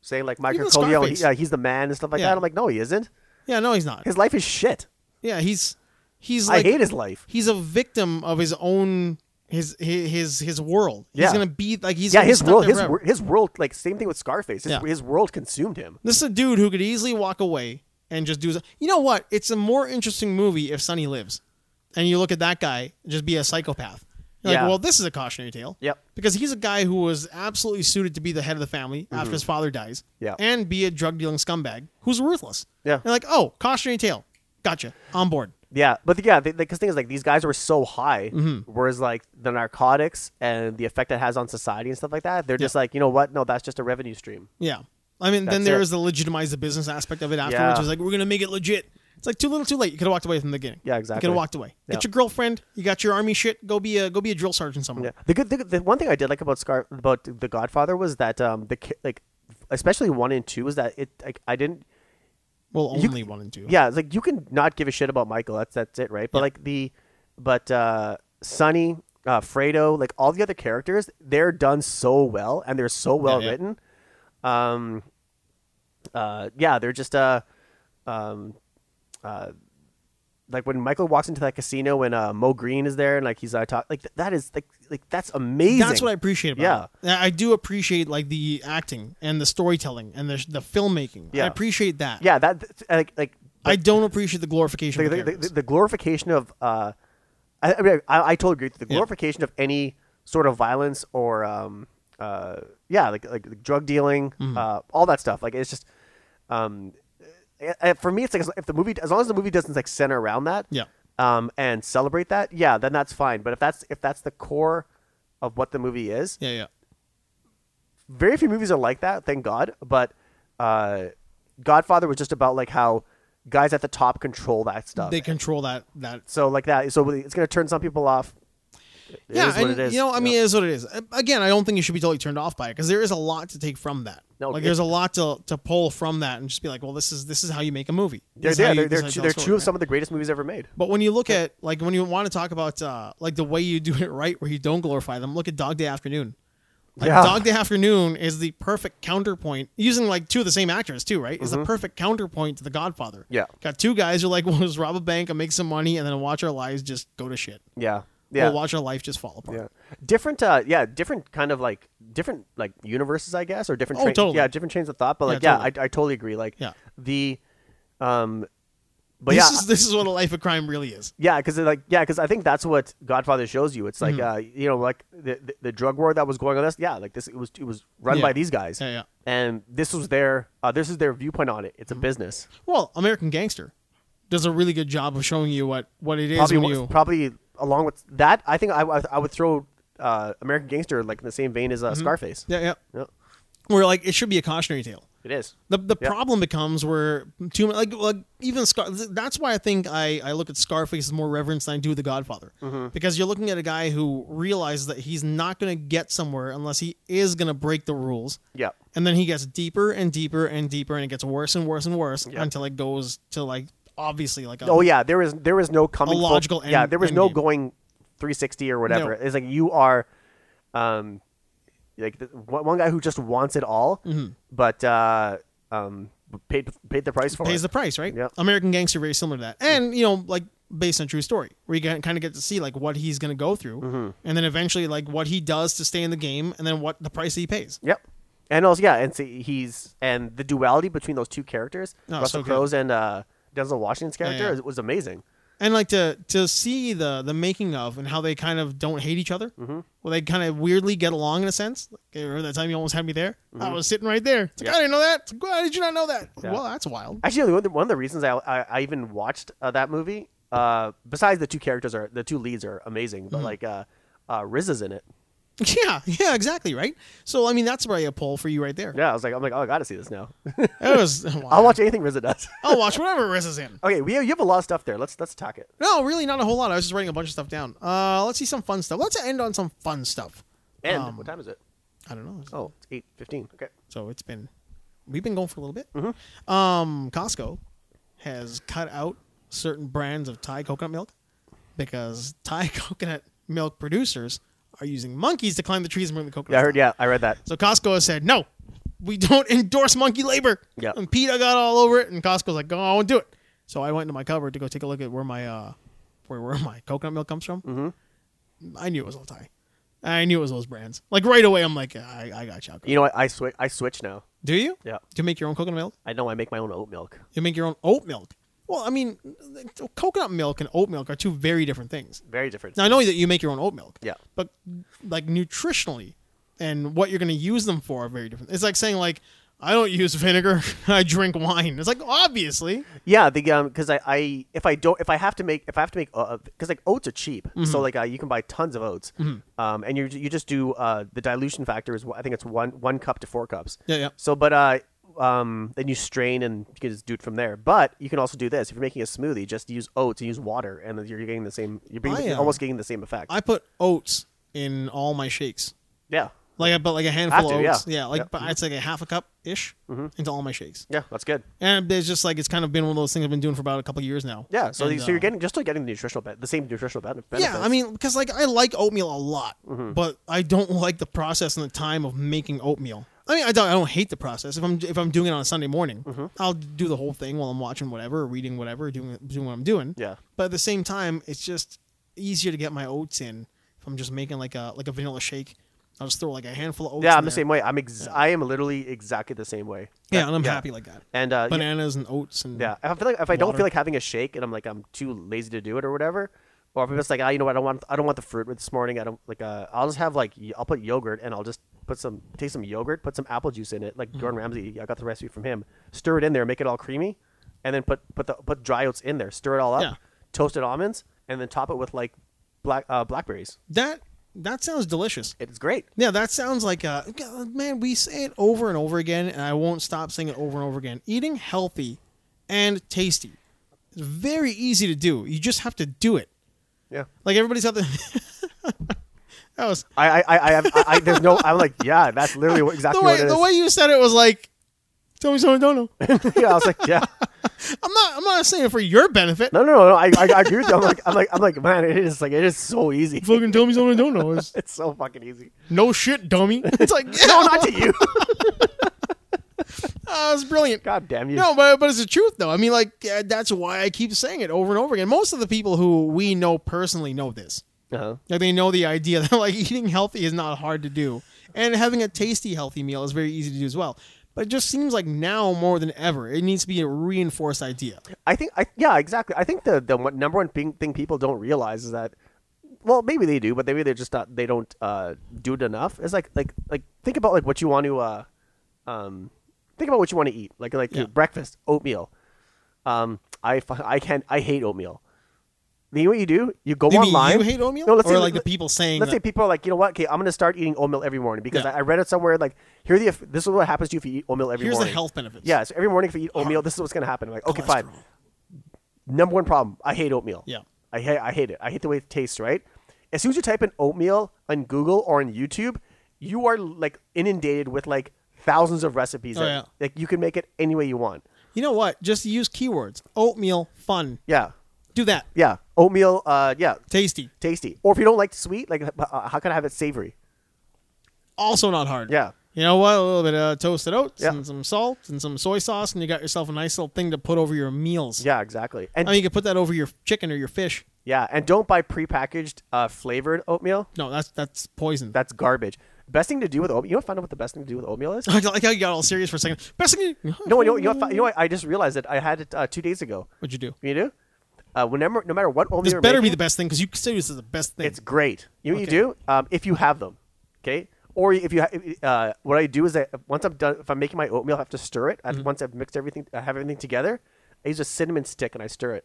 [SPEAKER 1] saying like Michael
[SPEAKER 2] Even
[SPEAKER 1] Corleone,
[SPEAKER 2] Scarface.
[SPEAKER 1] yeah, he's the man and stuff like
[SPEAKER 2] Yeah.
[SPEAKER 1] that. I'm like, no, he isn't.
[SPEAKER 2] Yeah, no, he's not.
[SPEAKER 1] His life is shit.
[SPEAKER 2] Yeah, he's he's like
[SPEAKER 1] I hate his life.
[SPEAKER 2] he's a victim of his own his his his, his world. He's
[SPEAKER 1] Yeah.
[SPEAKER 2] gonna be like he's
[SPEAKER 1] Yeah,
[SPEAKER 2] gonna be
[SPEAKER 1] his
[SPEAKER 2] stuck
[SPEAKER 1] world,
[SPEAKER 2] there
[SPEAKER 1] his
[SPEAKER 2] forever.
[SPEAKER 1] wor- his world, like same thing with Scarface. His,
[SPEAKER 2] Yeah.
[SPEAKER 1] his world consumed him.
[SPEAKER 2] This is a dude who could easily walk away and just do. You know what? It's a more interesting movie if Sonny lives, and you look at that guy just be a psychopath. You're like,
[SPEAKER 1] Yeah.
[SPEAKER 2] well, this is a cautionary tale.
[SPEAKER 1] Yep.
[SPEAKER 2] Because he's a guy who was absolutely suited to be the head of the family after his father dies.
[SPEAKER 1] Mm-hmm. Yeah.
[SPEAKER 2] And be a drug dealing scumbag who's ruthless.
[SPEAKER 1] Yeah.
[SPEAKER 2] You're like, oh, cautionary tale. Gotcha. On board.
[SPEAKER 1] Yeah, but yeah, because thing is, like these guys were so high,
[SPEAKER 2] Mm-hmm.
[SPEAKER 1] whereas like the narcotics and the effect it has on society and stuff like that, they're just like, you know what? No, that's just a revenue stream.
[SPEAKER 2] Yeah. I mean, then
[SPEAKER 1] That's
[SPEAKER 2] there
[SPEAKER 1] it.
[SPEAKER 2] is the legitimize the business aspect of it afterwards.
[SPEAKER 1] Yeah.
[SPEAKER 2] It's like, we're going to make it legit. It's like too little too late. You could have walked away from the beginning.
[SPEAKER 1] Yeah,
[SPEAKER 2] You could
[SPEAKER 1] exactly.
[SPEAKER 2] have walked away.
[SPEAKER 1] Yeah.
[SPEAKER 2] Get your girlfriend. You got your army shit. Go be a go be a drill sergeant somewhere.
[SPEAKER 1] Yeah. The good, the, the one thing I did like about Scar, about The Godfather, was that um the ki- like, especially one and two, was that it like I didn't.
[SPEAKER 2] Well,
[SPEAKER 1] You-
[SPEAKER 2] only one and two.
[SPEAKER 1] Yeah, it's like you can not give a shit about Michael. That's that's it, right? But
[SPEAKER 2] Yeah.
[SPEAKER 1] like the, but uh Sonny, uh, Fredo, like all the other characters, they're done so well and they're so well
[SPEAKER 2] yeah.
[SPEAKER 1] written. Um, uh, yeah, they're just uh, um, uh, like when Michael walks into that casino and uh, Mo Green is there and like he's uh, talk like th- that is like like that's amazing.
[SPEAKER 2] That's what I appreciate about it. I do appreciate like the acting and the storytelling and the, the filmmaking. I
[SPEAKER 1] Yeah.
[SPEAKER 2] appreciate that.
[SPEAKER 1] Yeah, that th- like like
[SPEAKER 2] I don't appreciate the glorification.
[SPEAKER 1] the,
[SPEAKER 2] of the
[SPEAKER 1] the, the,
[SPEAKER 2] characters.
[SPEAKER 1] the glorification of uh, I, I mean, I, I totally agree. with The
[SPEAKER 2] Yeah.
[SPEAKER 1] glorification of any sort of violence or um, uh, yeah, like like, like drug dealing,
[SPEAKER 2] Mm-hmm.
[SPEAKER 1] uh, all that stuff. Like it's just um, eh, eh, for me, it's like if the movie, as long as the movie doesn't like center around that,
[SPEAKER 2] Yeah.
[SPEAKER 1] um, and celebrate that, yeah, then that's fine. But if that's if that's the core of what the movie is,
[SPEAKER 2] yeah, yeah.
[SPEAKER 1] very few movies are like that, thank God. But uh, Godfather was just about like how guys at the top control that stuff.
[SPEAKER 2] They control that that
[SPEAKER 1] So like that. So it's gonna turn some people off. It
[SPEAKER 2] yeah,
[SPEAKER 1] is what
[SPEAKER 2] and,
[SPEAKER 1] it is.
[SPEAKER 2] You know, I mean, it is what it is. Uh, Again, I don't think you should be totally turned off by it because there is a lot to take from that.
[SPEAKER 1] No,
[SPEAKER 2] like
[SPEAKER 1] it-
[SPEAKER 2] there's a lot to, to pull from that and just be like, well, this is this is how you make a movie.
[SPEAKER 1] they're,
[SPEAKER 2] This is how
[SPEAKER 1] they're,
[SPEAKER 2] you- this
[SPEAKER 1] they're, they're,
[SPEAKER 2] is how you tell
[SPEAKER 1] true- they're
[SPEAKER 2] a story,
[SPEAKER 1] true of
[SPEAKER 2] right?
[SPEAKER 1] some of the greatest movies ever made.
[SPEAKER 2] But when you look at like when you want to talk about uh, like the way you do it right, where you don't glorify them, look at Dog Day Afternoon. Like
[SPEAKER 1] Yeah.
[SPEAKER 2] Dog Day Afternoon is the perfect counterpoint using like two of the same actors too, right? Is the perfect counterpoint to The Godfather.
[SPEAKER 1] Mm-hmm. Yeah.
[SPEAKER 2] got two guys who are like, well, let's rob a bank and make some money, and then watch our lives just go to shit.
[SPEAKER 1] Yeah, yeah,
[SPEAKER 2] We'll watch our life just fall apart.
[SPEAKER 1] yeah. Different, uh, yeah, different kind of like different like universes, I guess, or different.
[SPEAKER 2] Oh,
[SPEAKER 1] train-
[SPEAKER 2] totally.
[SPEAKER 1] Yeah, different trains of thought. But like,
[SPEAKER 2] Yeah,
[SPEAKER 1] yeah, I, I totally agree. Like,
[SPEAKER 2] Yeah.
[SPEAKER 1] the, um, but
[SPEAKER 2] this
[SPEAKER 1] yeah,
[SPEAKER 2] is this is what a life of crime really is.
[SPEAKER 1] Yeah, because like yeah, because I think that's what Godfather shows you. It's like
[SPEAKER 2] Mm-hmm.
[SPEAKER 1] uh, you know, like the, the the drug war that was going on. This yeah, like this it was it was run
[SPEAKER 2] Yeah.
[SPEAKER 1] by these guys.
[SPEAKER 2] Yeah, yeah.
[SPEAKER 1] And this was their uh, this is their viewpoint on it. It's a
[SPEAKER 2] Mm-hmm.
[SPEAKER 1] business.
[SPEAKER 2] Well, American Gangster does a really good job of showing you what what it is
[SPEAKER 1] Probably
[SPEAKER 2] when
[SPEAKER 1] wa-
[SPEAKER 2] you.
[SPEAKER 1] probably along with that, I think I I, I would throw uh, American Gangster like in the same vein as
[SPEAKER 2] Mm-hmm.
[SPEAKER 1] uh, Scarface.
[SPEAKER 2] Yeah, yeah.
[SPEAKER 1] Yeah,
[SPEAKER 2] Where like it should be a cautionary tale.
[SPEAKER 1] it is.
[SPEAKER 2] The the
[SPEAKER 1] Yeah.
[SPEAKER 2] problem becomes where too much like like even Scar. That's why I think I I look at Scarface as more reverence than I do The Godfather
[SPEAKER 1] Mm-hmm.
[SPEAKER 2] because you're looking at a guy who realizes that he's not going to get somewhere unless he is going to break the rules.
[SPEAKER 1] Yeah,
[SPEAKER 2] And then he gets deeper and deeper and deeper, and it gets worse and worse and worse until it goes to like obviously like a,
[SPEAKER 1] Oh yeah, there is there is no coming. full-
[SPEAKER 2] logical
[SPEAKER 1] yeah,
[SPEAKER 2] end-
[SPEAKER 1] there was
[SPEAKER 2] end
[SPEAKER 1] no
[SPEAKER 2] game.
[SPEAKER 1] going 360 or whatever.
[SPEAKER 2] No.
[SPEAKER 1] It's like you are, um, like the, one one guy who just wants it all,
[SPEAKER 2] Mm-hmm.
[SPEAKER 1] but uh, um, paid paid the price for
[SPEAKER 2] pays
[SPEAKER 1] it.
[SPEAKER 2] the price, right?
[SPEAKER 1] Yep.
[SPEAKER 2] American Gangster very similar to that, and you know, like based on true story, where you kind of get to see like what he's going to go through,
[SPEAKER 1] Mm-hmm.
[SPEAKER 2] and then eventually like what he does to stay in the game, and then what the price he pays.
[SPEAKER 1] yep. And also yeah, and see he's and the duality between those two characters,
[SPEAKER 2] No, Oh, so
[SPEAKER 1] Russell
[SPEAKER 2] good.
[SPEAKER 1] Crowe's and uh, Denzel Washington's character,
[SPEAKER 2] yeah.
[SPEAKER 1] it was amazing.
[SPEAKER 2] And like to to see the the making of and how they kind of don't hate each other.
[SPEAKER 1] Mm-hmm.
[SPEAKER 2] Well, they kind of weirdly get along in a sense. Like, hey, remember that time you almost had me there? I was sitting right there. It's like, I didn't know that. It's like, Why did you not know that?
[SPEAKER 1] Mm-hmm. Yeah.
[SPEAKER 2] Well, that's wild.
[SPEAKER 1] Actually, one of the, one of the reasons I, I, I even watched uh, that movie, uh, besides the two characters are the two leads are amazing, but like uh, uh, Riz is in it.
[SPEAKER 2] Yeah, yeah, exactly, right. So I mean, that's probably a poll for you right there.
[SPEAKER 1] Yeah, I was like, I'm like, oh, I gotta see this now.
[SPEAKER 2] It was.
[SPEAKER 1] I'll watch anything RZA does.
[SPEAKER 2] I'll watch whatever Riz is in.
[SPEAKER 1] okay, we have, you have a lot of stuff there. Let's let's attack it.
[SPEAKER 2] No, really, not a whole lot. I was just writing a bunch of stuff down. Uh, let's see some fun stuff. Let's end on some fun stuff.
[SPEAKER 1] And what time is it?
[SPEAKER 2] I don't know.
[SPEAKER 1] Um, Oh, it's eight fifteen. Okay.
[SPEAKER 2] So it's been, we've been going for a little bit.
[SPEAKER 1] Mm-hmm.
[SPEAKER 2] Um, Costco has cut out certain brands of Thai coconut milk because Thai coconut milk producers are using monkeys to climb the trees and bring the coconut.
[SPEAKER 1] Yeah, I heard. Yeah, I read that.
[SPEAKER 2] So Costco has said no, we don't endorse monkey labor.
[SPEAKER 1] Yeah.
[SPEAKER 2] And PETA got all over it, and Costco's like, "Go, I won't do it." So I went into my cupboard to go take a look at where my uh, where where my coconut milk comes from. Mm-hmm. I knew it was all Thai. I knew it was those brands. Like right away, I'm like, I, I got you. I'll go."
[SPEAKER 1] You know, what? I switch. I switch now.
[SPEAKER 2] Do you?
[SPEAKER 1] Yeah.
[SPEAKER 2] Do you make your own coconut milk?
[SPEAKER 1] I know. I make my own oat milk.
[SPEAKER 2] You make your own oat milk. Well, I mean, coconut milk and oat milk are two very different things.
[SPEAKER 1] Very different.
[SPEAKER 2] Now I know that you make your own oat milk.
[SPEAKER 1] Yeah.
[SPEAKER 2] But like nutritionally and what you're going to use them for are very different. It's like saying like I don't use vinegar. I drink wine. It's like obviously.
[SPEAKER 1] Yeah, the um, because I, I if I don't if I have to make if I have to make because like oats are cheap,
[SPEAKER 2] Mm-hmm.
[SPEAKER 1] so like uh, you can buy tons of oats, um, and you you just do uh the dilution factor is I think it's one one cup to four cups.
[SPEAKER 2] Yeah, yeah.
[SPEAKER 1] So, but uh, um, then you strain and you can just do it from there. But you can also do this if you're making a smoothie, just use oats and use water, and you're getting the same. You're being,
[SPEAKER 2] I,
[SPEAKER 1] you're
[SPEAKER 2] um,
[SPEAKER 1] almost getting the same effect.
[SPEAKER 2] I put oats in all my shakes.
[SPEAKER 1] yeah,
[SPEAKER 2] Like I put like a handful
[SPEAKER 1] Have
[SPEAKER 2] of
[SPEAKER 1] to,
[SPEAKER 2] oats.
[SPEAKER 1] yeah. Mm-hmm.
[SPEAKER 2] Yeah, like
[SPEAKER 1] Yep.
[SPEAKER 2] but it's like a half a cup ish into all my shakes.
[SPEAKER 1] yeah, that's good.
[SPEAKER 2] And there's just like it's kind of been one of those things I've been doing for about a couple of years now.
[SPEAKER 1] Yeah, so,
[SPEAKER 2] And,
[SPEAKER 1] so you're
[SPEAKER 2] uh,
[SPEAKER 1] getting just still getting the nutritional be- the same nutritional ben- benefits. Mm-hmm.
[SPEAKER 2] Yeah, I mean, because like I like oatmeal a lot, but I don't like the process and the time of making oatmeal. I mean, I don't, I don't hate the process. If I'm if I'm doing it on a Sunday morning,
[SPEAKER 1] Mm-hmm.
[SPEAKER 2] I'll do the whole thing while I'm watching whatever, or reading whatever, doing doing what I'm doing.
[SPEAKER 1] Yeah.
[SPEAKER 2] But at the same time, it's just easier to get my oats in if I'm just making like a like a vanilla shake. I'll just throw like a handful of oats.
[SPEAKER 1] yeah,
[SPEAKER 2] in
[SPEAKER 1] I'm the
[SPEAKER 2] there.
[SPEAKER 1] same way. I'm ex- I am literally exactly the same way.
[SPEAKER 2] Yeah, and I'm happy like that.
[SPEAKER 1] And uh, yeah,
[SPEAKER 2] Bananas and oats and
[SPEAKER 1] Yeah, if I feel like if I don't
[SPEAKER 2] Water.
[SPEAKER 1] feel like having a shake and I'm like I'm too lazy to do it or whatever, or if I'm just like ah you know what I don't want I don't want the fruit this morning I don't like uh I'll just have like y- I'll put yogurt and I'll just put some take some yogurt put some apple juice in it like
[SPEAKER 2] Mm-hmm.
[SPEAKER 1] Gordon Ramsay I got the recipe from him stir it in there make it all creamy, and then put put the put dry oats in there stir it all up
[SPEAKER 2] Yeah.
[SPEAKER 1] toasted almonds and then top it with like black uh, blackberries
[SPEAKER 2] that that sounds delicious.
[SPEAKER 1] it's great
[SPEAKER 2] Yeah, that sounds like a man. We say it over and over again, and I won't stop saying it over and over again. Eating healthy and tasty is very easy to do. You just have to do it.
[SPEAKER 1] yeah.
[SPEAKER 2] Like everybody's out there. that was
[SPEAKER 1] I I I, I, have, I, I there's no I'm like yeah that's literally what, exactly
[SPEAKER 2] the way
[SPEAKER 1] what it
[SPEAKER 2] the
[SPEAKER 1] is
[SPEAKER 2] way you said it was like, tell me something I don't know.
[SPEAKER 1] yeah I was like yeah
[SPEAKER 2] I'm not. I'm not saying it for your benefit.
[SPEAKER 1] No, no, no. no, I, I, I agree with you. I'm like, I'm like, I'm like, man, it is like, it is so easy.
[SPEAKER 2] Fucking tell me something I don't know. It's,
[SPEAKER 1] It's so fucking easy.
[SPEAKER 2] no shit, dummy. It's like yeah,
[SPEAKER 1] No, not to you.
[SPEAKER 2] that was brilliant.
[SPEAKER 1] God damn you.
[SPEAKER 2] No, but but it's the truth though. I mean, like uh, that's why I keep saying it over and over again. Most of the people who we know personally know this.
[SPEAKER 1] Uh-huh.
[SPEAKER 2] Like they know the idea that like eating healthy is not hard to do, and having a tasty healthy meal is very easy to do as well. But it just seems like now more than ever, it needs to be a reinforced idea.
[SPEAKER 1] I think, I yeah, exactly. I think the the one, number one thing, thing people don't realize is that, well, maybe they do, but maybe they're just not. They don't uh, do it enough. It's like, like, like, think about like what you want to, uh, um, think about what you want to eat. Like, like
[SPEAKER 2] Yeah.
[SPEAKER 1] breakfast, oatmeal. Um, I, fu- I can't. I hate oatmeal. You know what you do? You go
[SPEAKER 2] You mean
[SPEAKER 1] online.
[SPEAKER 2] you hate oatmeal,
[SPEAKER 1] No, let's
[SPEAKER 2] or
[SPEAKER 1] say,
[SPEAKER 2] like the
[SPEAKER 1] let-
[SPEAKER 2] people saying
[SPEAKER 1] let's
[SPEAKER 2] that-
[SPEAKER 1] say people are like, you know what? Okay, I'm gonna start eating oatmeal every morning because
[SPEAKER 2] Yeah.
[SPEAKER 1] I, I read it somewhere. Like, here are the eff- this is what happens to you if you eat oatmeal every
[SPEAKER 2] here's
[SPEAKER 1] morning.
[SPEAKER 2] the health benefits.
[SPEAKER 1] Yeah, so every morning if you eat oatmeal, this is what's gonna happen. I'm like, okay, fine.
[SPEAKER 2] Cholesterol.
[SPEAKER 1] Number one problem, I hate oatmeal.
[SPEAKER 2] Yeah.
[SPEAKER 1] I hate I hate it. I hate the way it tastes. Right. As soon as you type in oatmeal on Google or on YouTube, you are like inundated with like thousands of recipes.
[SPEAKER 2] Oh,
[SPEAKER 1] that-
[SPEAKER 2] yeah.
[SPEAKER 1] Like you can make it any way you want.
[SPEAKER 2] You know what? Just use keywords: oatmeal, fun.
[SPEAKER 1] Yeah.
[SPEAKER 2] Do that.
[SPEAKER 1] Yeah. Oatmeal. Uh. Yeah.
[SPEAKER 2] Tasty.
[SPEAKER 1] Tasty. Or if you don't like sweet, like uh, how can I have it savory?
[SPEAKER 2] Also not hard.
[SPEAKER 1] Yeah.
[SPEAKER 2] You know what? A little bit of toasted oats
[SPEAKER 1] Yeah.
[SPEAKER 2] and some salt and some soy sauce, and you got yourself a nice little thing to put over your meals.
[SPEAKER 1] Yeah. Exactly. And
[SPEAKER 2] I mean, you can put that over your chicken or your fish.
[SPEAKER 1] Yeah, and don't buy prepackaged uh, flavored oatmeal.
[SPEAKER 2] No, that's that's poison.
[SPEAKER 1] That's garbage. Best thing to do with oatmeal. You know, what I found out what the best thing to do with oatmeal is.
[SPEAKER 2] I like how you got all serious for a second. Best thing you-
[SPEAKER 1] no, you know, you know, what I found- you know what? I just realized that I had it uh, two days ago.
[SPEAKER 2] What'd you do?
[SPEAKER 1] You do? Uh, whenever, no matter what oatmeal.
[SPEAKER 2] This
[SPEAKER 1] you're
[SPEAKER 2] better be
[SPEAKER 1] making,
[SPEAKER 2] the best thing because you say this is the best thing.
[SPEAKER 1] It's great. You know what
[SPEAKER 2] Okay.
[SPEAKER 1] you do um, if you have them, okay? Or if you, ha- uh, what I do is that once I'm done, if I'm making my oatmeal, I have to stir it. I,
[SPEAKER 2] Mm-hmm.
[SPEAKER 1] Once I've mixed everything, I have everything together. I use a cinnamon stick and I stir it.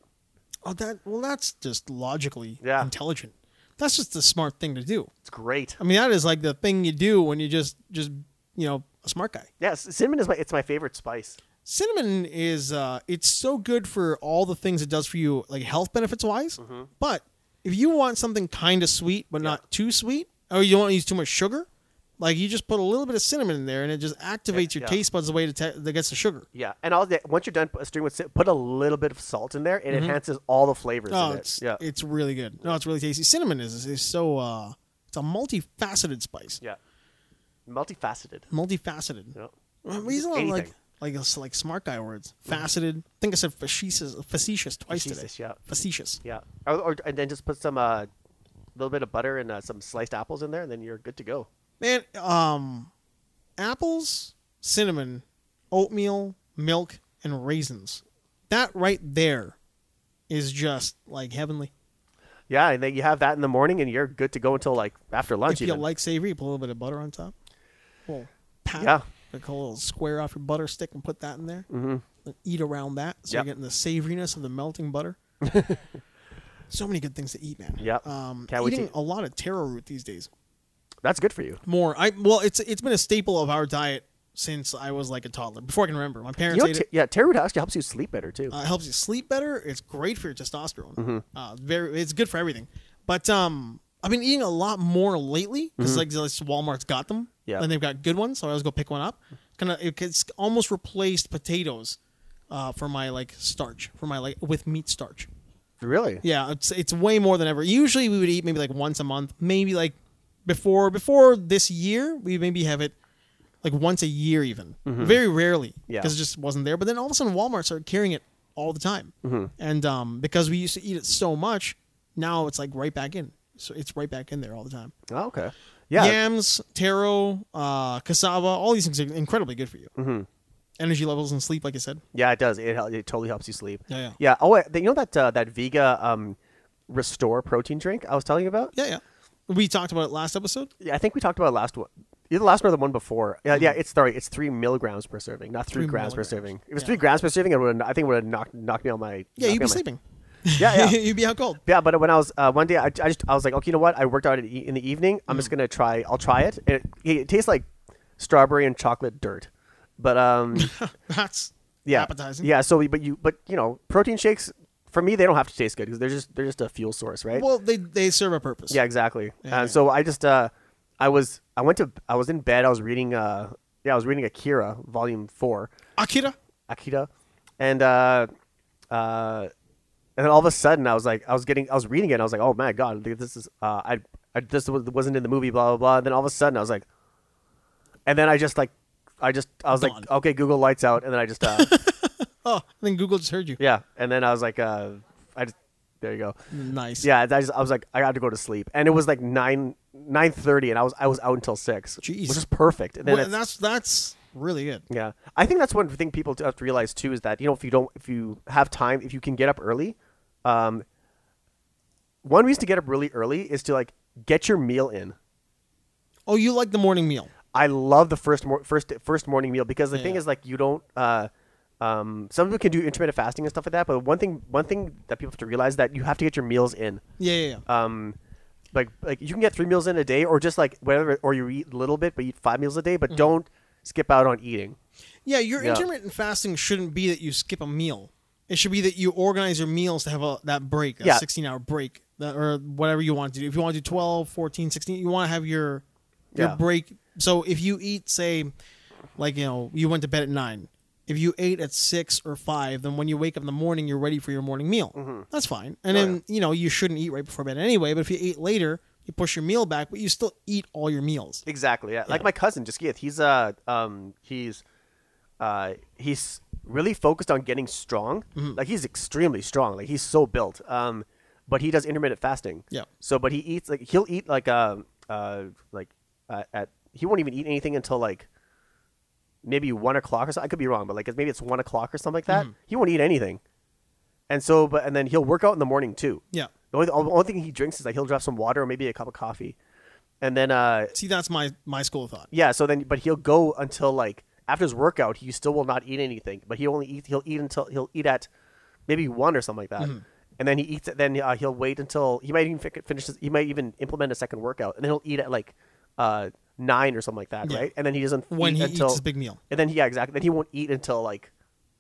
[SPEAKER 2] oh, that well, that's just logically
[SPEAKER 1] Yeah.
[SPEAKER 2] intelligent. That's just the smart thing to do.
[SPEAKER 1] It's great.
[SPEAKER 2] I mean, that is like the thing you do when you just just you know a smart guy.
[SPEAKER 1] Yes, cinnamon is my it's my favorite spice.
[SPEAKER 2] Cinnamon is uh, it's so good for all the things it does for you, like health benefits wise.
[SPEAKER 1] Mm-hmm.
[SPEAKER 2] But if you want something kind of sweet but not too sweet, or you don't want to use too much sugar, like you just put a little bit of cinnamon in there, and it just activates your
[SPEAKER 1] yeah.
[SPEAKER 2] taste buds the way to te- that gets the sugar.
[SPEAKER 1] Yeah, and all that once you're done stirring with cin- put a little bit of salt in there, it enhances all the flavors.
[SPEAKER 2] Mm-hmm. Oh,
[SPEAKER 1] in
[SPEAKER 2] it's
[SPEAKER 1] it. Yeah,
[SPEAKER 2] it's really good. No, it's really tasty. Cinnamon is is so uh, it's a multifaceted spice.
[SPEAKER 1] yeah, multifaceted.
[SPEAKER 2] Multifaceted.
[SPEAKER 1] Yeah.
[SPEAKER 2] The reason why I'm like
[SPEAKER 1] Anything. Mm-hmm.
[SPEAKER 2] like it's like smart guy words. Faceted. I think I said facetious facetious twice
[SPEAKER 1] Facetious,
[SPEAKER 2] today.
[SPEAKER 1] yeah.
[SPEAKER 2] Facetious.
[SPEAKER 1] Yeah, or, or, and then just put some uh, little bit of butter and uh, some sliced apples in there, and then you're good to go.
[SPEAKER 2] Man, um, apples, cinnamon, oatmeal, milk, and raisins. that right there is just like heavenly.
[SPEAKER 1] Yeah, and then you have that in the morning, and you're good to go until like after lunch.
[SPEAKER 2] If you
[SPEAKER 1] even.
[SPEAKER 2] like savory, you put a little bit of butter on top. Well, pat,
[SPEAKER 1] Yeah.
[SPEAKER 2] like a little square off your butter stick and put that in there.
[SPEAKER 1] Mhm.
[SPEAKER 2] And eat around that, so
[SPEAKER 1] Yep.
[SPEAKER 2] you're getting the savoriness of the melting butter. so many good things to eat, man.
[SPEAKER 1] Yep.
[SPEAKER 2] Um,
[SPEAKER 1] Can't wait
[SPEAKER 2] eating
[SPEAKER 1] to-
[SPEAKER 2] a lot of taro root these days.
[SPEAKER 1] That's good for you.
[SPEAKER 2] More, I well, it's it's been a staple of our diet since I was like a toddler. Before I can remember, my
[SPEAKER 1] you
[SPEAKER 2] parents
[SPEAKER 1] know,
[SPEAKER 2] ate
[SPEAKER 1] t-
[SPEAKER 2] it.
[SPEAKER 1] yeah, taro root actually helps you sleep better too. Mm-hmm.
[SPEAKER 2] Uh, it helps you sleep better. It's great for your testosterone. Uh, very, it's good for everything. But um, I've been eating a lot more lately because like this Walmart's got them.
[SPEAKER 1] Mm-hmm. Yeah.
[SPEAKER 2] And they've got good ones, so I always go pick one up. Kind of, it's almost replaced potatoes uh, for my like starch for my like with meat starch.
[SPEAKER 1] really?
[SPEAKER 2] Yeah, it's it's way more than ever. Usually we would eat maybe like once a month, maybe like before before this year we maybe have it like once a year even. Very rarely
[SPEAKER 1] Mm-hmm. Yeah.
[SPEAKER 2] because it just wasn't there. But then all of a sudden Walmart started carrying it all the time,
[SPEAKER 1] Mm-hmm.
[SPEAKER 2] and um, because we used to eat it so much, now it's like right back in. So it's right back in there all the time.
[SPEAKER 1] Oh, okay. Yeah.
[SPEAKER 2] Yams, taro, uh, cassava, all these things are incredibly good for you.
[SPEAKER 1] Mm-hmm.
[SPEAKER 2] Energy levels and sleep, like I said.
[SPEAKER 1] Yeah, it does. It hel- it totally helps you sleep.
[SPEAKER 2] Yeah, yeah.
[SPEAKER 1] Yeah. Oh, wait, you know that uh, that Vega um, Restore protein drink I was telling you about?
[SPEAKER 2] Yeah, yeah. We talked about it last episode.
[SPEAKER 1] Yeah, I think we talked about it last one. Either the last one or the one before. Yeah, yeah. It's sorry, it's three milligrams per serving, not three,
[SPEAKER 2] Mm. Three
[SPEAKER 1] grams per
[SPEAKER 2] milligrams.
[SPEAKER 1] serving. If it was
[SPEAKER 2] Yeah.
[SPEAKER 1] three grams per serving, it would I think it would have knocked knocked me on my.
[SPEAKER 2] Yeah,
[SPEAKER 1] knocked
[SPEAKER 2] you'd
[SPEAKER 1] me
[SPEAKER 2] be
[SPEAKER 1] on my-
[SPEAKER 2] sleeping.
[SPEAKER 1] Yeah, yeah.
[SPEAKER 2] you'd be out cold.
[SPEAKER 1] Yeah, but when I was uh, one day, I, I just I was like, okay, you know what? I worked out in, the e- in the evening. I'm
[SPEAKER 2] Mm.
[SPEAKER 1] just gonna try. I'll try it. It, it tastes like strawberry and chocolate dirt, but um,
[SPEAKER 2] That's
[SPEAKER 1] yeah,
[SPEAKER 2] appetizing.
[SPEAKER 1] Yeah, so but you but you know, protein shakes for me they don't have to taste good because they're just they're just a fuel source, right?
[SPEAKER 2] Well, they they serve a purpose.
[SPEAKER 1] Yeah, exactly.
[SPEAKER 2] Yeah,
[SPEAKER 1] and
[SPEAKER 2] yeah.
[SPEAKER 1] so I just uh I was I went to I was in bed, I was reading uh yeah, I was reading Akira volume 4,
[SPEAKER 2] Akira.
[SPEAKER 1] Akira. And uh uh and then all of a sudden I was like I was getting I was reading it and I was like, "Oh my god, dude, this is uh I, I this was- wasn't in the movie blah blah blah." And then all of a sudden I was like and then I just like I just I was
[SPEAKER 2] Gone.
[SPEAKER 1] like, "Okay, Google lights out." And then I just uh
[SPEAKER 2] Oh, I think Google just heard you.
[SPEAKER 1] yeah, and then I was like uh I just there you go.
[SPEAKER 2] Nice.
[SPEAKER 1] Yeah, I just, I was like, I had to go to sleep, and it was like nine nine thirty, and I was I was out until six,
[SPEAKER 2] Jeez.
[SPEAKER 1] which is perfect. And then
[SPEAKER 2] Well,
[SPEAKER 1] it's-
[SPEAKER 2] that's that's really good.
[SPEAKER 1] yeah, I think that's one thing people have to realize too is that you know if you don't if you have time if you can get up early, um, one reason to get up really early is to like get your meal in.
[SPEAKER 2] Oh, you like the morning meal?
[SPEAKER 1] I love the first mor- first first morning meal because the
[SPEAKER 2] Yeah,
[SPEAKER 1] thing
[SPEAKER 2] yeah.
[SPEAKER 1] is like you don't. Uh, um, some people can do intermittent fasting and stuff like that, but one thing one thing that people have to realize is that you have to get your meals in.
[SPEAKER 2] Yeah, yeah, yeah.
[SPEAKER 1] um like like you can get three meals in a day or just like whatever or you eat a little bit but you eat five meals a day but don't skip out on eating
[SPEAKER 2] yeah, your
[SPEAKER 1] yeah.
[SPEAKER 2] intermittent fasting shouldn't be that you skip a meal. It should be that you organize your meals to have a, that break, that
[SPEAKER 1] Yeah.
[SPEAKER 2] 16 hour break, that, or whatever you want to do. If you want to do 12, 14, 16, you want to have your your
[SPEAKER 1] Yeah.
[SPEAKER 2] break. So if you eat, say, like, you know, you went to bed at nine. If you ate at six or five, then when you wake up in the morning, you're ready for your morning meal. That's fine. And
[SPEAKER 1] Oh,
[SPEAKER 2] then, you know, you shouldn't eat right before bed anyway. But if you ate later, you push your meal back, but you still eat all your meals.
[SPEAKER 1] exactly yeah. like my cousin just Jaskith, he's uh um he's uh he's really focused on getting strong like he's extremely strong like he's so built um but he does intermittent fasting
[SPEAKER 2] Yeah.
[SPEAKER 1] so but he eats like he'll eat like um uh like uh, at he won't even eat anything until like maybe one o'clock or something. I could be wrong, but like it's- maybe it's one o'clock or something like that. He won't eat anything, and so but and then he'll work out in the morning too.
[SPEAKER 2] Yeah.
[SPEAKER 1] The only, the only thing he drinks is like he'll drop some water or maybe a cup of coffee, and then uh
[SPEAKER 2] See, that's my, my school of thought.
[SPEAKER 1] yeah. So then but he'll go until like after his workout he still will not eat anything, but he only eat he'll eat until he'll eat at maybe one or something like
[SPEAKER 2] Mm-hmm.
[SPEAKER 1] that. And then he eats it. Then uh, he'll wait until he might even fi- finish. His, he might even implement a second workout, and then he'll eat at like uh, nine or something like that,
[SPEAKER 2] Yeah.
[SPEAKER 1] right? And then he doesn't
[SPEAKER 2] When
[SPEAKER 1] eat
[SPEAKER 2] he
[SPEAKER 1] until,
[SPEAKER 2] eats his big meal.
[SPEAKER 1] and then yeah, exactly. Then he won't eat until like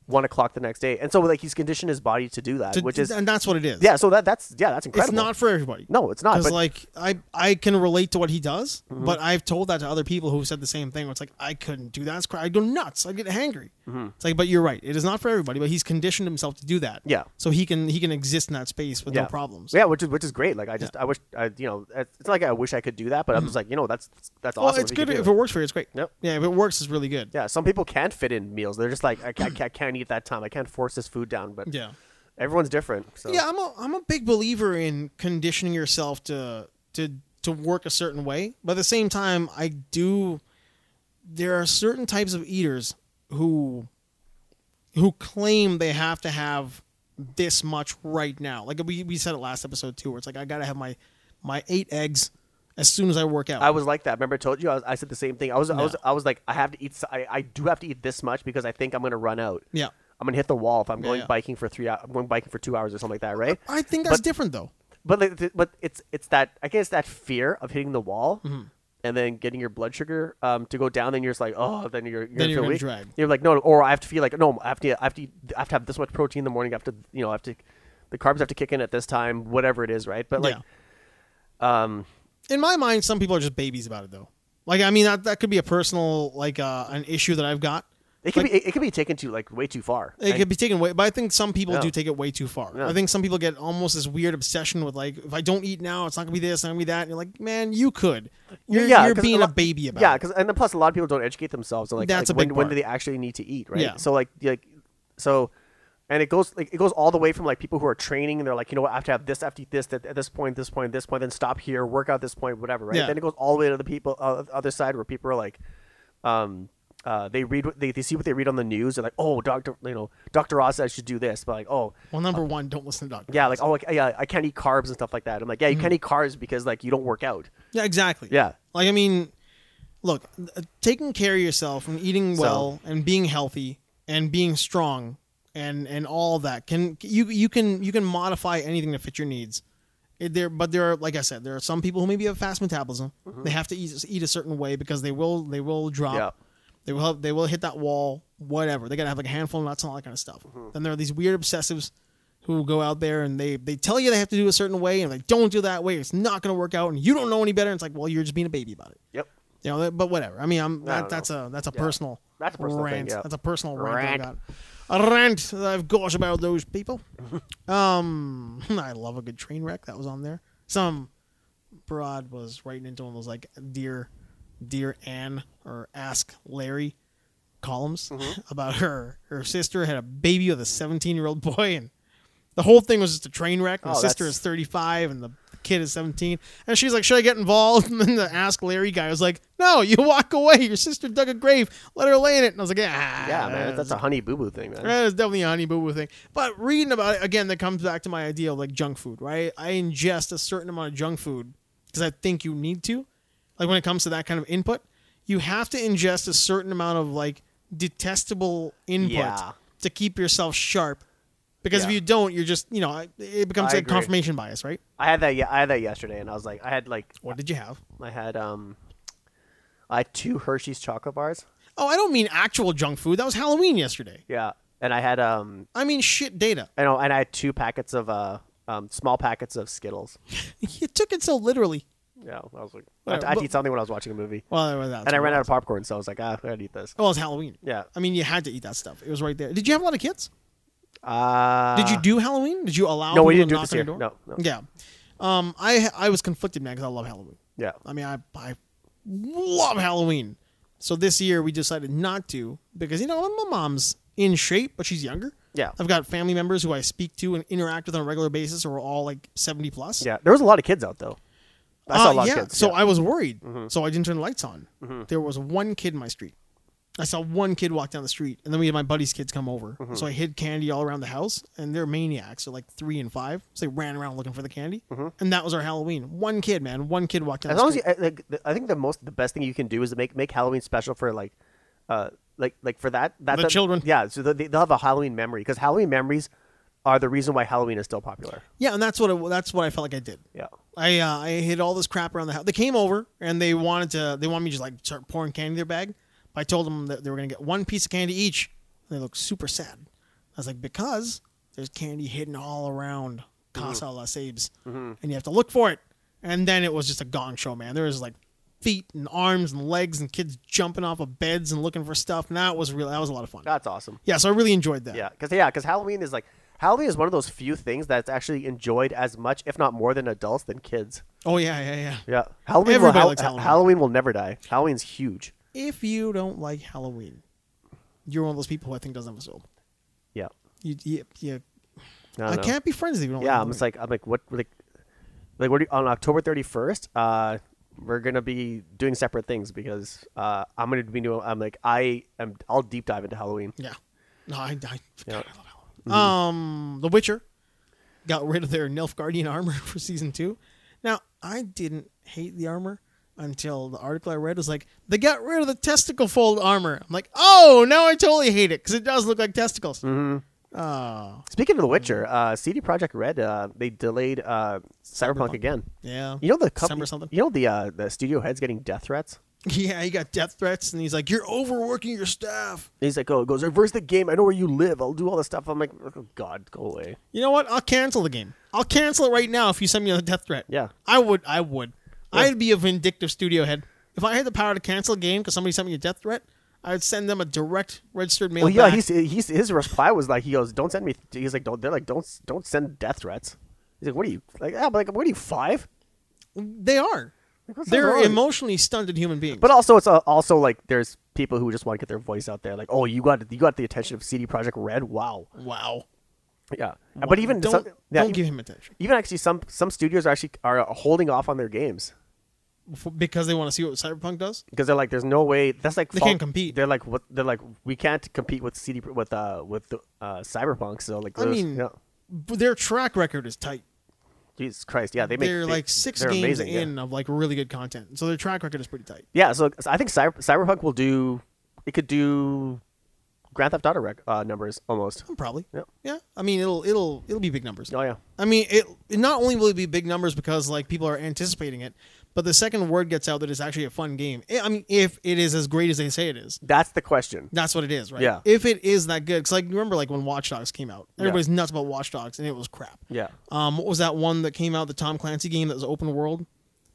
[SPEAKER 1] one o'clock the next day, and so like he's conditioned his body to do that,
[SPEAKER 2] To-
[SPEAKER 1] which is
[SPEAKER 2] and that's what it is.
[SPEAKER 1] yeah. So that that's yeah, that's
[SPEAKER 2] It's
[SPEAKER 1] incredible.
[SPEAKER 2] not for everybody.
[SPEAKER 1] no, it's not.
[SPEAKER 2] Because
[SPEAKER 1] But Mm-hmm.
[SPEAKER 2] like I I can relate to what he does, but I've told that to other people who said the same thing. Where it's like I couldn't do that. It's cra- I go nuts. I get hangry.
[SPEAKER 1] Mm-hmm.
[SPEAKER 2] It's like, but you're right. It is not for everybody. But he's conditioned himself to do that.
[SPEAKER 1] Yeah.
[SPEAKER 2] So he can he can exist in that space with
[SPEAKER 1] yeah,
[SPEAKER 2] no problems.
[SPEAKER 1] Yeah, which is which is great. Like I just I wish I you know it's it's not like I wish I could do that, but I'm just like you know that's that's
[SPEAKER 2] Mm-hmm. Well,
[SPEAKER 1] awesome.
[SPEAKER 2] it's
[SPEAKER 1] if you
[SPEAKER 2] good
[SPEAKER 1] could do
[SPEAKER 2] if
[SPEAKER 1] it.
[SPEAKER 2] it works for you. It's great.
[SPEAKER 1] Yep.
[SPEAKER 2] Yeah. If it works, it's really good.
[SPEAKER 1] Yeah, some people can't fit in meals. They're just like I, ca- I, ca- can't eat that time. I can't force this food down. But
[SPEAKER 2] Yeah.
[SPEAKER 1] everyone's different. So
[SPEAKER 2] Yeah, I'm a I'm a big believer in conditioning yourself to to to work a certain way. But at the same time, I do there are certain types of eaters who who claim they have to have this much right now. Like we, we said it last episode too, where it's like I gotta have my my eight eggs as soon as I work out.
[SPEAKER 1] I was like that. Remember, I told you I, was, I said the same thing. I was, I was, I was like, I have to eat. s- I, I do have to eat this much because I think I'm going to run out.
[SPEAKER 2] yeah,
[SPEAKER 1] I'm going to hit the wall if I'm going
[SPEAKER 2] yeah.
[SPEAKER 1] biking for three. hou- I'm going biking for two hours or something like that, right?
[SPEAKER 2] I think that's different though.
[SPEAKER 1] But like, th- but it's it's that I guess that fear of hitting the wall.
[SPEAKER 2] Mm-hmm.
[SPEAKER 1] And then getting your blood sugar um, to go down, then you're just like, oh, then you're you're,
[SPEAKER 2] Then you're
[SPEAKER 1] feel
[SPEAKER 2] gonna
[SPEAKER 1] weak.
[SPEAKER 2] drag.
[SPEAKER 1] You're like, no, or I have to feel like, no, I have to, I have to, I have to have this much protein in the morning. I have to, you know, I have to, the carbs have to kick in at this time, whatever it is, right? But like, um,
[SPEAKER 2] yeah. Um, in my mind, some people are just babies about it though. Like I mean, that that could be a personal like uh, an issue that I've got.
[SPEAKER 1] it could be, it, it could be taken to like way too far.
[SPEAKER 2] It
[SPEAKER 1] And-
[SPEAKER 2] could be taken way, but I think some people
[SPEAKER 1] Yeah.
[SPEAKER 2] do take it way too far.
[SPEAKER 1] Yeah.
[SPEAKER 2] I think some people get almost this weird obsession with like, if I don't eat now, it's not gonna be this, it's not gonna be that. And you're like, man, you could. You're, you're
[SPEAKER 1] 'cause
[SPEAKER 2] being a,
[SPEAKER 1] lo-
[SPEAKER 2] baby about
[SPEAKER 1] yeah,
[SPEAKER 2] it.
[SPEAKER 1] because and then plus a lot of people don't educate themselves on like,
[SPEAKER 2] That's a
[SPEAKER 1] like,
[SPEAKER 2] big
[SPEAKER 1] when, when
[SPEAKER 2] part.
[SPEAKER 1] do they actually need to eat, right?
[SPEAKER 2] Yeah.
[SPEAKER 1] So like you- like so, and it goes like it goes all the way from like people who are training and they're like, you know what, I have to have this, I have to eat this at, at this point, this point, this point, then stop here, work out this point, whatever, right?
[SPEAKER 2] Yeah.
[SPEAKER 1] Then it goes all the way to the people uh, other side where people are like, um. Uh, they read what they, they see what they read on the news. They're like, oh, doctor, you know, Doctor Oz says I should do this, but like, oh,
[SPEAKER 2] Well, number one, don't listen to doctor.
[SPEAKER 1] yeah, like, oh, like, yeah, I can't eat carbs and stuff like that. I'm like, yeah, you can't eat carbs because like you don't work out.
[SPEAKER 2] Hmm. Yeah, exactly.
[SPEAKER 1] Yeah.
[SPEAKER 2] Like I mean, look, uh, taking care of yourself and eating well and being healthy and being strong and and all that can you you can you can modify anything to fit your needs. It- There, but there are, like I said, there are some people who maybe have fast metabolism. They have to eat, eat a certain way because they will they will drop,
[SPEAKER 1] Yeah.
[SPEAKER 2] they will have, they will hit that wall, whatever. They gotta have like a handful of nuts and all that kind of stuff.
[SPEAKER 1] Mm-hmm.
[SPEAKER 2] Then there are these weird obsessives who go out there and they they tell you they have to do a certain way and they don't do that way. It's not gonna work out, and you don't know any better. And it's like, well, you're just being a baby about it.
[SPEAKER 1] Yep.
[SPEAKER 2] You know, but whatever. I mean, I'm
[SPEAKER 1] I
[SPEAKER 2] that,
[SPEAKER 1] don't
[SPEAKER 2] that's a that's a personal
[SPEAKER 1] That's a personal thing,
[SPEAKER 2] rant.
[SPEAKER 1] yeah.
[SPEAKER 2] That's a personal rant. that
[SPEAKER 1] Rant.
[SPEAKER 2] I got. A rant that I've got about those people. um, I love a good train wreck that was on there. Some broad was writing into one of those like dear, dear Anne or ask Larry columns
[SPEAKER 1] Mm-hmm.
[SPEAKER 2] about her her sister had a baby with a 17 year old boy and the whole thing was just a train wreck. And
[SPEAKER 1] Oh,
[SPEAKER 2] the sister
[SPEAKER 1] that's-
[SPEAKER 2] is 35 and the kid is 17. And she's like, Should I get involved? And then the Ask Larry guy was like, No, you walk away. Your sister dug a grave. Let her lay in it. And I was like, Ah.
[SPEAKER 1] Yeah, man, that's a honey boo boo thing, man.
[SPEAKER 2] That is Eh, definitely a honey boo boo thing. But reading about it, again, that comes back to my idea of like junk food, right? I ingest a certain amount of junk food because I think you need to. Like when it comes to that kind of input, you have to ingest a certain amount of like detestable input
[SPEAKER 1] Yeah.
[SPEAKER 2] to keep yourself sharp. Because if
[SPEAKER 1] Yeah.
[SPEAKER 2] you don't, you're just, you know, it becomes
[SPEAKER 1] I
[SPEAKER 2] like
[SPEAKER 1] agree.
[SPEAKER 2] confirmation bias, right?
[SPEAKER 1] I had that. Yeah, I had that yesterday, and I was like, I had like,
[SPEAKER 2] What did you have?
[SPEAKER 1] I had um, I had two Hershey's chocolate bars.
[SPEAKER 2] Oh, I don't mean actual junk food. That was Halloween yesterday.
[SPEAKER 1] Yeah, and I had um,
[SPEAKER 2] I mean shit data.
[SPEAKER 1] I know, and I had two packets of uh, um, small packets of Skittles.
[SPEAKER 2] You took it so literally.
[SPEAKER 1] Yeah, I was like, I
[SPEAKER 2] Well,
[SPEAKER 1] had to, I had to
[SPEAKER 2] but-
[SPEAKER 1] eat something when I was watching a movie,
[SPEAKER 2] Well, that's
[SPEAKER 1] and I ran out of popcorn, so I was like, ah, I gotta eat this.
[SPEAKER 2] Oh, it was Halloween.
[SPEAKER 1] Yeah.
[SPEAKER 2] I mean, you had to eat that stuff. It was right there. Did you have a lot of kids?
[SPEAKER 1] Uh,
[SPEAKER 2] Did you do Halloween? Did you allow?
[SPEAKER 1] No, we
[SPEAKER 2] people
[SPEAKER 1] didn't
[SPEAKER 2] to
[SPEAKER 1] do it
[SPEAKER 2] knock
[SPEAKER 1] this
[SPEAKER 2] on your
[SPEAKER 1] year.
[SPEAKER 2] door?
[SPEAKER 1] No, no.
[SPEAKER 2] Yeah. Um, I I was conflicted, man, because I love Halloween.
[SPEAKER 1] Yeah,
[SPEAKER 2] I mean, I I love Halloween. So this year we decided not to because you know my mom's in shape, but she's younger.
[SPEAKER 1] Yeah.
[SPEAKER 2] I've got family members who I speak to and interact with on a regular basis, who are all like seventy plus.
[SPEAKER 1] yeah. There was a lot of kids out though. I saw
[SPEAKER 2] Uh,
[SPEAKER 1] a lot
[SPEAKER 2] yeah.
[SPEAKER 1] of kids.
[SPEAKER 2] So
[SPEAKER 1] yeah. Mm-hmm.
[SPEAKER 2] I was worried. So I didn't turn the lights on. There was one kid in my street. I saw one kid walk down the street, and then we had my buddy's kids come over.
[SPEAKER 1] Mm-hmm.
[SPEAKER 2] So I hid candy all around the house, and they're maniacs. They're like three and five. So they ran around looking for the candy, and that was our Halloween. One kid, man. One kid walked down
[SPEAKER 1] Mm-hmm. as
[SPEAKER 2] the
[SPEAKER 1] long as
[SPEAKER 2] street.
[SPEAKER 1] you, I- like, the- I think the most the best thing you can do is to make make Halloween special for like, uh, like like for that that
[SPEAKER 2] The
[SPEAKER 1] that-
[SPEAKER 2] children.
[SPEAKER 1] Yeah, so they, they'll have a Halloween memory because Halloween memories are the reason why Halloween is still popular.
[SPEAKER 2] yeah, and that's what it, that's what I felt like I did.
[SPEAKER 1] Yeah,
[SPEAKER 2] I uh, I hid all this crap around the house. They came over and they wanted to they wanted me to just like start pouring candy in their bag. But I told them that they were gonna get one piece of candy each. And they looked super sad. I was like, because there's candy hidden all around Casa Las Abes, and you have to look for it. And then it was just a gong show, man. There was like feet and arms and legs and kids jumping off of beds and looking for stuff. And that was really that was a lot of fun.
[SPEAKER 1] that's awesome.
[SPEAKER 2] Yeah, so I really enjoyed that.
[SPEAKER 1] Yeah, because yeah, because Halloween is like Halloween is one of those few things that's actually enjoyed as much, if not more, than adults than kids.
[SPEAKER 2] Oh yeah, yeah, yeah.
[SPEAKER 1] Yeah, Halloween.
[SPEAKER 2] Everybody
[SPEAKER 1] will, Hal-
[SPEAKER 2] likes Halloween.
[SPEAKER 1] Halloween will never die. Halloween's huge.
[SPEAKER 2] If you don't like Halloween, you're one of those people who I think doesn't have a soul.
[SPEAKER 1] Yeah,
[SPEAKER 2] You, you, you
[SPEAKER 1] I,
[SPEAKER 2] I,
[SPEAKER 1] don't know.
[SPEAKER 2] can't be friends if you don't.
[SPEAKER 1] Yeah,
[SPEAKER 2] like
[SPEAKER 1] I'm just like I'm like what like like what do you, on October 31st. Uh, we're gonna be doing separate things because uh, I'm gonna be doing. I'm like I am. I'll deep dive into Halloween.
[SPEAKER 2] yeah. No, I, I,
[SPEAKER 1] Yeah. Mm-hmm.
[SPEAKER 2] God, I love Halloween. Um, The Witcher got rid of their Nilfgaardian armor for season two. Now, I didn't hate the armor until the article I read was like, they got rid of the testicle fold armor. I'm like, oh, now I totally hate it because it does look like testicles.
[SPEAKER 1] Mm-hmm.
[SPEAKER 2] Oh,
[SPEAKER 1] Speaking of The Witcher, uh, CD Projekt Red, uh, they delayed uh, Cyberpunk, again.
[SPEAKER 2] yeah.
[SPEAKER 1] You know the company,
[SPEAKER 2] December something?
[SPEAKER 1] You know the uh, the studio head's getting death threats.
[SPEAKER 2] yeah, he got death threats and he's like, you're overworking your staff.
[SPEAKER 1] And he's like, "Oh, it goes reverse the game. I know where you live. I'll do all this stuff." I'm like, oh, "God, go away."
[SPEAKER 2] You know what? I'll cancel the game. I'll cancel it right now if you send me a death threat.
[SPEAKER 1] Yeah.
[SPEAKER 2] I would. I would. I'd be a vindictive studio head. If I had the power to cancel a game because somebody sent me a death threat, I would send them a direct registered mail.
[SPEAKER 1] Well, yeah,
[SPEAKER 2] back.
[SPEAKER 1] he's, he's his reply was like, he goes, "Don't send me." He's like, "Don't." They're like, "Don't don't send death threats." He's like, "What are you like?" Ah, but like, what are you five?
[SPEAKER 2] they are.
[SPEAKER 1] what's
[SPEAKER 2] They're
[SPEAKER 1] wrong?
[SPEAKER 2] emotionally stunted human beings.
[SPEAKER 1] But also, it's uh, also like there's people who just want to get their voice out there. Like, oh, you got you got the attention of CD Project Red. Wow.
[SPEAKER 2] wow.
[SPEAKER 1] Yeah. Uh, But even
[SPEAKER 2] don't,
[SPEAKER 1] some, yeah,
[SPEAKER 2] don't
[SPEAKER 1] even,
[SPEAKER 2] give him attention
[SPEAKER 1] even actually some some studios are actually are uh, holding off on their games
[SPEAKER 2] F- because they want to see what Cyberpunk does.
[SPEAKER 1] because they're like, there's no way that's like
[SPEAKER 2] They
[SPEAKER 1] fault-
[SPEAKER 2] can't compete.
[SPEAKER 1] They're like, what? They're like, we can't compete with CD pr- with uh with uh Cyberpunk. So like,
[SPEAKER 2] I
[SPEAKER 1] there's-
[SPEAKER 2] mean,
[SPEAKER 1] yeah.
[SPEAKER 2] but their track record is tight.
[SPEAKER 1] Jesus Christ, yeah, they make
[SPEAKER 2] they're
[SPEAKER 1] they-
[SPEAKER 2] like 6
[SPEAKER 1] they're
[SPEAKER 2] games
[SPEAKER 1] amazing, yeah.
[SPEAKER 2] in of like really good content, so their track record is pretty tight.
[SPEAKER 1] Yeah, so, so I think Cyber, Cyberpunk will do. It could do Grand Theft Auto rec- uh, numbers almost.
[SPEAKER 2] Probably.
[SPEAKER 1] Yep.
[SPEAKER 2] Yeah. I mean, it'll it'll it'll be big numbers.
[SPEAKER 1] Oh yeah,
[SPEAKER 2] I mean, it, it not only will it be big numbers because like people are anticipating it, but the second word gets out that it's actually a fun game. I I mean, if it is as great as they say it is,
[SPEAKER 1] that's the question.
[SPEAKER 2] that's what it is, right?
[SPEAKER 1] Yeah.
[SPEAKER 2] If it is that good, because like remember like when Watch Dogs came out, everybody's nuts about Watch Dogs and it was crap.
[SPEAKER 1] Yeah,
[SPEAKER 2] Um, what was that one that came out, the Tom Clancy game that was open world,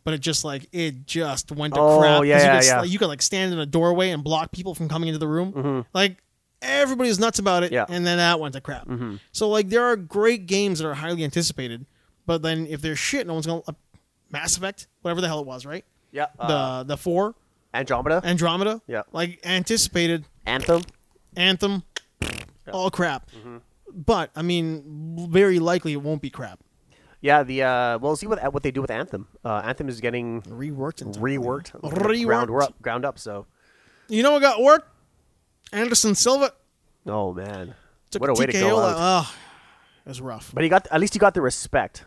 [SPEAKER 2] but it just like it just went to
[SPEAKER 1] Oh,
[SPEAKER 2] crap. 'cause
[SPEAKER 1] yeah,
[SPEAKER 2] you
[SPEAKER 1] yeah,
[SPEAKER 2] could, s-
[SPEAKER 1] yeah. Mm-hmm.
[SPEAKER 2] Like, you could like stand in a doorway and block people from coming into the room. Like everybody was nuts about it,
[SPEAKER 1] Yeah. Mm-hmm.
[SPEAKER 2] and then that went to crap. So like there are great games that are highly anticipated, but then if they're shit, no one's gonna. Uh, Mass Effect, whatever the hell it was, right?
[SPEAKER 1] yeah.
[SPEAKER 2] The
[SPEAKER 1] uh,
[SPEAKER 2] the four
[SPEAKER 1] Andromeda,
[SPEAKER 2] Andromeda,
[SPEAKER 1] Yeah.
[SPEAKER 2] like anticipated,
[SPEAKER 1] Anthem.
[SPEAKER 2] Anthem, all crap.
[SPEAKER 1] Mm-hmm.
[SPEAKER 2] But I mean, very likely it won't be crap.
[SPEAKER 1] Yeah, the uh, we'll see what what they do with Anthem. Uh, Anthem is getting
[SPEAKER 2] Reworked and
[SPEAKER 1] reworked,
[SPEAKER 2] Reworked.
[SPEAKER 1] ground up, ground up. So,
[SPEAKER 2] You know what got worked? Anderson Silva
[SPEAKER 1] oh man,
[SPEAKER 2] took
[SPEAKER 1] what a
[SPEAKER 2] a
[SPEAKER 1] way to go
[SPEAKER 2] TKO.
[SPEAKER 1] out.
[SPEAKER 2] Ah, it was rough.
[SPEAKER 1] but he got at least he got the respect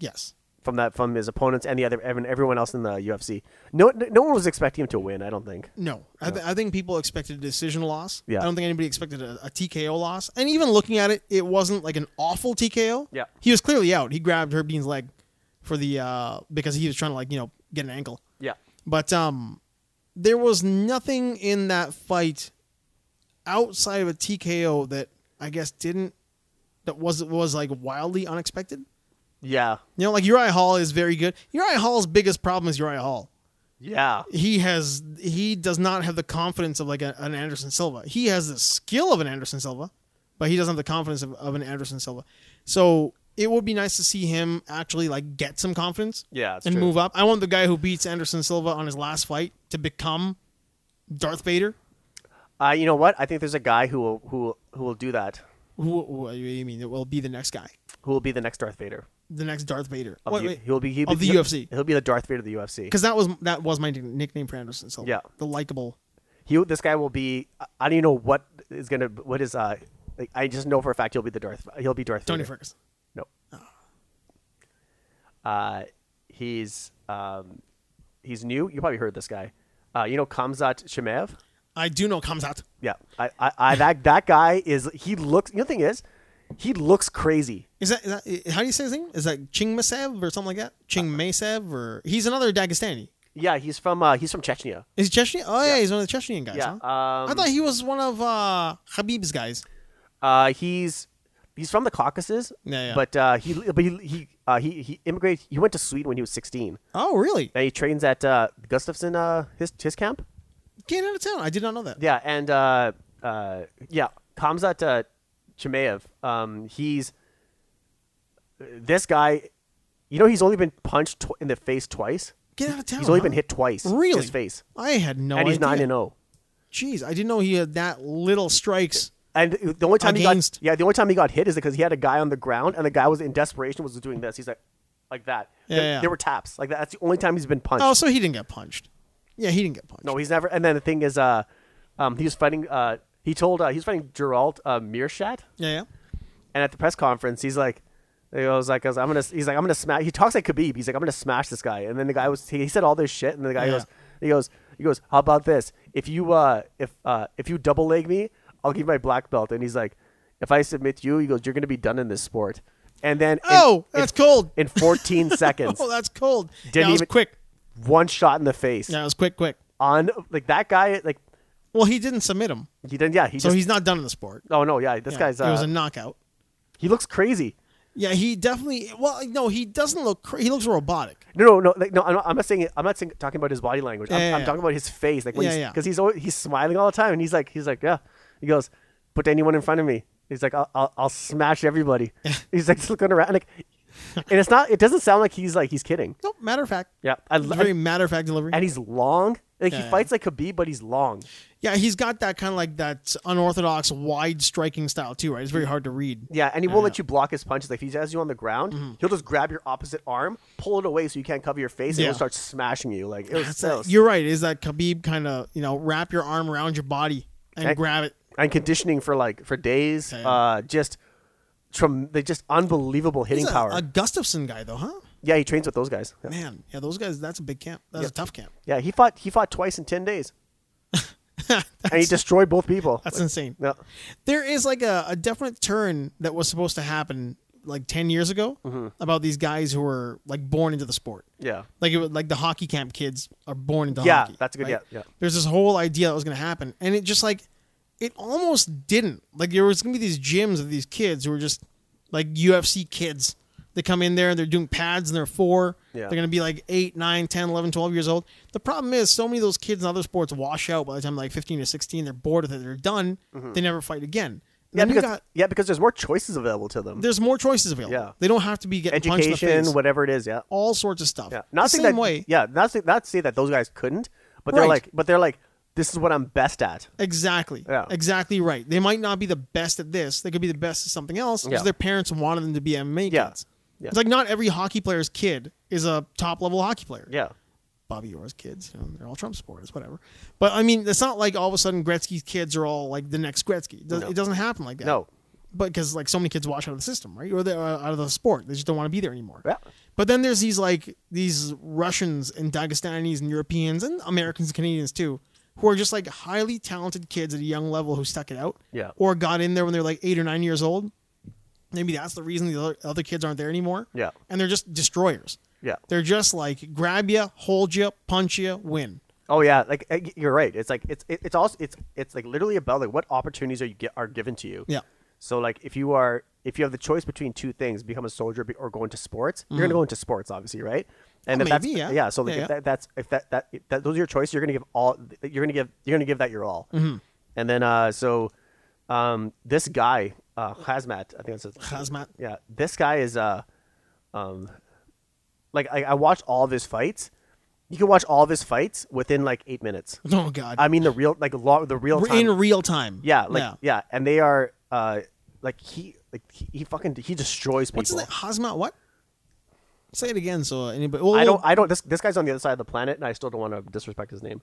[SPEAKER 2] yes.
[SPEAKER 1] from that from his opponents and the other everyone- everyone else in the UFC. No, no one was expecting him to win. I don't think.
[SPEAKER 2] No, I, th- I think people expected a decision loss.
[SPEAKER 1] Yeah.
[SPEAKER 2] I don't think anybody expected a, a TKO loss. And even looking at it, it wasn't like an awful TKO.
[SPEAKER 1] Yeah.
[SPEAKER 2] He was clearly out. He grabbed Herb Dean's leg for the uh because he was trying to like you know get an ankle.
[SPEAKER 1] Yeah,
[SPEAKER 2] But um, there was nothing in that fight outside of a TKO that I guess didn't that was was like wildly unexpected.
[SPEAKER 1] yeah,
[SPEAKER 2] You know, like Uriah Hall is very good. Uriah Hall's biggest problem is Uriah Hall.
[SPEAKER 1] yeah.
[SPEAKER 2] He has he does not have the confidence of like a, an Anderson Silva. He has the skill of an Anderson Silva, but he doesn't have the confidence of, of an Anderson Silva. So it would be nice to see him actually like get some confidence.
[SPEAKER 1] Yeah, it's
[SPEAKER 2] and
[SPEAKER 1] true.
[SPEAKER 2] move up. I want the guy who beats Anderson Silva on his last fight to become Darth Vader.
[SPEAKER 1] Uh, you know what? I think there's a guy who will who will- who will do that.
[SPEAKER 2] Who, who you mean? It will be the next guy,
[SPEAKER 1] Who will be the next Darth Vader?
[SPEAKER 2] the next Darth Vader.
[SPEAKER 1] Of
[SPEAKER 2] Wait,
[SPEAKER 1] the,
[SPEAKER 2] wait.
[SPEAKER 1] He'll be he'll
[SPEAKER 2] of
[SPEAKER 1] be,
[SPEAKER 2] the UFC.
[SPEAKER 1] He'll be the Darth Vader of the UFC.
[SPEAKER 2] Because that was that was my nickname for Anderson Silva.
[SPEAKER 1] Yeah.
[SPEAKER 2] the likable.
[SPEAKER 1] He this guy will be. I- I don't even know what is gonna what is uh. Like, I just know for a fact he'll be the Darth. He'll be Darth.
[SPEAKER 2] Tony
[SPEAKER 1] Vader.
[SPEAKER 2] Ferguson.
[SPEAKER 1] No. Uh, he's um, he's new. You probably heard this guy. Uh, you know Kamzat Shemev.
[SPEAKER 2] I do know Kamzat.
[SPEAKER 1] Yeah, I, I, I that that guy is. He looks. You know, the thing is, he looks crazy.
[SPEAKER 2] Is that, is that how do you say his name? Is that Chingmasev or something like that? Chingmasev or he's another Dagestani.
[SPEAKER 1] Yeah, he's from uh, he's from Chechnya.
[SPEAKER 2] Is he Chechnyan? Oh yeah, he's one of the Chechnyan guys.
[SPEAKER 1] Yeah, um,
[SPEAKER 2] huh? I thought he was one of uh, Habib's guys.
[SPEAKER 1] Uh, he's he's from the Caucasus.
[SPEAKER 2] Yeah, yeah.
[SPEAKER 1] But uh, he but he he, uh, he he immigrated. He went to Sweden when he was sixteen.
[SPEAKER 2] Oh really?
[SPEAKER 1] And he trains at uh, Gustafsson uh, his his camp.
[SPEAKER 2] Get out of town. I did not know that.
[SPEAKER 1] Yeah, and uh, uh, yeah, Kamzat uh, Chimaev. Um, he's this guy. You know, he's only been punched tw- in the face twice.
[SPEAKER 2] Get out of town.
[SPEAKER 1] He's only
[SPEAKER 2] huh?
[SPEAKER 1] been hit twice.
[SPEAKER 2] Really?
[SPEAKER 1] his face,
[SPEAKER 2] I had no
[SPEAKER 1] and he's
[SPEAKER 2] idea.
[SPEAKER 1] nine and oh. zero.
[SPEAKER 2] Jeez, I didn't know he had that little strikes.
[SPEAKER 1] And the only time
[SPEAKER 2] Against.
[SPEAKER 1] he got yeah, the only time he got hit is because he had a guy on the ground and the guy was in desperation was doing this. He's like like that.
[SPEAKER 2] Yeah,
[SPEAKER 1] there,
[SPEAKER 2] yeah.
[SPEAKER 1] there were taps. Like that's the only time he's been punched.
[SPEAKER 2] Oh, so he didn't get punched. Yeah, he didn't get punched.
[SPEAKER 1] No, he's never and then the thing is uh um he was fighting uh He told uh, he's fighting Geralt uh, Meerschaert,
[SPEAKER 2] Yeah, yeah.
[SPEAKER 1] and at the press conference, he's like, he goes like, I'm gonna, he's like, I'm gonna smash. He talks like Khabib. He's like, I'm gonna smash this guy. And then the guy was, he, he said all this shit, and then the guy
[SPEAKER 2] Yeah.
[SPEAKER 1] goes, he goes, he goes, how about this? If you, uh, if, uh, if you double leg me, I'll give you my black belt. And he's like, if I submit you, he goes, you're gonna be done in this sport. And then, in-
[SPEAKER 2] Oh, that's
[SPEAKER 1] in,
[SPEAKER 2] cold.
[SPEAKER 1] In 14 seconds,
[SPEAKER 2] Oh, that's cold.
[SPEAKER 1] Didn't
[SPEAKER 2] that was
[SPEAKER 1] even-
[SPEAKER 2] quick.
[SPEAKER 1] one shot in the face
[SPEAKER 2] That was quick, quick.
[SPEAKER 1] on like that guy, like
[SPEAKER 2] Well, he didn't submit him,
[SPEAKER 1] he didn't, yeah, he
[SPEAKER 2] so
[SPEAKER 1] just,
[SPEAKER 2] he's not done in the sport.
[SPEAKER 1] oh no, yeah, this
[SPEAKER 2] Yeah,
[SPEAKER 1] guy's,
[SPEAKER 2] it was
[SPEAKER 1] uh,
[SPEAKER 2] a knockout.
[SPEAKER 1] he looks crazy.
[SPEAKER 2] Yeah, he definitely. Well, no, he doesn't look. Cra- he looks robotic.
[SPEAKER 1] No, no, no, like, no. I'm not, I'm not saying. I'm not saying, talking about his body language. I'm,
[SPEAKER 2] Yeah, yeah,
[SPEAKER 1] I'm
[SPEAKER 2] yeah.
[SPEAKER 1] talking about his face, like when
[SPEAKER 2] Yeah,
[SPEAKER 1] he's,
[SPEAKER 2] yeah.
[SPEAKER 1] because he's always, he's smiling all the time, and he's like, he's like, yeah. He goes, put anyone in front of me. He's like, I'll, I'll, I'll smash everybody. he's like just looking around, like, and it's not. It doesn't sound like he's like he's kidding.
[SPEAKER 2] No, matter of fact.
[SPEAKER 1] Yeah, I,
[SPEAKER 2] It's
[SPEAKER 1] lo-
[SPEAKER 2] very matter of fact delivery.
[SPEAKER 1] and he's long. Like
[SPEAKER 2] Yeah,
[SPEAKER 1] he
[SPEAKER 2] yeah.
[SPEAKER 1] fights like Khabib, but he's long.
[SPEAKER 2] yeah, he's got that kind of like that unorthodox, wide striking style too, right? It's very hard to read.
[SPEAKER 1] Yeah, and he won't let you block his punches. Like if he has you on the ground,
[SPEAKER 2] Mm-hmm.
[SPEAKER 1] he'll just grab your opposite arm, pull it away so you can't cover your face, and
[SPEAKER 2] Yeah.
[SPEAKER 1] he'll start smashing you. Like it was,
[SPEAKER 2] That's
[SPEAKER 1] that
[SPEAKER 2] that,
[SPEAKER 1] was-
[SPEAKER 2] you're right. Is that Khabib kind of you know wrap your arm around your body and
[SPEAKER 1] Okay.
[SPEAKER 2] grab it?
[SPEAKER 1] and conditioning for like for days.
[SPEAKER 2] Yeah.
[SPEAKER 1] Uh, just trom- they just unbelievable hitting
[SPEAKER 2] He's a,
[SPEAKER 1] power.
[SPEAKER 2] a Gustafson guy though, huh?
[SPEAKER 1] yeah, he trains with those guys. Yeah.
[SPEAKER 2] Man, yeah, those guys. That's a big camp. That's a tough camp.
[SPEAKER 1] Yeah, he fought he fought twice in ten days, and he destroyed both people.
[SPEAKER 2] That's
[SPEAKER 1] Like,
[SPEAKER 2] insane.
[SPEAKER 1] yeah.
[SPEAKER 2] there is like a, a definite turn that was supposed to happen like 10 years ago
[SPEAKER 1] Mm-hmm.
[SPEAKER 2] about these guys who were like born into the sport
[SPEAKER 1] Yeah.
[SPEAKER 2] like it was, like the hockey camp kids are born into
[SPEAKER 1] Yeah,
[SPEAKER 2] hockey
[SPEAKER 1] that's a good-
[SPEAKER 2] right?
[SPEAKER 1] yeah, yeah.
[SPEAKER 2] there's this whole idea that was going to happen and it just like it almost didn't like there was going to be these gyms of these kids who were just like ufc kids they come in there and they're doing pads and they're four
[SPEAKER 1] Yeah.
[SPEAKER 2] they're going to be like 8 9 10 11 12 years old the problem is so many of those kids in other sports wash out by the time they're, like 15 or 16 they're bored with it they're done they never fight again And
[SPEAKER 1] Mm-hmm. Yeah,
[SPEAKER 2] then you
[SPEAKER 1] because
[SPEAKER 2] got-
[SPEAKER 1] yeah, because there's more choices available to them.
[SPEAKER 2] there's more choices available
[SPEAKER 1] Yeah.
[SPEAKER 2] they don't have to be getting punched in the
[SPEAKER 1] Education,
[SPEAKER 2] face
[SPEAKER 1] whatever it is. Yeah.
[SPEAKER 2] all sorts of stuff
[SPEAKER 1] Yeah.
[SPEAKER 2] the
[SPEAKER 1] Not
[SPEAKER 2] same
[SPEAKER 1] saying that.
[SPEAKER 2] way
[SPEAKER 1] Yeah. Not say, not say that those guys couldn't, but they're
[SPEAKER 2] Right.
[SPEAKER 1] like, but they're like, this is what I'm best at.
[SPEAKER 2] Exactly.
[SPEAKER 1] Yeah.
[SPEAKER 2] Exactly right. They might not be the best at this. They could be the best at something else because
[SPEAKER 1] Yeah.
[SPEAKER 2] their parents wanted them to be MMA
[SPEAKER 1] Yeah.
[SPEAKER 2] kids.
[SPEAKER 1] Yeah.
[SPEAKER 2] It's like not every hockey player's kid is a top level hockey player.
[SPEAKER 1] Yeah.
[SPEAKER 2] Bobby Orr's kids, you know, they're all Trump supporters, whatever. But I mean, it's not like all of a sudden Gretzky's kids are all like the next Gretzky. It, does,
[SPEAKER 1] No.
[SPEAKER 2] it doesn't happen like that.
[SPEAKER 1] No.
[SPEAKER 2] But because like so many kids wash out of the system, right? Or they're uh, out of the sport. They just don't want to be there anymore.
[SPEAKER 1] Yeah.
[SPEAKER 2] But then there's these like these Russians and Dagestanis and Europeans and Americans and Canadians too, who are just like highly talented kids at a young level who stuck it out.
[SPEAKER 1] Yeah.
[SPEAKER 2] Or got in there when they're like eight or nine years old. Maybe that's the reason the other- other kids aren't there anymore.
[SPEAKER 1] Yeah.
[SPEAKER 2] And they're just destroyers.
[SPEAKER 1] Yeah.
[SPEAKER 2] They're just like grab you, hold you, punch you, win.
[SPEAKER 1] Oh yeah, like uh, y- you're right. It's like it's it- it's also it's it's like literally about like what opportunities are you get are given to you.
[SPEAKER 2] Yeah.
[SPEAKER 1] So like if you are if you have the choice between two things, become a soldier be- or go into sports, you're gonna go into sports, obviously, right? And
[SPEAKER 2] Mm-hmm. Oh,
[SPEAKER 1] if that's
[SPEAKER 2] maybe, yeah.
[SPEAKER 1] yeah, so
[SPEAKER 2] Yeah,
[SPEAKER 1] like if
[SPEAKER 2] yeah.
[SPEAKER 1] That, that's if that, that if that those are your choice, you're gonna give all you're gonna give you're gonna give that your all.
[SPEAKER 2] Mm-hmm.
[SPEAKER 1] And then uh so um this guy uh Hazmat, I think that's his-
[SPEAKER 2] Hazmat.
[SPEAKER 1] Yeah, this guy is uh like I, I watched all of his fights. You can watch all of his fights within like eight minutes.
[SPEAKER 2] Oh God.
[SPEAKER 1] I mean the real like lo- the real
[SPEAKER 2] We're
[SPEAKER 1] time.
[SPEAKER 2] in real time.
[SPEAKER 1] yeah, like yeah. and they are uh like he like he, he fucking he destroys people.
[SPEAKER 2] What's his name? Hazmat what? Say it again so anybody oh, well,
[SPEAKER 1] I don't I don't this this guy's on the other side of the planet and I still don't want to disrespect his name.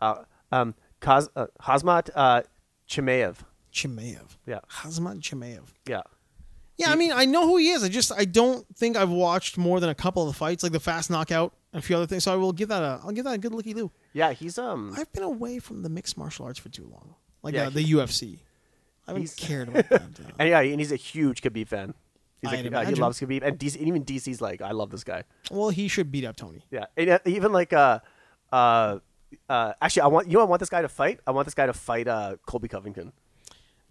[SPEAKER 1] Uh um Kaz, uh, Hazmat uh Chimaev.
[SPEAKER 2] Chimaev.
[SPEAKER 1] Yeah.
[SPEAKER 2] Hazmat Chimaev.
[SPEAKER 1] Yeah.
[SPEAKER 2] Yeah, I mean, I know who he is. I just I don't think I've watched more than a couple of the fights, like the fast knockout and a few other things. So I will give that a I'll give that a good looky loo.
[SPEAKER 1] Yeah, he's um
[SPEAKER 2] I've been away from the mixed martial arts for too long, like
[SPEAKER 1] Yeah,
[SPEAKER 2] uh, the UFC. I haven't
[SPEAKER 1] he's-
[SPEAKER 2] cared about that. uh,
[SPEAKER 1] and yeah, and he's a huge Khabib fan. He's
[SPEAKER 2] I'd
[SPEAKER 1] like, yeah, he
[SPEAKER 2] imagine.
[SPEAKER 1] loves Khabib and, DC, and even DC's like I love this guy.
[SPEAKER 2] well, he should beat up Tony.
[SPEAKER 1] Yeah, and uh, even like uh, uh, uh, actually, I want you know, I want this guy to fight. I want this guy to fight uh, Colby Covington.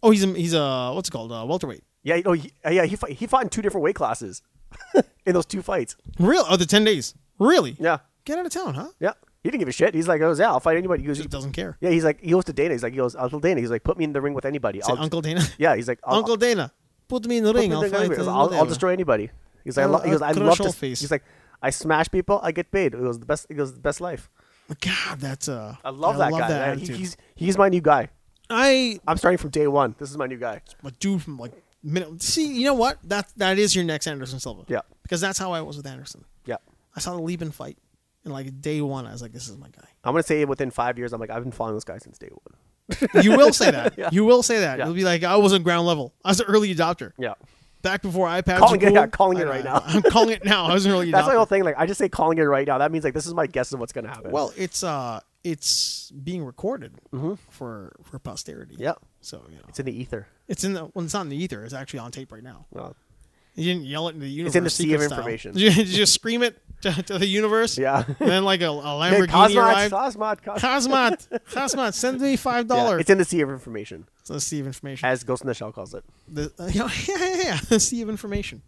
[SPEAKER 2] Oh, he's a, he's a what's it called uh, welterweight.
[SPEAKER 1] Yeah, you know, he, uh, yeah, he fought, he fought in two different weight classes in those two fights.
[SPEAKER 2] Real? Oh, the ten days. Really?
[SPEAKER 1] Yeah,
[SPEAKER 2] Get out of town, huh?
[SPEAKER 1] yeah, he didn't give a shit. He's like, oh yeah, I'll fight anybody. He goes,
[SPEAKER 2] Just doesn't care.
[SPEAKER 1] yeah, he's like, he goes to Dana. He's like, he goes, Uncle Dana. He's like, put me in the ring with anybody.
[SPEAKER 2] Say, Uncle Dana.
[SPEAKER 1] Yeah, he's like, I'll,
[SPEAKER 2] Uncle Dana, put me in the
[SPEAKER 1] put me
[SPEAKER 2] ring.
[SPEAKER 1] in
[SPEAKER 2] I'll,
[SPEAKER 1] the ring.
[SPEAKER 2] fight,
[SPEAKER 1] He goes,
[SPEAKER 2] uh,
[SPEAKER 1] I'll, I'll
[SPEAKER 2] whatever.
[SPEAKER 1] destroy anybody. He's like, I
[SPEAKER 2] I'll-
[SPEAKER 1] lo- he goes,
[SPEAKER 2] I'll
[SPEAKER 1] I
[SPEAKER 2] crush
[SPEAKER 1] love to.
[SPEAKER 2] your face.
[SPEAKER 1] He's like, I smash people, I get paid. It was the best. It was the best life.
[SPEAKER 2] God, that's uh.
[SPEAKER 1] I love that guy. Yeah, he-
[SPEAKER 2] attitude.
[SPEAKER 1] he's he's my new guy.
[SPEAKER 2] I
[SPEAKER 1] I'm starting from day one. This is my new guy.
[SPEAKER 2] a dude from like minute. See, you know what? That that is your next Anderson Silva.
[SPEAKER 1] Yeah.
[SPEAKER 2] Because that's how I was with Anderson.
[SPEAKER 1] Yeah.
[SPEAKER 2] I saw the Lieben fight, and like day one, I was like, "This is my guy."
[SPEAKER 1] I'm gonna say within five years, I'm like I've been following this guy since day one.
[SPEAKER 2] You will say that.
[SPEAKER 1] Yeah.
[SPEAKER 2] You will say that.
[SPEAKER 1] Yeah.
[SPEAKER 2] You'll be like, I was on ground level. I was an early adopter.
[SPEAKER 1] Yeah.
[SPEAKER 2] Back before iPads.
[SPEAKER 1] Calling
[SPEAKER 2] were
[SPEAKER 1] it- yeah,
[SPEAKER 2] cool,
[SPEAKER 1] calling it
[SPEAKER 2] I-
[SPEAKER 1] right
[SPEAKER 2] I-
[SPEAKER 1] now.
[SPEAKER 2] I'm calling it now. I was an early adopter.
[SPEAKER 1] That's my whole thing. Like, I just say calling it right now. That means like this is my guess of what's gonna happen.
[SPEAKER 2] Well, it's uh, it's being recorded for for posterity.
[SPEAKER 1] Mm-hmm. Yeah.
[SPEAKER 2] So you know,
[SPEAKER 1] it's in the ether.
[SPEAKER 2] it's in the well, it's not in the ether. It's actually on tape right now.
[SPEAKER 1] Well,
[SPEAKER 2] You didn't yell it into the universe.
[SPEAKER 1] in the sea of
[SPEAKER 2] secret style.
[SPEAKER 1] information.
[SPEAKER 2] Did you, did you just scream it to, to the universe?
[SPEAKER 1] Yeah.
[SPEAKER 2] And then like a, a
[SPEAKER 1] hey,
[SPEAKER 2] Lamborghini
[SPEAKER 1] Cosmod,
[SPEAKER 2] arrived.
[SPEAKER 1] Cosmod, Cosmod.
[SPEAKER 2] Cosmot, Cosmot, send me five
[SPEAKER 1] Yeah,
[SPEAKER 2] dollars.
[SPEAKER 1] it's in the sea of information,
[SPEAKER 2] it's a sea of information.
[SPEAKER 1] as Ghost in the Shell calls it.
[SPEAKER 2] the, you know, yeah, yeah, yeah. The sea of information.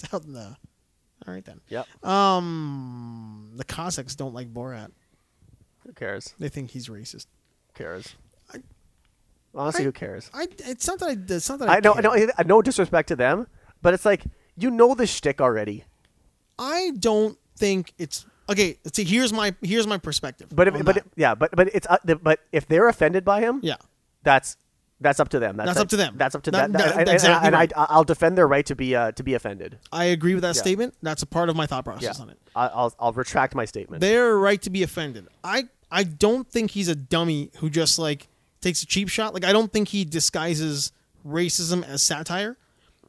[SPEAKER 2] It's out in the. All right then.
[SPEAKER 1] Yeah.
[SPEAKER 2] Um, the Cossacks don't like Borat.
[SPEAKER 1] Who cares?
[SPEAKER 2] They think he's racist.
[SPEAKER 1] Who cares? Honestly,
[SPEAKER 2] I-
[SPEAKER 1] who cares?
[SPEAKER 2] I. It's not that I. It's not that I.
[SPEAKER 1] I know, I
[SPEAKER 2] care.
[SPEAKER 1] know, I know. Disrespect to them, but it's like you know the shtick already.
[SPEAKER 2] I don't think it's okay. See, here's my here's my perspective.
[SPEAKER 1] But if,
[SPEAKER 2] on
[SPEAKER 1] but
[SPEAKER 2] that.
[SPEAKER 1] if- yeah, but but it's uh, the- but if they're offended by him,
[SPEAKER 2] yeah,
[SPEAKER 1] that's that's up to them. That's,
[SPEAKER 2] That's up to them.
[SPEAKER 1] That's up to
[SPEAKER 2] That-
[SPEAKER 1] them.
[SPEAKER 2] that-
[SPEAKER 1] and- and-
[SPEAKER 2] exactly
[SPEAKER 1] and,
[SPEAKER 2] right.
[SPEAKER 1] I, I'll defend their right to be uh, to be offended.
[SPEAKER 2] I agree with that statement. That's a part of my thought process on it.
[SPEAKER 1] I- I'll I'll retract my statement.
[SPEAKER 2] Their right to be offended. I I don't think he's a dummy who just like takes a cheap shot. Like I don't think he disguises racism as satire.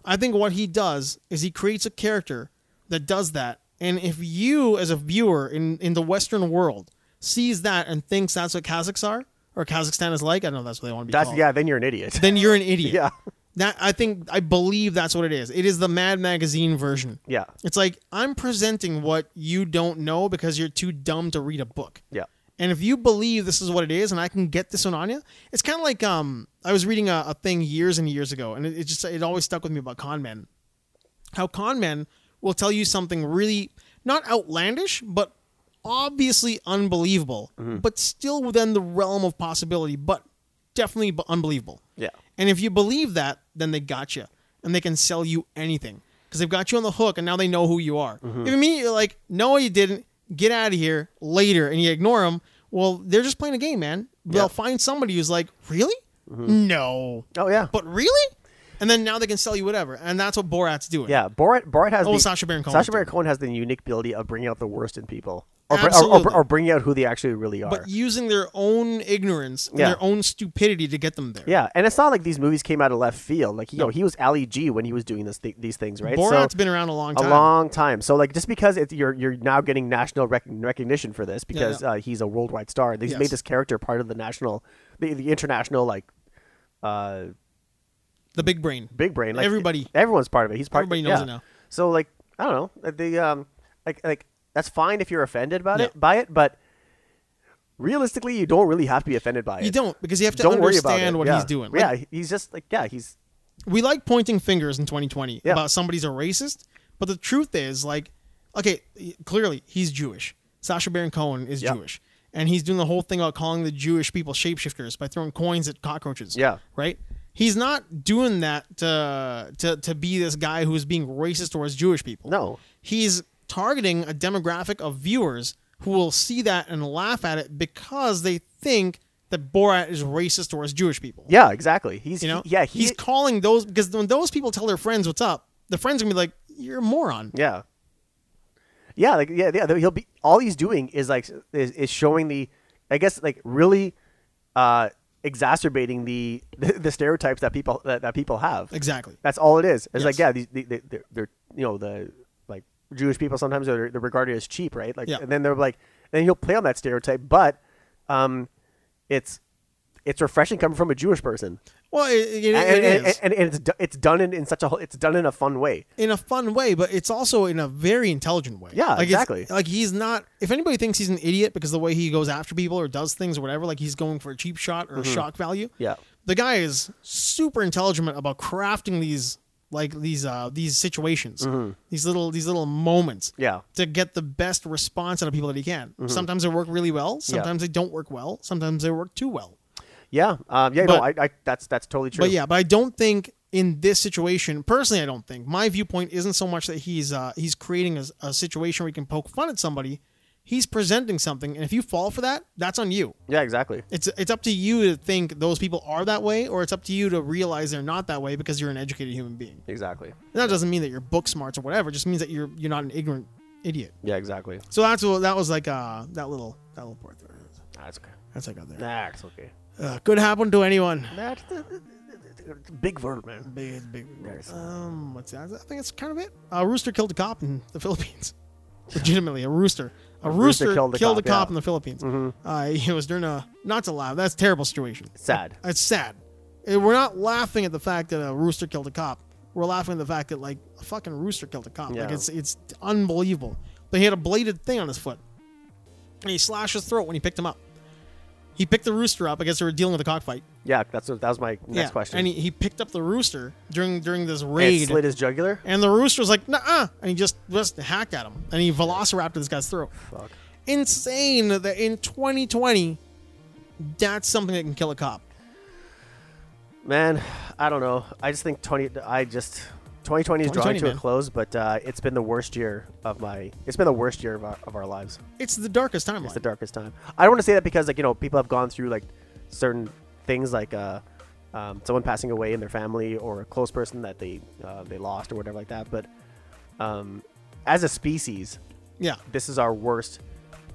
[SPEAKER 2] I think what he does is he creates a character that does that. And if you as a viewer in in the Western world sees that and thinks that's what Kazakhs are or Kazakhstan is like, I don't know if that's what they want to be
[SPEAKER 1] that's
[SPEAKER 2] called.
[SPEAKER 1] yeah. Then you're an idiot.
[SPEAKER 2] then you're an idiot.
[SPEAKER 1] Yeah.
[SPEAKER 2] That I think I believe that's what it is. It is the Mad Magazine version.
[SPEAKER 1] Yeah.
[SPEAKER 2] It's like I'm presenting what you don't know because you're too dumb to read a book.
[SPEAKER 1] yeah.
[SPEAKER 2] And if you believe this is what it is, and I can get this one on you, it's kind of like um, I was reading a, a thing years and years ago, and it, it just it always stuck with me about con men. How con men will tell you something really not outlandish, but obviously unbelievable,
[SPEAKER 1] Mm-hmm.
[SPEAKER 2] but still within the realm of possibility, but definitely bu- unbelievable.
[SPEAKER 1] Yeah.
[SPEAKER 2] And if you believe that, then they got you, and they can sell you anything because they've got you on the hook, and now they know who you are.
[SPEAKER 1] Mm-hmm.
[SPEAKER 2] If immediately you're like, "No, you didn't. Get out of here." Later, and you ignore them. Well, they're just playing a game, man. They'll find somebody who's like, "Really? No,
[SPEAKER 1] Oh yeah.
[SPEAKER 2] but really," and then now they can sell you whatever, and that's what Borat's doing.
[SPEAKER 1] yeah. Borat Borat has
[SPEAKER 2] Oh,
[SPEAKER 1] the,
[SPEAKER 2] Sacha Baron Cohen
[SPEAKER 1] Sacha
[SPEAKER 2] was
[SPEAKER 1] Baron
[SPEAKER 2] doing
[SPEAKER 1] Cohen has the unique ability of bringing out the worst in people, or, br- or, or,
[SPEAKER 2] Absolutely.
[SPEAKER 1] or bringing out who they actually really are.
[SPEAKER 2] But using their own ignorance and
[SPEAKER 1] Yeah.
[SPEAKER 2] their own stupidity to get them there.
[SPEAKER 1] yeah, and it's not like these movies came out of left field. Like you know, he was Ali G when he was doing this thi- these things, right? So-
[SPEAKER 2] Borat's been around a long time.
[SPEAKER 1] a long time. So like just because it, you're you're now getting national rec- recognition for this because
[SPEAKER 2] yeah.
[SPEAKER 1] Uh, he's a worldwide star. They've
[SPEAKER 2] Yes.
[SPEAKER 1] made this character part of the national, the, the international like uh,
[SPEAKER 2] the big brain.
[SPEAKER 1] big brain. Like,
[SPEAKER 2] Everybody.
[SPEAKER 1] everyone's part of it. He's part.
[SPEAKER 2] Everybody knows
[SPEAKER 1] yeah.
[SPEAKER 2] it now.
[SPEAKER 1] So like I don't know the um like like that's fine if you're offended about
[SPEAKER 2] Yeah.
[SPEAKER 1] it by it, but realistically you don't really have to be offended by it.
[SPEAKER 2] You don't because you have to
[SPEAKER 1] Don't worry about
[SPEAKER 2] understand
[SPEAKER 1] it.
[SPEAKER 2] what
[SPEAKER 1] yeah.
[SPEAKER 2] he's doing. Like,
[SPEAKER 1] Yeah, he's just like yeah he's
[SPEAKER 2] we like pointing fingers in 2020
[SPEAKER 1] Yeah.
[SPEAKER 2] about somebody's a racist, but the truth is, like, okay, clearly he's Jewish. Sasha Baron Cohen is
[SPEAKER 1] Yeah.
[SPEAKER 2] Jewish, and he's doing the whole thing about calling the Jewish people shapeshifters by throwing coins at cockroaches.
[SPEAKER 1] Yeah.
[SPEAKER 2] right. He's not doing that to to to be this guy who is being racist towards Jewish people.
[SPEAKER 1] No.
[SPEAKER 2] he's targeting a demographic of viewers who will see that and laugh at it because they think that Borat is racist towards Jewish people.
[SPEAKER 1] yeah exactly he's
[SPEAKER 2] You know,
[SPEAKER 1] he- yeah he-
[SPEAKER 2] he's calling those because when those people tell their friends what's up, the friends are gonna be like, "You're a moron."
[SPEAKER 1] Yeah. Yeah, like yeah, yeah. He'll be all he's doing is like is, is showing the, I guess like really, uh, exacerbating the the, stereotypes that people that, that people have.
[SPEAKER 2] Exactly.
[SPEAKER 1] That's all it is.
[SPEAKER 2] Yes.
[SPEAKER 1] It's like yeah, these they, they, they're, they're you know the like Jewish people sometimes are they're regarded as cheap, right? Like
[SPEAKER 2] Yeah.
[SPEAKER 1] and then they're like then he'll play on that stereotype, but, um, it's it's refreshing coming from a Jewish person,
[SPEAKER 2] Well, it, it,
[SPEAKER 1] and,
[SPEAKER 2] it
[SPEAKER 1] and,
[SPEAKER 2] is
[SPEAKER 1] and, and it's do- it's done in, in such a it's done in a fun way.
[SPEAKER 2] in a fun way, but it's also in a very intelligent way.
[SPEAKER 1] Yeah,
[SPEAKER 2] like it's-
[SPEAKER 1] exactly.
[SPEAKER 2] Like he's not. If anybody thinks he's an idiot because the way he goes after people or does things or whatever, like he's going for a cheap shot or shock value.
[SPEAKER 1] Mm-hmm. Yeah.
[SPEAKER 2] the guy is super intelligent about crafting these like these uh these situations, these little these little moments.
[SPEAKER 1] Mm-hmm. Yeah. Mm-hmm.
[SPEAKER 2] to get the best response out of people that he can. Sometimes they work really well. Sometimes they don't work well. Sometimes they work too well.
[SPEAKER 1] Yeah, um, yeah, no,
[SPEAKER 2] But-
[SPEAKER 1] I, I, that's that's totally true.
[SPEAKER 2] But yeah, but I don't think in this situation, personally, I don't think my viewpoint isn't so much that he's uh, he's creating a, a situation where he can poke fun at somebody. He's presenting something, and if you fall for that, that's on you.
[SPEAKER 1] yeah, exactly.
[SPEAKER 2] It's it's up to you to think those people are that way, or it's up to you to realize they're not that way because you're an educated human being.
[SPEAKER 1] Exactly.
[SPEAKER 2] And that doesn't mean that you're book smarts or whatever. It just means that you're you're not an ignorant idiot.
[SPEAKER 1] Yeah, exactly.
[SPEAKER 2] So that's what that was like. Uh, that little that little part there.
[SPEAKER 1] That's okay.
[SPEAKER 2] That's what I got there.
[SPEAKER 1] That's okay.
[SPEAKER 2] Uh, could happen to anyone.
[SPEAKER 1] That's the, big word, man.
[SPEAKER 2] Big, big.
[SPEAKER 1] There's-
[SPEAKER 2] Um, what's that? I think that's kind of it. A rooster killed a cop in the Philippines. Legitimately, a rooster. A rooster, killed, a cop,
[SPEAKER 1] yeah.
[SPEAKER 2] in the Philippines. Uh, it was during a not to laugh. That's a terrible situation.
[SPEAKER 1] Sad.
[SPEAKER 2] It's sad. Eh, We're not laughing at the fact that a rooster killed a cop. We're laughing at the fact that like a fucking rooster killed a cop.
[SPEAKER 1] Yeah.
[SPEAKER 2] Like it's it's unbelievable. But he had a bladed thing on his foot, and he slashed his throat when he picked him up. He picked the rooster up. I guess they were dealing with a cockfight.
[SPEAKER 1] Yeah, that's what, that was my next question.
[SPEAKER 2] And he, he picked up the rooster during during this
[SPEAKER 1] And
[SPEAKER 2] raid.
[SPEAKER 1] slit his jugular.
[SPEAKER 2] And the rooster was like, nah, and he just just hacked at him, and he velociraptor this guy's throat.
[SPEAKER 1] Fuck.
[SPEAKER 2] Insane that in 2020, that's something that can kill a cop.
[SPEAKER 1] Man, I don't know. I just think twenty. I just 2020 is drawing
[SPEAKER 2] 2020,
[SPEAKER 1] to
[SPEAKER 2] man.
[SPEAKER 1] a close, but uh, it's been the worst year of my. It's been the worst year of our, of our lives.
[SPEAKER 2] It's the darkest timeline.
[SPEAKER 1] It's the darkest time. I don't want to say that because like you know people have gone through like certain things like uh, um, someone passing away in their family or a close person that they uh, they lost or whatever like that. But um, as a species,
[SPEAKER 2] yeah.
[SPEAKER 1] this is our worst.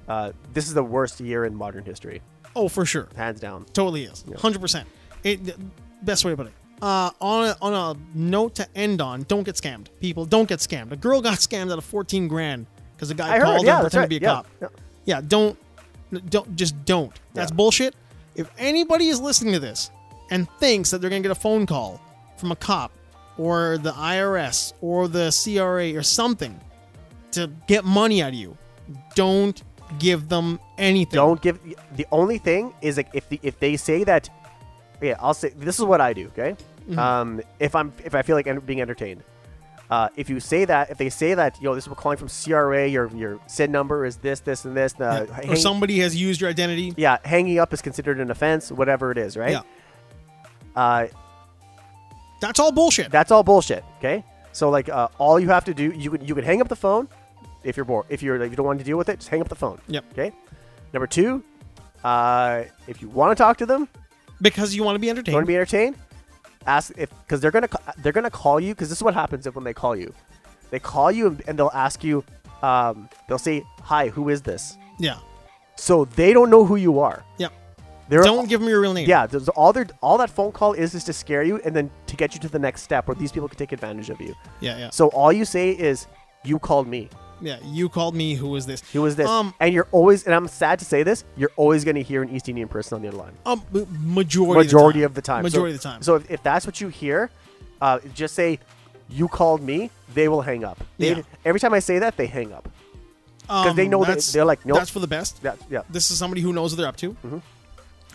[SPEAKER 1] Uh, this is the worst year in modern history,
[SPEAKER 2] Oh, for sure.
[SPEAKER 1] hands down.
[SPEAKER 2] Totally is. Hundred percent. It th- best way to put it. Uh, on a, on a note to end on, don't get scammed, people. Don't get scammed. A girl got scammed out of fourteen grand because a guy
[SPEAKER 1] I heard,
[SPEAKER 2] called
[SPEAKER 1] yeah,
[SPEAKER 2] and
[SPEAKER 1] that's
[SPEAKER 2] pretended
[SPEAKER 1] right,
[SPEAKER 2] to be a
[SPEAKER 1] yeah,
[SPEAKER 2] cop.
[SPEAKER 1] yeah.
[SPEAKER 2] Yeah, don't, n- don't, just don't. That's
[SPEAKER 1] Yeah.
[SPEAKER 2] bullshit. If anybody is listening to this and thinks that they're gonna get a phone call from a cop or the IRS or the CRA or something to get money out of you, don't give them anything.
[SPEAKER 1] don't give the only thing is like if the, if they say that yeah i'll say this is what i do okay
[SPEAKER 2] Mm-hmm.
[SPEAKER 1] um if i'm if i feel like en- being entertained uh, if you say that, if they say that, yo, this we're calling from CRA, your your SID number is this, this, and this. Uh,
[SPEAKER 2] Yeah. or
[SPEAKER 1] hang-
[SPEAKER 2] somebody has used your identity.
[SPEAKER 1] yeah, hanging up is considered an offense, whatever it is, right?
[SPEAKER 2] Yeah.
[SPEAKER 1] Uh,
[SPEAKER 2] That's all bullshit.
[SPEAKER 1] that's all bullshit. Okay, so like, uh, all you have to do, you can you can hang up the phone if you're bored, if you're like, you don't want to deal with it, just hang up the phone.
[SPEAKER 2] Yep.
[SPEAKER 1] Okay. Number two, uh, if you want to talk to them,
[SPEAKER 2] because you want to be
[SPEAKER 1] You want
[SPEAKER 2] entertained.
[SPEAKER 1] to be entertained? Ask if because they're gonna ca- they're gonna call you because this is what happens if when they call you, they call you and- and they'll ask you, um, they'll say, "Hi, who is this?"
[SPEAKER 2] yeah.
[SPEAKER 1] So they don't know who you are.
[SPEAKER 2] Yep.
[SPEAKER 1] They're
[SPEAKER 2] Don't give them your real name.
[SPEAKER 1] yeah. There's all their all that phone call is is to scare you and then to get you to the next step where these people can take advantage of you.
[SPEAKER 2] Yeah. Yeah.
[SPEAKER 1] So all you say is, "You called me.
[SPEAKER 2] yeah. You called me. Who was this?
[SPEAKER 1] Who was this?"
[SPEAKER 2] Um.
[SPEAKER 1] and you're always and I'm sad to say this, you're always gonna hear an East Indian person on the other line.
[SPEAKER 2] Um. m- Majority.
[SPEAKER 1] majority of the time.
[SPEAKER 2] Majority
[SPEAKER 1] so,
[SPEAKER 2] of the time.
[SPEAKER 1] So if, if that's what you hear, uh, just say, "You called me." They will hang up. They,
[SPEAKER 2] Yeah.
[SPEAKER 1] Every time I say that, they hang up.
[SPEAKER 2] because
[SPEAKER 1] they know that- they're like, nope.
[SPEAKER 2] Um, That's for the best.
[SPEAKER 1] That, yeah. Mm-hmm.
[SPEAKER 2] This is somebody who knows what they're up to.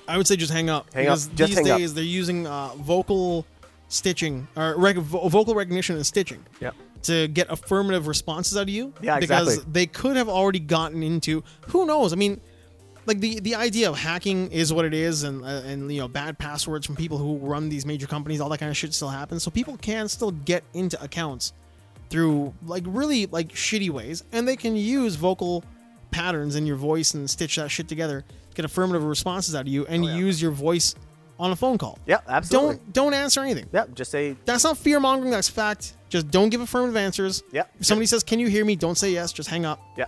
[SPEAKER 2] I would say just hang up.
[SPEAKER 1] Hang up.
[SPEAKER 2] because
[SPEAKER 1] Just
[SPEAKER 2] these
[SPEAKER 1] hang up.
[SPEAKER 2] days they're using uh, vocal stitching or rec- vo- vocal recognition and stitching.
[SPEAKER 1] Yeah.
[SPEAKER 2] to get affirmative responses out of you.
[SPEAKER 1] Yeah,
[SPEAKER 2] because
[SPEAKER 1] exactly.
[SPEAKER 2] they could have already gotten into who knows. I mean, like the the idea of hacking is what it is, and uh, and you know bad passwords from people who run these major companies, all that kind of shit still happens. So people can still get into accounts through like really like shitty ways, and they can use vocal patterns in your voice and stitch that shit together, get affirmative responses out of you, and
[SPEAKER 1] Oh, yeah.
[SPEAKER 2] use your voice on a phone call.
[SPEAKER 1] Yeah, absolutely.
[SPEAKER 2] Don't don't answer anything
[SPEAKER 1] Yeah. Just say.
[SPEAKER 2] that's not fear mongering. That's fact. Just don't give affirmative answers.
[SPEAKER 1] Yeah.
[SPEAKER 2] If somebody says, "Can you hear me?" Don't say yes. Just hang up.
[SPEAKER 1] Yeah.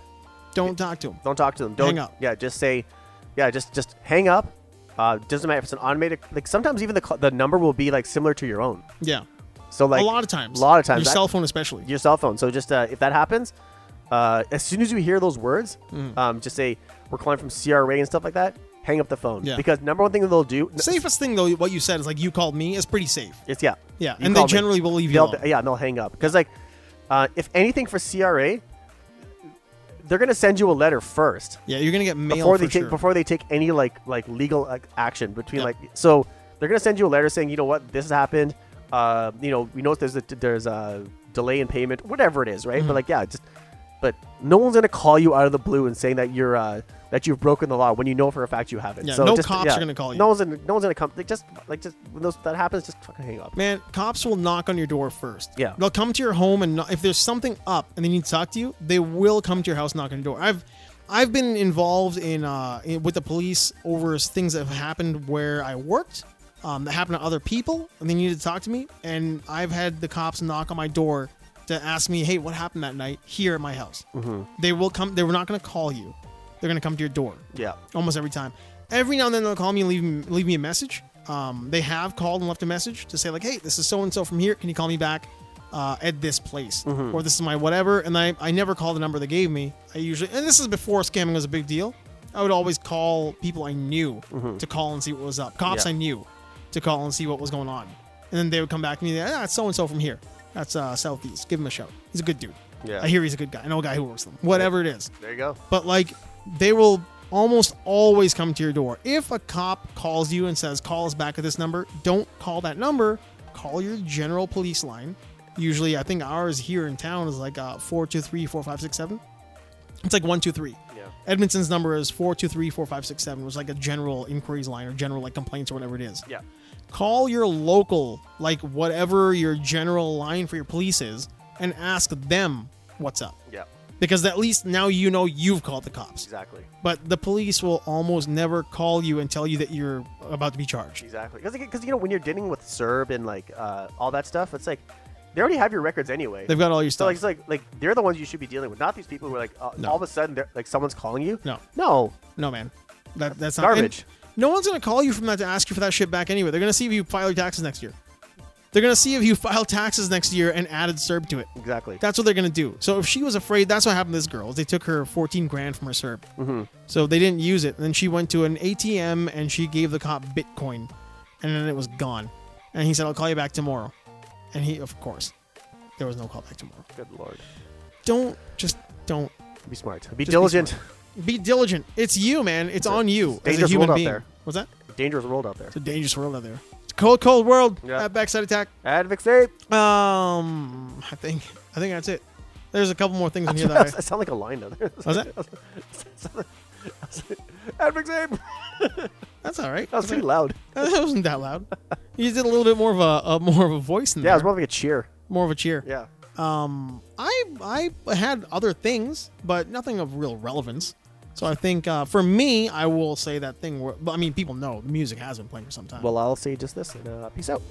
[SPEAKER 2] Don't talk to them.
[SPEAKER 1] Don't talk to them. Don't.
[SPEAKER 2] Hang up.
[SPEAKER 1] Yeah. Just say. Yeah. Just just hang up. Uh, doesn't matter if it's an automated. Like sometimes even the cl- the number will be like similar to your own.
[SPEAKER 2] Yeah.
[SPEAKER 1] So like
[SPEAKER 2] a lot of times.
[SPEAKER 1] A lot of times.
[SPEAKER 2] Your
[SPEAKER 1] that-
[SPEAKER 2] cell phone, especially.
[SPEAKER 1] your cell phone. So just uh, if that happens, uh, as soon as you hear those words,
[SPEAKER 2] Mm.
[SPEAKER 1] um, just say we're calling from CRA and stuff like that. Hang up the phone
[SPEAKER 2] Yeah.
[SPEAKER 1] because number one thing that they'll do
[SPEAKER 2] Safest thing though, what you said is like you called me is pretty safe.
[SPEAKER 1] It's yeah.
[SPEAKER 2] Yeah,
[SPEAKER 1] You
[SPEAKER 2] and they
[SPEAKER 1] call me.
[SPEAKER 2] generally will leave you
[SPEAKER 1] They'll-
[SPEAKER 2] alone.
[SPEAKER 1] Yeah, and they'll hang up because like, uh, if anything for CRA, they're gonna send you a letter first
[SPEAKER 2] Yeah, you're gonna get mail
[SPEAKER 1] before
[SPEAKER 2] for
[SPEAKER 1] they take
[SPEAKER 2] sure.
[SPEAKER 1] before they take any like like legal like, action between
[SPEAKER 2] Yeah.
[SPEAKER 1] like so they're gonna send you a letter saying you know what this has happened, uh, you know we know there's a there's a delay in payment whatever it is right
[SPEAKER 2] Mm-hmm.
[SPEAKER 1] but like yeah just but no one's gonna call you out of the blue and saying that you're uh, that you've broken the law when you know for a fact you haven't
[SPEAKER 2] Yeah,
[SPEAKER 1] so
[SPEAKER 2] no
[SPEAKER 1] just-
[SPEAKER 2] cops
[SPEAKER 1] yeah,
[SPEAKER 2] are gonna call you.
[SPEAKER 1] no one's gonna, no one's gonna come like just like just when those, that happens just fucking hang up
[SPEAKER 2] Man, cops will knock on your door first.
[SPEAKER 1] Yeah.
[SPEAKER 2] They'll come to your home and kno- if there's something up and they need to talk to you, they will come to your house, knock on your door. I've I've been involved in, uh, in- with the police over s- things that have happened where I worked, um, that happened to other people, and they needed to talk to me. And I've had the cops knock on my door to ask me, "Hey, what happened that night here at my house?" They will come. They were not going to call you. They're going to come to your door
[SPEAKER 1] yeah
[SPEAKER 2] almost every time. every now and then they'll call me and leave me, leave me a message. Um, they have called and left a message to say like, "Hey, this is so and so from here. Can you call me back uh, at this place?"
[SPEAKER 1] Mm-hmm.
[SPEAKER 2] Or this is my whatever. And I I never call the number they gave me. I usually and this is before scamming was a big deal. I would always call people I knew to call and see what was up. Cops
[SPEAKER 1] Mm-hmm. Yeah.
[SPEAKER 2] I knew to call and see what was going on. And then they would come back to me. Ah, that's so and so from here. That's uh, southeast. Give him a shout. He's a good dude.
[SPEAKER 1] Yeah.
[SPEAKER 2] I hear he's a good guy. I know a guy who works with him. Whatever it is
[SPEAKER 1] There you go.
[SPEAKER 2] but like they will almost always come to your door. If a cop calls you and says, call us back at this number, don't call that number. Call your general police line. Usually, I think ours here in town is like uh, 423 4567. It's like 123.
[SPEAKER 1] Yeah.
[SPEAKER 2] Edmonton's number is 423 4567, which is like a general inquiries line or general like complaints or whatever it is
[SPEAKER 1] Yeah.
[SPEAKER 2] call your local, like whatever your general line for your police is, and ask them what's up.
[SPEAKER 1] Yeah.
[SPEAKER 2] Because at least now you know you've called the cops.
[SPEAKER 1] Exactly.
[SPEAKER 2] But the police will almost never call you and tell you that you're about to be charged.
[SPEAKER 1] Exactly. Because you know when you're dealing with Serb and like uh, all that stuff, it's like they already have your records anyway.
[SPEAKER 2] They've got all your
[SPEAKER 1] so like
[SPEAKER 2] stuff.
[SPEAKER 1] it's like like they're the ones you should be dealing with, not these people who are like uh,
[SPEAKER 2] No.
[SPEAKER 1] all of a sudden they're like someone's calling you.
[SPEAKER 2] No.
[SPEAKER 1] No.
[SPEAKER 2] No, man. That, that's not and
[SPEAKER 1] Garbage.
[SPEAKER 2] No one's going to call you from that to ask you for that shit back anyway. They're going to see if you file your taxes next year. They're going to see if you filed taxes next year and added SERB to it.
[SPEAKER 1] Exactly.
[SPEAKER 2] That's what they're gonna do. So if she was afraid, that's what happened to this girl. is They took her 14 grand from her SERB. Mm-hmm. So they didn't use it. And then she went to an ATM and she gave the cop Bitcoin, and then it was gone. And he said, "I'll call you back tomorrow." And he, of course, there was no call back tomorrow.
[SPEAKER 1] Good lord.
[SPEAKER 2] Don't just don't
[SPEAKER 1] Be smart.
[SPEAKER 2] be
[SPEAKER 1] Be diligent.
[SPEAKER 2] be diligent. It's you, man. It's on you as a
[SPEAKER 1] dangerous
[SPEAKER 2] human
[SPEAKER 1] world out
[SPEAKER 2] being.
[SPEAKER 1] there.
[SPEAKER 2] What's that?
[SPEAKER 1] Dangerous world out there.
[SPEAKER 2] It's a dangerous world out there. It's a cold, cold world.
[SPEAKER 1] Yeah.
[SPEAKER 2] That backside attack.
[SPEAKER 1] Advocate Ape.
[SPEAKER 2] Um, I think I think that's it. There's a couple more things in here that I.
[SPEAKER 1] That sounds like a line though.
[SPEAKER 2] What's that?
[SPEAKER 1] Advocate Ape.
[SPEAKER 2] That's all right.
[SPEAKER 1] That was pretty loud.
[SPEAKER 2] Uh, That wasn't that loud. You did a little bit more of a, a more of a voice in
[SPEAKER 1] Yeah, it
[SPEAKER 2] there.
[SPEAKER 1] was more like a cheer.
[SPEAKER 2] more of a cheer.
[SPEAKER 1] Yeah.
[SPEAKER 2] Um, I I had other things, but nothing of real relevance. So I think uh, for me, I will say that thing. Where, but I mean, people know the music has been playing for some time.
[SPEAKER 1] Well, I'll say just this and uh, peace out.